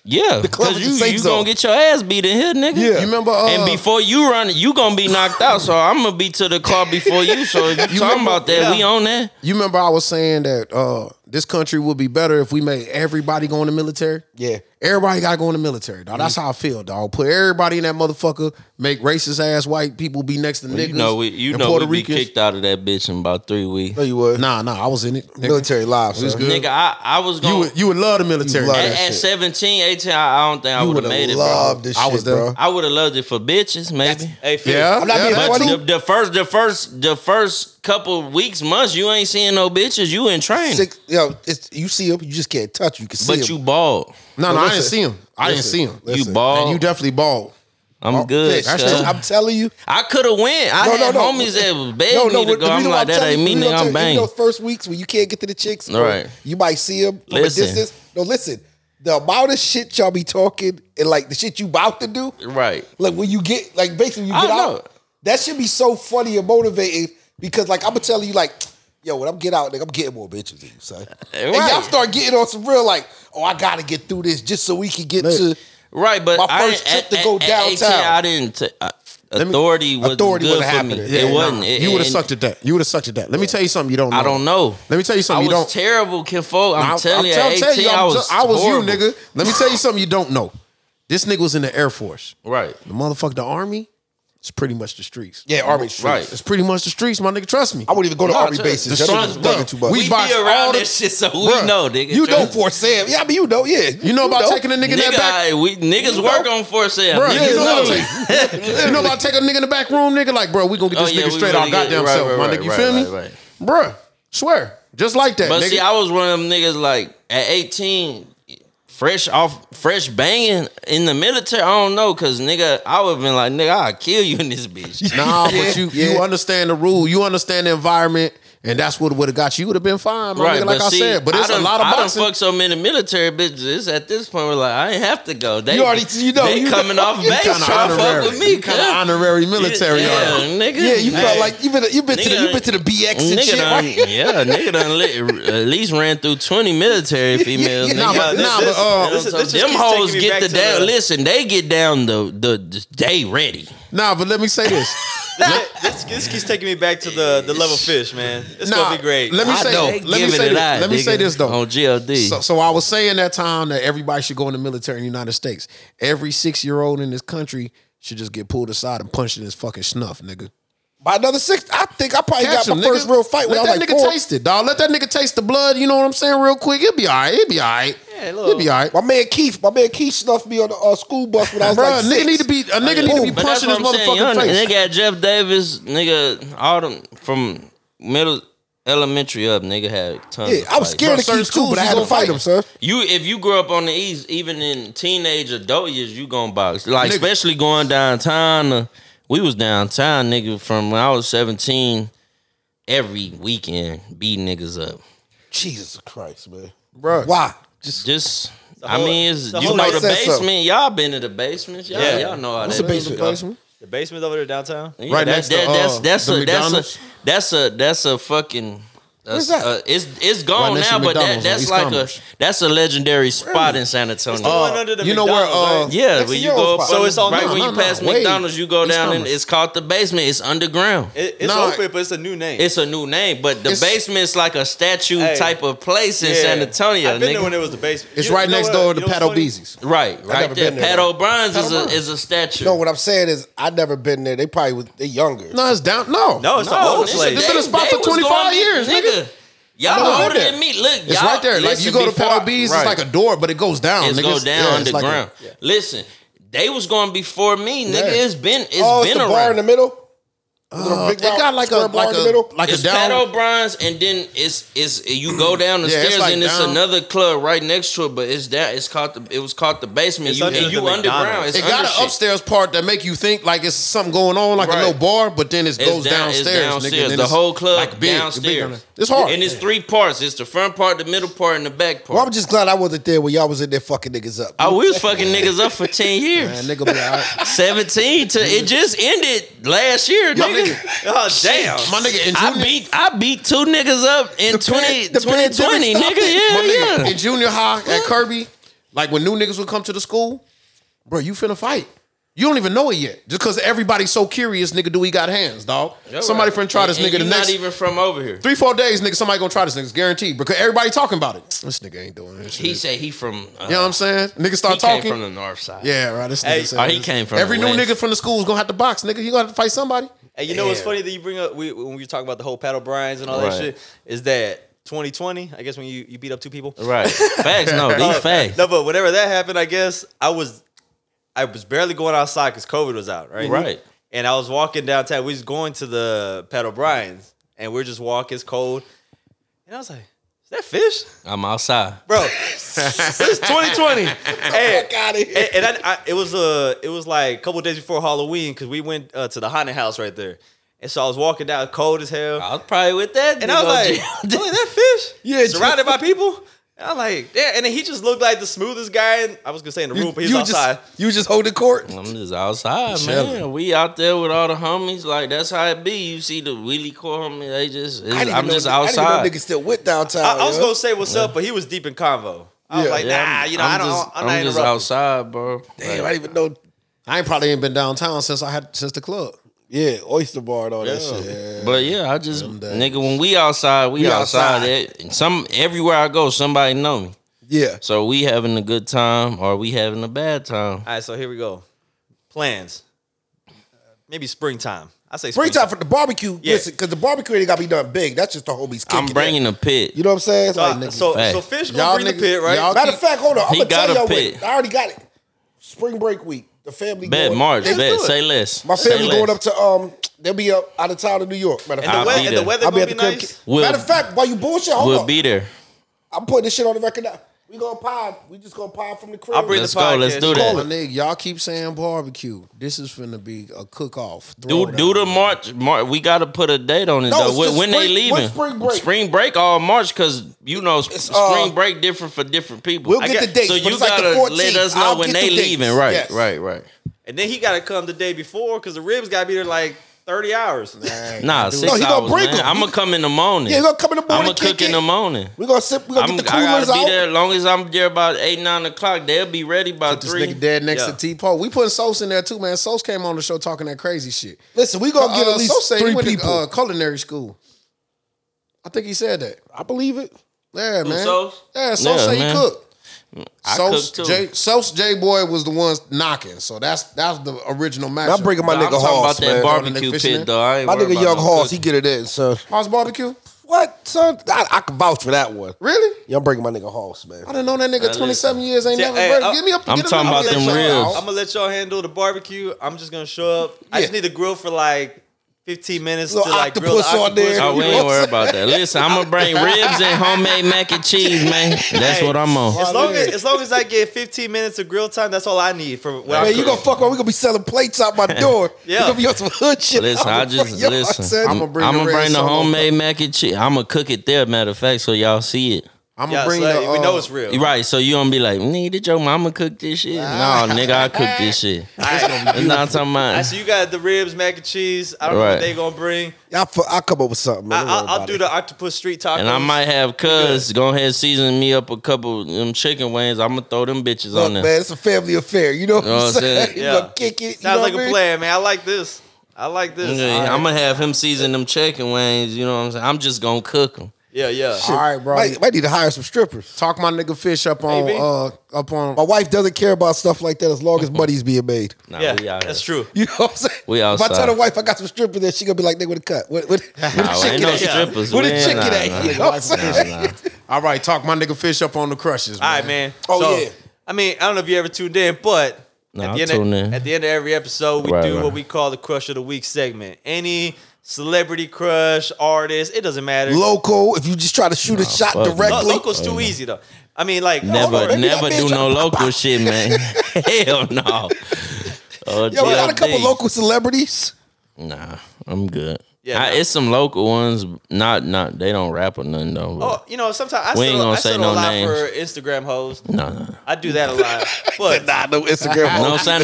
S3: yeah,
S1: club
S3: because
S1: is
S3: you
S1: the safe
S3: you
S1: zone.
S3: gonna get your ass beat in here, nigga.
S2: You remember? Uh,
S3: and before you run it, you gonna be knocked out. So I'm gonna be to the car before you. So if you, talking
S2: remember-
S3: about that, we on that.
S2: you remember I was saying that uh, this country would be better if we made everybody go in the military.
S1: Yeah.
S2: Everybody gotta go in the military, dog.
S3: Mm-hmm.
S2: That's how I feel, dog. Put everybody in that motherfucker. Make racist ass white people be next to niggas.
S3: You know, we, you
S2: and
S3: know,
S2: Puerto
S3: we be
S2: Ricans.
S3: kicked out of that bitch in about three weeks.
S1: No, you would.
S2: Nah, nah. I was in it. nigga.
S1: Military lives. Sir.
S2: good.
S3: Nigga, I, I was
S2: You
S3: going
S2: would, you would love the military.
S1: You love
S3: at,
S1: that
S3: at
S1: shit.
S3: 17, 18, I, I don't think I
S1: You
S3: would
S1: would
S3: have made
S1: have
S3: it, bro.
S1: loved this
S2: I was
S1: shit,
S2: there.
S1: bro.
S3: I would have loved it for bitches, maybe.
S4: Hey, Fish.
S2: Yeah,
S1: I'm not
S2: yeah,
S1: being
S2: that's
S1: funny.
S2: true.
S3: The, the first, the first, the first couple weeks, months, you ain't seeing no bitches. You in training,
S1: Six, yo, it's, you see him, you just can't touch. him. You can see
S3: but
S1: him.
S3: you bald.
S2: No, no, I didn't
S1: listen.
S2: see him. I didn't
S1: Listen.
S2: see him.
S1: Listen.
S3: you
S2: And
S3: bald.
S2: you definitely bald.
S3: I'm good.
S1: Fish,
S3: cuz.
S1: I'm telling you.
S3: I could have went. I
S1: No, no,
S3: had
S1: no.
S3: homies that was begging
S1: No, no,
S3: me to
S1: the
S3: go. I'm
S1: reason why
S3: like, that
S1: telling
S3: ain't
S1: you,
S3: me,
S1: you know,
S3: nigga. I'm
S1: even
S3: banging.
S1: those first weeks when you can't get to the chicks, or
S3: Right.
S1: You might see them from
S3: Listen.
S1: a distance. No, listen. The amount of shit y'all be talking and like the shit you about to do,
S3: Right.
S1: like when you get, like basically you
S3: I
S1: get
S3: know.
S1: out, that should be so funny and motivating because like I'm gonna tell you, like, yo, when I'm get out, nigga, I'm getting more bitches than you, son. And y'all
S3: Eh, Right.
S1: start getting on some real, like, oh, I gotta get through this just so we can get to.
S3: Right, but
S1: My
S3: I
S1: first
S3: didn't-
S1: trip to go downtown.
S3: I didn't. T- uh, authority was
S1: authority
S3: good
S1: would've
S3: for me.
S1: happened.
S3: It
S1: Yeah, nah.
S3: wasn't. It-
S2: You would have
S3: and
S2: sucked at that. You would have sucked at that. Let me tell you something you don't know.
S3: I don't know.
S2: Let me tell you
S3: I
S2: something
S3: was
S2: you don't
S3: terrible, Kinfolk. I'm,
S2: I'm-
S3: telling you,
S2: tell-
S3: at 18,
S2: tell I'm
S3: I was.
S2: tell- I was you,
S3: horrible.
S2: nigga. Let me tell you something you don't know. This nigga was in the Air Force.
S3: Right.
S2: The motherfucker, the Army, it's pretty much the streets.
S1: Yeah, Army Street.
S3: Right.
S2: It's pretty much the streets, my nigga. Trust me.
S1: I wouldn't even go to
S3: Nah,
S1: Army
S3: tell-
S1: bases.
S2: the
S1: Y'all
S2: Suns,
S1: niggas talking
S2: bro.
S1: too much.
S2: We
S3: We be
S2: boxed all
S3: around
S2: the-
S3: that shit, so we
S2: Bruh,
S3: know, nigga.
S1: You know
S3: Trust me.
S1: for Sam. Yeah, I mean you know, yeah.
S2: you know about taking a nigga, in that
S3: Nigga,
S2: back
S3: I- we niggas work on for sale.
S2: Bruh,
S3: niggas
S2: you,
S3: know.
S2: know, you know about taking a nigga in the back room, nigga? Like, bro, we gonna get
S3: Oh,
S2: this
S3: yeah,
S2: nigga
S3: we
S2: straight
S3: really
S2: out
S3: get-
S2: goddamn
S3: right,
S2: self,
S3: right,
S2: my
S3: right,
S2: nigga. You
S3: right,
S2: feel me?
S3: right,
S2: Bruh, swear. Just like that,
S3: But
S2: nigga.
S3: see, I was one of them niggas like at 18, fresh off, fresh banging in the military. I don't know, cause nigga, I would have been like, nigga, I'll kill you in this bitch.
S2: Nah, but you you
S1: yeah.
S2: understand the rule. You understand the environment, and that's what would have got you. You would have been fine, my nigga, like I said. But it's
S3: done,
S2: a lot of
S3: I done
S2: boxing.
S3: fucked so many military bitches. It's at this point where like I ain't have to go. They
S1: You already- you know,
S3: they
S1: you-
S3: coming off
S1: you
S3: base
S2: kinda
S3: trying to fuck
S2: honorary.
S3: with me.
S2: You kinda
S3: cuz.
S2: honorary military,
S3: Yeah,
S2: huh?
S3: nigga.
S1: Yeah, you felt
S3: Hey,
S1: like you've been you've been to the, you've been to the BX and
S3: nigga
S1: shit.
S3: done-
S1: Right?
S3: Yeah, nigga done lit, at least ran through 20 military females.
S1: yeah,
S3: nigga.
S2: nah, but,
S4: this-
S2: nah,
S4: this-
S2: but, uh,
S4: this is-
S3: So
S4: this just
S3: them
S4: keeps taking
S3: hoes
S4: me
S3: get
S4: back
S3: the
S4: to
S3: down. Listen, they get down the the, the day ready.
S2: nah, but let me say this.
S4: This- this, this keeps taking me back to the the love of fish, man. It's
S2: Nah,
S4: gonna be great.
S2: Let me
S3: I
S2: say,
S3: know.
S2: let me
S3: Give it
S2: say,
S3: an
S2: this.
S3: eye,
S2: let me
S3: nigga,
S2: say this though.
S3: on GLD.
S2: So, so I was saying that time that everybody should go in the military in the United States. Every six year old in this country should just get pulled aside and punched in his fucking snuff, nigga.
S1: By another six, I think I probably
S2: Catch
S1: got
S2: him,
S1: my
S2: nigga.
S1: first real fight when
S2: Let
S1: I was
S2: that
S1: like
S2: nigga
S1: four.
S2: taste it, dog. Let that nigga taste the blood. You know what I'm saying? Real quick, it'll be all right. It'll be all right.
S4: Yeah, a little-
S2: it'll be all right.
S1: My man Keith, my man Keith snuffed me on the uh, school bus when I was
S2: Bruh,
S1: like
S2: nigga
S1: six.
S2: need to be a nigga need to be
S3: But that's
S2: punching his
S3: what I'm saying.
S2: motherfucking
S3: young
S2: face.
S3: nigga, Nigga, Jeff Davis, nigga, all them from middle elementary up, nigga had tons.
S1: yeah,
S3: of
S1: I was
S3: fights.
S1: scared
S2: Bruh,
S1: of
S2: certain
S1: Keith too,
S2: schools
S1: but I
S2: you
S1: had to
S2: gonna
S1: fight
S2: fight.
S1: him, sir.
S3: You, if you grew up on the east, even in teenage adult years, you gonna box. Like
S2: Nigga.
S3: especially going downtown. uh, we was downtown, nigga, from when I was 17. Every weekend, beat niggas up.
S1: Jesus Christ, man.
S2: Bruh.
S1: Why?
S3: Just, I
S4: whole-
S3: mean, it's,
S4: it's a
S3: you
S4: whole
S3: know
S1: lot.
S3: the
S1: Said so.
S3: basement. Y'all been to the basements. Y'all,
S4: Yeah.
S3: y'all know how
S1: What's
S3: that
S1: the basement?
S3: go.
S4: the basement over there downtown.
S3: Yeah,
S2: Right
S3: that-
S2: next to,
S3: that-
S2: uh,
S3: that's that's
S2: the
S3: a that's
S2: McDonald's?
S3: a that's a that's a fucking
S1: Where's that?
S3: Uh, it's it's gone
S2: next to
S3: now, but that,
S2: McDonald's on
S3: that's
S2: East
S3: like
S2: Commerce.
S3: a that's a legendary spot in San Antonio.
S2: uh,
S4: Going under the
S2: you know where,
S4: McDonald's,
S2: uh,
S4: right?
S3: yeah,
S1: Next
S3: when
S1: to
S3: you
S1: your
S3: go
S1: spot.
S3: up
S1: So
S3: on-
S4: it's on-
S3: right
S4: no,
S3: when you
S2: no,
S3: pass
S2: wait.
S3: McDonald's, you go
S2: East
S3: down and
S2: Commerce.
S3: it's called the basement. It's underground.
S4: It- it's
S2: uh, Nah.
S4: open, but it's a new name.
S3: It's a new name, but the
S2: It's-
S3: basement's like a statue
S4: Hey.
S3: type of place in
S4: Yeah.
S3: San Antonio.
S4: I've been
S3: nigga.
S4: there when it was the basement.
S2: It's
S4: You-
S2: right
S4: you know
S2: next
S4: what-
S2: door
S4: you
S2: to
S4: know what's
S2: Paddle
S4: funny?
S2: Beezy's.
S3: right, right
S1: never
S3: there.
S1: been there,
S3: Pat
S1: though.
S3: O'Brien's is a
S2: O'Brien.
S3: is a statue.
S1: No, what I'm saying is I never been there. They probably was they younger.
S2: No, it's down. No,
S4: No, it's an
S3: No,
S4: old
S3: nigga,
S4: place.
S2: It's been a spot
S3: they
S2: for
S3: was
S2: 25
S3: gonna be-
S2: years, nigga.
S3: Y'all
S2: I've never been
S3: older
S2: there.
S3: than me. Look,
S2: It's
S3: y'all,
S2: right there. Like you
S3: listen,
S2: go to
S3: before
S2: Paddle
S3: I-
S2: Bees,
S1: right.
S2: it's like a door, but it goes down.
S3: It's
S2: nigga.
S3: go down
S2: yeah, it's like a-
S3: underground. Listen, they was going before me, nigga.
S2: Yeah.
S3: It's been it's
S1: oh, it's
S3: been
S1: the
S3: around.
S1: bar in the middle.
S2: Uh, it
S1: big round
S2: got like a
S1: square bar
S2: like
S1: in the
S2: a
S1: middle.
S2: like a
S3: it's Pat
S2: down.
S3: O'Brien's, and then it's it's you go down the
S2: Yeah, it's
S3: stairs,
S2: like
S3: and it's
S2: down.
S3: another club right next to it. But it's that it's called the it was called the basement.
S4: It's
S3: you
S4: under
S3: and
S4: the
S3: you
S4: McDonald's.
S3: underground. It's
S2: It got
S3: under
S2: an
S3: shit.
S2: upstairs part that make you think like it's something going on, like
S3: Right.
S2: a little bar, but then it
S3: It's
S2: goes
S3: down- it's
S2: downstairs. nigga, and
S3: downstairs.
S2: then
S3: the
S2: it's,
S3: whole club
S2: like, big, it's
S3: downstairs.
S2: big down there. It's hard.
S3: and it's three parts. It's the front part, the middle part, and the back part.
S1: Well, I'm just glad I wasn't there when y'all was in there fucking niggas up.
S3: I was fucking niggas up for ten years,
S2: Man, nigga, be all right.
S3: seventeen to it just ended last year, nigga.
S4: Oh damn!
S2: my nigga in
S3: I
S2: junior,
S3: beat I beat two niggas up in
S1: The
S3: twenty
S1: pan- the
S3: twenty twenty, 2020,
S1: pandemic stopped
S2: my
S3: nigga. Yeah,
S2: nigga
S3: yeah.
S2: in junior high at Kirby, like when new niggas would come to the school, bro, you finna fight. You don't even know it yet, just because everybody's so curious. Nigga, do he got hands, dog? Somebody finna try this
S3: And- and
S2: nigga the
S3: you
S2: next
S3: Not even from over here.
S2: three, four days, nigga. Somebody gonna try this nigga, guaranteed, because everybody talking about it. This nigga ain't doing this shit.
S3: He said he from. Uh,
S2: you know what I'm saying? Nigga start
S3: he
S2: talking.
S3: came from the north side.
S2: Yeah, right. This nigga
S4: Hey,
S2: said
S3: oh, he
S2: this.
S3: came from
S2: every
S3: the
S2: new
S3: West.
S2: nigga from the school is gonna have to box, nigga. You gonna have to fight somebody.
S4: And you know what's
S2: Yeah.
S4: funny that you bring up we, when we were talking about the whole Pat O'Brien's and all
S3: Right.
S4: that shit is that 2020. I guess when you, you beat up two people,
S3: Right. Facts. No,
S4: Uh,
S3: these facts.
S4: No, but whenever that happened, I guess I was I was barely going outside because COVID was out, right?
S3: Right.
S4: And I was walking downtown. We was going to the Pat O'Brien's, and we're just walking. It's cold, and I was like, "Is that fish,
S3: I'm outside.
S4: bro?" this is 2020. and and, and I, I, it was uh, it was like a couple days before Halloween because we went uh, to the haunted house right there, and so I was walking down, cold as hell.
S3: I was probably with that.
S4: And I was like,
S3: nigga.
S4: "Look at that fish.
S1: Yeah,
S4: surrounded by people. And I'm like, yeah. And then he just looked like the smoothest guy. In, I was gonna say in the room, but he
S1: you
S4: was outside.
S1: just you just hold the court.
S3: I'm just outside, man. We out there with all the homies. Like that's how it be. You see the Willie core homie. They just. it's-
S1: I didn't even
S3: I'm
S1: know,
S3: just
S1: I didn't
S3: outside.
S1: even know niggas still went downtown.
S4: I, I was
S1: yo.
S4: gonna say what's up, but he was deep in convo. I was
S1: Oh, Yeah.
S4: like, nah,
S3: Yeah, I'm-
S4: you know,
S3: I'm
S4: I don't.
S3: Just,
S4: I'm, not
S3: just
S4: interrupting.
S3: outside, bro.
S1: Damn, I didn't even know.
S2: I ain't probably ain't been downtown since I had since the club.
S1: Yeah, oyster bar and all that shit.
S3: But yeah, I just nigga. When we outside, we,
S1: We
S3: outside.
S1: outside.
S3: It- and some everywhere I go, somebody know me.
S1: Yeah,
S3: So we having a good time or we having a bad time.
S4: All right, so here we go. Plans. Maybe springtime. I say
S1: bring time for the barbecue.
S4: Yeah.
S1: Listen, because the barbecue ain't got to be done big. That's just the homies.
S3: I'm
S1: kicking it.
S3: bringing a pit.
S1: You know what I'm saying? It's
S4: So,
S1: like,
S3: Uh,
S4: I-
S1: nigga,
S4: so,
S3: Hey.
S4: so fish
S2: Y'all
S4: gonna bring
S2: niggas-
S4: the pit, right?
S2: y'all-
S1: Matter of fact, hold on. I'm
S3: He
S1: gonna
S3: got
S1: tell
S3: a
S1: y'all
S3: pit.
S1: what. I already got it. Spring break week. The family.
S3: Bet
S1: going,
S3: March.
S1: They-
S3: Bet.
S4: do it.
S3: Say less.
S1: My
S3: Say
S1: family
S3: less.
S1: going up to um. They'll be up out of town in New York. Matter of
S4: and the,
S3: I'll
S1: fact,
S4: we-
S3: be
S4: and the
S3: there.
S4: weather
S1: I'll be
S4: gonna
S1: at
S4: be,
S1: the crib.
S4: nice.
S3: We'll-
S1: Matter of fact, while you bullshit, hold
S3: We'll
S1: on.
S3: be there.
S1: I'm putting this shit on the record now. We gonna pod. We just gonna pod from the crib.
S4: I'll bring
S3: Let's
S4: the
S3: go.
S4: podcast.
S3: Let's do
S2: My
S3: that.
S2: nigga, y'all keep saying barbecue. This is finna be a cook off.
S3: Do do the March. March. We got to put a date on it
S1: No,
S3: though.
S1: it's
S3: When,
S1: just
S3: when they
S1: spring-
S3: leaving?
S1: what's spring break?
S3: Spring break all March because you know sp-
S1: It's, uh,
S3: spring break different for different people.
S1: We'll
S3: I
S1: get
S3: got-
S1: the dates,
S3: So
S1: but
S3: you
S1: it's like the
S3: gotta
S1: 14th.
S3: let us know
S1: I'll
S3: when
S1: get
S3: they
S1: the dates.
S3: leaving. Right.
S1: Yes.
S3: Right. Right.
S4: And then he gotta come the day before because the ribs gotta be there like 30 hours.
S3: Nah, six
S1: he gonna
S3: hours.
S1: break
S3: man.
S1: 'em.
S3: I'm gonna come in the morning.
S1: Yeah, he gonna come in the morning,
S3: I'm gonna
S1: kick
S3: cook in
S1: it.
S3: the morning.
S1: We gonna sip. We gonna
S3: I'm, I
S1: get the coolers
S3: gotta be
S1: out.
S3: there as long as I'm there about eight nine o'clock. They'll be ready by
S2: This
S3: three.
S2: nigga dead next
S4: Yeah.
S2: to T Paul. We putting Sos in there too, man. Sos came on the show talking that crazy shit.
S1: Listen, we gonna get
S2: Uh,
S1: at least
S2: Sos said
S1: three
S2: he went
S1: people.
S2: to uh, culinary school. I think he said that.
S1: I believe it.
S2: Yeah, man.
S3: Sos?
S2: Yeah, Sos
S3: Yeah,
S2: say he
S3: man.
S2: cooked.
S3: I
S2: Sos,
S3: cook, too.
S2: J, Sos J Boy was the ones knocking, so that's that's the original match.
S1: I'm bringing my
S3: Nah, I'm
S1: nigga
S3: talking
S1: Hoss,
S3: about that
S1: man.
S3: barbecue
S2: Fishing in.
S3: pit though. I ain't
S1: My
S3: worried
S1: nigga
S3: about
S1: Young
S3: no
S1: Hoss, he
S3: cooking.
S1: get it in, son.
S2: Hoss barbecue.
S1: What, son? I, I can vouch for that one.
S2: Really?
S1: Y'all bringing my nigga Hoss, man.
S2: I done known that nigga 27 years. Ain't
S4: Yeah,
S2: never.
S4: hey, uh,
S2: burnt.
S4: I-
S2: give me up.
S3: I'm
S2: get him
S3: talking
S2: up.
S3: about
S2: I'll
S3: them
S2: let y'all
S3: ribs.
S2: out.
S1: Oh.
S4: I'm gonna let y'all handle the barbecue. I'm just gonna show up. I just
S2: Yeah.
S4: need to grill for like 15 minutes
S1: Little
S4: to like grill the
S1: octopus on
S4: octopus.
S1: there.
S3: Oh, we
S1: You
S3: ain't
S1: know
S3: worried about that. Listen, I'm gonna bring ribs and homemade mac and cheese, man. That's
S4: Hey,
S3: what I'm on.
S4: As long as, as long as I get 15 minutes of grill time, that's all I need for when I
S1: Man, you
S4: cook.
S1: gonna fuck around? We gonna be selling plates out my door. You
S4: Yeah.
S1: gonna be on some hood shit.
S3: Listen, I
S1: out the
S3: just
S1: front yard,
S3: listen.
S1: son.
S3: I'm
S2: I'ma
S3: gonna
S2: bring
S3: bring,
S2: the red
S3: the
S2: solo
S3: homemade mac and cheese. I'm gonna cook it there. Matter of fact, so y'all see it.
S2: I'm
S4: Yeah,
S2: gonna bring
S4: so
S2: the,
S4: we
S2: uh,
S4: know it's real.
S3: Right, so you don't be like, nigga, did your mama cook this shit? no, nigga, I cook this shit. That's not I'm talking
S4: I
S3: about.
S4: see you got the ribs, mac and cheese. I don't know
S3: Right.
S4: what they gonna bring.
S1: Y'all, fu- I'll come up with something.
S4: I,
S1: man. Don't worry
S4: I'll, I'll
S1: about
S4: do
S1: it.
S4: the octopus street tacos.
S3: And I might have cuz go ahead and season me up a couple of them chicken wings. I'm gonna throw them bitches
S1: Look,
S3: on there.
S1: man, it's a family affair. You know what,
S3: know
S1: I'm saying?
S3: saying?
S1: You
S4: Yeah.
S1: gonna kick it.
S4: Sounds
S1: you know
S4: like
S1: what I
S4: a
S1: mean?
S4: plan, man. I like this. I like this.
S3: Yeah,
S4: All right.
S3: I'm gonna have him season them chicken wings. You know what I'm saying? I'm just gonna cook them.
S4: Yeah, yeah.
S2: All right, bro.
S1: Might, might need to hire some strippers.
S2: Talk my nigga Fish up on
S4: Maybe.
S2: uh up on
S1: My wife doesn't care about stuff like that as long as money's being made.
S3: Nah,
S4: yeah,
S3: we out here.
S4: that's true.
S1: You know what I'm saying?
S3: We
S1: If I tell
S3: outside.
S1: the wife I got some strippers, then she gonna be like, "Nigga, with a cut." What, what, what the
S3: Nah, ain't
S1: chicken
S3: no
S1: at?
S3: strippers.
S1: What the
S3: man.
S1: chicken
S3: Nah,
S1: at?
S3: nah.
S1: You know what I'm saying?
S2: All right, talk my nigga Fish up on the crushes.
S4: All
S2: Man.
S4: right, man.
S1: Oh,
S4: So,
S1: yeah.
S4: I mean, I don't know if you ever tuned in, but
S3: Nah,
S4: at,
S3: I
S4: the end
S3: tuned
S4: of,
S3: in.
S4: at the end of every episode, we
S3: Right,
S4: do what
S3: right.
S4: we call the crush of the week segment. Any celebrity crush, artist, it doesn't matter.
S1: Local. If you just try to shoot a shot
S3: fuck no.
S4: Lo-
S1: directly,
S4: local's too easy though. I mean, like oh,
S1: Hold
S3: Never,
S1: on,
S3: never
S1: let me-
S3: do
S1: let me
S3: no local shit, man. Hell no. Oh,
S1: yo, we got a couple
S3: GLD.
S1: local celebrities.
S3: Nah, I'm good.
S4: Yeah,
S3: Yeah, I,
S4: nah.
S3: it's some local ones. Not, not. They don't rap or nothing though.
S4: Oh,
S3: but-
S4: you know, sometimes I
S3: We ain't
S4: settle,
S3: gonna
S4: I
S3: say
S4: settle
S3: no
S4: a lot
S3: names.
S4: for Instagram hoes.
S3: No, no, no.
S4: I do that a lot, but
S1: Nah, no Instagram.
S3: no San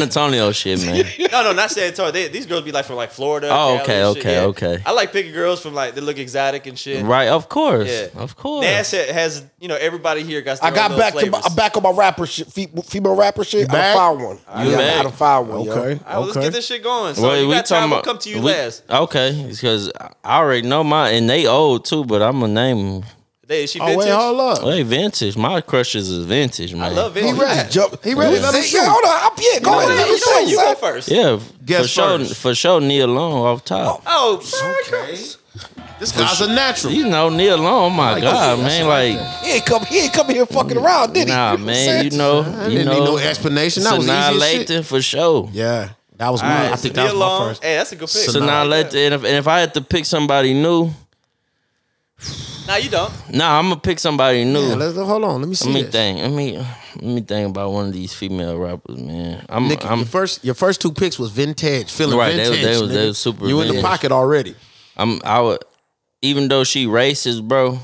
S3: Antonio shit, man.
S4: no, no, not San Antonio. They, these girls be like from like Florida.
S3: Oh,
S4: Cali and
S3: okay,
S4: shit,
S3: okay,
S4: yeah.
S3: okay.
S4: I like picking girls from like they look exotic and shit.
S3: right? Of course,
S4: Yeah.
S3: of course.
S4: Nash ha- has you know everybody here got. Their
S1: I got
S4: own little
S1: back to my,
S4: flavors.
S1: I'm back on my rapper shit, fe- female rapper shit. I
S2: back?
S1: found one.
S3: You
S1: yeah,
S3: back?
S1: I done found one.
S2: Okay.
S1: Okay.
S4: All right, let's get this shit going. So
S3: Wait,
S4: you
S3: we
S4: got
S3: talking
S4: time. We'll
S3: about
S4: come to you
S3: we-
S4: last.
S3: Okay, because I already know my and they old too, but I'm gonna name. 'em.
S4: They, she
S2: Oh
S4: vintage.
S2: wait, hold up.
S3: Hey, vintage. My crushes is vintage, man.
S4: I love
S2: He
S4: vintage.
S2: rap.
S1: Jump.
S2: He ready. Let him
S1: See, yeah,
S2: shoot.
S1: hold on. I'm, yeah, go
S4: Go
S1: ahead.
S4: ahead,
S1: Let me
S4: you go,
S1: shoot,
S4: you go
S1: son.
S4: first.
S3: Yeah, for
S2: Guess
S3: sure.
S2: first.
S3: For sure, Neil Long off top.
S4: Oh,
S2: This guy's a natural.
S3: You know Neil Long. Oh my god, man. Like,
S1: He ain't come. He ain't come here fucking around, did he?
S3: nah,
S1: You know what I'm saying?
S3: man. You know,
S2: I
S3: you
S2: didn't need no
S3: know.
S2: explanation. That was
S3: Sanaa
S2: easy as shit.
S3: Lathan for sure.
S2: Yeah, that was
S4: All
S2: mine.
S4: right,
S2: I think
S4: Nia
S2: that was
S4: Long.
S2: my first.
S4: Hey, that's a good pick.
S2: So
S3: Sanaa Lathan. And if, and if I had to pick somebody new,
S4: Nah, you don't.
S3: nah, I'm gonna pick somebody new.
S2: Yeah, let's, hold on. Let me see.
S3: let me
S2: this.
S3: think. Let me let me think about one of these female rappers, man. I'm
S2: Nikki,
S3: I'm
S2: your first your first two picks was vintage, feeling
S3: Right, they was-
S2: vintage.
S3: they was- they
S2: nigga.
S3: was super
S2: You in the
S3: vintage.
S2: pocket already.
S3: I'm I would even though she racist, bro.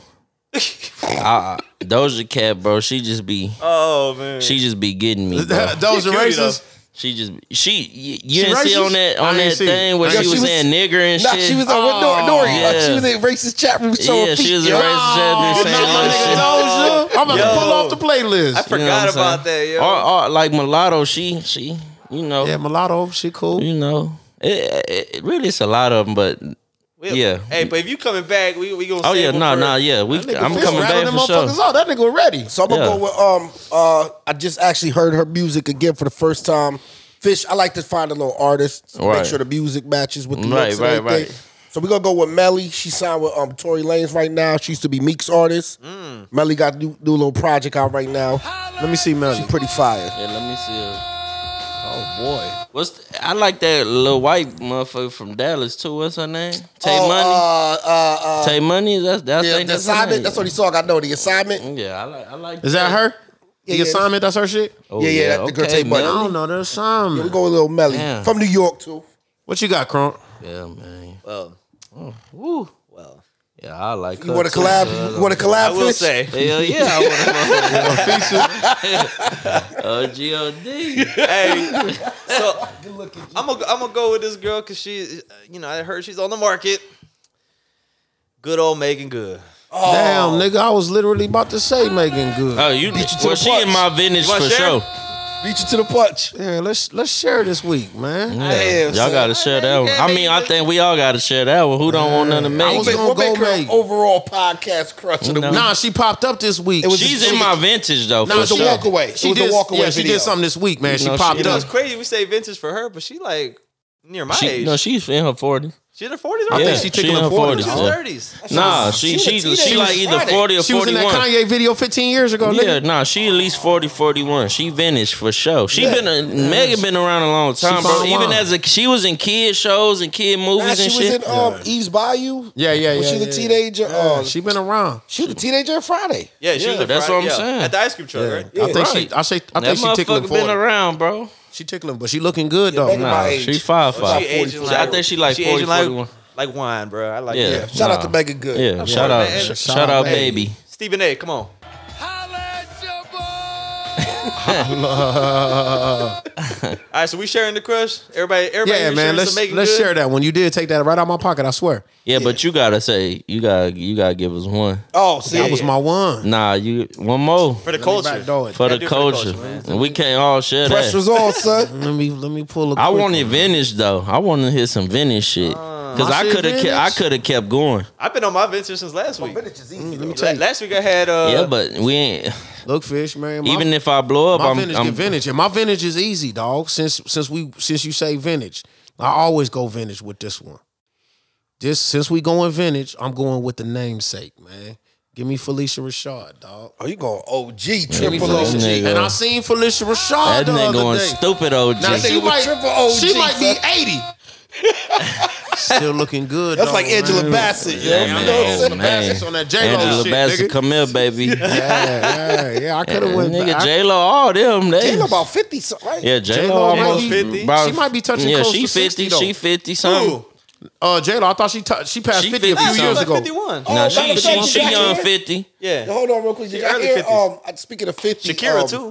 S3: I, I, Doja Cat, bro, she just be
S4: Oh man.
S3: she just be getting me. Bro.
S2: Those are
S4: She cute,
S2: racist.
S3: She just be- she you, you
S2: She
S3: didn't see
S2: racist?
S3: on that
S2: I
S3: on
S2: ain't
S3: that
S2: see it.
S3: thing where
S2: Yeah,
S3: she
S2: she
S3: was
S2: was-
S3: saying nigger and
S1: Nah,
S3: shit.
S1: she was on with Nor- Nori.
S3: Oh,
S1: Like, she
S3: yeah.
S1: was in racist chat room showing
S3: yeah,
S1: feet.
S3: she was a
S1: yo.
S3: racist
S2: Oh,
S3: chat bitch saying
S2: nah,
S3: all
S2: nigga,
S3: shit.
S2: Doja. I'm about
S4: Yo.
S2: to pull off the playlist.
S4: I
S3: You know
S4: forgot
S3: what I'm
S4: about that.
S3: saying?
S4: Yo.
S3: Or, or like mulatto, she she you know
S2: yeah, mulatto, she cool.
S3: you know it, it, it really it's a lot of them, but
S4: We-
S3: yeah.
S4: Hey, but if you coming back, we we gonna.
S3: Oh
S4: save
S3: yeah,
S4: them
S3: no,
S4: for-
S3: no, yeah. We,
S2: Nigga,
S3: I'm
S2: Fist
S3: coming
S2: rattled
S3: back
S2: them
S3: for sure.
S2: motherfuckers off. That nigga ready.
S1: So I'm gonna
S3: Yeah.
S1: go with um uh I just actually heard her music again for the first time. Fish, I like to find a little artist, make
S3: Right.
S1: sure the music matches with the
S3: Right,
S1: looks
S3: right,
S1: and everything.
S3: right.
S1: So we're gonna go with Melly. She signed with um Tory Lanez right now. She used to be Meek's artist.
S3: Mm.
S1: Melly got a new, new little project out right now.
S2: Let me see Melly.
S1: She's pretty fire.
S3: Yeah, let me see. Her.
S2: Oh
S3: What's the, I like that little white motherfucker from Dallas too. What's her name? Tay
S1: Oh,
S3: Money.
S1: Uh, uh, uh,
S3: Tay Money. That's that's
S1: yeah, the assignment. That's what he saw. I know the assignment.
S2: Mm.
S3: Yeah, I like. I like.
S2: boy, is that her?
S1: Yeah,
S2: the
S1: yeah.
S2: assignment. That's her shit.
S3: Oh,
S1: Yeah, yeah, that the girl Tay Money.
S2: I
S3: Melly.
S2: don't know the
S1: We
S2: assignment.
S1: go with little Melly
S3: Damn.
S1: from New York too.
S2: What you got, Crunk?
S3: Yeah, man.
S4: Well,
S3: Woo.
S4: well.
S3: Oh, Yeah, I like.
S1: You want to
S2: uh,
S1: collab? You want to collab?
S4: I will
S1: Fish?
S4: say.
S3: Hell yeah, I want to. Oh, God.
S4: hey, so I'm gonna I'm gonna go with this girl because she, you know, I heard she's on the market. Good old Megan Good.
S1: Oh.
S2: Damn, nigga, I was literally about to say Megan Good.
S3: Oh, you.
S1: Beat you to
S3: well,
S1: the
S3: she
S1: punch.
S3: in my vintage
S4: You wanna
S3: for
S4: share?
S3: sure.
S1: Beat you to the punch.
S2: yeah, let's let's share this week, man.
S3: Yeah,
S1: Damn,
S3: y'all
S1: son.
S3: gotta share that one. I mean, I think we all gotta share that one. Who don't want none of
S2: I
S3: me?
S2: was
S1: Make-
S2: gonna
S1: what
S2: go
S1: make her
S2: Megan.
S1: overall podcast crush of the
S3: No.
S1: week?
S2: Nah, she popped up this week.
S1: was
S3: She's in my vintage though. for
S2: Nah,
S1: was a
S3: sure.
S1: walk away.
S2: She
S1: it was
S2: did.
S1: a walk away
S2: yeah, she
S1: video.
S2: did something this week, man. She
S3: No, she
S2: popped
S4: You know,
S2: up.
S4: it's crazy. We say vintage for her, but she like near my
S3: She,
S4: age.
S3: no, she's in her forties.
S4: she's in her forties.
S3: Yeah,
S2: think she tickling
S3: in her
S2: 40s,
S3: forties.
S4: She's in her thirties.
S3: Nah, she
S1: She
S3: she
S1: was a
S3: she,
S1: teenager
S3: like
S1: on
S3: either
S1: Friday.
S3: forty or
S2: She was
S3: forty
S2: in that
S3: one.
S2: Kanye video 15 years ago,
S3: Yeah,
S2: nigga.
S3: nah, she at least 40, 41. She vintage for sure. She been a, Megan been around a long time, bro.
S2: found
S3: Even
S2: one.
S3: as a she was in kid shows and kid movies
S1: Nah,
S3: and
S1: she was
S3: shit.
S1: in um, Eve's Bayou.
S2: Yeah, yeah, yeah.
S1: Was she the
S2: yeah,
S1: teenager?
S2: yeah.
S1: Uh,
S2: Oh, she been around.
S1: she was the teenager on Friday.
S4: Yeah, she
S3: Yeah,
S4: was. a
S3: that's
S4: Friday-
S3: what I'm
S4: yeah,
S3: saying.
S4: At the ice cream truck, right?
S2: I think
S3: right.
S2: she. I say. I
S3: that
S2: think she tickling
S3: motherfucker been
S2: 40.
S3: around, bro.
S2: She tickling, but she looking good though.
S1: Megan-
S3: Nah,
S1: My
S3: she
S1: age.
S3: five five.
S4: She aging like
S3: I think she like 40,
S4: aging like,
S3: 41.
S4: like wine, bro. I like
S3: Yeah.
S4: yeah.
S1: Shout out
S3: Nah.
S1: to Megan Good.
S3: Yeah, shout out,
S4: man.
S3: shout out,
S2: Hey.
S3: baby.
S4: Stephen A. Come on, All right, so we sharing the crush. Everybody, everybody,
S2: yeah, man. Let's
S4: making
S2: let's
S4: good?
S2: share that one. You did take that right out of my pocket. I swear,
S3: Yeah, but you gotta say you gotta you gotta give us one.
S1: Oh, see,
S2: that was my one.
S3: Nah, you one more
S4: for the
S2: Back
S4: culture.
S2: door it.
S3: for
S4: Gotta
S3: the
S4: do it for the culture,
S3: culture,
S4: man.
S3: and we can't all share
S1: pressure's
S3: that.
S1: on, son.
S2: Let me let me pull. A
S3: I
S2: quick
S3: wanted
S2: one.
S3: vintage though. I wanted to hear some vintage shit
S4: Ah.
S3: because
S2: My
S3: I
S2: shit
S3: could have kept I
S2: vintage?
S3: could have kept going.
S4: I've been on my venture since last week.
S1: Vintage is easy. though.
S4: La- Last week I had uh,
S3: yeah, but we ain't.
S2: Look, fish, man. my-
S3: Even if I blow up,
S2: my
S3: I'm,
S2: vintage
S3: I'm
S2: get vintage, and my vintage is easy, dog. Since since we since you say vintage, I always go vintage with this one. This since we going vintage, I'm going with the namesake, man. Give me Felicia Rashad, dog.
S1: Oh, you going OG
S3: me
S1: triple
S3: Felicia.
S1: OG?
S3: nigga.
S2: And I seen Felicia Rashad
S3: that
S2: the
S3: nigga
S2: other
S3: going
S2: day.
S3: stupid OG.
S2: Now she
S1: was
S2: might
S1: triple OG,
S2: she might be
S1: son.
S2: eighty. Still looking good.
S1: That's
S2: though,
S1: like Angela
S2: man.
S1: Bassett, yo.
S3: Yeah,
S1: You
S3: man.
S1: know what I'm saying?
S3: Oh,
S2: Bassett's on that J-Lo
S3: Angela
S2: shit,
S3: Bassett,
S2: nigga.
S3: come here, baby. yeah,
S2: Yeah, yeah, yeah. I could have went. back.
S3: nigga,
S2: I-
S3: J Lo, all them. They,
S1: Ain't no about fifty, so- right?
S3: yeah, J
S2: J-Lo
S3: Lo almost
S2: might
S4: be- She
S3: about-
S2: might be touching
S3: Yeah,
S2: close
S3: she
S2: to
S3: 50,
S2: 60 though.
S3: she fifty something.
S2: uh, J Lo, I thought she tou- she passed
S3: She
S2: fifty a few
S3: 50 something.
S2: years
S4: like
S2: ago.
S4: 51.
S1: Oh,
S3: Nah,
S1: matter
S3: she
S1: of
S3: she
S1: fact,
S3: she
S1: did y'all
S3: young
S1: hear-
S3: fifty.
S1: Yo,
S4: Yeah,
S1: Hold on, real quick. Did
S4: She
S1: y'all
S4: early
S1: hear?
S4: 50s.
S1: Um, I- speaking of fifty,
S4: Shakira
S1: um,
S4: too.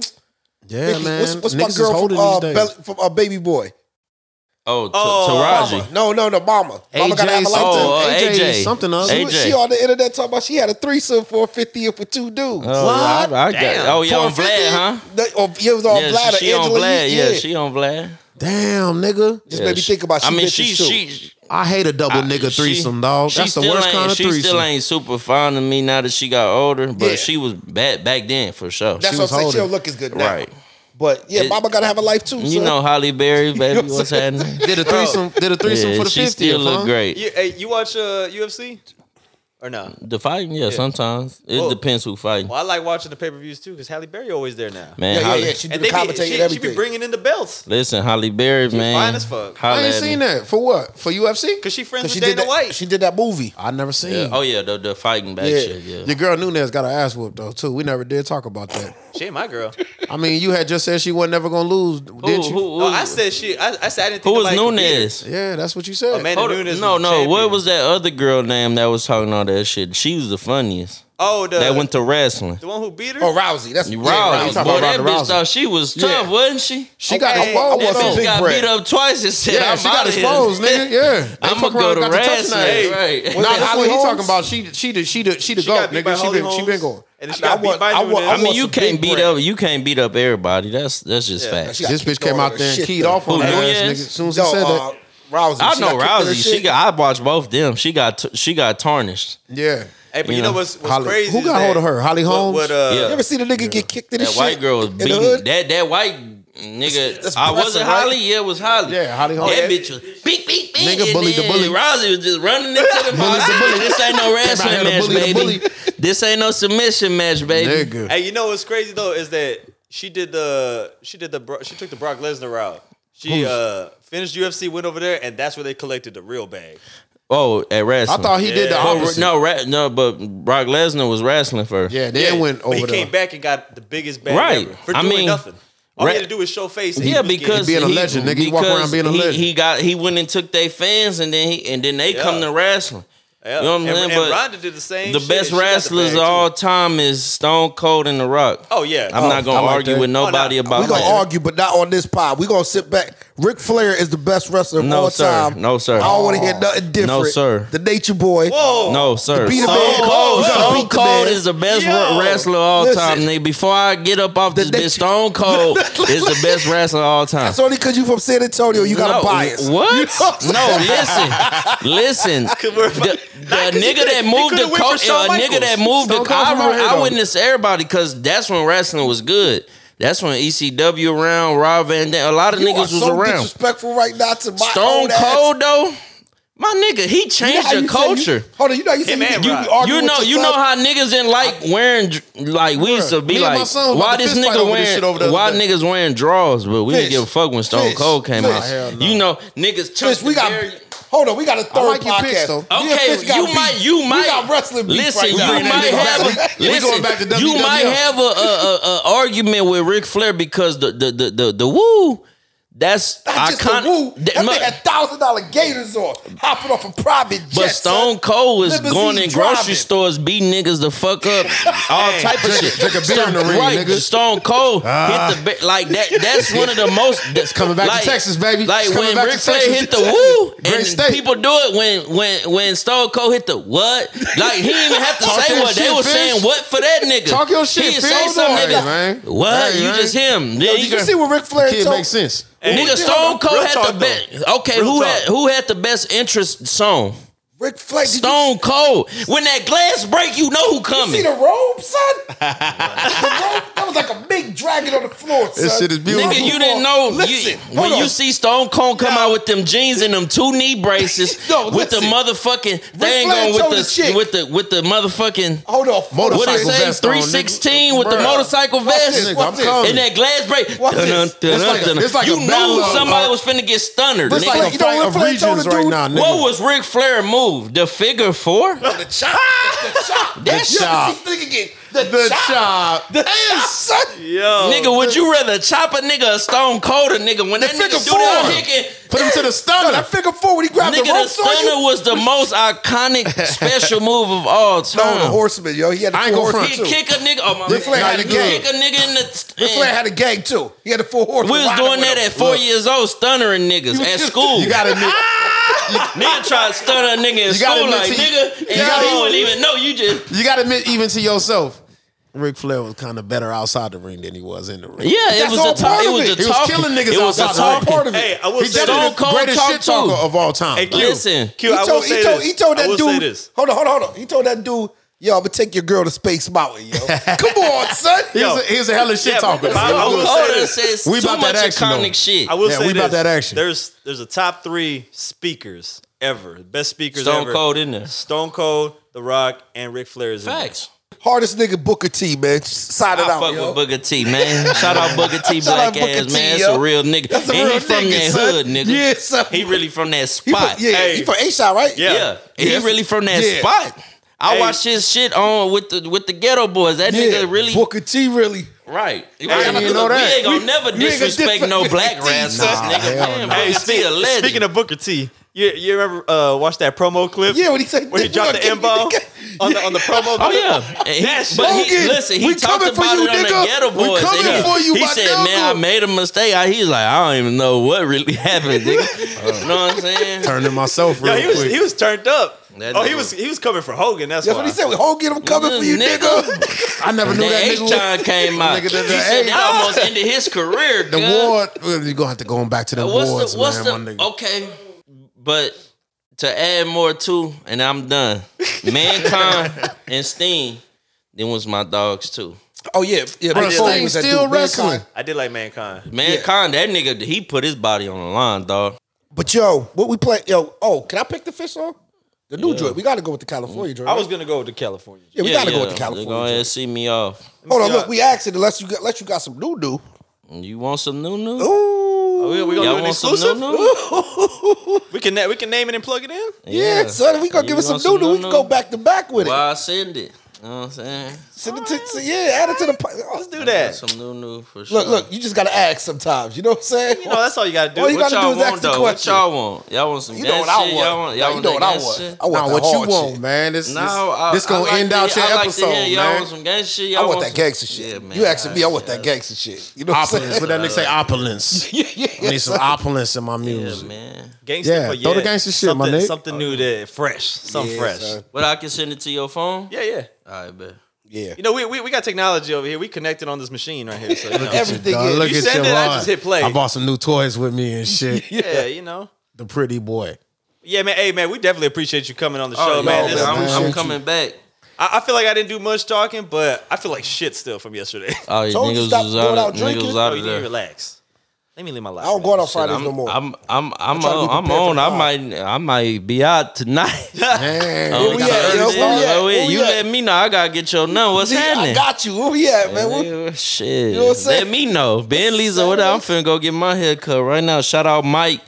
S2: Yeah,
S1: 50,
S2: man.
S1: what's, what's
S2: Niggas
S1: my
S2: is
S1: girl from
S2: holding
S1: uh,
S2: these days.
S1: Bella, from uh, Baby Boy?
S3: Oh, T-
S4: Oh,
S3: Taraji.
S1: Mama. No, no, no, Mama. Mama got to have a
S2: something.
S1: life
S3: Oh, uh,
S2: AJ,
S3: AJ.
S2: something else.
S1: She,
S3: AJ.
S1: was- she on the internet talking about she had a threesome for a 50 and for two dudes.
S3: Oh,
S2: What?
S3: I, I got,
S4: Damn.
S3: oh, yeah, on
S1: 50?
S3: Vlad, huh?
S1: That- or- yeah, it was on
S3: yeah,
S1: Vlad. or
S3: she, she on
S1: Angela
S3: Vlad.
S1: Yee,
S3: Yeah, she on Vlad.
S2: Damn, nigga.
S1: Just
S3: Yeah,
S1: made me think about. She
S3: I mean,
S1: vintage,
S3: she
S1: too.
S3: she
S2: I hate a double
S3: I-
S2: nigga
S3: she-
S2: threesome, dog.
S3: she
S2: That's the
S3: still
S2: worst
S3: ain't-
S2: kind of
S3: she
S2: threesome.
S3: still ain't super fond of me now that she got older, but
S1: Yeah.
S3: she was back back then for sure.
S1: That's
S3: She-
S1: what I'm
S2: was
S1: saying. She don't
S2: holding.
S1: look as good now.
S3: right.
S1: But yeah,
S3: It-
S1: Mama got to have a life too.
S3: You
S1: son.
S3: know Holly Berry, baby, what's happening?
S2: did a threesome. Did a threesome
S3: Yeah,
S2: for the
S3: she
S2: fifty.
S3: still look great.
S4: You, hey, you watch uh, UFC or no?
S3: The fighting, yeah, sometimes it
S4: Well-
S3: depends who fighting.
S4: Well, I like watching the pay per views too because Halle Berry always there now.
S3: Man,
S1: Yeah, yeah,
S3: Holly,
S1: yeah. She do
S4: And
S1: the
S4: they be,
S1: commentating
S4: she,
S1: and
S4: she be
S1: everything.
S4: bringing in the belts
S3: listen, Holly Berry, man,
S4: fine as fuck.
S3: Holla
S2: I ain't
S3: at me.
S2: seen that. For what? For UFC?
S4: because she friends
S1: 'Cause
S4: with
S1: she did
S4: Dana
S1: that.
S4: White.
S1: She did that movie.
S2: I never seen.
S3: Yeah. Oh yeah, the, the fighting back
S1: Yeah.
S3: shit. Yeah,
S2: Your girl Nunez got her ass whooped though too. We never did talk about that.
S4: she ain't my girl.
S2: I mean, you had just said she wasn't never gonna lose, didn't
S3: who,
S2: you?
S3: who,
S4: No, I
S3: who-
S4: said she. I, I said I didn't.
S3: who
S4: Think
S3: was
S4: nobody could beat her.
S3: Nunes?
S2: Yeah, that's what you said.
S4: Amanda
S3: Hold on.
S4: Nunes.
S3: No,
S4: was
S3: no.
S4: the
S3: What
S4: champion.
S3: was that other girl name that was talking all that shit? She was the funniest.
S4: Oh, the
S3: that went to wrestling.
S4: the one who beat her.
S1: Oh, Rousey. That's yeah, Rousey.
S3: Rousey,
S1: You
S3: boy,
S1: talking about
S3: that
S1: Ronda
S3: bitch
S1: Rousey.
S3: thought she was tough,
S1: Yeah.
S3: wasn't she?
S2: she got
S4: Okay.
S1: I
S2: exposed.
S1: want
S3: That
S1: some
S2: though.
S3: bitch
S1: big
S3: got
S1: bread.
S3: beat up twice and said,
S2: Yeah,
S3: "I'm
S2: she got
S3: outta here."
S2: exposed, nigga. Yeah, They
S3: I'ma
S2: fuck
S3: go
S2: around,
S3: to
S2: got the touching
S3: wrestling.
S2: ass.
S3: Hey, right.
S2: Nah,
S1: Was it
S2: that's what
S1: Holly
S2: he talking
S1: Holmes?
S2: about. She, she, the, she, the, she, the
S4: She got
S2: goat,
S4: beat by
S2: nigga. She
S4: Holly
S2: been, she been
S4: Holmes,
S2: going.
S4: And then she
S1: I- I
S4: got beat
S1: want-
S4: by
S1: I want-
S4: Nunes.
S1: I
S3: I mean,
S1: want
S3: you
S1: some
S3: can't
S1: big
S3: beat
S1: bread.
S3: up. You can't beat up everybody. That's that's just
S4: Yeah,
S3: facts.
S1: She got
S2: This bitch
S1: kicked
S2: came
S1: all
S2: out
S1: over
S2: there and
S1: shit,
S2: keyed
S1: though.
S2: off on her
S3: Nunes?
S2: ass, nigga. As soon as he
S1: No,
S2: said
S1: uh,
S2: that,
S1: Rousey.
S3: I
S1: She got kicked
S3: know
S1: in her
S3: Rousey. She
S1: shit.
S3: got. I watched both them. She got. T- she got tarnished.
S2: yeah.
S4: Hey, but
S3: You
S4: you know
S3: know,
S4: what's, what's
S2: Holly-
S4: crazy?
S2: who
S4: is
S2: got
S4: that
S2: hold of her? Holly
S4: what-
S2: Holmes?
S4: What, uh,
S3: Yeah.
S1: You ever seen a nigga get kicked in the
S3: That
S1: shit?
S3: white girl was
S1: in
S3: beating
S1: The hood?
S3: that that white nigga.
S1: That's
S3: I wasn't
S1: pressing, right?
S3: Holly. Yeah, it was Holly.
S2: Yeah, Holly Holm.
S3: That bitch was beep beep beep.
S2: Nigga
S3: and
S2: bullied the
S3: then
S2: bully.
S3: Rousey was just running into the bully. This ain't no wrestling
S2: here to
S3: match,
S2: bully the
S3: baby. This ain't no submission match, baby.
S2: Nigga.
S4: Hey, you know what's crazy though is that she did the she did the Bro- she took the Brock Lesnar route. She uh finished UFC, went over there, and that's where they collected the real bag.
S3: Oh, at
S2: I
S3: wrestling.
S2: thought he did the
S4: Yeah.
S3: Oh,
S2: opposite.
S3: no, ra- no, but Brock Lesnar was wrestling first.
S2: Yeah, they went
S4: but
S2: over
S4: he
S2: there.
S4: came back and got the biggest bag
S3: Right.
S4: ever for
S3: I
S4: doing
S3: mean,
S4: nothing. All he
S3: ra-
S4: had to do was show face. and
S3: Yeah,
S4: he was getting-
S3: because
S2: being a legend, nigga. He walk
S3: because
S2: around being a
S3: he-
S2: legend.
S3: He got he went and took their fans, and then he and then they come
S4: Yeah.
S3: to wrestling.
S4: Yeah.
S3: You know what I'm
S4: and,
S3: saying?
S4: And
S3: But
S4: Ronda did the same.
S3: the
S4: shit.
S3: best
S4: She got the
S3: wrestlers
S4: bag,
S3: of
S4: too.
S3: all time is Stone Cold and The Rock.
S4: Oh yeah,
S3: I'm not
S2: I
S3: gonna
S2: like
S3: argue
S2: that.
S3: with nobody
S4: Oh, no.
S3: about
S1: We gonna
S3: that.
S1: argue, but not on this pod. We gonna sit back. Ric Flair is the best wrestler of
S3: No,
S1: all
S3: sir.
S1: time.
S3: No, sir.
S1: I don't want to hear nothing different.
S3: sir.
S1: The Nature Boy.
S4: Whoa.
S3: No, sir.
S1: beat
S3: Stone
S1: the man.
S3: Cold,
S1: You gotta
S3: Stone
S1: beat the
S3: Cold
S1: man.
S3: is the best
S4: Yo.
S3: wrestler of all
S1: Listen.
S3: time, nigga. Before I get up off this
S1: nature-
S3: bitch, Stone Cold is the best wrestler of all time.
S1: It's only because you from San Antonio. You got
S3: no,
S1: a bias.
S3: What?
S1: You know what I'm
S3: no, listen, listen. The, the nigga that moved
S4: could've
S3: the
S4: went for
S3: coach,
S4: Shawn
S3: a nigga that
S4: Michaels.
S3: moved
S2: Stone
S3: the,
S2: Cold from out here,
S3: I, I
S2: though.
S3: witnessed everybody because that's when wrestling was good. That's when ECW around, Rob Van Dam, a lot of
S1: You
S3: niggas
S1: are
S3: was
S1: so
S3: around.
S1: disrespectful right now to my
S3: Stone
S1: old ass.
S3: Cold though, my nigga, he
S1: You know
S3: changed
S1: how
S3: the
S1: you say
S3: culture.
S1: You, hold on, you know how you say
S4: Him
S1: you,
S4: and
S1: you,
S4: Rod.
S1: be arguing
S3: You
S1: with
S3: know,
S1: your
S3: you
S1: son?
S3: know how niggas didn't like wearing dr- like we used to
S2: Me
S3: be
S2: and my
S3: like
S2: son was
S3: why
S2: about to
S3: this
S2: fist fight
S3: nigga
S2: over this shit over the
S3: wearing
S2: other
S3: why
S2: day.
S3: niggas wearing drawers, but we didn't
S1: Fish.
S3: give a fuck when Stone
S1: Fish.
S3: Cold came
S1: Fish.
S3: out.
S1: Nah, hell
S3: You know, niggas
S1: Fish,
S3: chucked
S1: we
S3: the
S1: got.
S3: barrier-
S1: Hold on, we got a third
S2: like your
S1: podcast.
S2: picks, though.
S1: Me and
S3: Okay,
S1: Fish got
S3: you
S1: beef.
S3: might, you might
S1: We got wrestling beef
S3: Listen,
S1: right
S3: you
S1: now.
S3: might have, a,
S2: We
S3: listen,
S2: going back to
S3: you
S1: E.
S2: WWF.
S3: might have a, a, a, a argument with Ric Flair because the the the the, the woo. That's
S1: Not just
S3: iconic.
S1: a woo.
S3: That
S1: That
S3: mu-
S1: nigga had thousand dollar gators on, hopping off a private jet. son.
S3: but Stone Cold is
S1: Limousine
S3: going in
S1: driving.
S3: grocery stores beating niggas the fuck up, all type of shit.
S2: drink a beer in the ring,
S3: right,
S2: nigga. Ah.
S3: Stone Cold hit the ba- like that. That's one of the most. That's
S2: coming back to Texas, baby.
S3: Like
S2: It's coming
S3: when
S2: back to
S3: Ric Flair
S2: Texas.
S3: hit the woo,
S2: Great
S3: and
S2: state.
S3: people do it when when when Stone Cold hit the what. Like he didn't even have to
S2: Talk
S3: say
S2: your
S3: what they
S2: shit,
S3: were
S2: Fish.
S3: saying. What for that nigga?
S2: Talk your shit,
S3: He
S2: Phil.
S3: say something,
S2: Hey,
S3: nigga.
S2: man.
S3: What?
S2: Hey,
S3: you
S2: man.
S3: just him. Then
S1: Did you see what Ric Flair
S2: Kid
S1: told?
S2: makes sense.
S3: Nigga, Stone
S4: hold on.
S3: Cold
S4: Real
S3: had the
S4: talk,
S3: best. Okay, who
S4: Real
S3: had
S4: talk.
S3: who had the best interest song?
S1: Ric Flair. did you
S3: Stone Cold. When that glass break, you know who
S1: You see
S3: coming.
S1: the robe, son? the robe? That was like a big dragon on the floor, son.
S2: This shit is beautiful.
S3: Nigga, you didn't know.
S1: Listen,
S3: you,
S1: hold
S3: when you
S1: on.
S3: see Stone Cold come out with them jeans and them two knee braces
S1: No,
S3: with the
S1: listen.
S3: motherfucking thing
S1: Flair
S3: on with
S1: told
S3: the,
S1: the chick.
S3: with the with the motherfucking
S1: Hold on. hold on.
S3: what it
S2: Motorcycle
S3: say
S2: vest on, nigga.
S3: three sixteen with the
S2: Bruh.
S3: motorcycle vest.
S2: nigga,
S1: Watch
S2: I'm
S1: this.
S2: coming.
S3: And that glass break.
S1: Watch this.
S3: Dun-dun, dun-dun,
S2: It's like a-
S3: dun-dun.
S2: it's like a
S3: you
S2: battle
S3: knew
S2: of-
S3: somebody
S2: of-
S3: was finna get stunnered.
S1: It's
S3: nigga.
S1: like-
S2: a
S1: you know,
S2: fight
S1: Ric Flair
S2: of
S1: told
S2: regions
S1: the
S2: right
S1: dude-
S2: now, nigga.
S3: What was Ric Flair move? The figure four?
S1: The chop. The chop.
S3: That
S1: You ever
S2: chop.
S1: see Flick again? The,
S2: The
S1: chop.
S2: job.
S1: The chop, son.
S4: Yo,
S3: Nigga, would you rather chop a nigga a stone cold a nigga when that
S1: figure
S3: nigga do that
S1: four.
S3: nigga?
S2: Put him to the
S1: Yo,
S2: stunner.
S1: that figure four when he grabbed
S3: Nigga,
S1: the
S3: the
S1: ropes on
S3: stunner
S1: you.
S3: was the most iconic special move of all time.
S1: No, the horseman, yo. He had the
S2: I
S1: four
S2: ain't gonna
S1: horsemen,
S3: He'd
S1: too.
S3: kick a nigga. Oh my
S1: Ric Flair
S3: God.
S1: had a
S3: He'd
S1: game.
S3: Kick a nigga in the.
S1: Ric Flair had a gang, too. He had the four horsemen.
S3: we was
S1: riding
S3: doing
S1: with
S3: that
S1: him.
S3: at four years old, stunnering niggas at school.
S2: You got to admit.
S3: nigga try to stun a nigga
S2: gotta
S3: in school
S2: admit
S3: like
S2: to-
S3: nigga,
S2: you
S3: and
S2: gotta-
S3: he wouldn't even know. You just
S2: You got to admit, even to yourself, Ric Flair was kind of better outside the ring than he was in the ring.
S3: yeah, it
S1: That's
S3: was
S1: all
S3: a talk.
S1: part
S3: It
S1: of
S3: was
S1: it.
S3: a
S2: He was
S3: talk.
S2: killing niggas
S3: It was a
S2: outside the ring.
S3: talk.
S1: part of it.
S4: hey, I will
S2: He's
S4: say
S3: definitely
S2: the
S4: this.
S3: Cold
S2: greatest
S3: talk
S2: shit talker
S3: too.
S2: of all time.
S4: Hey, Q,
S3: Listen.
S4: Q, I
S1: he
S4: will
S1: told,
S4: say
S1: he told,
S4: this.
S1: he told
S4: I
S1: that
S4: will
S1: dude.
S4: say this.
S1: Hold on, hold on, hold on. He told that dude, yo, I'm gonna take your girl to Space Mountain, yo. Come on, son.
S2: He was
S4: Yo.
S2: a, he was a hella shit
S4: Yeah,
S2: talker.
S4: but I- I will say
S3: Coda
S4: this.
S3: says
S2: We
S3: too
S2: about
S3: much
S2: that action, though.
S3: iconic shit.
S4: I will
S2: Yeah,
S4: say
S2: we
S4: this.
S2: about that action.
S4: There's there's a top three speakers ever, best speakers
S3: Stone
S4: ever.
S3: Cold in there.
S4: Stone Cold, The Rock, and Ric Flair is in there.
S3: Facts.
S1: Hardest nigga Booker T, man. Sign it
S3: I
S1: out,
S3: fuck
S1: yo.
S3: with Booker T, man. Shout out Booker T,
S1: Shout
S3: black
S1: out Booker
S3: ass
S1: T,
S3: man. That's
S1: yo.
S3: a real nigga,
S1: That's a
S3: and
S1: real
S3: he from
S1: nigga,
S3: that
S1: son.
S3: hood, nigga.
S1: Yeah, son.
S3: He really from that
S1: He from,
S3: spot.
S1: yeah,
S4: Hey.
S1: he from A shot, right?
S4: Yeah.
S3: Yeah, and he
S1: Yeah.
S3: really from that
S1: Yeah.
S3: spot. I
S4: Hey.
S3: watched his shit on with the with the Ghetto Boys. That nigga really
S1: Booker T really.
S3: right.
S2: didn't
S3: Look,
S2: even know
S3: We
S2: that.
S3: ain't gonna never disrespect
S1: different
S3: no
S1: Booker
S3: black
S1: T,
S3: rats,
S1: son.
S3: nigga.
S2: Nah,
S3: Man,
S2: hell
S3: Booker
S4: Hey,
S3: T
S4: speak-
S3: a legend.
S4: speaking of Booker T, you you remember uh, watch that promo clip?
S1: Yeah, when he said
S4: when he
S1: the
S4: dropped the
S1: fucking-
S4: M bomb on the on the promo.
S3: Oh
S4: clip?
S3: yeah, And he-
S4: That's
S3: but he,
S1: Logan,
S3: listen, he
S1: we
S3: talked
S1: coming for
S3: about
S1: you,
S3: it on the
S1: nigga.
S3: Ghetto
S1: We
S3: Boys.
S1: coming
S3: nigga.
S1: for you,
S3: he
S1: my
S3: said,
S1: nigga."
S3: "Man, I made a mistake." I, he's like, "I don't even know what really happened." Nigga. you know what I'm saying?
S2: Turned to myself real
S4: Yo, he was
S2: quick.
S4: he was turned up.
S3: That
S4: oh, he
S3: nigga-
S4: was he was coming for Hogan. That's,
S1: That's
S4: why.
S1: what he said. We Hogan, I'm coming for you,
S3: Nigga.
S1: nigga.
S2: I never knew
S3: That
S2: that
S3: H
S2: nigga.
S3: John came out.
S2: Nigga, the-
S3: he
S2: the
S3: said
S2: H-
S3: that almost ended his career.
S2: The
S3: cuz.
S2: ward. You're gonna have to go back to the
S3: What's
S2: wards,
S3: the what's
S2: man. my
S3: the
S2: nigga.
S3: okay? But to add more to, and I'm done. Mankind and Steen. Then was my dogs too.
S1: Oh yeah, yeah. Bro,
S2: Sting
S1: Foley was that
S2: still
S1: dude,
S2: wrestling.
S1: Mankind.
S4: I did like Mankind.
S3: Mankind, that nigga, he put his body on the line, dog.
S1: But yo, what we play? Yo, oh, can I pick the fish song? The new joint. We got to go with the California joint.
S4: I
S1: right?
S4: was gonna go to California.
S1: yeah, we
S3: Yeah,
S1: got to
S3: yeah.
S1: go with the California.
S3: Go ahead,
S1: joint.
S3: and see me off.
S1: Hold on,
S4: Yeah.
S1: look, we asked it unless you got, unless you got some new new.
S3: You want some new new?
S1: Ooh,
S4: We, we gonna
S3: Y'all
S4: do an
S3: want some
S4: exclusive.
S3: new-new?
S4: We can na- we can name it and plug it in.
S1: yeah, son, we gonna
S3: You
S1: give it some
S3: want
S1: new new. We can
S3: new-new?
S1: go back to back with it.
S3: Why I send it? You know what I'm saying?
S1: Send it to, so, yeah, add it to the. pi- oh,
S4: Let's do
S3: Got
S4: that.
S3: Some new new for sure.
S1: Look, look, you just gotta ask sometimes. You know what I'm saying?
S4: You know, that's all you gotta do.
S1: All you
S4: What
S1: gotta do
S3: y'all
S1: is
S3: want
S1: ask the
S3: though? What
S1: question.
S3: y'all want? Y'all want some
S1: You
S3: gas
S1: know what I
S3: shit?
S1: want.
S3: Y'all want?
S1: Nah,
S3: Y'all
S1: you
S3: want
S1: know
S3: that
S1: what I
S3: gas
S1: want.
S3: shit?
S1: I want
S2: Nah,
S1: that
S2: what you
S1: hard
S2: want,
S1: shit.
S2: man? This
S3: No,
S2: this,
S3: I,
S2: this gonna
S3: I like
S2: end
S3: to
S2: out
S3: hear-
S2: your
S3: I like
S2: episode,
S3: to hear Y'all
S2: man.
S3: want some gang shit?
S1: I
S3: Y'all
S1: want that
S3: some-
S1: gangster shit.
S3: Yeah, man.
S1: you asking me, I want
S3: yeah.
S1: that gangster shit. You know what I'm
S2: Opulence.
S1: saying?
S2: What that nigga say? Opulence.
S1: yeah, yeah,
S2: I need some
S1: son.
S2: opulence in my
S3: Yeah,
S2: music.
S3: man.
S4: Gangsta,
S2: Yeah,
S4: but
S2: throw the gangsta shit, my
S4: something,
S2: nigga.
S4: Something new, that fresh, something
S1: Yeah,
S4: fresh.
S1: son.
S3: But I can send it to your phone.
S4: Yeah, yeah.
S3: All right, bet.
S1: Yeah.
S4: You know, we, we, we got technology over here. We connected on this machine right here. So you know.
S1: Everything
S2: Dog,
S1: is.
S2: look
S4: You
S2: at
S4: send
S2: your
S4: it, I
S2: line.
S4: just hit play.
S2: I bought some new toys with me and shit.
S4: yeah, you know.
S2: The pretty boy.
S4: Yeah, man. Hey, man, we definitely appreciate you coming on the show,
S3: Oh,
S4: man.
S3: man,
S1: yo,
S4: This-
S1: man.
S3: I'm,
S1: appreciate
S3: I'm
S1: you.
S3: coming back.
S4: I, I feel like I didn't do much talking, but I feel like shit still from yesterday.
S3: Oh, yeah,
S1: Told you
S3: niggas
S1: stop
S3: was
S1: going
S3: out,
S1: out
S3: of-
S1: drinking.
S3: niggas was
S4: Oh,
S3: out of
S4: you need to
S3: there.
S4: relax. Let me leave my life.
S1: I don't go out on
S4: relaxed.
S1: Fridays
S3: I'm,
S1: no more.
S3: I'm, I'm,
S1: trying
S3: I'm,
S1: to
S3: on-
S1: be
S3: I'm
S1: prepared for
S3: on.
S1: the
S3: I
S1: pod.
S3: might, I might be out tonight.
S2: Man,
S3: Oh,
S1: we
S3: got
S1: at,
S3: an
S1: yo?
S3: early
S1: Where we
S3: start.
S1: at?
S3: Oh,
S1: Where we
S3: You
S1: at?
S3: let me know. I gotta get your number. What's
S1: I
S3: happening?
S1: got you. Where we at, man? What-
S3: Nigga, Shit.
S1: know what I'm
S3: Let
S1: saying?
S3: me know. Bentley's or whatever. I'm finna go get my haircut right now. Shout out Mike,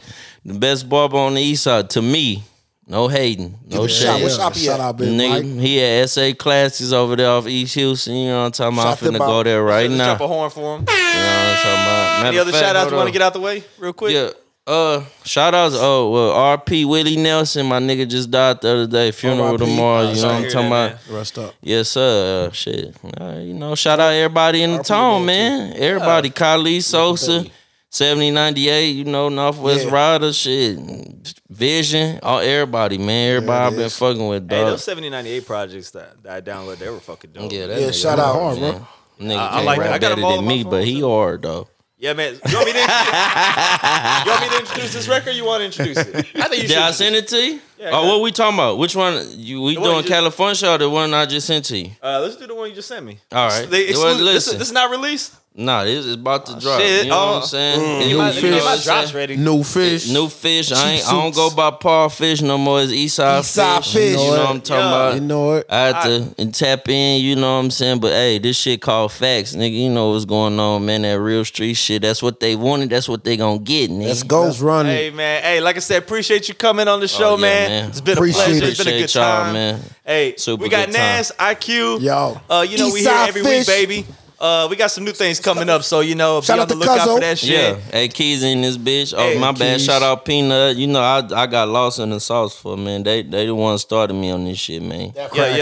S3: the best barber on the east side. To me, No hating. No
S1: Shout,
S3: shade.
S1: what shop he
S2: Shout
S1: at?
S2: out, Big Mike.
S3: Nigga, he had SA classes over there off East Houston. You know what I'm talking about?
S1: Shout
S3: I'm finna
S1: them
S3: go
S1: out.
S3: there right
S4: Let's
S3: now.
S4: drop a horn for him.
S3: You know what I'm talking about? Matter
S4: Any
S3: of
S4: other
S3: fact,
S4: shout outs you
S3: hold
S4: want to
S3: on.
S4: get out the way real quick?
S3: Yeah. Uh, shout outs. Oh, well, RP Willie Nelson, my nigga just died the other day. Funeral
S1: R.I.P..
S3: tomorrow.
S4: Uh,
S3: You know
S4: sorry
S3: what I'm
S4: to
S3: talking
S4: hear that,
S3: about?
S4: man.
S2: Rest up.
S3: Yes, sir. Uh, shit. Uh, you know, shout out everybody in the
S1: R.P.
S3: town,
S1: Willie,
S3: man. Everybody. Kylie Sosa,
S1: baby.
S3: 7098, you know, Northwest
S1: Yeah.
S3: Rider, shit. Vision. All everybody, man. Everybody I've been fucking with,
S4: Hey,
S3: dog.
S4: those 7098 projects that, that I downloaded, they were fucking dope.
S3: yeah,
S4: Yeah,
S3: that
S1: Yeah,
S3: nigga
S1: shout out.
S3: hard,
S2: bro.
S3: man. Nigga
S4: I- I
S3: can't
S4: like-
S3: rap
S4: I got
S3: better
S4: them all
S3: than
S4: on my
S3: me, but
S4: phone,
S3: he
S4: too.
S3: hard, though.
S4: man. You want, me to, you want me to introduce this record or you want to introduce it? I think you
S3: Did I
S4: should.
S3: send it to you?
S4: Yeah,
S3: oh,
S4: yeah.
S3: what we talking about? Which one? You, we
S4: one you
S3: doing
S4: just-
S3: California or the one I just sent to you?
S4: Uh, let's do the one you just sent me.
S3: All right.
S4: They
S3: Well,
S4: exclude, this,
S3: listen.
S4: this is not released?
S3: Nah, this is about to drop.
S4: shit.
S3: You know what
S4: Oh.
S3: I'm saying? You-
S2: New
S3: you know
S2: fish.
S3: what I'm
S4: My drops
S3: saying?
S4: ready.
S2: New fish.
S3: New fish. I, ain't, I don't
S2: suits.
S3: go by Paul Fish no more. It's Eastside,
S1: Eastside
S3: Fish.
S1: Fish.
S3: You know what I'm talking
S4: Yeah.
S3: about?
S2: You know it.
S3: I had to and tap in, you know what I'm saying? But hey, this shit called facts, nigga. You know what's going on, man. That real street shit. That's what they wanted. That's what they gonna get, nigga.
S1: Let's go.
S2: Let's run
S4: Hey,
S2: it.
S4: man. Hey, like I said, appreciate you coming on the show,
S3: Oh, yeah,
S4: man.
S3: man.
S4: It's been
S1: Appreciate
S4: a pleasure.
S1: it.
S4: It's been a good
S3: Appreciate y'all,
S4: time.
S3: man.
S4: Hey,
S3: Super
S4: we got
S3: good time.
S4: Nas, IQ.
S2: Yo.
S4: Uh, you know, we here
S1: Eastside
S4: every
S1: Oh, Fish.
S4: week, baby. Uh, we got some new things coming up, so you know,
S1: Shout out
S4: be on the
S1: to
S4: lookout
S1: Cuzzo.
S4: for that shit.
S3: Yeah. Hey, Keys in this bitch. Oh,
S4: Hey,
S3: my bad.
S2: Keys.
S3: Shout out Peanut. You know, I I got lost in the sauce for man. They they the ones started me on this shit, man.
S4: Yeah, yeah.
S3: You know what I'm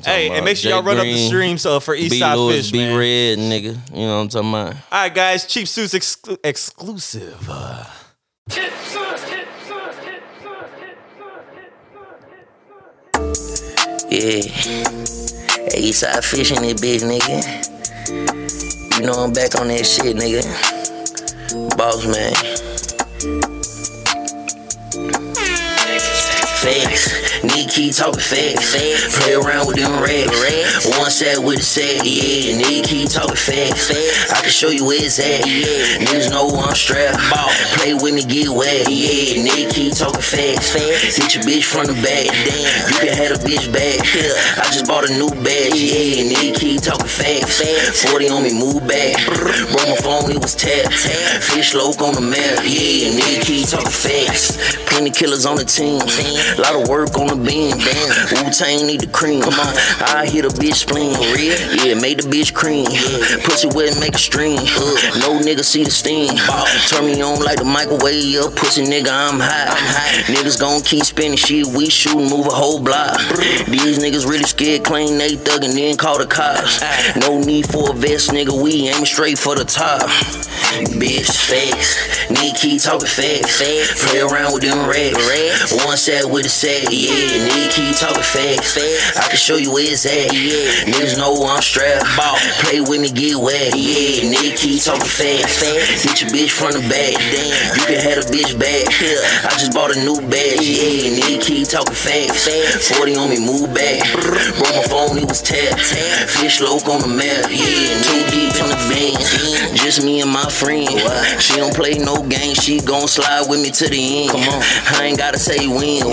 S3: talking
S4: hey,
S3: about.
S4: and make sure
S3: Jay
S4: y'all run up the
S3: Green,
S4: streams uh, for
S3: B
S4: Eastside
S3: Lewis,
S4: Fish,
S3: B
S4: man.
S3: Red, nigga. You know what I'm talking about?
S4: All right, guys, Cheap Suits exclu- exclusive. Uh,
S6: Hit sus, hit sus, hit sus, hit sus, hit sus, hit sus.
S7: Yeah. Hey, Eastside Fish in this bitch, nigga. You know I'm back on that shit, nigga. Boss man. Facts, Nikki talk facts. facts. Play around with them racks. racks. One shot with the set, yeah. Nikki talk facts. facts. I can show you where it's at, yeah. Niggas know I'm strapped. Ball. Play with me, get wet, yeah. Nikki talk facts. facts. Hit your bitch from the back, damn. You can have a bitch back. Yeah. I just bought a new bag, yeah. Nikki talking facts. facts. 40 on me, move back. Broke my phone, it was tapped. Fish loke on the map, yeah. Nikki talking facts. Plenty killers on the team. A lot of work on the beam. Wu Tang need the cream. Come on, I hit a bitch spleen. Yeah, made the bitch cream. Pussy wet, make a stream. No nigga see the steam. Turn me on like the microwave. Up, pussy nigga, I'm hot. Niggas gon' keep spinning shit. We shootin', move a whole block. These niggas really scared. Claim they thuggin', then call the cops. No need for a vest, nigga. We aiming straight for the top. Bitch, facts. Need keep talking facts. Play around with them racks. One set with a set, yeah. Need keep talking facts. I can show you where it's at, yeah. Niggas know I'm strapped. Play with me, get wet, yeah. Nigga keep talking facts. Hit your bitch from the back, damn. You can have a bitch back. I just bought a new bag, yeah. Nigga keep talking facts. 40 on me, move back. Broke my phone, it was tapped. Fish loke on the map, yeah. Too deep in the vein. Just me and my friend. She don't play no game, she gon' slide with me to the end. Come on. I ain't gotta say when.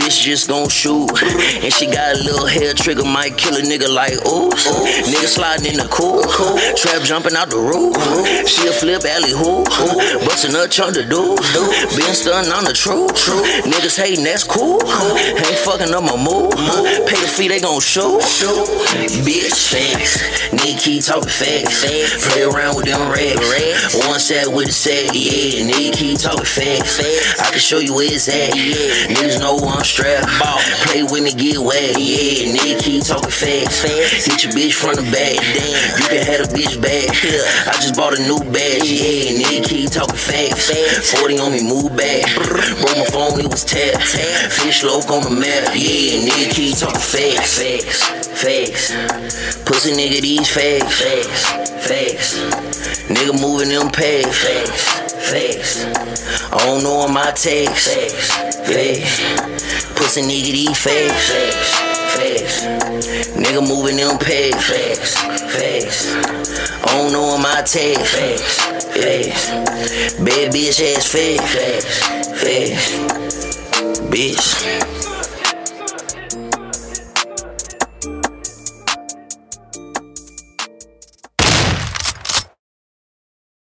S7: Bitch just gon' shoot. And she got a little hair trigger, might kill a nigga like ooh. Nigga sliding in the cool. Trap jumping out the roof. She a flip alley hoop. Bustin' up chunk the dude. Been stunning on the truth. Niggas hating, that's cool. Ain't fucking up my move. Pay the fee, they gon' shoot. Bitch, facts. Nigga keep talking facts. Play around with them racks. One set with a set, yeah. Nigga keep talking facts. I can show you where it's at, yeah. Niggas know I'm strapped. Play with me, get wet, yeah. Nigga keep talking facts. Hit your bitch from the back, damn. You can have a bitch back. I just bought a new bag, yeah. Nigga keep talking facts. 40 on me, move back. Broke my phone, it was tapped. Fish loke on the map, yeah. Nigga keep talking facts. Facts, facts. Pussy nigga, these facts. Facts, facts. Nigga moving them pegs. Facts, facts. I don't know on my text. Facts, facts. Pussy nigga, these facts. Facts, facts. Nigga moving them pegs. Facts, facts. I don't know on my text. Facts, facts. Bad bitch ass facts. Facts, facts. Bitch.